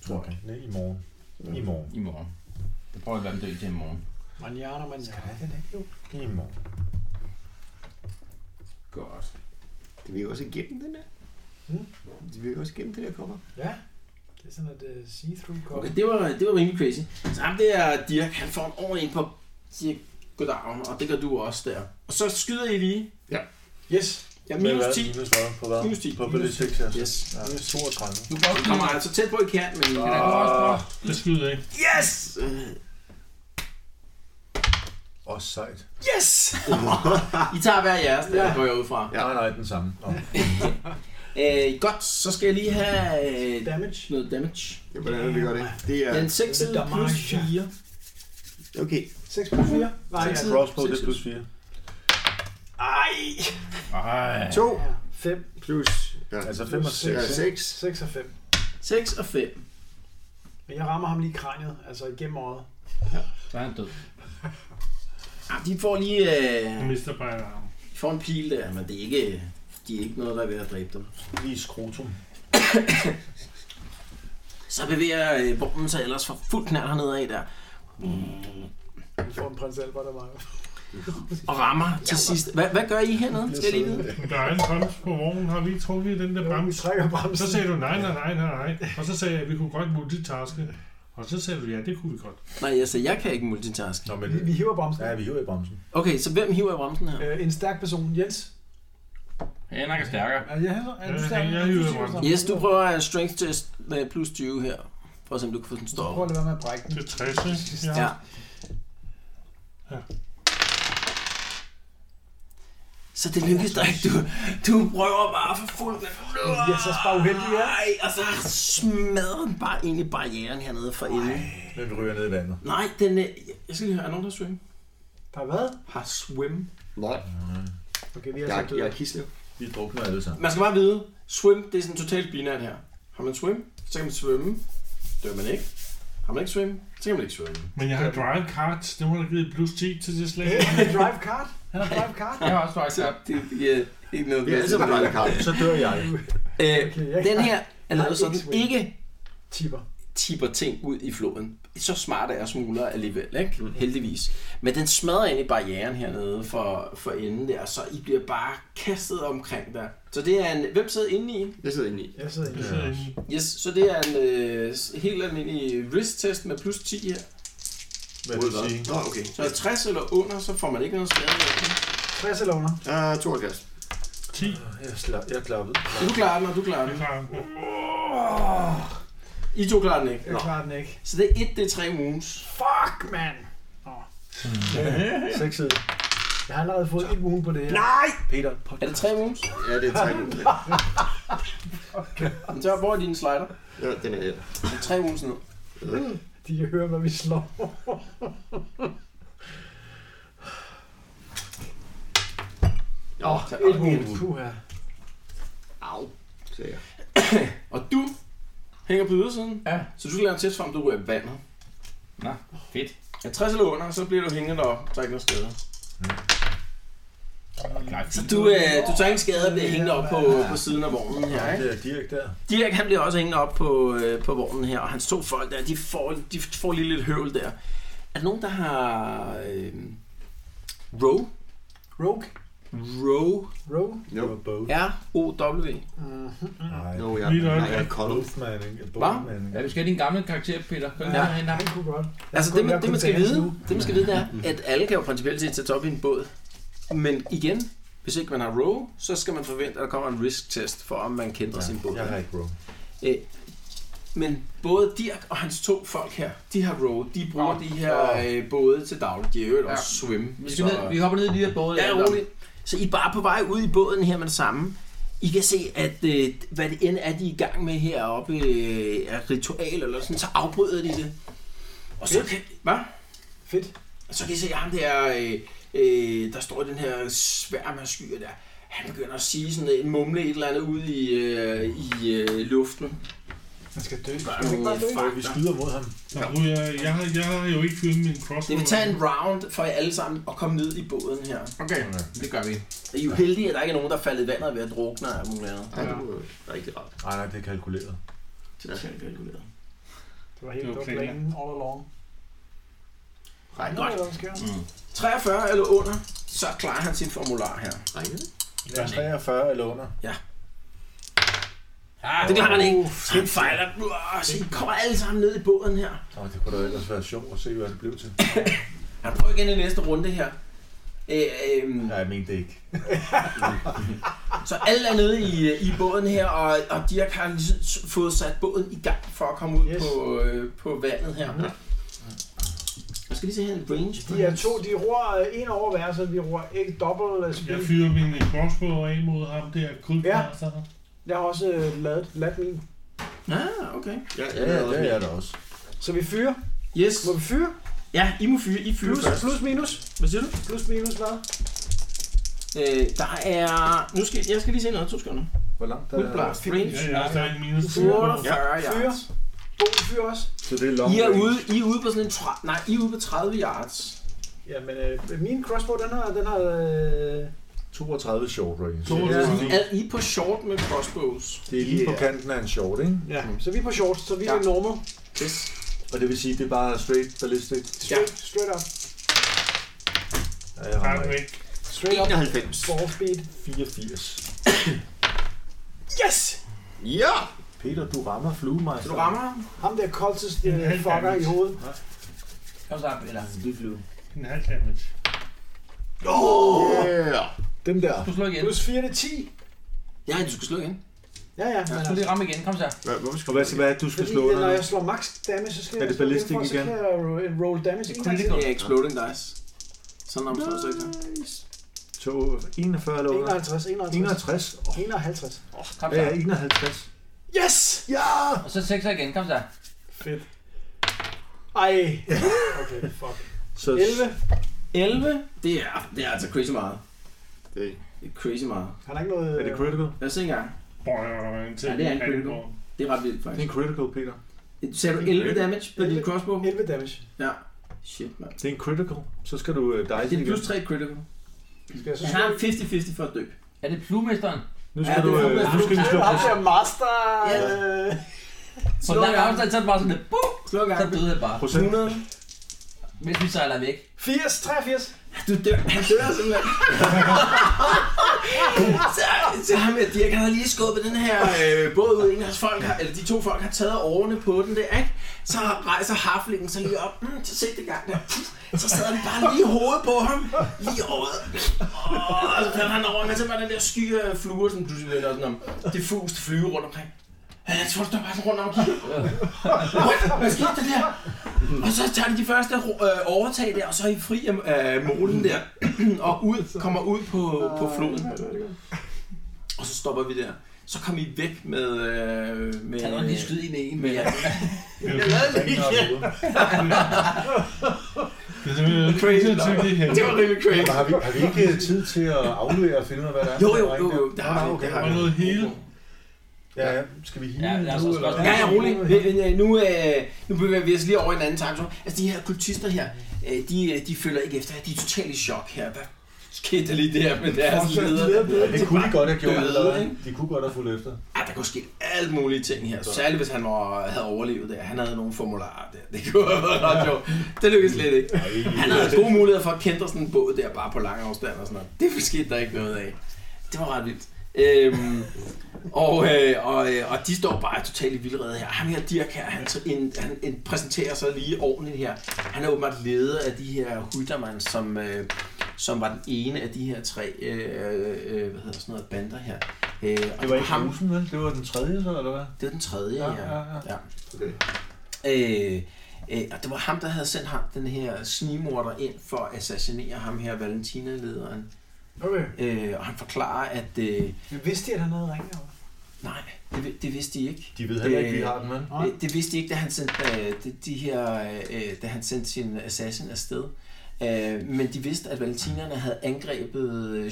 F: Tror jeg. Nej, i morgen. I morgen.
G: I morgen. Jeg prøver at være død til i morgen.
C: Man hjerner, man hjerner.
F: I morgen.
B: Godt.
E: det virker også igennem den der. Hm?
C: Mm.
E: Det virker også igennem det der kommer.
C: Ja. Det er sådan et uh, see-through kop.
B: Okay, det var, det var rimelig crazy. Så ham der Dirk, han får en ordentlig ind på siger, goddag, og det gør du også der. Og så skyder I lige.
C: Yes.
B: Ja, minus
F: Hvad er
B: 10.
F: Minus hvad? På hvad?
B: Minus 10.
F: På politics, altså.
B: Yes.
F: Ja, minus 32.
G: Du kan
B: Du
G: også komme
B: kommer altså tæt på, I kan, men...
F: Ah,
D: Det skyder ikke.
B: Yes! Øh,
F: også oh, sejt.
B: Yes! I tager hver jeres, der går jeg ud fra.
F: Ja. Nej, nej, den samme. Nå.
B: Øh, godt, så skal jeg lige have øh,
C: Damage.
B: noget damage.
E: Ja, hvordan er det, vi gør det? Det
B: Den
E: er...
B: 6
C: Det er
B: plus
C: damage, ja.
B: 4.
E: Okay.
C: 6 plus 4. Nej, ja.
F: Crossbow, det er plus 4.
B: Ej!
G: Ej.
E: To
C: 5.
E: plus... Ja,
F: Altså 5 og 6.
E: ja, seks.
C: 6 og 5.
B: 6 og 5.
C: Men jeg rammer ham lige i kraniet, altså igennem øjet.
G: Så er han død.
B: Ah, de får lige...
D: Jeg
B: Øh,
D: mister bare en arm.
B: de får en pil der, men det er ikke... De er ikke noget, der er ved at dræbe dem.
F: Lige skrotum.
B: Så bevæger øh, bomben sig ellers for fuld knald hernede af der,
C: Mm. Vi får en prins Albert af mig.
B: og rammer til sidst. Hvad, hvad gør I hernede? Skal jeg lige vide?
D: Men Der er en kols på vognen. Har vi trukket i den der
C: Vi
D: bremse?
C: trækker
D: Så
C: bremsen.
D: sagde du nej, nej, nej, nej, nej. Og så sagde jeg, at vi kunne godt multitaske. Og så sagde du, ja, det kunne vi godt.
B: Nej, altså, jeg sagde, jeg kan ikke multitaske.
F: Nå, men...
C: Vi, vi hiver bremsen.
F: Ja, vi hiver i bremsen.
B: Okay, så hvem hiver i bremsen her?
C: Øh, en stærk person. Jens.
G: Henrik er stærkere.
C: Er, jeg, er du
D: Ja,
C: stærk?
D: jeg
C: Er du
D: hiver
C: stærk?
D: bremsen.
B: Yes, du prøver øh, strength test med plus 20 her, for at se, om du kan få den
C: Så prøv
B: stor.
C: at lade være med at brække den.
D: Det er 60, ikke?
B: Ja.
D: Ja.
B: Så det lykkedes dig ikke. Du, du prøver bare for fuld
C: Jeg er så bare uheldig, ja.
B: Nej, og så smadrer den bare ind i barrieren hernede for enden.
F: Men vi ryger ned i vandet.
B: Nej, den... øh, Jeg skal lige høre, er nogen, der streamer?
C: Par hvad?
B: Har swim.
E: Nej,
C: Okay, vi er
E: jeg,
C: altså
E: er- jeg er
C: døde.
E: kislev.
F: Vi drukner alle sammen.
B: Man skal bare vide, swim, det er sådan totalt binært her. Har man swim, så kan man svømme. Dør man ikke. Har man ikke swim, så kan man ikke svømme.
D: Men jeg har drive cards. Det må da have givet plus 10 til det slag.
C: Hey, han har drive card. Han har drive card.
G: Jeg har også faktisk
B: Så det er ikke noget
E: Vi er alle sammen rejderkarten.
F: Så dør jeg.
B: Øh,
C: Okay, jeg
B: den her er
C: Nej,
B: lavet så
C: ikke
B: den
C: swim.
B: ikke
C: tipper.
B: tipper ting ud i floden. Så smart er smuglere alligevel, ikke?
D: Mhm.
B: Heldigvis. Men den smadrer ind i barrieren hernede for, for enden der, så I bliver bare kastet omkring der. Så det er en... Hvem sidder inde i?
E: Jeg sidder inde i.
C: Jeg sidder ikke.
D: Så, øh,
B: Yes, så det er en øh, helt almindelig wrist-test med plus 10 her.
F: Hvad det vil sige?
E: Nå, okay.
B: Så 60 eller under, så får man ikke noget skade. i
C: 60 eller under.
E: Ah, 72.
D: 10.
F: Jeg, sla- jeg klappede.
B: den. Du klarer den, og du klarer
D: Jeg
B: den.
D: klarer den.
B: I to klarer den ikke.
C: Jeg klarer den ikke.
B: Så det er 1, det er 3 wounds.
C: Fuck, mand! (laughs) Nå.
F: Seks sider.
C: Jeg har allerede fået et wound på det her. Nej! Peter, prøv
B: Er det 3 wounds?
E: Ja, det er tre nu.
B: Men så hvor er dine slider?
E: Ja, den er her.
B: Det er 3 wounds ned.
C: de kan høre, hvad vi slår.
E: Ja,
C: Åh,
B: tag
C: et wound. Puha.
E: Au, sagde jeg.
B: (coughs) Og du hænger på ydersiden,
G: Ja.
B: så du skal lave en test for, om du er vandet.
G: Nå, fedt.
B: Er 60 eller under, så bliver du hængende op, tager ikke noget skade.
G: Klart.
B: Så du, øh, du tager ikke skade og bliver hængende op på, på siden af vognen her, ikke?
F: Det er Dirk der.
B: Dirk, han bliver også hængende op på, øh, på vognen her, og hans to folk der, de får, de får lige lidt høvl der. Er der nogen, der har... Øh, row?
C: Rogue.
B: Row?
C: Rogue.
E: Jo.
F: Both.
B: R-O-W?
F: Nej.
E: Nå, jeg,
D: Lige nøjagtigt.
E: nej, jeg er kolde.
F: Bothman, ikke?
G: Ja, vi skal have din gamle karakter, Peter. Kan du
C: Ja.
G: ja. hende ham?
C: Han kunne godt.
B: Altså
C: kunne-
B: det, man,
C: jeg
B: det,
C: kunne
B: man skal
C: tage hans
B: vide,
C: nu.
B: det man skal vide, det er, at alle kan jo principielt set tage op i en båd. Men igen, hvis ikke man har row, så skal man forvente, at der kommer en risk-test for, om man kender ja, sin båd.
F: Jeg har ikke bro.
B: Øh, men både Dirk og hans to folk her, de har row. De bruger de her øh, både til daglig. De er jo
G: Ja.
B: også swim.
G: Vi, skal ned, vi hopper ned i de der både.
B: Ja, roligt. Så I er bare på vej ud i båden her med det samme. I kan se, at øh, hvad det end er, de er i gang med heroppe, øh, er ritual eller sådan, så afbryder de det. Og så kan... Hvad?
C: Fedt.
B: Og så kan I se ham der, øh, øh, der står i den her sværm af skyer der. Han begynder at sige sådan en mumle et eller andet ud i, øh, i øh, luften.
C: Han skal dø.
B: Der er nogle
F: Øh, Vi
B: fakter.
F: skyder mod ham.
D: Så ryger jeg, jeg, har, jeg har jo ikke fyret min crossbow.
B: Det vil tage en round for jer alle sammen at komme ned i båden her.
G: Okay, det gør vi.
B: Og I er jo heldige, at der ikke er nogen, der er faldet i vandet ved at drukne og alt muligt andet.
E: Ej, det var rigtig rart.
F: Nej, nej, det er kalkuleret.
E: Ja.
C: Det var helt
D: Det var
C: dumt
D: planen.
C: længe all along.
E: Regner
C: Nå,
E: det?
C: hvad der sker.
B: Mm. 43 eller under, så klarer han sin formular her.
E: Regner det?
F: Jeg er 43 eller under.
B: Ah, det klarer han ikke. Så han fejler. Uah, Så I kommer alle sammen ned i båden her.
F: Åh, det kunne da ellers være sjovt at se, hvad det blev til.
B: Han prøver igen i næste runde her. Øh, øh,
F: Nej, jeg mente det ikke.
B: Så alle er nede i, i båden her, og, og Dirk har lige s- fået sat båden i gang for at komme ud yes.
C: Yes.
B: på, øh, på vandet her.
C: Mhm.
B: Jeg skal lige se her en range. på
C: De er
B: hans-
C: to, de roer øh, en over hver, så vi roer ikke dobbelt øh,
D: Jeg
C: spil.
D: fyrer min crossbow af mod ham der. Kulmaster. Ja.
C: Jeg har også øh, lavet, ladt min.
B: Ah, okay.
E: Ja,
F: Ja,
E: jeg
F: ja,
E: lavede
F: det
E: også
F: er
E: min.
F: jeg da også.
C: Så vi fyrer.
B: Yes.
C: Må vi fyre?
B: Ja, I må fyre. I fyre
C: Plus,
B: først.
C: plus minus.
B: Hvad siger du?
C: Plus minus hvad?
B: Øh, der er... Nu skal, jeg skal lige se noget. To sekunder.
F: Hvor langt er
B: Wind
F: det?
B: blast.
D: Ja,
B: Range.
D: jeg har stadig en minus 4.
B: 48
C: Ja.
B: yards.
C: Bo, vi fyrer også.
F: Så det er long
B: I er
F: range.
B: ude, I er ude på sådan en... Tra- nej, I er ude på 30 yards.
C: Jamen, øh, min crossbow, den har, den har, øh,
F: 32 short range.
D: To-
F: Det er lige-
B: Er I på short med crossbows?
F: Det er lige på kanten af en short, ikke?
C: ja. så vi er på shorts, så vi er
B: Ja.
C: normal.
B: Yes.
F: Og det vil sige, det er bare straight ballistic.
C: Straight, straight up.
F: Ja, jeg
D: Har
F: rammer
D: den
F: ikke.
D: væk.
C: Straight up.
E: 91.
C: Ball speed.
F: 84.
B: Yes!
E: Ja!
F: Peter, du rammer
B: Så
F: fluemeister.
B: du rammer ham.
C: Ham der cultist
D: En
C: øh,
D: halv
C: fucker i
D: damage.
C: hovedet.
G: Kom så, Peter.
D: En halv damage.
E: Yeah!
F: Dem der.
G: Du slår igen.
C: Plus 4 til 10.
B: Ja, du skal slå igen.
C: Ja, ja.
G: Du
C: Men,
G: skal
C: altså,
G: lige ramme igen. Kom så.
E: Hvad, hvorfor
F: Og
E: skal
F: hvad, hvad er det, du skal
C: fordi,
F: slå
C: øh,
F: under
C: når
F: nu?
C: jeg slår max damage, så skal
F: Er
C: jeg
F: det
C: slå
F: ballistic
C: indenfor,
F: igen?
C: Så kan jeg ro- roll damage en gang til.
B: Det er exploding dice. Sådan om så ikke.
F: To, 41 eller under?
C: 51, 51.
F: 61.
C: 51.
F: Åh,
G: Kom
F: Ja,
G: så.
F: ja, 51.
B: Yes!
F: Ja!
G: Og så sekser igen. Kom så.
C: Ej. Okay, fuck.
F: Så
C: 11.
B: 11, det er, det er altså crazy meget.
E: Det,
B: Det er crazy meget.
C: Har der ikke noget...
F: Er det critical?
B: Lad os se engang.
D: Boing, til
B: Ja, det er en
D: alle
B: critical.
D: går.
B: Det er ret vildt,
F: Det er
B: faktisk.
F: en critical, Peter.
B: Sagde du 11 damage på din crossbow?
C: 11 øh, damage.
B: Ja. Shit, mand.
F: Det er en critical. Så skal du øh, dice
B: Det er
F: igen.
B: plus 3 critical.
C: Skal jeg så
B: Jeg
C: slå?
B: har en 50-50 for at dø.
G: Er det plumesteren?
F: Nu skal
B: Ja,
F: du,
B: det er
F: øh,
B: fandme-
F: nu skal vi slå
C: Det er ham
F: plus.
C: der master...
B: Ja.
C: øh,
G: På
B: Slå
G: lang
B: gang.
G: afstand, så er det bare sådan, at buh,
B: Slå en gang.
G: så døde jeg bare.
F: Procent.
B: 100.
G: Mens vi sejler væk.
C: 80, 83.
B: Du dør. Han dør simpelthen. så, (laughs) så ham med Dirk, han har lige skubbet den her øh, båd ud. En af hans folk, har, eller de to folk har taget årene på den der, ikke? Så rejser haflingen så lige op. Mm, så sæt det gang der. Så sad den bare lige i hovedet på ham. Lige over. Og så falder han over, men så var den der sky af fluer, som pludselig vender sådan om. Diffust flyve rundt omkring. Ja, jeg tror, du bare sådan rundt om og kigger. What? Hvad skete der der? Og så tager de de første øh, overtag der, og så er I fri af øh, molen der, (clears throat) og ud, kommer ud på, på floden. Og så stopper vi der. Så kom I væk med... Øh, med
G: Han var lige skyde i en
B: med,
G: mere.
B: jeg lavede det ikke.
D: Det er simpelthen
B: Crazy
D: det er
B: nok.
D: simpelthen
B: Det var rimelig crazy.
I: Har vi, har vi ikke øh, tid til at aflevere og finde ud af, hvad der er?
B: Jo, jo, jo, jo. Det har
I: Ah,
B: vi.
I: okay.
B: Det har
D: Og
B: vi.
D: noget hele.
I: Ja, ja. Skal vi hive
G: Ja, lad os også godt.
B: Ja, ja, rolig. Vi- vi- Nu, øh, nu bevæger vi os lige over i en anden tanke. Altså, de her kultister her, øh, de, øh, de følger ikke efter. De er totalt i chok her. Hvad skete der lige der med deres leder?
I: Ja, det kunne de godt have gjort
B: Døde,
I: allerede.
B: ikke?
I: De kunne godt have fulgt efter.
B: Ja, der kunne ske alt mulige ting her. Særligt, hvis han var, havde overlevet det. Han havde nogle formularer der. Det kunne (laughs) have været ret sjovt. Det lykkedes slet ikke. Han havde gode muligheder for at kendre sådan en båd der, bare på lang afstand og sådan noget. Det skete der ikke noget af. Det var ret vildt. Øhm, og, øh, og, øh, og de står bare totalt i vildrede her. Ham her, Dirk her, han, en, han en præsenterer sig lige ordentligt her. Han er åbenbart leder af de her Huttermann, som, øh, som var den ene af de her tre øh, øh, hvad hedder sådan noget, bander her. Øh, og
I: Det var ikke husen, vel? Det var den tredje, så, eller hvad?
B: det var den tredje, ja.
I: Ja,
B: ja,
I: ja,
B: ja.
E: okay.
B: Øh, øh, og det var ham, der havde sendt ham, den her snigmorder ind for at assassinere ham her, Valentina-lederen.
C: Okay.
B: Øh, og han forklarer, at øh,
C: Men vidste de, at han havde ringet over?
B: nej, det, vi- det vidste de ikke.
I: De ved heller ikke, vi har den, vel?
C: Nej.
B: Øh, Det vidste de ikke, da han sendte, øh, de, de her, øh, da han sendte sin assassin afsted. Øh, men de vidste, at valentinerne havde angrebet øh,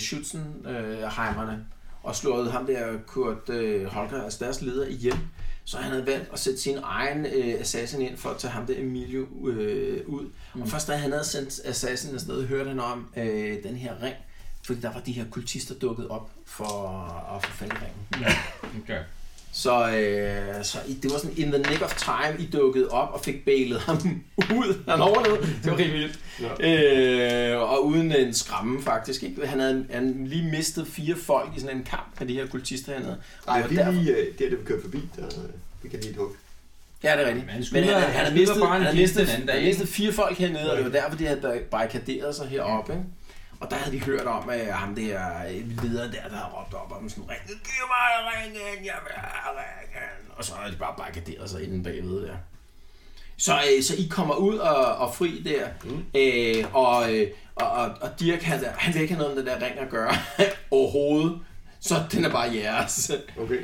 B: Schützenheimerne og slået ham der, Kurt øh, Holger, altså deres leder, ihjel. Så han havde valgt at sætte sin egen øh, assassin ind for at tage ham der Emilio øh, ud. Mm. Og først da han havde sendt assassin afsted, hørte han om øh, den her ring, fordi der var de her kultister dukket op for at få fat i ringen.
G: Okay.
B: Så, øh, så I, det var sådan in the nick of time, I dukkede op og fik bailet ham (laughs) ud. Han overlevede. Det var rimelig vildt. Ja. Øh, og uden en skramme faktisk. Ikke? Han havde han lige mistet fire folk i sådan en kamp med de her kultister hernede. Og
E: Ej,
B: det
E: vi
B: var
E: er
B: derfor-
E: lige, øh, det er det, vi kører forbi, der, øh, vi kan lige et hug.
B: Ja, det er rigtigt.
G: Men han
B: Men
G: skulle
B: han,
G: have
B: han,
G: han
B: havde
G: mistet,
B: mistet, han,
G: han
B: havde
G: mistet
B: mistet,
G: den anden
B: han
G: dag.
B: havde
G: ikke?
B: mistet fire folk hernede, og det var derfor, de havde bar- barrikaderet sig heroppe. Ikke? Og der havde de hørt om, at ham der øh, leder der, der havde råbt op om sådan, ring, giv mig ringen, jeg vil have ringen. Og så havde de bare barrikaderet sig inden bagved der. Så, øh, så I kommer ud og, og fri der, mm. øh, og, øh, og, og, og Dirk, han, han vil ikke have noget med den der ring at gøre (laughs) overhovedet. Så den er bare jeres.
E: Okay.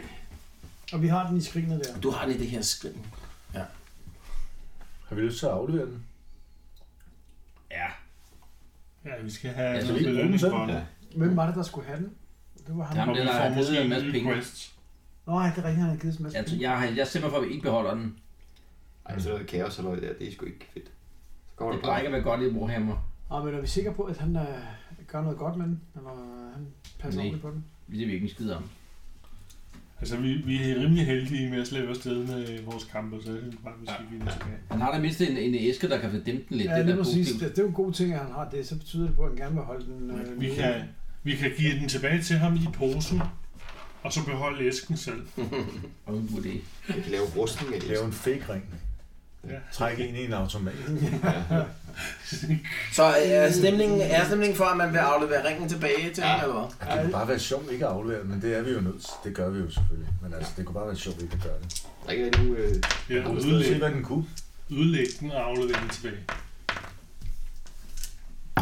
C: Og vi har den i skrinet der.
B: Du har den i det her skrin.
I: Har vi lyst til at aflevere den?
G: Ja.
D: Ja, vi skal have
G: så
D: noget
I: vi bruger den
D: belønning
I: selv,
D: for det.
C: Hvem var det, der skulle have den? Det var ham.
G: Jamen,
D: Og vi
G: den har-
D: får
G: den
D: måske
G: hedder en
D: en
G: masse
D: ny
G: penge.
D: quest.
C: Nej, det er rigtigt, han har givet smask.
G: Jeg, jeg, har- jeg stemmer for, at vi ikke beholder den.
E: Ej, så noget kaos og noget der, det er sgu ikke fedt. Så kommer
G: Det
E: der
G: plejer
E: bare...
G: ikke at være godt i Warhammer.
C: Og men er vi sikre på, at han øh, gør noget godt med den? Eller øh, han passer
G: Nej.
C: ordentligt på den?
G: Det er vi ikke en skid om.
D: Altså, vi, vi er rimelig heldige med at slippe afsted med vores kampe, så jeg synes bare, vi skal give den tilbage.
G: Han har da mistet en, en æske, der kan fordæmpe den lidt.
C: Ja,
G: det
C: det
G: er
C: er
G: da
C: præcis.
G: positivt.
C: Det, det er jo en god ting, at han har det. Så betyder det på, at han gerne vil holde den. Øh,
D: Vi kan, vi kan give den tilbage til ham i posen, og så beholde æsken selv. (laughs)
G: Og en god idé.
E: Vi kan lave rustning af det.
I: Lave en fake ring.
D: Ja.
I: Træk en i en automat.
B: Så er stemningen, er stemningen for, at man vil aflevere ringen tilbage til ja. eller hvad?
I: Ja, det kunne bare være sjovt ikke at aflevere den, men det er vi jo nødt til. Det gør vi jo selvfølgelig. Men altså, det kunne bare være sjovt ikke at gøre det.
E: Der er ikke rigtig nogen... Øh...
D: Ja,
I: Jeg kunne se,
D: udlæg,
I: hvad den kunne.
D: udlæg den og aflevere den tilbage.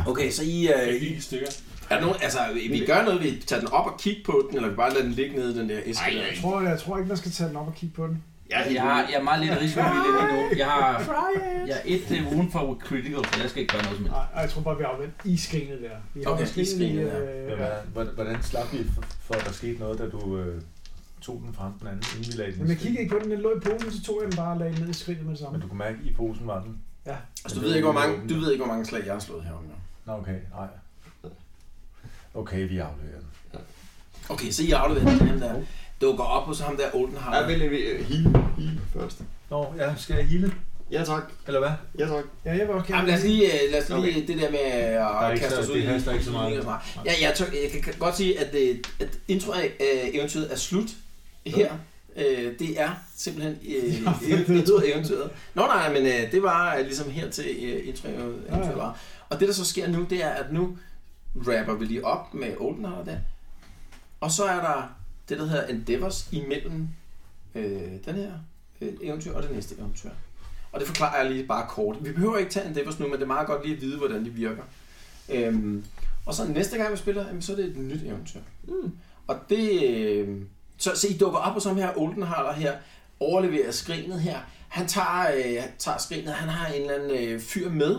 B: Okay, så I,
D: Jeg
B: øh,
D: gik
B: I
D: i stykker.
B: er der nogen, altså, vi gør noget, vi tager den op og kigger på den, eller vi bare lader den ligge nede i den der æske.
E: Ej,
B: der?
E: ej.
C: Jeg tror, jeg tror ikke, man skal tage den op og kigge på den.
E: Jeg er helt
G: Jeg har, jeg er meget lidt risikovillig lige nu. Jeg
C: (laughs)
G: har,
C: Try it!
G: jeg er et uh, wound for critical, så jeg skal ikke gøre noget som helst.
C: Nej, jeg tror bare, vi afventer i skrinet der. Vi har
B: Okay,
C: skrinet
B: isgrene
C: i,
B: der.
C: øh,
F: Men hvordan- hvordan- Hvordan slap vi for, for, at der skete noget, da du øh, tog den fra den anden, inden vi lagde den
C: Jamen,
F: i
C: jeg
F: skridtet?
C: kiggede ikke på den, den lå i posen, så tog jeg den bare og lagde den ned i skridtet med det samme.
F: Men du kunne mærke, at i posen var den.
C: Ja.
B: Altså, du ved, ikke, hvor mange, du ved ikke, hvor mange slag jeg har slået herom. jo.
F: Nå, okay, nej. Okay, vi afleverer den.
B: Okay, så I afleverer den ham der. Dukker op hos ham der Oldenheimer.
E: Jeg vil øh, heal, heal først.
F: Nå, ja, skal jeg hele,
E: Ja tak.
F: eller hvad?
E: Ja tak.
C: Ja, jeg var også
B: Jamen, lad os lige, øh, lad os lige okay. det der med
F: er
B: at
F: ikke
B: kaste
F: så-
B: os ud
F: det
B: i
F: haster ikke så
B: i-
F: meget.
B: og sådan noget. Ja, jeg, tør, jeg kan- kan godt sige, at, øh, at intro af øh, eventyret er slut her. Øh, det er simpelthen øh, intro af eventyret. Nå nej, men øh, det var øh, ligesom her til øh, intro af
C: Ja,
B: eventyret
C: ja.
B: var. Og det der så sker nu, det er, at nu rapper vi lige op med Oldenheimer der. Og så er der det, der hedder Endeavors imellem øh, den her øh, eventyr og det næste eventyr. Og det forklarer jeg lige bare kort. Vi behøver ikke tage Endeavors nu, men det er meget godt lige at vide, hvordan de virker. Øhm, og så næste gang vi spiller, jamen, så er det et nyt eventyr. Mm. Og det... Øh, så se, I dukker op på sådan her Oldenhaler her, overleverer skrinet her. Han tager, øh, han tager skrinet, han har en eller anden øh, fyr med,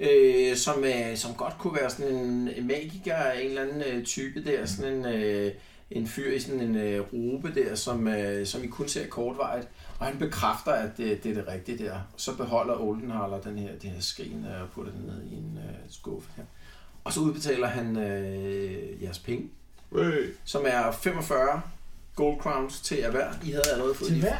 B: øh, som, øh, som godt kunne være sådan en, en magiker, en eller anden øh, type der, sådan en... Øh, en fyr i sådan en øh, rube der, som, øh, som I kun ser kortvarigt, og han bekræfter, at det, det er det rigtige der. Så beholder Oldenhaler den her, det her skrin øh, og putter den ned i en øh, skuffe her. Og så udbetaler han øh, jeres penge,
E: Øh.
B: som er 45 gold crowns til jer hver. I havde allerede fået
C: Til
B: de-
C: hver?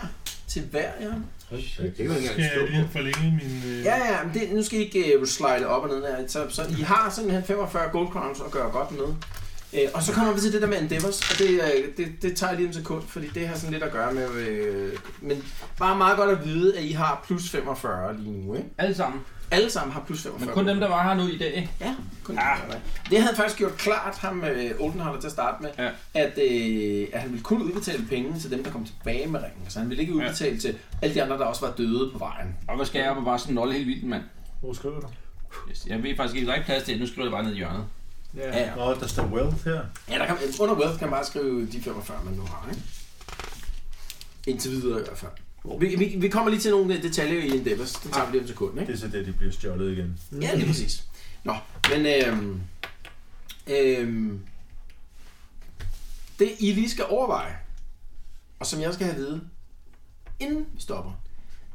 B: Til hver, ja.
E: Det kan man ikke
D: Skal
E: engang
D: jeg
E: stå
D: lige
E: på.
D: forlænge min... Øh...
B: Ja, ja, men det, nu skal I ikke uh, slide op og ned der. Så, så I har simpelthen 45 gold crowns at gøre godt med. Øh, og så kommer vi til det der med endeavors, og det, øh, det, det tager jeg lige en sekund, fordi det har sådan lidt at gøre med... Øh, men bare meget godt at vide, at I har plus 45 lige nu, ikke?
G: Alle sammen.
B: Alle sammen har plus 45.
G: Men kun dem, der var her nu i dag.
B: Ja, kun ah. Det havde faktisk gjort klart ham, øh, Oldenhaler, til at starte med,
G: Ja.
B: at, øh, at han ville kun udbetale penge til dem, der kom tilbage med ringen. Så han ville ikke
G: Ja.
B: udbetale ja. til alle de andre, der også var døde på vejen.
G: Og hvad skal jeg op og bare sådan nolle helt vildt, mand?
F: Hvor skriver du?
G: Yes. Jeg ved faktisk ikke, der er ikke plads til det. Nu skriver jeg bare ned i hjørnet.
B: Ja, ja.
F: Nå, der står wealth her.
B: Ja, der kan, under wealth kan man bare skrive de 45, man nu har, ikke? Indtil videre i hvert fald. Vi, vi, vi kommer lige til nogle øh, detaljer i Endeavors. Det
G: Ah.
B: tager vi lige om sekunden,
F: Det
B: ikke?
F: er så det, de bliver stjålet igen.
B: Mm. Ja, lige præcis. Nå, men øhm, øhm, det I lige skal overveje, og som jeg skal have at vide, inden vi stopper,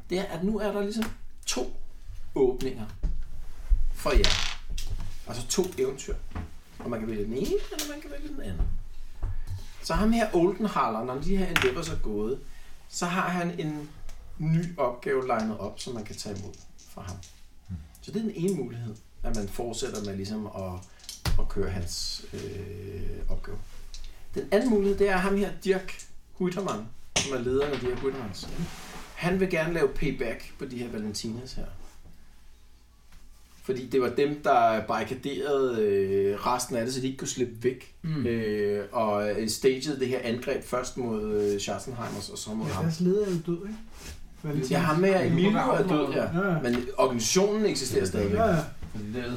B: det er, at nu er der ligesom to åbninger for jer. Altså to eventyr. Og man kan vælge den ene, eller man kan vælge den anden. Så ham her Oldenhaler, når de her endeavors er gået, så har han en ny opgave legnet op, som man kan tage imod fra ham. Så det er den ene mulighed, at man fortsætter med ligesom at, at køre hans øh, opgave. Den anden mulighed, det er ham her, Dirk Huttermann, som er lederen af de her Huttermanns. Han vil gerne lave payback på de her Valentinas her. Fordi det var dem, der barrikaderede øh, resten af det, så de ikke kunne slippe væk.
C: Hmm.
B: Mm. Øh, og øh, stagede det her angreb først mod øh, Schassenheimers og så mod
C: Ja,
B: ham.
C: deres leder er jo død, ikke?
B: Ja, ham med Emilio er død, ja.
C: Ja, ja.
B: Men organisationen eksisterer stadigvæk.
C: Ja, ja.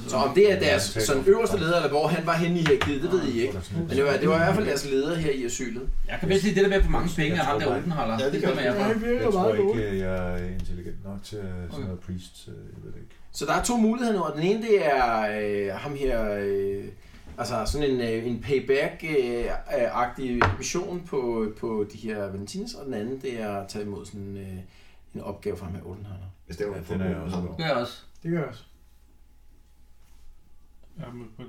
B: Så om det er deres sådan øverste leder, eller hvor han var henne i hierarkiet, det ved I ikke. Men det var, det var i hvert fald deres leder her i asylet.
G: Jeg kan bedst lide det der med at få mange penge,
F: Jeg
G: og ham
F: tror
G: der
F: bare-
G: Oldenhaler.
E: Ja, det
G: det
E: kan
G: stemmer jeg
C: Ja,
G: for.
C: han virker
F: Jeg tror
C: meget god.
F: ikke, jeg er intelligent nok til øh,
G: Okay.
F: sådan noget priest. øh, Jeg ved det ikke.
B: Så der er to muligheder nu, og den ene det er øh, ham her, øh, altså sådan en, øh, en payback-agtig mission på, på de her Valentines, og den anden det er at tage imod sådan en, øh, en opgave fra ham her Oldenheimer.
E: Hvis det var
F: Ja,
E: en
F: den er jeg også
G: Det gør jeg også.
C: Det gør jeg også.
D: Jeg er med på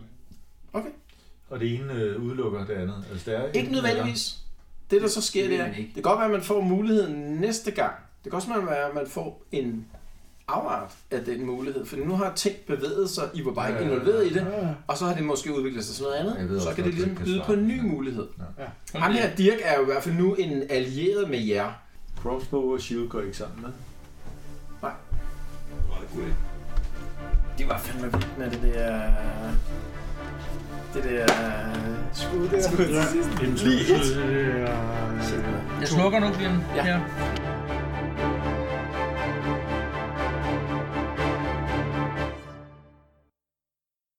D: det.
F: Og det ene øh, udelukker det andet. Altså, det er
B: Ikke nødvendigvis. Det der så sker,
G: Det
B: det
G: ved
B: er,
G: man ikke.
B: det kan godt være, at man får muligheden næste gang. Det kan også være, at man får en afart af den mulighed, for nu har ting bevæget sig, I var bare ikke
F: Ja, ja, ja.
B: involveret i det,
C: Ja, ja.
B: og så har det måske udviklet sig til noget
F: Jeg
B: andet,
F: ved
B: så
F: også
B: kan det
F: godt,
B: ligesom
F: det kan
B: byde på
F: svare.
B: en ny
F: Ja.
B: mulighed.
G: Sådan
B: Ham
G: det.
B: her Dirk er jo i hvert fald nu en allieret med jer.
F: Crossbow og shield går ikke sammen med.
B: Det var fandme vildt med det der... Det der...
C: Skud der.
D: Jamen, så betyder det, at, øh,
B: Shit, mand.
G: Jeg slukker nu, Glenn.
B: Ja.
G: Ja.